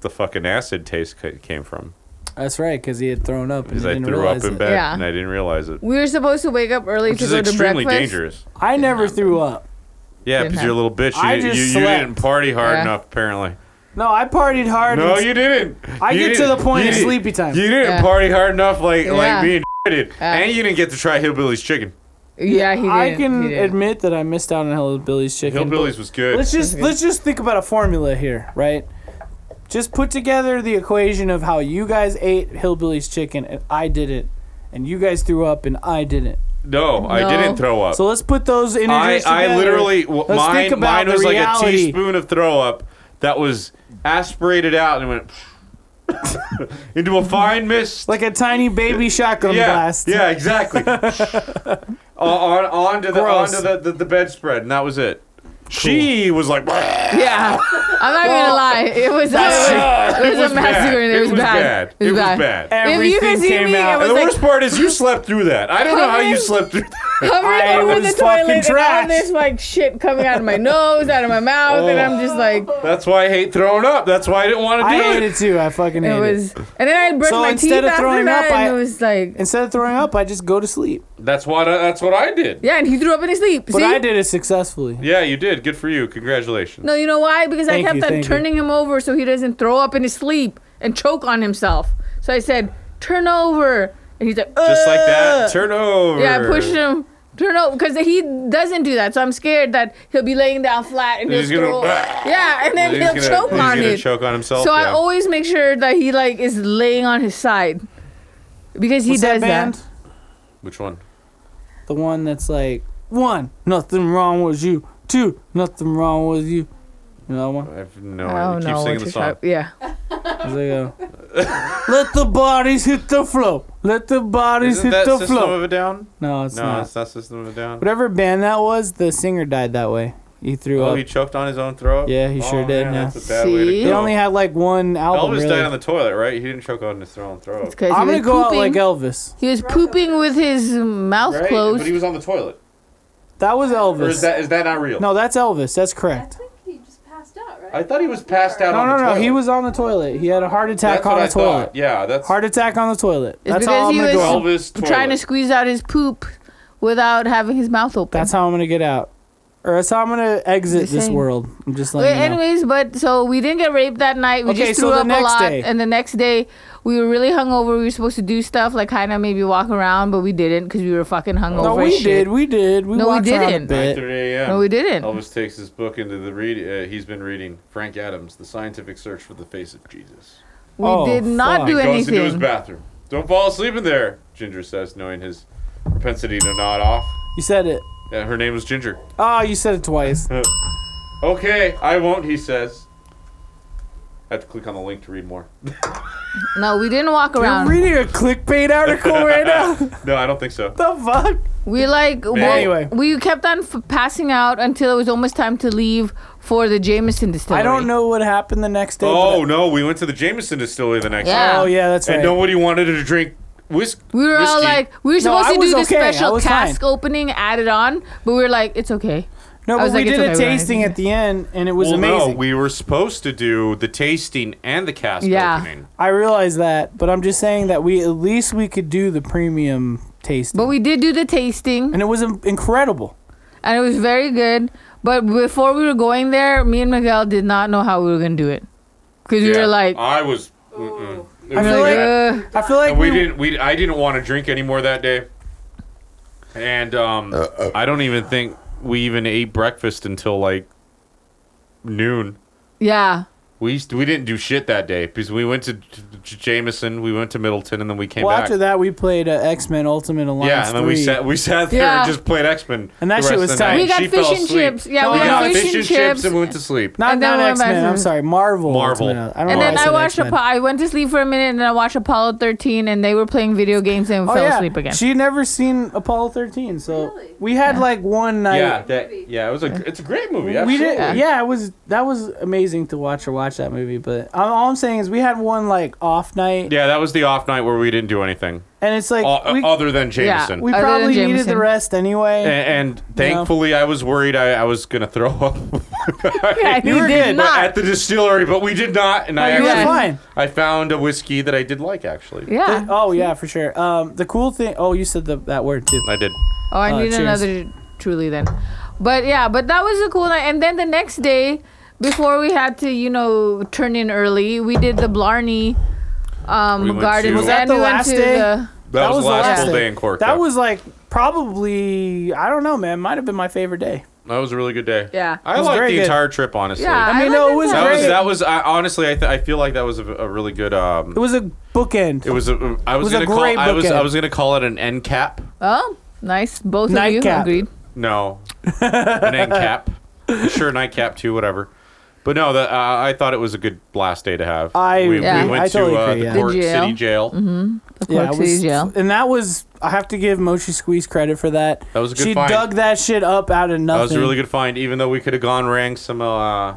[SPEAKER 2] the fucking acid taste ca- came from.
[SPEAKER 3] That's right, because he had thrown up and
[SPEAKER 2] Because
[SPEAKER 3] he
[SPEAKER 2] I
[SPEAKER 3] didn't
[SPEAKER 2] threw up
[SPEAKER 3] realize
[SPEAKER 2] in
[SPEAKER 3] it.
[SPEAKER 2] bed
[SPEAKER 4] Yeah.
[SPEAKER 2] and I didn't realize it.
[SPEAKER 4] We were supposed to wake up early
[SPEAKER 2] Which
[SPEAKER 4] to
[SPEAKER 2] is
[SPEAKER 4] go to
[SPEAKER 2] extremely
[SPEAKER 4] breakfast.
[SPEAKER 2] dangerous.
[SPEAKER 3] I never threw up.
[SPEAKER 2] Yeah, because you're a little bitch. You,
[SPEAKER 3] I
[SPEAKER 2] didn't-
[SPEAKER 3] just
[SPEAKER 2] you, you
[SPEAKER 3] slept.
[SPEAKER 2] didn't party hard
[SPEAKER 4] Yeah.
[SPEAKER 2] enough, apparently.
[SPEAKER 3] No, I partied hard.
[SPEAKER 2] No,
[SPEAKER 3] and-
[SPEAKER 2] you didn't.
[SPEAKER 3] I
[SPEAKER 2] You
[SPEAKER 3] get to
[SPEAKER 2] didn't-
[SPEAKER 3] the point
[SPEAKER 2] you
[SPEAKER 3] of
[SPEAKER 2] didn't-
[SPEAKER 3] sleepy time.
[SPEAKER 2] You didn't
[SPEAKER 4] Yeah.
[SPEAKER 2] party hard enough like
[SPEAKER 4] Yeah.
[SPEAKER 2] like me and did.
[SPEAKER 4] Yeah.
[SPEAKER 2] And you didn't get to try Hillbilly's chicken.
[SPEAKER 4] Yeah, he did.
[SPEAKER 3] I can admit that I missed out on Hillbilly's chicken. but
[SPEAKER 2] Hillbilly's was good.
[SPEAKER 3] Let's just let's just think about a formula here, right? Just put together the equation of how you guys ate Hillbilly's chicken and I didn't, and you guys threw up and I didn't.
[SPEAKER 2] No, I
[SPEAKER 4] No.
[SPEAKER 2] didn't throw up.
[SPEAKER 3] So let's put those
[SPEAKER 2] I,
[SPEAKER 3] energies together.
[SPEAKER 2] I literally w-
[SPEAKER 3] Let's think
[SPEAKER 2] mine
[SPEAKER 3] about
[SPEAKER 2] mine
[SPEAKER 3] the
[SPEAKER 2] was like a
[SPEAKER 3] reality.
[SPEAKER 2] teaspoon of throw up that was aspirated out and went [laughs] into a fine mist.
[SPEAKER 3] like a tiny baby shotgun
[SPEAKER 2] yeah,
[SPEAKER 3] blast.
[SPEAKER 2] yeah, exactly. on, on onto the
[SPEAKER 3] Gross.
[SPEAKER 2] onto the, the, the bedspread, and that was it. She was like, "Bleh."
[SPEAKER 4] Yeah, I'm not gonna lie. It was. it was, [laughs] it was, a massacre.
[SPEAKER 2] bad.
[SPEAKER 4] and It, was bad.
[SPEAKER 2] It was bad.
[SPEAKER 4] If you could
[SPEAKER 3] Everything
[SPEAKER 4] see
[SPEAKER 3] came
[SPEAKER 4] me,
[SPEAKER 3] out.
[SPEAKER 4] I
[SPEAKER 2] And the
[SPEAKER 4] was
[SPEAKER 2] worst
[SPEAKER 4] like
[SPEAKER 2] part is you slept through that. I don't know how you
[SPEAKER 4] Covering-
[SPEAKER 2] slept through that.
[SPEAKER 4] hovering
[SPEAKER 3] I
[SPEAKER 4] over
[SPEAKER 3] was
[SPEAKER 4] the
[SPEAKER 3] fucking
[SPEAKER 4] toilet and
[SPEAKER 3] trashed.
[SPEAKER 4] all this like shit coming out of my nose, out of my mouth, and
[SPEAKER 2] Oh.
[SPEAKER 4] I'm just like,
[SPEAKER 2] That's why I hate throwing up. That's why I didn't want to do
[SPEAKER 3] I
[SPEAKER 2] it.
[SPEAKER 3] hate it too. I fucking hate
[SPEAKER 4] it
[SPEAKER 3] it.
[SPEAKER 4] was. And then I brushed
[SPEAKER 3] So
[SPEAKER 4] my teeth
[SPEAKER 3] instead of
[SPEAKER 4] after
[SPEAKER 3] throwing
[SPEAKER 4] that,
[SPEAKER 3] up, I-
[SPEAKER 4] and it was like,
[SPEAKER 3] Instead of throwing up, I just go to sleep.
[SPEAKER 2] That's what I, that's what I did.
[SPEAKER 4] yeah, and he threw up in his sleep.
[SPEAKER 3] But
[SPEAKER 4] see?
[SPEAKER 3] I did it successfully.
[SPEAKER 2] Yeah, you did. Good for you. Congratulations.
[SPEAKER 4] No, you know why? Because
[SPEAKER 3] Thank
[SPEAKER 4] I kept
[SPEAKER 3] you,
[SPEAKER 4] on
[SPEAKER 3] thank you.
[SPEAKER 4] turning him over so he doesn't throw up in his sleep and choke on himself. So I said, turn over, and he's like,
[SPEAKER 2] Just like
[SPEAKER 4] "Ugh."
[SPEAKER 2] that. Turn over.
[SPEAKER 4] Yeah, I pushed him. Turn over because he doesn't do that, so I'm scared that he'll be laying down flat and he'll
[SPEAKER 2] He's gonna- [laughs]
[SPEAKER 4] throw. yeah, and then
[SPEAKER 2] He's
[SPEAKER 4] he'll
[SPEAKER 2] gonna-
[SPEAKER 4] choke
[SPEAKER 2] he's
[SPEAKER 4] on
[SPEAKER 2] gonna
[SPEAKER 4] it.
[SPEAKER 2] choke on himself.
[SPEAKER 4] So I
[SPEAKER 2] yeah.
[SPEAKER 4] always make sure that he like is laying on his side because he
[SPEAKER 3] What's that
[SPEAKER 4] does that.
[SPEAKER 3] band?
[SPEAKER 2] Which one?
[SPEAKER 3] The one that's like one, nothing wrong with you. Two, nothing wrong with you. You know that one?
[SPEAKER 2] I've no.
[SPEAKER 4] I
[SPEAKER 2] idea.
[SPEAKER 4] don't
[SPEAKER 2] Keep
[SPEAKER 4] know
[SPEAKER 2] Oh, singing
[SPEAKER 4] what
[SPEAKER 2] the
[SPEAKER 4] you're
[SPEAKER 2] song. Oh.
[SPEAKER 4] talking. Yeah,
[SPEAKER 3] It's like,
[SPEAKER 2] [laughs]
[SPEAKER 3] uh, Let the bodies hit the floor. Let the bodies
[SPEAKER 2] Isn't
[SPEAKER 3] hit
[SPEAKER 2] that
[SPEAKER 3] the
[SPEAKER 2] System
[SPEAKER 3] floor.
[SPEAKER 2] of a Down?
[SPEAKER 3] no, it's
[SPEAKER 2] no,
[SPEAKER 3] not.
[SPEAKER 2] it's not System of a Down.
[SPEAKER 3] Whatever band that was, the singer died that way. He threw
[SPEAKER 2] Oh,
[SPEAKER 3] up.
[SPEAKER 2] he choked on his own throat.
[SPEAKER 3] Yeah, he sure
[SPEAKER 2] oh,
[SPEAKER 3] did,
[SPEAKER 2] Man,
[SPEAKER 3] yeah.
[SPEAKER 2] That's a bad way to
[SPEAKER 4] See?
[SPEAKER 2] go.
[SPEAKER 3] They only had like one album.
[SPEAKER 2] Elvis
[SPEAKER 3] really.
[SPEAKER 2] died on the toilet, right? He didn't choke on his own throat.
[SPEAKER 4] it's because
[SPEAKER 3] I'm
[SPEAKER 4] he was
[SPEAKER 3] gonna go out
[SPEAKER 4] pooping.
[SPEAKER 3] like Elvis.
[SPEAKER 4] he was pooping with his mouth
[SPEAKER 2] Right?
[SPEAKER 4] closed.
[SPEAKER 2] But he was on the toilet.
[SPEAKER 3] That was
[SPEAKER 2] Or is
[SPEAKER 3] Elvis.
[SPEAKER 2] that is that not real?
[SPEAKER 3] no, that's Elvis. That's
[SPEAKER 5] I
[SPEAKER 3] correct.
[SPEAKER 5] think he just passed out, right?
[SPEAKER 2] I thought he was passed out
[SPEAKER 3] No,
[SPEAKER 2] on
[SPEAKER 3] no,
[SPEAKER 2] the
[SPEAKER 3] no.
[SPEAKER 2] toilet.
[SPEAKER 3] He was on the toilet. He had a heart attack
[SPEAKER 2] that's what
[SPEAKER 3] on
[SPEAKER 2] I
[SPEAKER 3] the toilet.
[SPEAKER 2] thought. Yeah, that's
[SPEAKER 3] Heart attack on the toilet.
[SPEAKER 4] It's
[SPEAKER 3] That's
[SPEAKER 4] because
[SPEAKER 3] how I'm
[SPEAKER 4] he
[SPEAKER 3] gonna
[SPEAKER 4] was-
[SPEAKER 3] go. out.
[SPEAKER 2] Elvis
[SPEAKER 4] trying to
[SPEAKER 2] toilet.
[SPEAKER 4] squeeze out his poop without having his mouth open.
[SPEAKER 3] That's how I'm gonna get out. or else I'm gonna exit
[SPEAKER 4] The
[SPEAKER 3] this
[SPEAKER 4] same.
[SPEAKER 3] world. I'm just like,
[SPEAKER 4] Wait, anyways, but so we didn't get raped that night. We
[SPEAKER 3] Okay,
[SPEAKER 4] just
[SPEAKER 3] so
[SPEAKER 4] threw
[SPEAKER 3] the
[SPEAKER 4] up a
[SPEAKER 3] next
[SPEAKER 4] lot,
[SPEAKER 3] day.
[SPEAKER 4] and the next day we were really hungover. We were supposed to do stuff like kind of maybe walk around, but we didn't because we were fucking hungover.
[SPEAKER 3] no,
[SPEAKER 4] as
[SPEAKER 3] we
[SPEAKER 4] shit.
[SPEAKER 3] did, we did, we
[SPEAKER 4] No, we
[SPEAKER 3] walked around a
[SPEAKER 4] didn't.
[SPEAKER 3] bit.
[SPEAKER 2] 9:30 a.m.
[SPEAKER 4] No, we didn't.
[SPEAKER 2] Elvis takes his book into the read. Uh, he's been reading Frank Adams, The Scientific Search for the Face of Jesus.
[SPEAKER 4] We
[SPEAKER 3] Oh,
[SPEAKER 4] did not
[SPEAKER 3] fuck.
[SPEAKER 4] do
[SPEAKER 2] He goes into his
[SPEAKER 4] anything.
[SPEAKER 2] bathroom. Don't fall asleep in there, Ginger says, knowing his propensity to nod off.
[SPEAKER 3] You said it.
[SPEAKER 2] Yeah, her name was Ginger.
[SPEAKER 3] Oh, you said it twice.
[SPEAKER 2] Okay, I won't, he says. I have to click on the link to read more. [laughs]
[SPEAKER 4] No, we didn't walk
[SPEAKER 3] You're
[SPEAKER 4] around.
[SPEAKER 3] reading a clickbait article
[SPEAKER 2] [laughs]
[SPEAKER 3] right now.
[SPEAKER 2] No, I don't think so.
[SPEAKER 3] the fuck?
[SPEAKER 4] we like well,
[SPEAKER 3] Anyway.
[SPEAKER 4] We kept on f- passing out until it was almost time to leave for the Jameson distillery.
[SPEAKER 3] I don't know what happened the next day. but
[SPEAKER 2] Oh, no, we went to the Jameson distillery the next
[SPEAKER 4] Yeah.
[SPEAKER 2] day.
[SPEAKER 3] I- oh yeah, that's right.
[SPEAKER 2] And nobody wanted to drink whis-
[SPEAKER 4] We were
[SPEAKER 2] whiskey.
[SPEAKER 4] all like, we were supposed
[SPEAKER 3] I
[SPEAKER 4] to
[SPEAKER 3] was
[SPEAKER 4] do the
[SPEAKER 3] okay. I
[SPEAKER 4] special
[SPEAKER 3] was
[SPEAKER 4] cask opening added on, but we were like, it's okay.
[SPEAKER 3] no,
[SPEAKER 4] I was
[SPEAKER 3] but we
[SPEAKER 4] like, it's
[SPEAKER 3] did a
[SPEAKER 4] okay, we're not
[SPEAKER 3] tasting
[SPEAKER 4] eating
[SPEAKER 3] at the end, and it was
[SPEAKER 2] well,
[SPEAKER 3] amazing.
[SPEAKER 2] no, we were supposed to do the tasting and the cast
[SPEAKER 4] Yeah.
[SPEAKER 2] opening.
[SPEAKER 3] I realize that, but I'm just saying that we at least we could do the premium tasting,
[SPEAKER 4] But we did do the tasting.
[SPEAKER 3] and it was in- incredible.
[SPEAKER 4] and it was very good. But before we were going there, me and Miguel did not know how we were gonna do it because we were like,
[SPEAKER 2] I was. mm-mm. It
[SPEAKER 3] I
[SPEAKER 2] was
[SPEAKER 3] feel
[SPEAKER 2] bad.
[SPEAKER 3] like-
[SPEAKER 4] uh,
[SPEAKER 3] I feel like
[SPEAKER 2] And we didn't. We I didn't want to drink anymore that day, and um, I don't even think we even ate breakfast until like noon.
[SPEAKER 4] yeah,
[SPEAKER 2] We used we didn't do shit that day because we went to J- J- Jameson, we went to Middleton, and then we came
[SPEAKER 3] Well,
[SPEAKER 2] back.
[SPEAKER 3] after that, we played uh, X Men Ultimate Alliance
[SPEAKER 2] yeah, and then
[SPEAKER 3] 3.
[SPEAKER 2] we sat we sat there
[SPEAKER 4] Yeah.
[SPEAKER 2] and just played X Men.
[SPEAKER 3] And that shit was tight.
[SPEAKER 4] We got fish and chips. Yeah,
[SPEAKER 3] Oh,
[SPEAKER 4] we
[SPEAKER 2] we
[SPEAKER 3] yeah.
[SPEAKER 4] got
[SPEAKER 2] got
[SPEAKER 4] fish and chips.
[SPEAKER 2] and went to sleep.
[SPEAKER 3] Not,
[SPEAKER 4] And then
[SPEAKER 3] not
[SPEAKER 4] we went
[SPEAKER 3] X Men.
[SPEAKER 4] back to-
[SPEAKER 3] I'm sorry, Marvel.
[SPEAKER 2] Marvel.
[SPEAKER 3] Ultimate. I don't
[SPEAKER 4] and
[SPEAKER 3] know
[SPEAKER 4] then
[SPEAKER 3] why
[SPEAKER 4] I
[SPEAKER 3] said
[SPEAKER 4] watched.
[SPEAKER 3] X-Men.
[SPEAKER 4] Apo- I went to sleep for a minute, and I watched Apollo 13, and they were playing video games and
[SPEAKER 3] Oh,
[SPEAKER 4] fell
[SPEAKER 3] yeah.
[SPEAKER 4] asleep again.
[SPEAKER 3] She had never seen Apollo 13, so
[SPEAKER 5] Really?
[SPEAKER 3] we had like one night.
[SPEAKER 2] Yeah, that, yeah, it was a it's a great movie.
[SPEAKER 3] We
[SPEAKER 2] Absolutely.
[SPEAKER 3] did, yeah. It was that was amazing to watch her watch that movie. But um, all I'm saying is we had one like off night,
[SPEAKER 2] Yeah, that was the off night where we didn't do anything
[SPEAKER 3] and it's like
[SPEAKER 2] o-
[SPEAKER 3] we,
[SPEAKER 2] other than
[SPEAKER 4] Yeah.
[SPEAKER 2] Jameson.
[SPEAKER 3] we
[SPEAKER 4] Other than
[SPEAKER 3] probably needed
[SPEAKER 4] Jameson.
[SPEAKER 3] the rest anyway.
[SPEAKER 2] And, and thankfully, I was worried I, I was gonna throw up [laughs]
[SPEAKER 4] [laughs] yeah,
[SPEAKER 3] You were good, but
[SPEAKER 4] not.
[SPEAKER 2] at the distillery, but we did not. And I
[SPEAKER 3] you were
[SPEAKER 2] actually,
[SPEAKER 3] fine.
[SPEAKER 2] I found a whiskey that I did like actually.
[SPEAKER 4] yeah.
[SPEAKER 3] [laughs] Oh yeah, for sure. Um, the cool thing. Oh, you said the, that word too.
[SPEAKER 2] I did.
[SPEAKER 4] Oh, I
[SPEAKER 3] Uh,
[SPEAKER 4] need
[SPEAKER 3] cheers.
[SPEAKER 4] another truly then. But yeah, but that was a cool night. And then the next day, before we had to, you know, turn in early, we did the Blarney um,
[SPEAKER 2] We went
[SPEAKER 4] Garden.
[SPEAKER 2] to- Was
[SPEAKER 3] that
[SPEAKER 4] and
[SPEAKER 3] the
[SPEAKER 4] we went
[SPEAKER 3] last
[SPEAKER 4] to
[SPEAKER 3] day?
[SPEAKER 4] the-
[SPEAKER 2] That, was, the last full
[SPEAKER 3] day.
[SPEAKER 2] day in Cork.
[SPEAKER 3] That
[SPEAKER 2] though.
[SPEAKER 3] was like probably I don't know, man. Might have been my favorite day.
[SPEAKER 2] that was a really good day.
[SPEAKER 4] Yeah.
[SPEAKER 2] I
[SPEAKER 3] It was
[SPEAKER 2] liked
[SPEAKER 3] very
[SPEAKER 2] the
[SPEAKER 3] good.
[SPEAKER 2] entire trip honestly.
[SPEAKER 4] yeah,
[SPEAKER 3] I mean,
[SPEAKER 4] like
[SPEAKER 3] no, it was
[SPEAKER 4] time.
[SPEAKER 2] That was
[SPEAKER 3] Great.
[SPEAKER 2] that was I, honestly I, th- I feel like that was a, a really good um
[SPEAKER 3] It was a bookend.
[SPEAKER 2] it was a I was,
[SPEAKER 3] was a
[SPEAKER 2] gonna call
[SPEAKER 3] great
[SPEAKER 2] I was
[SPEAKER 3] bookend.
[SPEAKER 2] I was gonna call it an end cap.
[SPEAKER 4] Oh, nice. Both of you
[SPEAKER 3] Nightcap.
[SPEAKER 4] agreed.
[SPEAKER 2] No, an end
[SPEAKER 3] [laughs]
[SPEAKER 2] cap. Sure, nightcap too, whatever. But no, the, uh, I thought it was a good last day to have.
[SPEAKER 3] I-
[SPEAKER 2] we,
[SPEAKER 4] Yeah.
[SPEAKER 2] we went
[SPEAKER 3] I totally
[SPEAKER 2] to uh, the
[SPEAKER 3] agree, yeah. Mm-hmm.
[SPEAKER 2] Cork
[SPEAKER 4] The jail.
[SPEAKER 2] City Jail.
[SPEAKER 4] The
[SPEAKER 3] Yeah,
[SPEAKER 4] Cork
[SPEAKER 3] it
[SPEAKER 4] City
[SPEAKER 3] was,
[SPEAKER 4] Jail.
[SPEAKER 3] and that was I have to give Moshi Squeeze credit for that.
[SPEAKER 2] That was a good
[SPEAKER 3] She
[SPEAKER 2] find.
[SPEAKER 3] dug that shit up out of nothing.
[SPEAKER 2] That was a really good find, even though we could have gone rang some uh,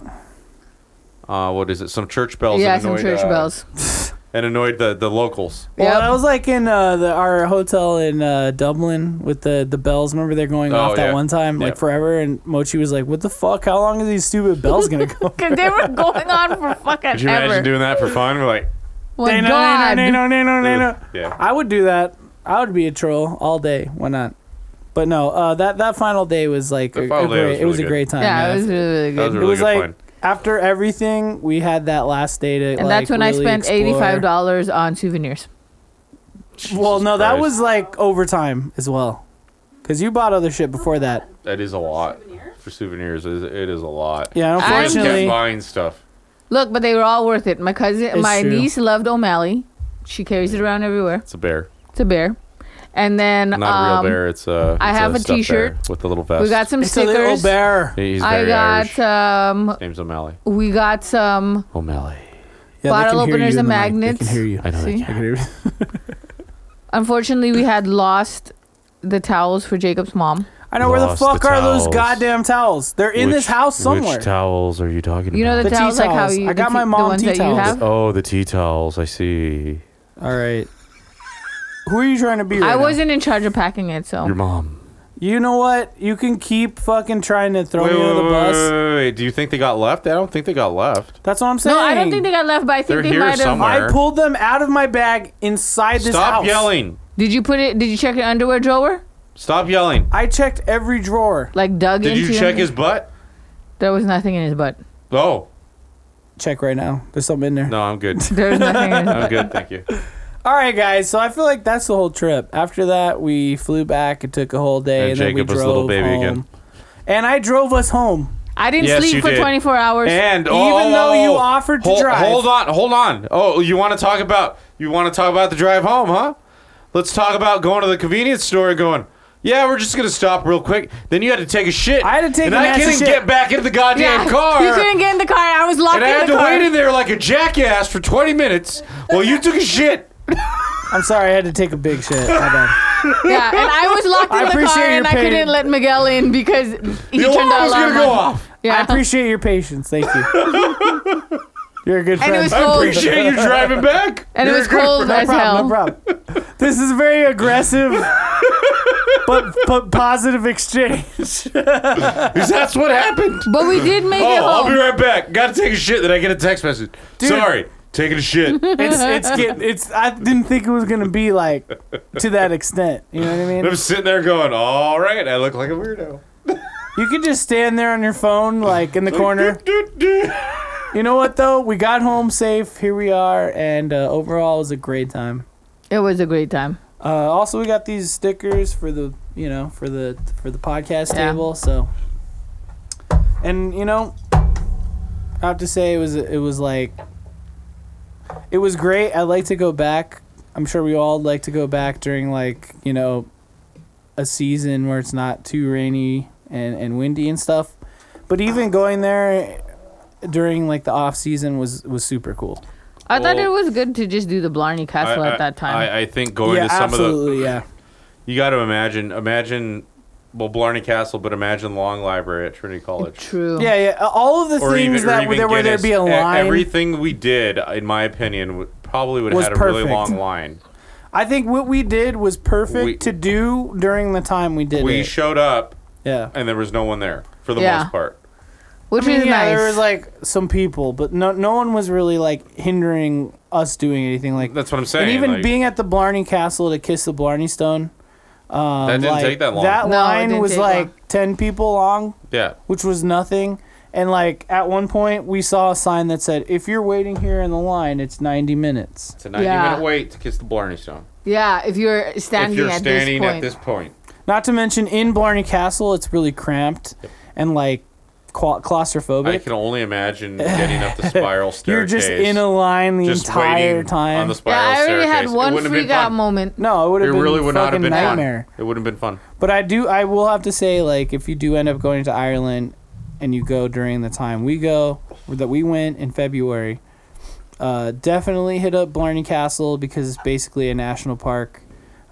[SPEAKER 2] uh, what is it? Some church bells.
[SPEAKER 4] Yeah,
[SPEAKER 2] and
[SPEAKER 4] some
[SPEAKER 2] annoyed,
[SPEAKER 4] church
[SPEAKER 2] uh,
[SPEAKER 3] [laughs]
[SPEAKER 4] bells.
[SPEAKER 2] and annoyed the the locals.
[SPEAKER 3] Well,
[SPEAKER 4] Yep.
[SPEAKER 3] that was like in uh, the, our hotel in uh, Dublin with the, the bells. Remember they're going
[SPEAKER 2] Oh,
[SPEAKER 3] off that
[SPEAKER 2] yeah.
[SPEAKER 3] one time,
[SPEAKER 2] Yeah.
[SPEAKER 3] like forever. And Mochi was like, "What the fuck? How long are these stupid bells gonna [laughs] go?"
[SPEAKER 4] Because they were going on for fucking
[SPEAKER 2] Could you
[SPEAKER 4] ever.
[SPEAKER 2] imagine doing that for fun? We're
[SPEAKER 3] [laughs]
[SPEAKER 2] like,
[SPEAKER 4] My
[SPEAKER 2] [laughs]
[SPEAKER 3] Nay, no,
[SPEAKER 4] God.
[SPEAKER 3] nay, no, nay, no, nay, no, nay, no.
[SPEAKER 2] yeah.
[SPEAKER 3] I would do that. I would be a troll all day. Why not? But no, uh, that that final day was like
[SPEAKER 2] The
[SPEAKER 3] a, a
[SPEAKER 2] final
[SPEAKER 3] great.
[SPEAKER 2] day was
[SPEAKER 3] it was
[SPEAKER 2] really
[SPEAKER 3] a
[SPEAKER 2] good.
[SPEAKER 3] great time.
[SPEAKER 4] Yeah,
[SPEAKER 3] man.
[SPEAKER 4] it was really, really
[SPEAKER 2] That was a
[SPEAKER 3] it
[SPEAKER 4] good.
[SPEAKER 2] really
[SPEAKER 3] was
[SPEAKER 2] good
[SPEAKER 3] like
[SPEAKER 2] find.
[SPEAKER 3] after everything, we had that last day to.
[SPEAKER 4] And that's when I spent $85 on souvenirs.
[SPEAKER 3] Well,
[SPEAKER 2] Jesus
[SPEAKER 3] no, that
[SPEAKER 2] Christ.
[SPEAKER 3] was like overtime as well, because you bought other shit before that.
[SPEAKER 2] that is a lot
[SPEAKER 5] Souvenir?
[SPEAKER 2] for souvenirs. It is, it is a lot.
[SPEAKER 3] Yeah,
[SPEAKER 4] I'm-
[SPEAKER 2] I just kept
[SPEAKER 3] unfortunately,
[SPEAKER 2] buying stuff.
[SPEAKER 4] Look, but they were all worth it. My cousin,
[SPEAKER 3] It's
[SPEAKER 4] my
[SPEAKER 3] true.
[SPEAKER 4] niece loved O'Malley. She carries it around everywhere.
[SPEAKER 2] It's a bear,
[SPEAKER 4] It's a bear. And then
[SPEAKER 2] not
[SPEAKER 4] um,
[SPEAKER 2] a real bear. It's a.
[SPEAKER 4] I
[SPEAKER 2] it's
[SPEAKER 4] have a
[SPEAKER 2] stuffed
[SPEAKER 4] t-shirt.
[SPEAKER 2] bear with a little vest.
[SPEAKER 4] We got some
[SPEAKER 3] it's a little
[SPEAKER 4] stickers.
[SPEAKER 3] bear.
[SPEAKER 2] He's
[SPEAKER 4] I
[SPEAKER 2] very
[SPEAKER 4] got
[SPEAKER 2] Irish.
[SPEAKER 4] um,
[SPEAKER 2] Name's O'Malley.
[SPEAKER 4] we got some.
[SPEAKER 2] O'Malley.
[SPEAKER 3] Yeah, they
[SPEAKER 4] Bottle
[SPEAKER 3] can hear
[SPEAKER 4] openers
[SPEAKER 3] you in the
[SPEAKER 4] and
[SPEAKER 3] mic. They can
[SPEAKER 4] magnets.
[SPEAKER 3] hear you.
[SPEAKER 2] I know
[SPEAKER 4] See?
[SPEAKER 2] they
[SPEAKER 3] They
[SPEAKER 2] can.
[SPEAKER 3] can hear you.
[SPEAKER 4] Unfortunately, we had lost the towels for Jacob's mom.
[SPEAKER 3] I know where the
[SPEAKER 2] Lost
[SPEAKER 3] fuck
[SPEAKER 2] the
[SPEAKER 3] are those
[SPEAKER 2] towels.
[SPEAKER 3] goddamn towels? They're in this
[SPEAKER 2] Which-
[SPEAKER 3] house somewhere.
[SPEAKER 2] Which towels are you talking
[SPEAKER 4] You know
[SPEAKER 2] about?
[SPEAKER 4] the,
[SPEAKER 3] The tea
[SPEAKER 4] towels, like how
[SPEAKER 3] towels.
[SPEAKER 4] you.
[SPEAKER 3] I
[SPEAKER 4] the
[SPEAKER 3] got
[SPEAKER 4] tea-
[SPEAKER 3] my mom
[SPEAKER 4] the ones
[SPEAKER 3] tea
[SPEAKER 4] that you
[SPEAKER 3] towels.
[SPEAKER 4] have.
[SPEAKER 2] oh, the tea towels. I see.
[SPEAKER 3] All right. Who are you trying to be? Right
[SPEAKER 4] I
[SPEAKER 3] now?
[SPEAKER 4] wasn't in charge of packing it, so
[SPEAKER 2] Your mom.
[SPEAKER 3] You know what? You can keep fucking trying to throw
[SPEAKER 2] Wait,
[SPEAKER 3] me
[SPEAKER 2] wait,
[SPEAKER 3] under the
[SPEAKER 2] wait,
[SPEAKER 3] bus.
[SPEAKER 2] wait, wait, wait. Do you think they got left? I don't think they got left.
[SPEAKER 3] That's what I'm saying.
[SPEAKER 4] no, I don't think they got left. But I think
[SPEAKER 2] They're
[SPEAKER 4] they
[SPEAKER 2] here
[SPEAKER 4] might have.
[SPEAKER 2] somewhere.
[SPEAKER 3] I pulled them out of my bag inside this
[SPEAKER 2] Stop
[SPEAKER 3] house.
[SPEAKER 2] yelling.
[SPEAKER 4] Did you put it? Did you check your underwear drawer?
[SPEAKER 2] Stop yelling.
[SPEAKER 3] I checked every drawer.
[SPEAKER 4] Like dug
[SPEAKER 2] Did
[SPEAKER 4] into
[SPEAKER 2] you
[SPEAKER 4] him?
[SPEAKER 2] check his butt?
[SPEAKER 4] There was nothing in his butt.
[SPEAKER 2] Oh,
[SPEAKER 3] Check right now. There's something in there.
[SPEAKER 2] no, I'm
[SPEAKER 3] [laughs]
[SPEAKER 2] good.
[SPEAKER 4] There was nothing
[SPEAKER 2] [laughs]
[SPEAKER 4] in his
[SPEAKER 2] I'm
[SPEAKER 4] butt.
[SPEAKER 2] good, thank you.
[SPEAKER 3] All right, guys. So I feel like that's the whole trip. After that, we flew back. It took a whole
[SPEAKER 2] And
[SPEAKER 3] day, and, then we
[SPEAKER 2] Jacob
[SPEAKER 3] drove
[SPEAKER 2] was a little baby
[SPEAKER 3] home.
[SPEAKER 2] again.
[SPEAKER 3] And I drove us home.
[SPEAKER 4] I didn't
[SPEAKER 2] Yes, you
[SPEAKER 4] sleep for
[SPEAKER 2] did.
[SPEAKER 4] 24 hours.
[SPEAKER 2] And
[SPEAKER 3] Even
[SPEAKER 2] oh,
[SPEAKER 3] though you
[SPEAKER 2] oh,
[SPEAKER 3] offered to
[SPEAKER 2] hold,
[SPEAKER 3] drive.
[SPEAKER 2] hold on, hold on. Oh, you want to talk about you want to talk about the drive home, huh? Let's talk about going to the convenience store and going. Yeah, we're just gonna stop real quick. Then you had to take a shit.
[SPEAKER 3] I had to take
[SPEAKER 2] and
[SPEAKER 3] a
[SPEAKER 2] I
[SPEAKER 3] massive
[SPEAKER 2] couldn't
[SPEAKER 3] shit.
[SPEAKER 2] get back into the
[SPEAKER 3] [laughs]
[SPEAKER 2] goddamn car.
[SPEAKER 4] [laughs] You couldn't get in the car. I was locked
[SPEAKER 2] and I
[SPEAKER 4] in
[SPEAKER 2] had
[SPEAKER 4] the
[SPEAKER 2] to
[SPEAKER 4] car.
[SPEAKER 2] wait in there like a jackass for 20 minutes while you took a shit.
[SPEAKER 3] I'm sorry, I had to take a big shit. My bad.
[SPEAKER 4] Yeah, and I
[SPEAKER 2] [laughs]
[SPEAKER 4] was locked
[SPEAKER 3] I
[SPEAKER 4] in the
[SPEAKER 3] appreciate
[SPEAKER 4] car
[SPEAKER 3] your
[SPEAKER 4] and I
[SPEAKER 3] pain.
[SPEAKER 4] couldn't let Miguel in because he
[SPEAKER 2] The
[SPEAKER 4] turned
[SPEAKER 2] alarm
[SPEAKER 4] out
[SPEAKER 2] was gonna go off.
[SPEAKER 3] I
[SPEAKER 4] Yeah.
[SPEAKER 3] appreciate your patience. Thank you.
[SPEAKER 4] [laughs]
[SPEAKER 3] You're a good
[SPEAKER 4] And
[SPEAKER 3] friend.
[SPEAKER 4] it was
[SPEAKER 2] I
[SPEAKER 4] cold.
[SPEAKER 2] appreciate
[SPEAKER 3] [laughs]
[SPEAKER 2] you driving back.
[SPEAKER 4] and it
[SPEAKER 2] [laughs]
[SPEAKER 4] was cold
[SPEAKER 3] no
[SPEAKER 4] as hell.
[SPEAKER 3] problem. No problem. This is very aggressive, but but positive exchange.
[SPEAKER 2] 'Cause that's what happened.
[SPEAKER 4] But we did make it
[SPEAKER 2] Oh, I'll
[SPEAKER 4] home.
[SPEAKER 2] be right back. Gotta take a shit. Then I get a text message. Sorry, taking a shit.
[SPEAKER 3] It's it's get, it's. I didn't think it was gonna be like to that extent. You know what I mean?
[SPEAKER 2] And I'm sitting there going, all right, I look like a weirdo.
[SPEAKER 3] You could just stand there on your phone, like in the corner. You know what though? We got home safe. Here we are, and uh, overall, it was a great time.
[SPEAKER 4] It was a great time.
[SPEAKER 3] Uh, also, we got these stickers for the you know for the for the podcast
[SPEAKER 4] Yeah.
[SPEAKER 3] table. So, and you know, I have to say it was it was like it was great. I'd like to go back. I'm sure we all like to go back during like you know a season where it's not too rainy and and windy and stuff. But even going there during like the off season was was super cool.
[SPEAKER 4] I thought it
[SPEAKER 2] Well,
[SPEAKER 4] was good to just do the Blarney Castle at that time.
[SPEAKER 2] I, I think going
[SPEAKER 3] yeah,
[SPEAKER 2] to some
[SPEAKER 3] absolutely.
[SPEAKER 2] of
[SPEAKER 3] yeah.
[SPEAKER 2] the. You got to imagine, imagine, well, Blarney Castle, but imagine Long Library at Trinity College.
[SPEAKER 4] True.
[SPEAKER 3] Yeah, yeah. All of the things that were there where there'd be a
[SPEAKER 2] Guinness. E-
[SPEAKER 3] line.
[SPEAKER 2] Everything we did, in my opinion, would, probably would have
[SPEAKER 3] Was
[SPEAKER 2] had a really
[SPEAKER 3] perfect.
[SPEAKER 2] long line.
[SPEAKER 3] I think what we did was perfect
[SPEAKER 2] We-
[SPEAKER 3] to do during the time we did
[SPEAKER 2] We
[SPEAKER 3] it.
[SPEAKER 2] showed up
[SPEAKER 3] yeah.
[SPEAKER 2] and there was no one there for the
[SPEAKER 4] Yeah.
[SPEAKER 2] most part.
[SPEAKER 4] Which
[SPEAKER 3] I mean,
[SPEAKER 4] is
[SPEAKER 3] yeah,
[SPEAKER 4] nice.
[SPEAKER 3] there was like some people, but no, no one was really like hindering us doing anything like.
[SPEAKER 2] That's what I'm
[SPEAKER 3] and
[SPEAKER 2] saying.
[SPEAKER 3] even
[SPEAKER 2] like,
[SPEAKER 3] being at the Blarney Castle to kiss the Blarney Stone. Um,
[SPEAKER 2] That didn't
[SPEAKER 3] like,
[SPEAKER 2] take that long.
[SPEAKER 3] That
[SPEAKER 4] No, it
[SPEAKER 3] line
[SPEAKER 4] didn't
[SPEAKER 3] was
[SPEAKER 4] take
[SPEAKER 3] like
[SPEAKER 4] long.
[SPEAKER 3] ten people long,
[SPEAKER 2] yeah,
[SPEAKER 3] which was nothing. And like at one point, we saw a sign that said, "If you're waiting here in the line, it's 90 minutes."
[SPEAKER 2] it's a 90
[SPEAKER 4] Yeah.
[SPEAKER 2] minute wait to kiss the Blarney Stone.
[SPEAKER 4] yeah, if you're standing,
[SPEAKER 2] if you're
[SPEAKER 4] at,
[SPEAKER 2] standing
[SPEAKER 4] this point,
[SPEAKER 2] at this point,
[SPEAKER 3] Not to mention in Blarney Castle, it's really cramped and like qua claustrophobic.
[SPEAKER 2] I can only
[SPEAKER 3] [laughs]
[SPEAKER 2] imagine getting up the spiral
[SPEAKER 3] You're
[SPEAKER 2] staircase.
[SPEAKER 3] just in a line the
[SPEAKER 2] just
[SPEAKER 3] entire
[SPEAKER 2] waiting
[SPEAKER 3] time.
[SPEAKER 2] on the
[SPEAKER 4] Yeah,
[SPEAKER 2] spiral
[SPEAKER 4] I already
[SPEAKER 2] staircase.
[SPEAKER 4] had
[SPEAKER 2] It
[SPEAKER 4] one
[SPEAKER 2] wouldn't have been
[SPEAKER 4] freak out
[SPEAKER 2] fun.
[SPEAKER 4] moment.
[SPEAKER 3] no, it would
[SPEAKER 2] It
[SPEAKER 3] have been
[SPEAKER 2] really would not have
[SPEAKER 3] fucking
[SPEAKER 2] been
[SPEAKER 3] nightmare.
[SPEAKER 2] fun. It would have been fun.
[SPEAKER 3] But I do, I will have to say, like, if you do end up going to Ireland and you go during the time we go, or that we went in February, uh, definitely hit up Blarney Castle because it's basically a national park.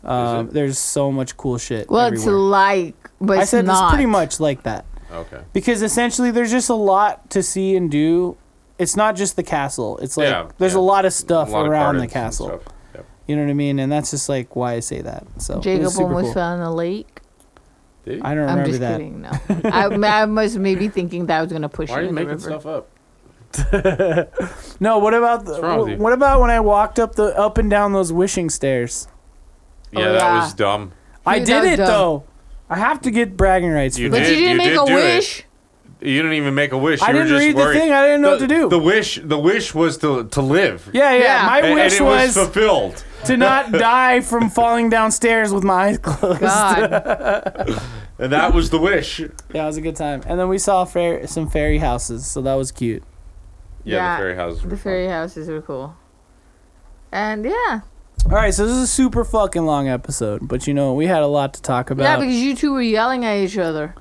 [SPEAKER 3] Um,
[SPEAKER 2] it?
[SPEAKER 3] there's so much cool shit.
[SPEAKER 4] Well, it's
[SPEAKER 3] everywhere.
[SPEAKER 4] like, but
[SPEAKER 3] I
[SPEAKER 4] it's
[SPEAKER 3] said
[SPEAKER 4] not.
[SPEAKER 3] it's pretty much like that.
[SPEAKER 2] Okay.
[SPEAKER 3] because essentially there's just a lot to see and do. It's not just the castle. It's like
[SPEAKER 2] Yeah,
[SPEAKER 3] there's
[SPEAKER 2] yeah.
[SPEAKER 3] a lot of stuff
[SPEAKER 2] A lot of
[SPEAKER 3] around the
[SPEAKER 2] gardens and
[SPEAKER 3] castle.
[SPEAKER 2] stuff. Yep.
[SPEAKER 3] You know what I mean? And that's just like why I say that. So it was
[SPEAKER 4] Jacob
[SPEAKER 3] super
[SPEAKER 4] almost
[SPEAKER 3] cool.
[SPEAKER 4] fell in the lake.
[SPEAKER 2] Did he?
[SPEAKER 3] I don't
[SPEAKER 4] I'm
[SPEAKER 3] remember
[SPEAKER 4] just
[SPEAKER 3] that. [laughs]
[SPEAKER 4] kidding. No, I, I was maybe thinking that I was gonna push
[SPEAKER 2] Why are you
[SPEAKER 4] you in the
[SPEAKER 2] making
[SPEAKER 4] river.
[SPEAKER 2] stuff up?
[SPEAKER 3] No, what about the,
[SPEAKER 2] wrong with
[SPEAKER 3] wh-
[SPEAKER 2] you?
[SPEAKER 3] what about when I walked up the up and down those wishing stairs?
[SPEAKER 2] Yeah,
[SPEAKER 4] Oh,
[SPEAKER 2] that
[SPEAKER 4] yeah.
[SPEAKER 2] was dumb.
[SPEAKER 3] I
[SPEAKER 4] that
[SPEAKER 3] did
[SPEAKER 4] was
[SPEAKER 3] it
[SPEAKER 4] dumb.
[SPEAKER 3] though. I have to get bragging rights.
[SPEAKER 2] You
[SPEAKER 3] for
[SPEAKER 4] But
[SPEAKER 3] that.
[SPEAKER 2] did-
[SPEAKER 4] you didn't
[SPEAKER 2] you
[SPEAKER 4] make
[SPEAKER 2] did
[SPEAKER 4] a
[SPEAKER 2] do it.
[SPEAKER 3] [laughs]
[SPEAKER 4] wish.
[SPEAKER 2] You didn't even make a wish.
[SPEAKER 3] I
[SPEAKER 2] you
[SPEAKER 3] didn't
[SPEAKER 2] were just
[SPEAKER 3] read the
[SPEAKER 2] worried.
[SPEAKER 3] thing. I didn't know
[SPEAKER 2] the,
[SPEAKER 3] what to do.
[SPEAKER 2] The wish, the wish was to to live.
[SPEAKER 3] Yeah, yeah.
[SPEAKER 4] Yeah.
[SPEAKER 3] My
[SPEAKER 2] and, and
[SPEAKER 3] wish
[SPEAKER 2] it was,
[SPEAKER 3] was
[SPEAKER 2] fulfilled.
[SPEAKER 3] to
[SPEAKER 2] [laughs]
[SPEAKER 3] not die from falling downstairs with my eyes closed.
[SPEAKER 4] God,
[SPEAKER 2] And that was the wish. Yeah,
[SPEAKER 3] [laughs] Yeah, it was a good time. And then we saw fair, some fairy houses, so that was cute.
[SPEAKER 4] Yeah,
[SPEAKER 2] the fairy houses. were
[SPEAKER 4] the
[SPEAKER 2] fun.
[SPEAKER 4] fairy houses are cool. And yeah,
[SPEAKER 3] All right, so this is a super fucking long episode, but you know we had a lot to talk
[SPEAKER 4] yeah,
[SPEAKER 3] about.
[SPEAKER 4] because you two were yelling at each other.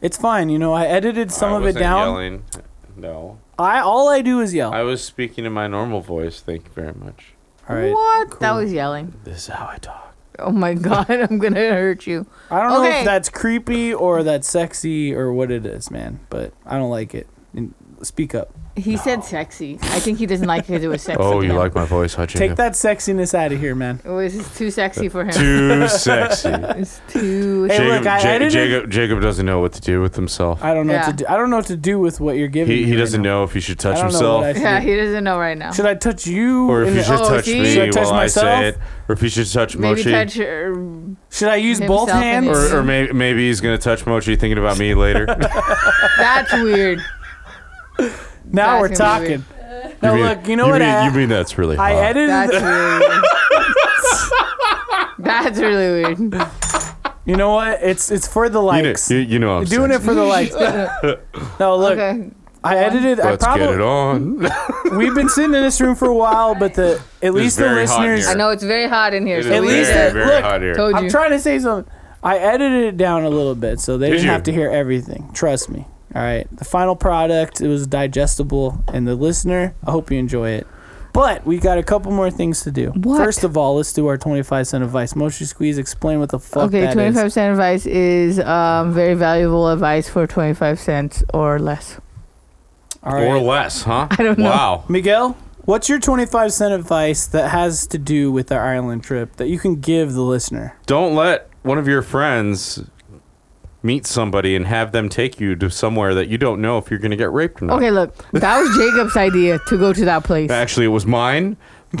[SPEAKER 3] it's fine, you know. I edited some
[SPEAKER 2] I
[SPEAKER 3] of it
[SPEAKER 2] wasn't
[SPEAKER 3] down.
[SPEAKER 2] Yelling. No,
[SPEAKER 3] I all I do is yell.
[SPEAKER 2] I was speaking in my normal voice. Thank you very much.
[SPEAKER 3] all right,
[SPEAKER 4] what? That
[SPEAKER 3] cool.
[SPEAKER 4] was yelling.
[SPEAKER 3] this is how I talk.
[SPEAKER 4] Oh my [laughs] god, I'm gonna hurt you.
[SPEAKER 3] I don't know
[SPEAKER 4] Okay.
[SPEAKER 3] if that's creepy or that's sexy or what it is, man. But I don't like it. And speak up.
[SPEAKER 4] He said sexy. I think he doesn't like because it was sexy.
[SPEAKER 2] Oh, you
[SPEAKER 4] Yeah.
[SPEAKER 2] like my voice, huh,
[SPEAKER 3] Take
[SPEAKER 2] Jacob?
[SPEAKER 3] that sexiness out of here, man.
[SPEAKER 4] It was just too sexy for him.
[SPEAKER 2] Too
[SPEAKER 3] [laughs]
[SPEAKER 2] sexy.
[SPEAKER 4] [laughs] It's too.
[SPEAKER 3] Hey,
[SPEAKER 2] Jacob,
[SPEAKER 3] look, I- I
[SPEAKER 2] Ja-
[SPEAKER 3] didn't-
[SPEAKER 2] Jacob, Jacob doesn't know what to do with himself.
[SPEAKER 3] I don't know
[SPEAKER 4] Yeah.
[SPEAKER 3] what to do. I don't know what to do with what you're giving.
[SPEAKER 2] He,
[SPEAKER 3] me
[SPEAKER 2] he
[SPEAKER 3] right
[SPEAKER 2] doesn't
[SPEAKER 3] now.
[SPEAKER 2] know if he should touch
[SPEAKER 3] I don't
[SPEAKER 2] himself
[SPEAKER 3] know what I should
[SPEAKER 4] [laughs] yeah,
[SPEAKER 3] do.
[SPEAKER 4] he doesn't know right now.
[SPEAKER 3] Should I touch you?
[SPEAKER 2] or if
[SPEAKER 3] in
[SPEAKER 2] he
[SPEAKER 3] the-
[SPEAKER 2] should
[SPEAKER 4] Oh,
[SPEAKER 2] touch
[SPEAKER 4] see?
[SPEAKER 2] me
[SPEAKER 4] Should I
[SPEAKER 3] touch
[SPEAKER 2] while I
[SPEAKER 3] myself?
[SPEAKER 2] say it, or if he should touch
[SPEAKER 4] Maybe
[SPEAKER 2] Mochi.
[SPEAKER 4] touch. Or,
[SPEAKER 3] should I use both
[SPEAKER 4] Himself and
[SPEAKER 3] hands?
[SPEAKER 4] his-
[SPEAKER 2] or, or maybe, maybe he's gonna touch Mochi thinking about
[SPEAKER 3] [laughs]
[SPEAKER 2] me later.
[SPEAKER 4] that's weird.
[SPEAKER 3] Now we're
[SPEAKER 4] That's gonna be
[SPEAKER 3] talking. Now
[SPEAKER 2] [laughs] You mean-
[SPEAKER 3] look, you know
[SPEAKER 2] you
[SPEAKER 3] what?
[SPEAKER 2] Mean,
[SPEAKER 3] I,
[SPEAKER 2] you mean that's really hot?
[SPEAKER 3] I edited.
[SPEAKER 4] That's
[SPEAKER 3] the-
[SPEAKER 2] [laughs]
[SPEAKER 4] really. that's really weird.
[SPEAKER 3] you know what? It's it's for the
[SPEAKER 2] You know,
[SPEAKER 3] likes.
[SPEAKER 2] you, you know I'm
[SPEAKER 3] Doing it
[SPEAKER 2] sexy.
[SPEAKER 3] for
[SPEAKER 4] [laughs]
[SPEAKER 3] the
[SPEAKER 2] [laughs]
[SPEAKER 3] likes. no, look.
[SPEAKER 4] Okay.
[SPEAKER 3] I edited. I
[SPEAKER 2] Let's get it
[SPEAKER 3] probably
[SPEAKER 2] on.
[SPEAKER 3] we've been sitting in this room for a while, but the at least the
[SPEAKER 2] very hot in
[SPEAKER 3] listeners.
[SPEAKER 2] here.
[SPEAKER 4] I know it's very hot in here.
[SPEAKER 2] It is
[SPEAKER 3] [laughs]
[SPEAKER 4] So
[SPEAKER 3] At
[SPEAKER 4] we
[SPEAKER 3] least
[SPEAKER 2] very,
[SPEAKER 3] it-
[SPEAKER 4] did.
[SPEAKER 2] very
[SPEAKER 3] look,
[SPEAKER 2] hot here.
[SPEAKER 4] told
[SPEAKER 3] I'm
[SPEAKER 4] you.
[SPEAKER 3] trying to say something. I edited it down a little bit, so they
[SPEAKER 2] Did
[SPEAKER 3] didn't
[SPEAKER 2] you?
[SPEAKER 3] have to hear everything. Trust me. All right. The final product, it was digestible, and the listener, I hope you enjoy it. But we got a couple more things to do.
[SPEAKER 4] What?
[SPEAKER 3] First of all, let's do our 25 cent advice. Moshi Squeeze, explain what the fuck
[SPEAKER 4] Okay,
[SPEAKER 3] that is.
[SPEAKER 4] twenty five cent advice is um, very valuable advice for twenty five cents or less.
[SPEAKER 3] All right.
[SPEAKER 2] Or less, huh? I
[SPEAKER 4] don't know.
[SPEAKER 2] Wow.
[SPEAKER 3] Miguel, what's your 25 cent advice that has to do with our island trip that you can give the listener?
[SPEAKER 2] Don't let one of your friends meet somebody and have them take you to somewhere that you don't know if you're going to get raped or not.
[SPEAKER 4] Okay, look, that
[SPEAKER 2] [laughs]
[SPEAKER 4] was Jacob's idea to go to that place.
[SPEAKER 2] Actually, it was mine,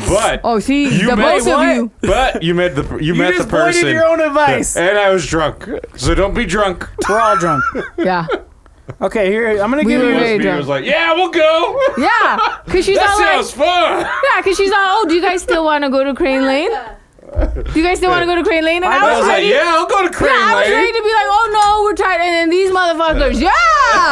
[SPEAKER 2] but
[SPEAKER 4] Oh, see,
[SPEAKER 2] you
[SPEAKER 4] the
[SPEAKER 2] met
[SPEAKER 4] both of you.
[SPEAKER 2] But you met the you, met
[SPEAKER 3] just
[SPEAKER 2] the
[SPEAKER 3] pointed
[SPEAKER 2] person.
[SPEAKER 3] your own advice.
[SPEAKER 2] and I was drunk, so don't be drunk.
[SPEAKER 3] We're all drunk.
[SPEAKER 4] Yeah,
[SPEAKER 3] Okay, here I'm gonna
[SPEAKER 4] We
[SPEAKER 3] give
[SPEAKER 4] were
[SPEAKER 3] you.
[SPEAKER 4] very
[SPEAKER 2] He
[SPEAKER 4] drunk.
[SPEAKER 2] was like, "Yeah, we'll
[SPEAKER 4] [laughs]
[SPEAKER 2] go.
[SPEAKER 4] yeah, cause she's
[SPEAKER 2] That
[SPEAKER 4] all like,
[SPEAKER 2] sounds fun."
[SPEAKER 4] yeah, cause she's all, oh, do you guys still want to go to Crane Lane? Do you guys still want to go to Crane Lane? And I,
[SPEAKER 2] I was like,
[SPEAKER 4] ready.
[SPEAKER 2] "Yeah, I'll go to Crane
[SPEAKER 4] Yeah, I was
[SPEAKER 2] Lane."
[SPEAKER 4] ready to be like, oh no, we're tired. And then these motherfuckers, yeah,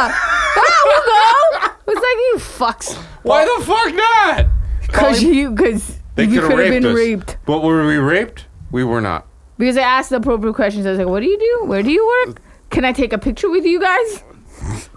[SPEAKER 4] yeah, we'll go. It's like you fucks,
[SPEAKER 2] Why the fuck not?
[SPEAKER 4] cause you, cause you
[SPEAKER 2] coulda
[SPEAKER 4] could have been
[SPEAKER 2] us.
[SPEAKER 4] raped.
[SPEAKER 2] But were we raped? We were not.
[SPEAKER 4] Because I asked the appropriate questions. I was like, what do you do? Where do you work? Can I take a picture with you guys?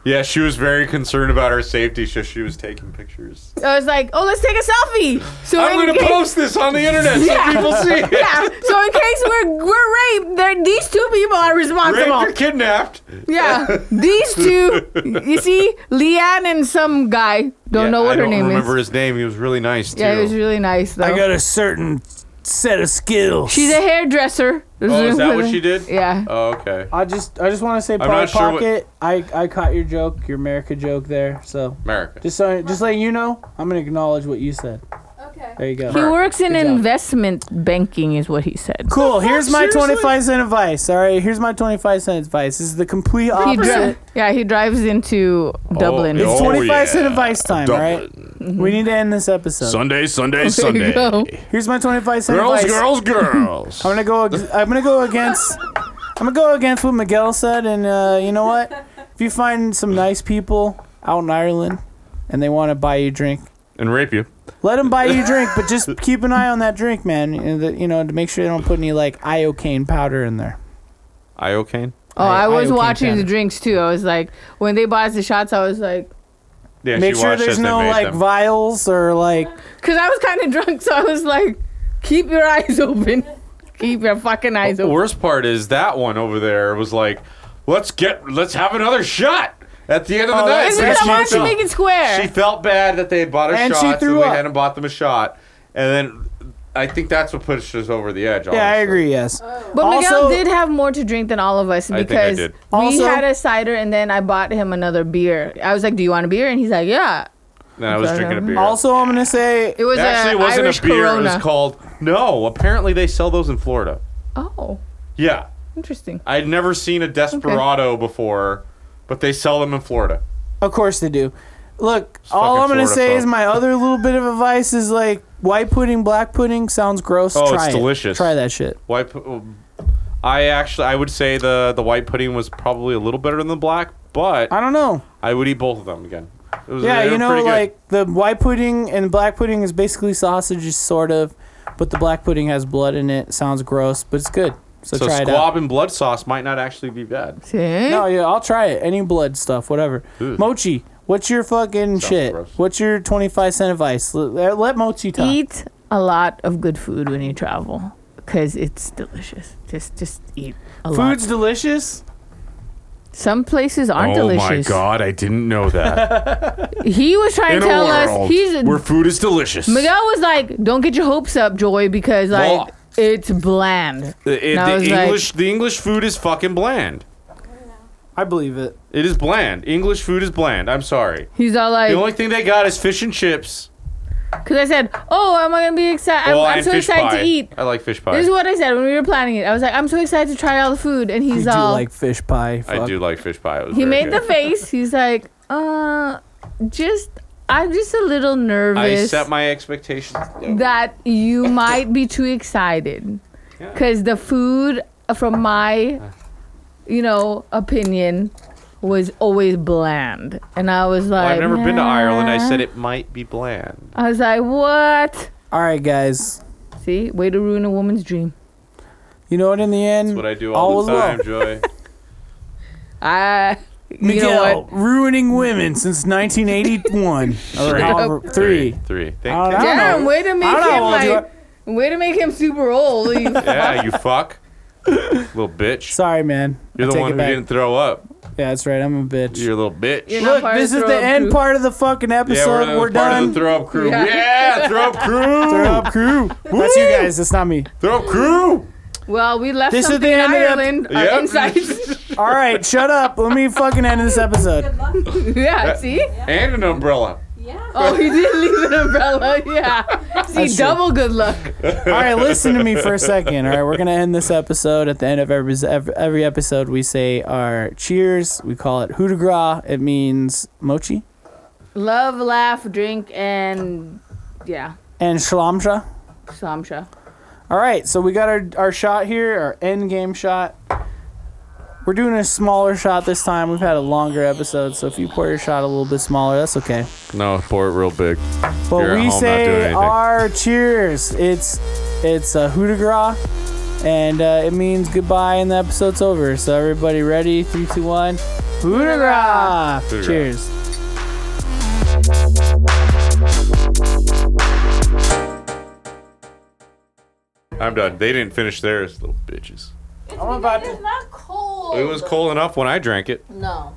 [SPEAKER 2] Yeah, she was very concerned about her safety, so she was taking pictures.
[SPEAKER 4] I was like, oh, let's take a selfie. So
[SPEAKER 2] I'm
[SPEAKER 4] in
[SPEAKER 2] gonna
[SPEAKER 4] case-
[SPEAKER 2] post this on the internet so
[SPEAKER 4] Yeah.
[SPEAKER 2] people see it.
[SPEAKER 4] Yeah. So in case we're we're raped, then these two people are
[SPEAKER 2] Raped
[SPEAKER 4] responsible.
[SPEAKER 2] or kidnapped? [laughs]
[SPEAKER 4] Yeah. These two. You see, Leanne and some guy. Don't know what
[SPEAKER 2] I
[SPEAKER 4] her
[SPEAKER 2] don't
[SPEAKER 4] name
[SPEAKER 2] remember
[SPEAKER 4] is.
[SPEAKER 2] his name. He was really nice too.
[SPEAKER 4] Yeah, it was really nice though.
[SPEAKER 3] I got a certain set of skills.
[SPEAKER 4] She's a hairdresser.
[SPEAKER 2] oh, is
[SPEAKER 3] [laughs]
[SPEAKER 2] that what she did?
[SPEAKER 4] Yeah.
[SPEAKER 2] Oh, okay.
[SPEAKER 3] I just I just want to say,
[SPEAKER 2] not
[SPEAKER 3] Polly
[SPEAKER 2] sure what-
[SPEAKER 3] Pocket. I I caught your joke, your America joke there. So
[SPEAKER 2] America.
[SPEAKER 3] just so just letting you know, I'm gonna acknowledge what you said.
[SPEAKER 5] Okay.
[SPEAKER 3] There you go.
[SPEAKER 4] He works in
[SPEAKER 3] Good job.
[SPEAKER 4] investment banking, is what he said.
[SPEAKER 3] Cool. Here's my
[SPEAKER 2] Seriously?
[SPEAKER 3] 25 cent advice. All right. Here's my 25 cent advice. This is the complete
[SPEAKER 4] He dri-
[SPEAKER 3] opposite.
[SPEAKER 4] yeah, he drives into Dublin.
[SPEAKER 2] yeah.
[SPEAKER 3] It's
[SPEAKER 2] Oh,
[SPEAKER 3] 25
[SPEAKER 2] yeah.
[SPEAKER 3] cent advice time. All right.
[SPEAKER 4] Mm-hmm.
[SPEAKER 3] We need to end this episode.
[SPEAKER 2] Sunday, Sunday,
[SPEAKER 4] [laughs] [laughs] There you go.
[SPEAKER 3] Here's my 25 cent
[SPEAKER 2] Girls,
[SPEAKER 3] advice. [laughs]
[SPEAKER 2] girls, girls.
[SPEAKER 3] I'm gonna go. ag- I'm gonna go against. I'm gonna go against what Miguel said, and uh, you know what? If you find some nice people out in Ireland, and they want to buy you a drink,
[SPEAKER 2] and rape you.
[SPEAKER 3] let them buy you a drink, but
[SPEAKER 2] [laughs]
[SPEAKER 3] just keep an eye on that drink, man. You know, that- you know, to make sure they don't put any like iocane powder in there.
[SPEAKER 2] Iocane?
[SPEAKER 4] Oh,
[SPEAKER 3] I-
[SPEAKER 4] I,
[SPEAKER 3] I
[SPEAKER 4] was
[SPEAKER 3] okay
[SPEAKER 4] watching the
[SPEAKER 3] panic.
[SPEAKER 4] drinks too. I was like, when they bought us the shots, I was like,
[SPEAKER 2] Yeah,
[SPEAKER 3] Make
[SPEAKER 2] she
[SPEAKER 3] sure
[SPEAKER 2] watched
[SPEAKER 3] there's
[SPEAKER 2] us and
[SPEAKER 3] no
[SPEAKER 2] made
[SPEAKER 3] like
[SPEAKER 2] them.
[SPEAKER 3] vials or like.
[SPEAKER 4] because I was kind of drunk, so I was like, keep your eyes [laughs] open. Keep your fucking eyes
[SPEAKER 2] The
[SPEAKER 4] open.
[SPEAKER 2] worst part is that one over there was like, let's get, let's have another shot at the end of the
[SPEAKER 3] Oh,
[SPEAKER 2] night.
[SPEAKER 3] that's
[SPEAKER 4] Because I
[SPEAKER 3] That's
[SPEAKER 4] wanted to
[SPEAKER 3] not-
[SPEAKER 4] make it square.
[SPEAKER 2] She felt bad that they had bought us
[SPEAKER 3] And she
[SPEAKER 2] shots
[SPEAKER 3] threw
[SPEAKER 2] and we
[SPEAKER 3] up.
[SPEAKER 2] hadn't bought them a shot, and then I think that's what pushed us over the edge.
[SPEAKER 3] Yeah, I
[SPEAKER 2] honestly.
[SPEAKER 3] agree. Yes.
[SPEAKER 4] but Miguel
[SPEAKER 3] also-
[SPEAKER 4] did have more to drink than all of us
[SPEAKER 2] think I
[SPEAKER 4] because
[SPEAKER 2] did.
[SPEAKER 4] we
[SPEAKER 3] Also-
[SPEAKER 4] had a cider and then I bought him another beer. I was like, "Do you want a beer?" And he's like, "Yeah."
[SPEAKER 2] And I was
[SPEAKER 4] Sorry.
[SPEAKER 2] drinking a beer.
[SPEAKER 3] Also, I'm gonna say
[SPEAKER 4] It was
[SPEAKER 2] it actually
[SPEAKER 4] a
[SPEAKER 2] wasn't
[SPEAKER 4] Irish
[SPEAKER 2] a beer.
[SPEAKER 4] Corona.
[SPEAKER 2] It was called. No, apparently they sell those in Florida.
[SPEAKER 4] oh,
[SPEAKER 2] Yeah,
[SPEAKER 4] interesting.
[SPEAKER 2] I'd never seen a Desperado before, but they sell them in Florida.
[SPEAKER 3] Of course they do. Look, all
[SPEAKER 2] fucking
[SPEAKER 3] I'm gonna
[SPEAKER 2] Florida
[SPEAKER 3] say is
[SPEAKER 2] folk. [laughs]
[SPEAKER 3] my other little bit of advice is like white pudding, black pudding sounds gross.
[SPEAKER 2] Oh, it's
[SPEAKER 3] Try it.
[SPEAKER 2] delicious.
[SPEAKER 3] Try that shit.
[SPEAKER 2] White. pu- I actually, I would say the the white pudding was probably a little better than the black, but
[SPEAKER 3] I don't know.
[SPEAKER 2] I would eat both of them again. It was,
[SPEAKER 3] Yeah,
[SPEAKER 2] they were
[SPEAKER 3] you know,
[SPEAKER 2] pretty good.
[SPEAKER 3] like the white pudding and black pudding is basically sausages, sort of, but the black pudding has blood in it. Sounds gross, but it's good. So,
[SPEAKER 2] so
[SPEAKER 3] try it out.
[SPEAKER 2] squab and blood sauce might not actually be bad.
[SPEAKER 4] See?
[SPEAKER 3] No, yeah, I'll try it. Any blood stuff, whatever.
[SPEAKER 2] Ooh.
[SPEAKER 3] Mochi, what's your fucking shit?
[SPEAKER 2] gross.
[SPEAKER 3] What's your 25 cent advice? Let, let Mochi talk.
[SPEAKER 4] Eat a lot of good food when you travel because it's delicious. Just, just eat a lot.
[SPEAKER 3] Food's delicious.
[SPEAKER 4] Some places aren't
[SPEAKER 2] oh
[SPEAKER 4] delicious.
[SPEAKER 2] my god, I didn't know that.
[SPEAKER 4] He was trying
[SPEAKER 2] In
[SPEAKER 4] to
[SPEAKER 2] a
[SPEAKER 4] tell
[SPEAKER 2] world
[SPEAKER 4] us he's
[SPEAKER 2] where food is delicious.
[SPEAKER 4] Miguel was like, "Don't get your hopes up, Joy, because like
[SPEAKER 2] Well-
[SPEAKER 4] it's bland."
[SPEAKER 2] It-
[SPEAKER 4] And I
[SPEAKER 2] the
[SPEAKER 4] was like-
[SPEAKER 2] English the English food is fucking bland.
[SPEAKER 3] I believe it.
[SPEAKER 2] It is bland. English food is bland. I'm sorry.
[SPEAKER 4] He's all like,
[SPEAKER 2] The only thing they got is fish and chips.
[SPEAKER 4] Because I said, "Oh, am I gonna be excited?
[SPEAKER 2] Oh,
[SPEAKER 4] I'm, I'm
[SPEAKER 2] and
[SPEAKER 4] so
[SPEAKER 2] fish
[SPEAKER 4] excited
[SPEAKER 2] pie.
[SPEAKER 4] to eat."
[SPEAKER 2] I like fish pie.
[SPEAKER 4] This is what I said when we were planning it. I was like, "I'm so excited to try all the food," and he's
[SPEAKER 3] I do
[SPEAKER 4] all,
[SPEAKER 3] like fish pie.
[SPEAKER 2] I
[SPEAKER 3] fuck.
[SPEAKER 2] do like fish pie. It was
[SPEAKER 4] he
[SPEAKER 2] very [laughs]
[SPEAKER 4] made
[SPEAKER 2] good.
[SPEAKER 4] the face. He's like, "Uh, just I'm just a little
[SPEAKER 2] I
[SPEAKER 4] nervous
[SPEAKER 2] set my expectations. low.
[SPEAKER 4] that
[SPEAKER 2] [laughs]
[SPEAKER 4] you might be too excited,
[SPEAKER 2] Yeah.
[SPEAKER 4] because the food, uh, from my, you know, opinion, was always bland." And I was
[SPEAKER 2] Well,
[SPEAKER 4] like,
[SPEAKER 2] I've never been to Ireland. I
[SPEAKER 4] "Nah."
[SPEAKER 2] said it might be bland.
[SPEAKER 4] I was like, "What?"
[SPEAKER 3] All right, guys.
[SPEAKER 4] See, way to ruin a woman's dream.
[SPEAKER 3] You know what? In the end,
[SPEAKER 2] That's what I do all,
[SPEAKER 3] All
[SPEAKER 2] the
[SPEAKER 3] along.
[SPEAKER 2] time, Joy.
[SPEAKER 4] I. you
[SPEAKER 3] Miguel
[SPEAKER 4] know what?
[SPEAKER 3] ruining women
[SPEAKER 2] [laughs]
[SPEAKER 3] since 1981. or
[SPEAKER 2] Three.
[SPEAKER 3] however- [laughs] three.
[SPEAKER 2] Three. Thank
[SPEAKER 3] I don't
[SPEAKER 2] you.
[SPEAKER 3] know.
[SPEAKER 4] Damn, way to make
[SPEAKER 3] I don't
[SPEAKER 4] him
[SPEAKER 3] know, I'll do
[SPEAKER 4] like, way to make him super old.
[SPEAKER 3] [laughs]
[SPEAKER 4] You-
[SPEAKER 2] Yeah, you fuck. Little bitch.
[SPEAKER 3] Sorry, man.
[SPEAKER 2] You're
[SPEAKER 3] I
[SPEAKER 2] the
[SPEAKER 3] take
[SPEAKER 2] one
[SPEAKER 3] it
[SPEAKER 2] who
[SPEAKER 3] back.
[SPEAKER 2] didn't throw up.
[SPEAKER 3] Yeah, that's right. I'm a bitch.
[SPEAKER 2] You're a little bitch.
[SPEAKER 4] You're not
[SPEAKER 3] Look,
[SPEAKER 4] part of
[SPEAKER 3] this is
[SPEAKER 4] throw
[SPEAKER 3] the
[SPEAKER 4] up
[SPEAKER 3] end
[SPEAKER 4] crew.
[SPEAKER 3] part of the fucking
[SPEAKER 2] yeah,
[SPEAKER 3] episode.
[SPEAKER 2] we're,
[SPEAKER 3] we're
[SPEAKER 2] the part
[SPEAKER 3] done.
[SPEAKER 2] of the throw up crew. Yeah,
[SPEAKER 4] Yeah.
[SPEAKER 2] throw up crew.
[SPEAKER 3] [laughs] Throw
[SPEAKER 2] [laughs]
[SPEAKER 3] up crew. That's you guys. That's not me.
[SPEAKER 2] Throw up crew.
[SPEAKER 4] Well, we left
[SPEAKER 3] This is
[SPEAKER 4] something
[SPEAKER 3] the
[SPEAKER 4] in
[SPEAKER 3] end of the-
[SPEAKER 4] Ireland. uh, Our
[SPEAKER 2] Yep.
[SPEAKER 4] insights.
[SPEAKER 2] [laughs]
[SPEAKER 3] All right, shut up. Let me fucking end this episode.
[SPEAKER 5] Good
[SPEAKER 4] [laughs]
[SPEAKER 5] luck.
[SPEAKER 4] yeah, see?
[SPEAKER 2] And an umbrella.
[SPEAKER 5] Yeah.
[SPEAKER 4] Oh, he did leave an umbrella. [laughs] Yeah. See,
[SPEAKER 3] That's true.
[SPEAKER 4] double good luck.
[SPEAKER 3] All right, listen to me for a second. All right, we're gonna end this episode. At the end of every ev- every episode, we say our cheers. We call it hoot de gras. It means mochi
[SPEAKER 4] Love, laugh, drink, and yeah,
[SPEAKER 3] and shlamsha.
[SPEAKER 4] samsha.
[SPEAKER 3] All right, so we got our, our shot here, our end game shot. We're doing a smaller shot this time. We've had a longer episode, so if you pour your shot a little bit smaller, that's okay.
[SPEAKER 2] No, pour it real big.
[SPEAKER 3] But
[SPEAKER 2] You're at home
[SPEAKER 3] we
[SPEAKER 2] not doing
[SPEAKER 3] say
[SPEAKER 2] anything.
[SPEAKER 3] our cheers. It's it's a hoot de gras, and uh, it means goodbye, and the episode's over. So everybody ready? Three, two, one. Hoot de gras!
[SPEAKER 2] de gras.
[SPEAKER 3] Cheers.
[SPEAKER 2] I'm done. They didn't finish theirs, little bitches.
[SPEAKER 5] It's
[SPEAKER 3] I'm about
[SPEAKER 5] because
[SPEAKER 3] to-
[SPEAKER 5] it's not cold.
[SPEAKER 2] It was cold enough when I drank it.
[SPEAKER 4] No.